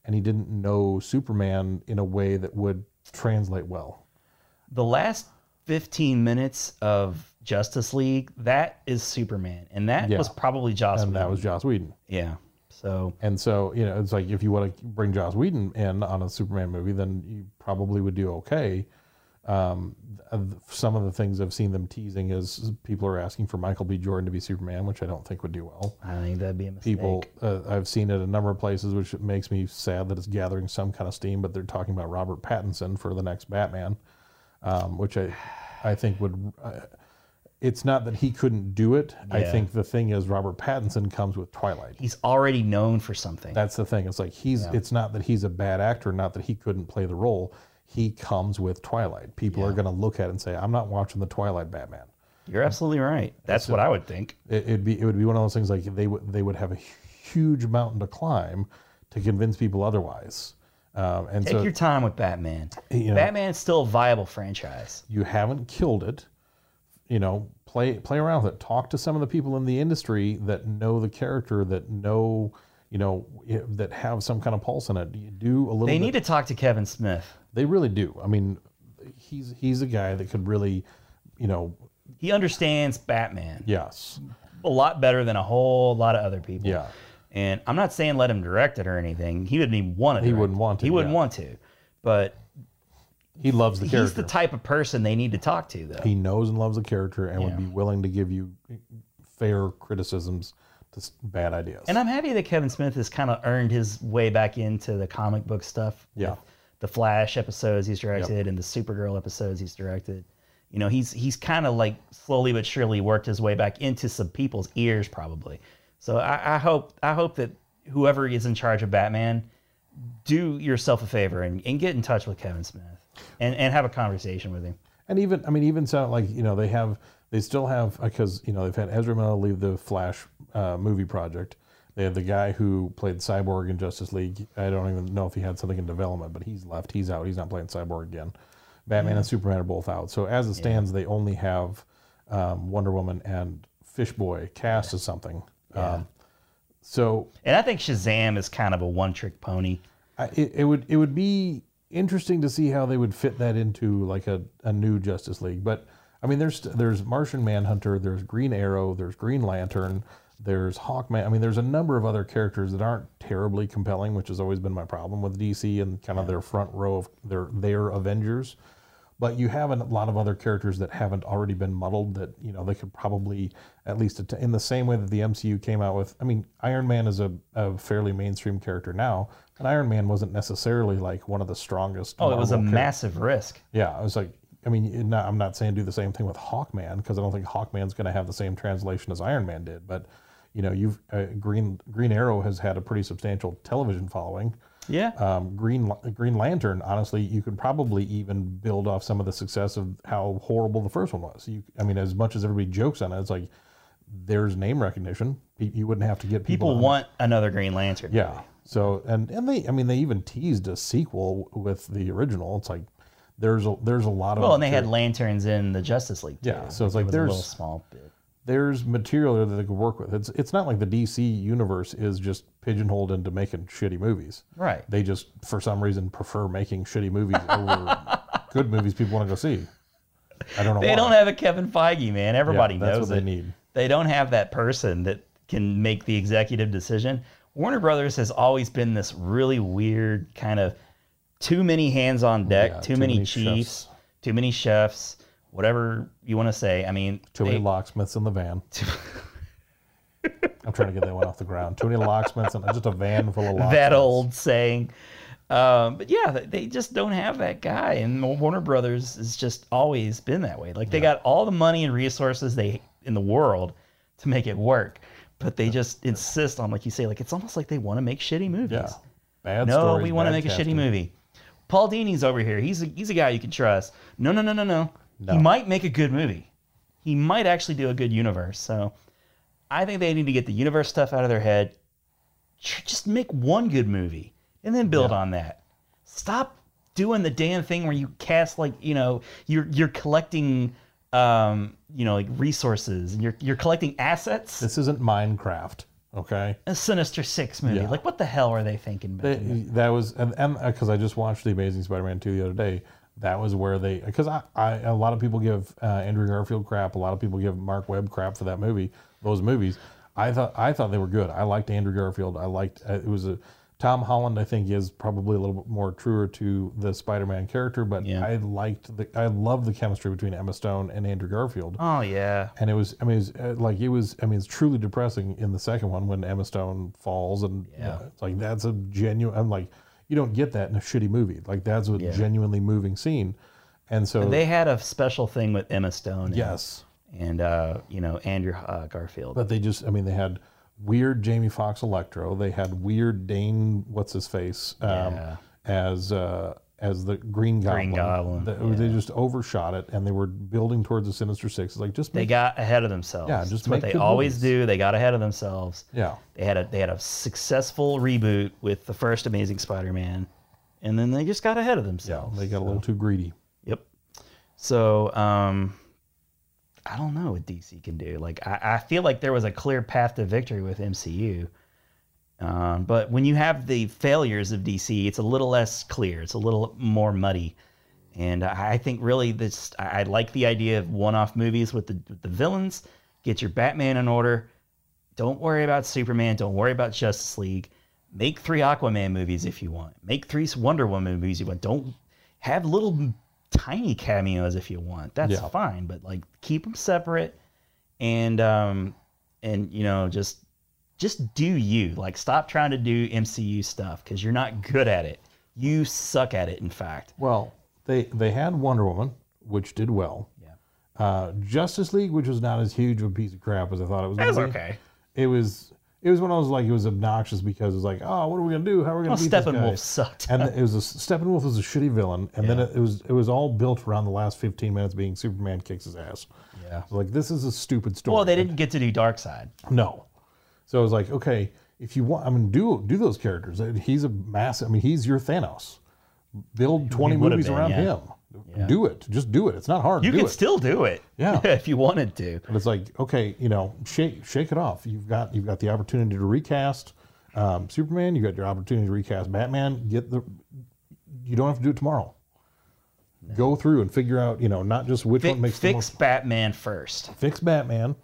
S1: and he didn't know Superman in a way that would translate well.
S2: the last 15 minutes of Justice League, that is Superman. And that
S1: Yeah.
S2: was probably Joss
S1: and
S2: Whedon.
S1: that was Joss Whedon.
S2: Yeah. So
S1: and so you know, it's like if you want to bring Joss Whedon in on a Superman movie, then you probably would do okay. Um, uh, some of the things I've seen them teasing is people are asking for Michael B. Jordan to be Superman, which I don't think would do well.
S2: I think that'd be a mistake.
S1: People, uh, I've seen it a number of places, which makes me sad that it's gathering some kind of steam. But they're talking about Robert Pattinson for the next Batman, um, which I, I think would. Uh, it's not that he couldn't do it. I
S2: Yeah.
S1: think the thing is Robert Pattinson comes with Twilight.
S2: He's already known for something.
S1: That's the thing. It's like he's.
S2: Yeah.
S1: It's not that he's a bad actor. Not that he couldn't play the role. He comes with Twilight. People are going to look at it and say, "I'm not watching the Twilight Batman."
S2: You're absolutely right. That's what I would think.
S1: It, it'd be. It would be one of those things like they would. They would have a huge mountain to climb to convince people otherwise. Um, and
S2: Take
S1: so
S2: your time with Batman.
S1: You know-
S2: Batman's still a viable franchise.
S1: you haven't killed it. You know, play play around with it. Talk to some of the people in the industry that know the character, that know, you know, it- that have some kind of pulse in it. You do a little.
S2: They
S1: bit-
S2: need to talk to Kevin Smith.
S1: They really do. I mean, he's he's a guy that could really, you know,
S2: He understands Batman
S1: yes,
S2: a lot better than a whole lot of other people.
S1: yeah,
S2: And I'm not saying let him direct it or anything. He wouldn't even want to.
S1: He
S2: direct
S1: wouldn't
S2: it.
S1: want to,
S2: He wouldn't
S1: yeah.
S2: want to. But
S1: he loves the
S2: he's
S1: character.
S2: the type of person they need to talk to, though.
S1: he knows and loves the character and
S2: Yeah.
S1: would be willing to give you fair criticisms to s- bad ideas.
S2: And I'm happy that Kevin Smith has kind of earned his way back into the comic book stuff.
S1: Yeah.
S2: with The Flash episodes he's directed and the Supergirl episodes he's directed. You know, he's he's kind of like slowly but surely worked his way back into some people's ears, probably. So I, I hope I hope that whoever is in charge of Batman, do yourself a favor and, and get in touch with Kevin Smith and, and have a conversation with him.
S1: And even I mean, even so, like you know, they have they still have because you know they've had Ezra Miller leave the Flash uh, movie project. They have the guy who played Cyborg in Justice League. I don't even know if he had something in development, but he's left. He's out. He's not playing Cyborg again. Batman and Superman are both out. So as it stands, they only have um, Wonder Woman and Fishboy cast as something. Um, so
S2: And I think Shazam is kind of a one trick pony.
S1: I, it, it would it would be interesting to see how they would fit that into like a, a new Justice League. But I mean, there's there's Martian Manhunter, there's Green Arrow, there's Green Lantern, there's Hawkman. I mean, there's a number of other characters that aren't terribly compelling, which has always been my problem with DC and kind of their front row of their their Avengers. But you have a lot of other characters that haven't already been muddled that you know they could probably at least att- in the same way that the MCU came out with. I mean, Iron Man is a, a fairly mainstream character now, and Iron Man wasn't necessarily like one of the strongest.
S2: Oh, it was a
S1: Marvel char-
S2: massive risk.
S1: Yeah, I was like, I mean, it- not, I'm not saying do the same thing with Hawkman because I don't think Hawkman's going to have the same translation as Iron Man did, but. You know, you've uh, Green Green Arrow has had a pretty substantial television following.
S2: Yeah.
S1: Um, Green Green Lantern, honestly, you could probably even build off some of the success of how horrible the first one was. You, I mean, as much as everybody jokes on it, it's like there's name recognition. Pe- You wouldn't have to get people.
S2: People
S1: on it.
S2: want another Green Lantern.
S1: yeah. So and and they, I mean, they even teased a sequel with the original. It's like there's a there's a lot of
S2: Well, and they had lanterns in the Justice League. Too.
S1: Yeah, so it's like
S2: It was
S1: there's-
S2: a little small bit.
S1: there's material there that they could work with. It's it's not like the DC universe is just pigeonholed into making shitty movies.
S2: Right.
S1: They just for some reason prefer making shitty movies over good movies people want to go see. I don't know.
S2: They
S1: why.
S2: don't have a Kevin Feige, man. Everybody
S1: Yeah, that's
S2: knows
S1: what they
S2: it.
S1: need.
S2: They don't have that person that can make the executive decision. Warner Brothers has always been this really weird kind of too many hands on deck,
S1: Yeah,
S2: too,
S1: too
S2: many,
S1: many
S2: chiefs,
S1: chefs.
S2: too many chefs, whatever you want to say. I mean,
S1: too many
S2: they-
S1: locksmiths in the van. I'm trying to get that one off the ground. Too many locksmiths in just a van full of locksmiths.
S2: that old saying. Um, but yeah, th- they just don't have that guy, and Warner Brothers has just always been that way. Like they got all the money and resources they in the world to make it work, but they just insist on, like you say, like it's almost like they want to make shitty movies.
S1: Yeah. Bad
S2: no,
S1: stories,
S2: we want to
S1: bad
S2: make a shitty
S1: casting.
S2: movie. Paul Dini's over here. He's a, he's a guy you can trust. No, no, no, no, no. He
S1: No.
S2: might make a good movie. He might actually do a good universe. So I think they need to get the universe stuff out of their head. Tr- Just make one good movie and then build on that. Stop doing the damn thing where you cast like you know you're you're collecting um you know like resources and you're you're collecting assets.
S1: This isn't Minecraft, okay?
S2: a Sinister Six movie.
S1: Yeah.
S2: Like what the hell are they thinking? About?
S1: uh, They- that was and because I just watched the Amazing Spider-Man two the other day. that was where they because I, I a lot of people give uh, Andrew Garfield crap, a lot of people give Mark Webb crap for that movie, those movies. I thought I thought they were good. I liked Andrew Garfield. I liked uh, it was a Tom Holland. I think is probably a little bit more truer to the Spider-Man character, but I liked the I love the chemistry between Emma Stone and Andrew Garfield.
S2: Oh yeah.
S1: And it was I mean it was, uh, like it was I mean it's truly depressing in the second one when Emma Stone falls and
S2: Yeah.
S1: it's like that's a genuine. I'm like you don't get that in a shitty movie. Like that's a
S2: Yeah.
S1: genuinely moving scene, and so
S2: they had a special thing with Emma Stone. and-
S1: Yes.
S2: And uh, you know Andrew uh, Garfield.
S1: But they just, I mean, they had weird Jamie Foxx Electro. They had weird Dane, what's his face, um, as uh, as the Green Goblin.
S2: Green Goblin,
S1: The- They just overshot it, and they were building towards the Sinister Six. It's like just
S2: they
S1: make-
S2: got ahead of themselves.
S1: Yeah, just
S2: That's what
S1: make
S2: they
S1: good
S2: always
S1: movies.
S2: do. They got ahead of themselves.
S1: Yeah.
S2: They had a they had a successful reboot with the first Amazing Spider-Man, and then they just got ahead of themselves.
S1: they got a little too greedy.
S2: Yep. So um, I don't know what DC can do. Like I, I feel like there was a clear path to victory with MCU. Um, but when you have the failures of DC, it's a little less clear. It's a little more muddy. And I I think really this, I I like the idea of one-off movies with the with the villains. Get your Batman in order. Don't worry about Superman. Don't worry about Justice League. Make three Aquaman movies if you want. Make three Wonder Woman movies if you want. Don't have little tiny cameos if you want. That's
S1: Yeah.
S2: fine, but like keep them separate and um and you know just just do you like stop trying to do mcu stuff because you're not good at it you suck at it in fact
S1: Well, they they had Wonder Woman, which did well. Yeah. Uh, Justice League, which was not as huge of a piece of crap as I thought it was.
S2: It
S1: gonna
S2: was
S1: be.
S2: okay.
S1: It was. It was when I was like, it was obnoxious because it was like, oh, what are we gonna do? How are we gonna
S2: Well,
S1: beat this
S2: Steppenwolf
S1: guy?
S2: sucked.
S1: and it was a, Steppenwolf was a shitty villain, and then it, it was it was all built around the last fifteen minutes being Superman kicks his ass.
S2: Yeah.
S1: like this is a stupid story.
S2: well they didn't get to do dark side
S1: No. So I was like, okay, if you want, I mean, do do those characters. Uh, He's a massive. I mean, he's your Thanos. Build twenty
S2: would've
S1: movies
S2: been,
S1: around
S2: yeah.
S1: him. Do it. Just do it. It's not hard.
S2: you
S1: do
S2: could
S1: it.
S2: still do it
S1: Yeah.
S2: if you wanted to
S1: But it's like, okay, you know, shake shake it off. You've got you've got the opportunity to recast um, Superman. You got your opportunity to recast Batman. Get the. You don't have to do it tomorrow. Go through and figure out, you know, not just which
S2: Fi-
S1: one makes the
S2: fix
S1: most
S2: batman first
S1: fix Batman,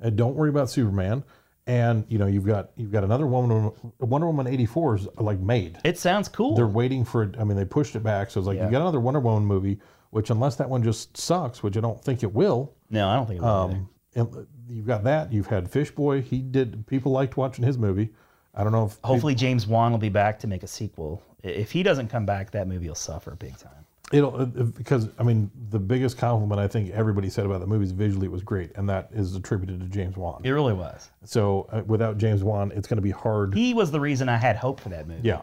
S1: and don't worry about Superman. And you know you've got you've got another Wonder Woman, Wonder Woman eighty four is like made.
S2: it sounds cool
S1: They're waiting for it. I mean, they pushed it back, so it's like you
S2: Yeah.
S1: got another Wonder Woman movie. Which unless that one just sucks, which I don't think it will.
S2: no i don't think it was either.
S1: Um, and you've got that. You've had Fish Boy. He did. People liked watching his movie. I don't know if
S2: hopefully james wan will be back to make a sequel I- if he doesn't come back that movie will suffer big time
S1: It'll uh, because I mean the biggest compliment I think everybody said about the movie is visually it was great, and that is attributed to James Wan.
S2: it really was
S1: So uh, without James Wan, it's going to be hard.
S2: he was the reason i had hope for that movie
S1: yeah,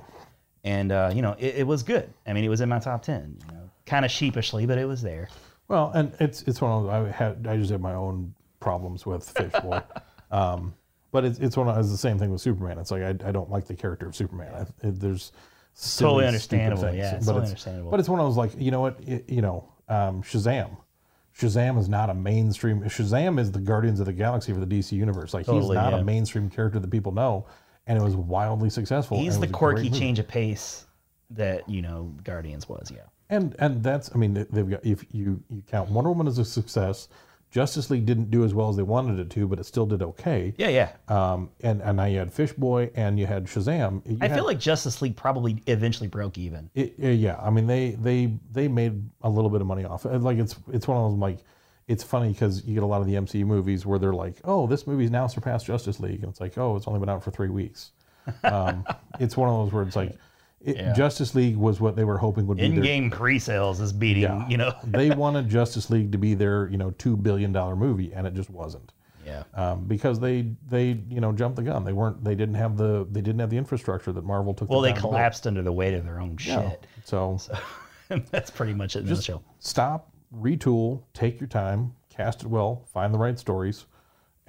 S2: and uh, you know it, it was good. I mean, it was in my top ten. You know, kind of sheepishly, but it was there.
S1: well, and it's it's one of those- I had I just had my own problems with Fish Boy, um, but it's it's one of, it's the same thing with Superman. It's like I, I don't like the character of Superman. I, it, there's silly,
S2: Totally
S1: stupid
S2: understandable,
S1: things,
S2: yeah, it's
S1: but
S2: totally
S1: it's,
S2: understandable.
S1: But it's one of those like you know what y- you know um, Shazam. Shazam is not a mainstream. Shazam is the Guardians of the Galaxy for the DC universe. Like he's
S2: Totally,
S1: not
S2: yeah.
S1: a mainstream character that people know, and it was wildly successful.
S2: He's
S1: and it
S2: the
S1: Oh, was a great
S2: quirky
S1: movie.
S2: change of pace that you know Guardians was. Yeah,
S1: And and that's I mean they- they've got if you you count Wonder Woman as a success, Justice League didn't do as well as they wanted it to, but it still did okay.
S2: yeah, yeah.
S1: Um, and and now you had Fish Boy and you had Shazam. You
S2: I
S1: had-
S2: feel like Justice League probably eventually broke even.
S1: it, uh, yeah. I mean they they they made a little bit of money off. it. Like it's it's one of those like it's funny because you get a lot of the MCU movies where they're like, oh, this movie's now surpassed Justice League, and it's like, oh, it's only been out for three weeks. Um, it's one of those where it's like. It, Justice League was what they were hoping would be their
S2: In-game pre-sales is beating.
S1: Yeah.
S2: You know.
S1: they wanted Justice League to be their you know two billion dollar movie, and it just wasn't
S2: Yeah.
S1: um, because they they you know jumped the gun. They weren't they didn't have the they didn't have the infrastructure that Marvel took.
S2: Well,
S1: the
S2: they
S1: time to build.
S2: collapsed under the weight of their own
S1: um, Yeah.
S2: shit.
S1: So,
S2: That's pretty much it in
S1: just
S2: the show.
S1: stop, retool, take your time, cast it well, find the right stories.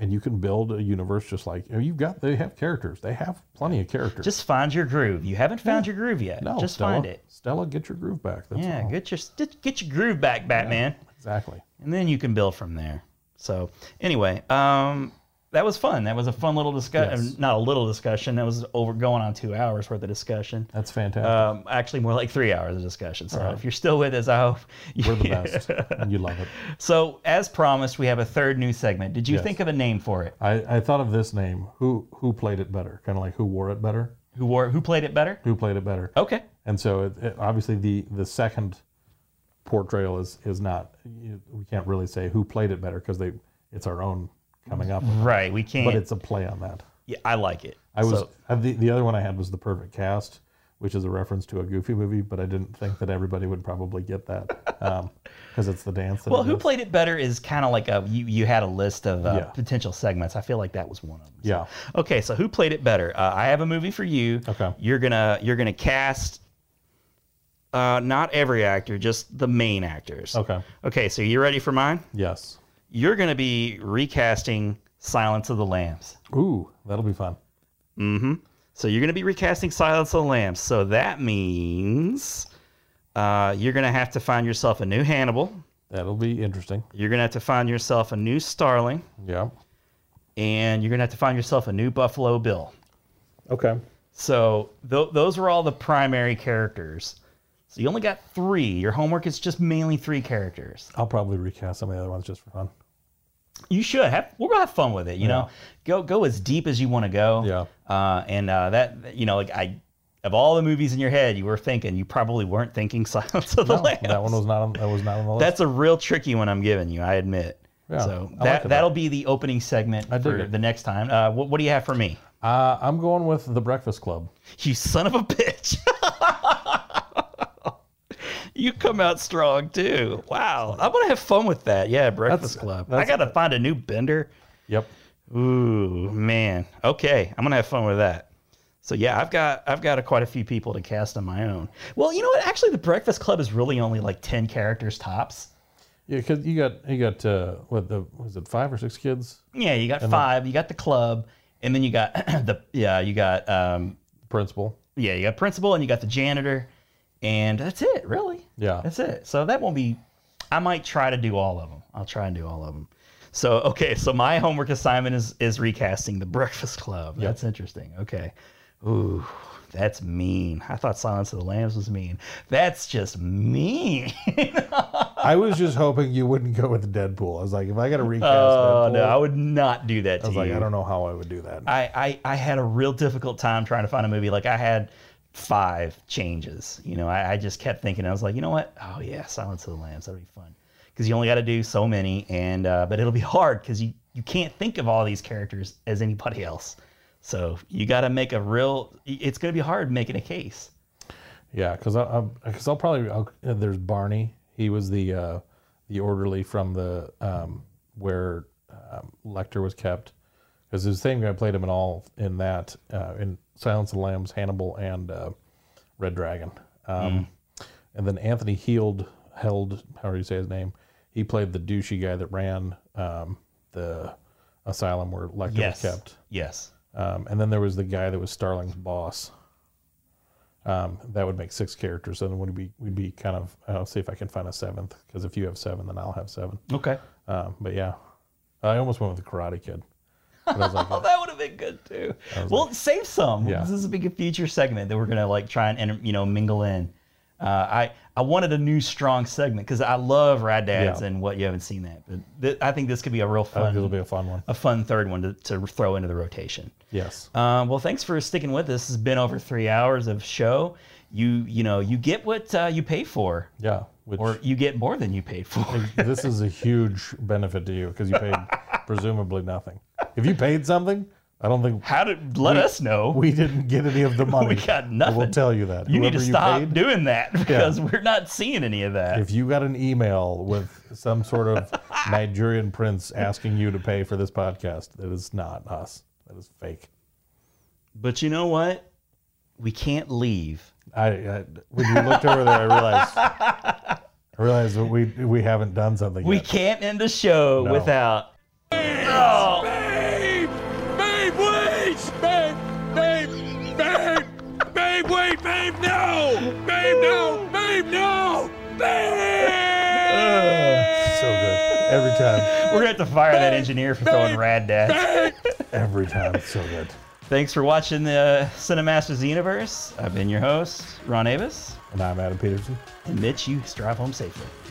S1: And you can build a universe just like you know, you've got. They have characters. They have plenty of characters.
S2: Just find your groove. You haven't found your groove yet.
S1: no,
S2: just
S1: Stella,
S2: find it.
S1: Stella, get your groove back. That's
S2: Yeah,
S1: all.
S2: get your get your groove back, Batman.
S1: exactly.
S2: and then you can build from there. So anyway, um, that was fun. That was a fun little discussion. Not a little discussion. That was over going on two hours worth of discussion.
S1: That's fantastic.
S2: Um, actually, more like three hours of discussion. So
S1: All right.
S2: if you're still with us, I hope
S1: We're the best. and you love it.
S2: So as promised, we have a third new segment. Did you
S1: Yes.
S2: think of a name for it?
S1: I, I thought of this name. Who who played it better? Kind of like who wore it better?
S2: Who wore it? Who played it better?
S1: Who played it better?
S2: Okay.
S1: And so it, it- obviously the the second portrayal is is not you- we can't really say who played it better because they it's our own coming up.
S2: Right, we can't-
S1: But it's a play on that.
S2: Yeah, I like it.
S1: I was
S2: So-
S1: uh, the, the other one I had was the perfect cast, which is a reference to a Goofy movie, but I didn't think that everybody would probably get that because it's the dance. That
S2: well,
S1: it
S2: who
S1: is.
S2: played it better is kind of like a you, you had a list of uh,
S1: Yeah.
S2: potential segments. I feel like that was one of them.
S1: Yeah,
S2: Okay, so who played it better? Uh, I have a movie for you. Okay. You're gonna you're gonna cast uh, not every actor, just the main actors.
S1: Okay.
S2: Okay, so you ready for mine?
S1: Yes.
S2: You're gonna be recasting Silence of the Lambs.
S1: Ooh, that'll be fun.
S2: Mm-hmm. So you're gonna be recasting Silence of the Lambs. So that means uh, you're gonna have to find yourself a new Hannibal.
S1: That'll be interesting.
S2: You're gonna have to find yourself a new Starling.
S1: Yeah.
S2: And you're gonna have to find yourself a new Buffalo Bill.
S1: Okay.
S2: So th- those were all the primary characters. So you only got three. Your homework is just mainly three characters.
S1: I'll probably recast some of the other ones just for fun.
S2: You should have. We're gonna have fun with it. You know, go go as deep as you want to go. Yeah. Uh, and uh, that you know, like I, of all the movies in your head, you were thinking. You probably weren't thinking Silence of the
S1: No,
S2: Lambs.
S1: that one was not on, that was not on the list.
S2: That's a real tricky one I'm giving you. I admit.
S1: Yeah, I
S2: so
S1: like
S2: that
S1: that.
S2: that'll be the opening segment
S1: I dig
S2: for
S1: it.
S2: the next time. Uh, what, what do you have for me?
S1: Uh, I'm going with The Breakfast Club.
S2: You son of a bitch. you come out strong too. Wow. I'm gonna have fun with that. Yeah, Breakfast Club. I gotta find a new bender.
S1: Yep.
S2: Ooh, man. Okay. I'm gonna have fun with that. So yeah, I've got I've got a, quite a few people to cast on my own. Well, you know what? Actually, the Breakfast Club is really only like ten characters tops.
S1: Yeah, because you got you got uh, what the was it five or six kids?
S2: Yeah, you got
S1: And then-
S2: five. You got the club, and then you got the yeah, you got um,
S1: principal.
S2: Yeah, you got principal, and you got the janitor, and that's it, really.
S1: Yeah.
S2: that's it. So that won't be. I might try to do all of them. I'll try and do all of them. So okay, so my homework assignment is is recasting the Breakfast Club. That's interesting. Okay. Ooh, that's mean. I thought Silence of the Lambs was mean. That's just mean.
S1: I was just hoping you wouldn't go with Deadpool. I was like, if I got to recast,
S2: Oh
S1: Deadpool,
S2: no, I would not do that to
S1: I was like,
S2: you.
S1: I don't know how I would do that.
S2: I, I I had a real difficult time trying to find a movie. Like I had five changes. You know, I, I just kept thinking. I was like, you know what? Oh yeah, Silence of the Lambs. That'll be fun because you only got to do so many, and uh, but it'll be hard because you you can't think of all these characters as anybody else. So you got to make a real. It's going to be hard making a case.
S1: Yeah, because I because I'll probably I'll, uh, there's Barney. He was the uh, the orderly from the um, where um, Lecter was kept. Because the same guy played him in all in that uh, in Silence of the Lambs, Hannibal, and uh, Red Dragon. Um, And then Anthony Heald held how do you say his name? He played the douchey guy that ran um, the asylum where Lecter
S2: Yes.
S1: was kept.
S2: Yes.
S1: Um, and then there was the guy that was Starling's boss. Um, that would make six characters, and then would be we'd be kind of. I'll see if I can find a seventh because if you have seven, then I'll have seven.
S2: Okay.
S1: Um, but yeah, I almost went with the Karate Kid. But I was like,
S2: Oh, that would have been good too. Well, save some.
S1: Yeah.
S2: This is a big future segment that we're gonna like try and inter- you know mingle in. Uh, I I wanted a new strong segment because I love Rad Dads
S1: Yeah.
S2: and what you haven't seen that, but th- I think this could be a real
S1: I think
S2: fun.
S1: this will be a fun one.
S2: a fun third one to, to throw into the rotation.
S1: Yes.
S2: Um, well, thanks for sticking with us. It's been over three hours of show. You you know you get what uh, you pay for.
S1: Yeah. Which
S2: Or you get more than you paid for.
S1: this is a huge benefit to you because you paid presumably nothing. If you paid something, I don't think
S2: how did let us know.
S1: we didn't get any of the money.
S2: We got
S1: I will
S2: nothing.
S1: tell you that.
S2: You need to
S1: Whoever
S2: stop
S1: paid,
S2: doing that because we're not seeing any of that.
S1: If you got an email with some sort of Nigerian prince asking you to pay for this podcast, that is not us. That is fake.
S2: But you know what? We can't leave.
S1: I, I when you looked over there, I realized I realized that we we haven't done something.
S2: We
S1: yet.
S2: can't end the show
S1: No.
S2: without.
S15: Oh. Babe! Babe, wait! Babe! Babe! Babe! Babe, wait! Babe, no! Babe, no! Babe, no! Babe!
S1: so good. Every time.
S2: We're gonna have to fire that engineer for throwing rad dads.
S1: Every time. It's so good.
S2: Thanks for watching the Cinemasters of the Universe. I've been your host, Ron Avis.
S1: And I'm Adam Peterson.
S2: And Mitch, you drive home safely.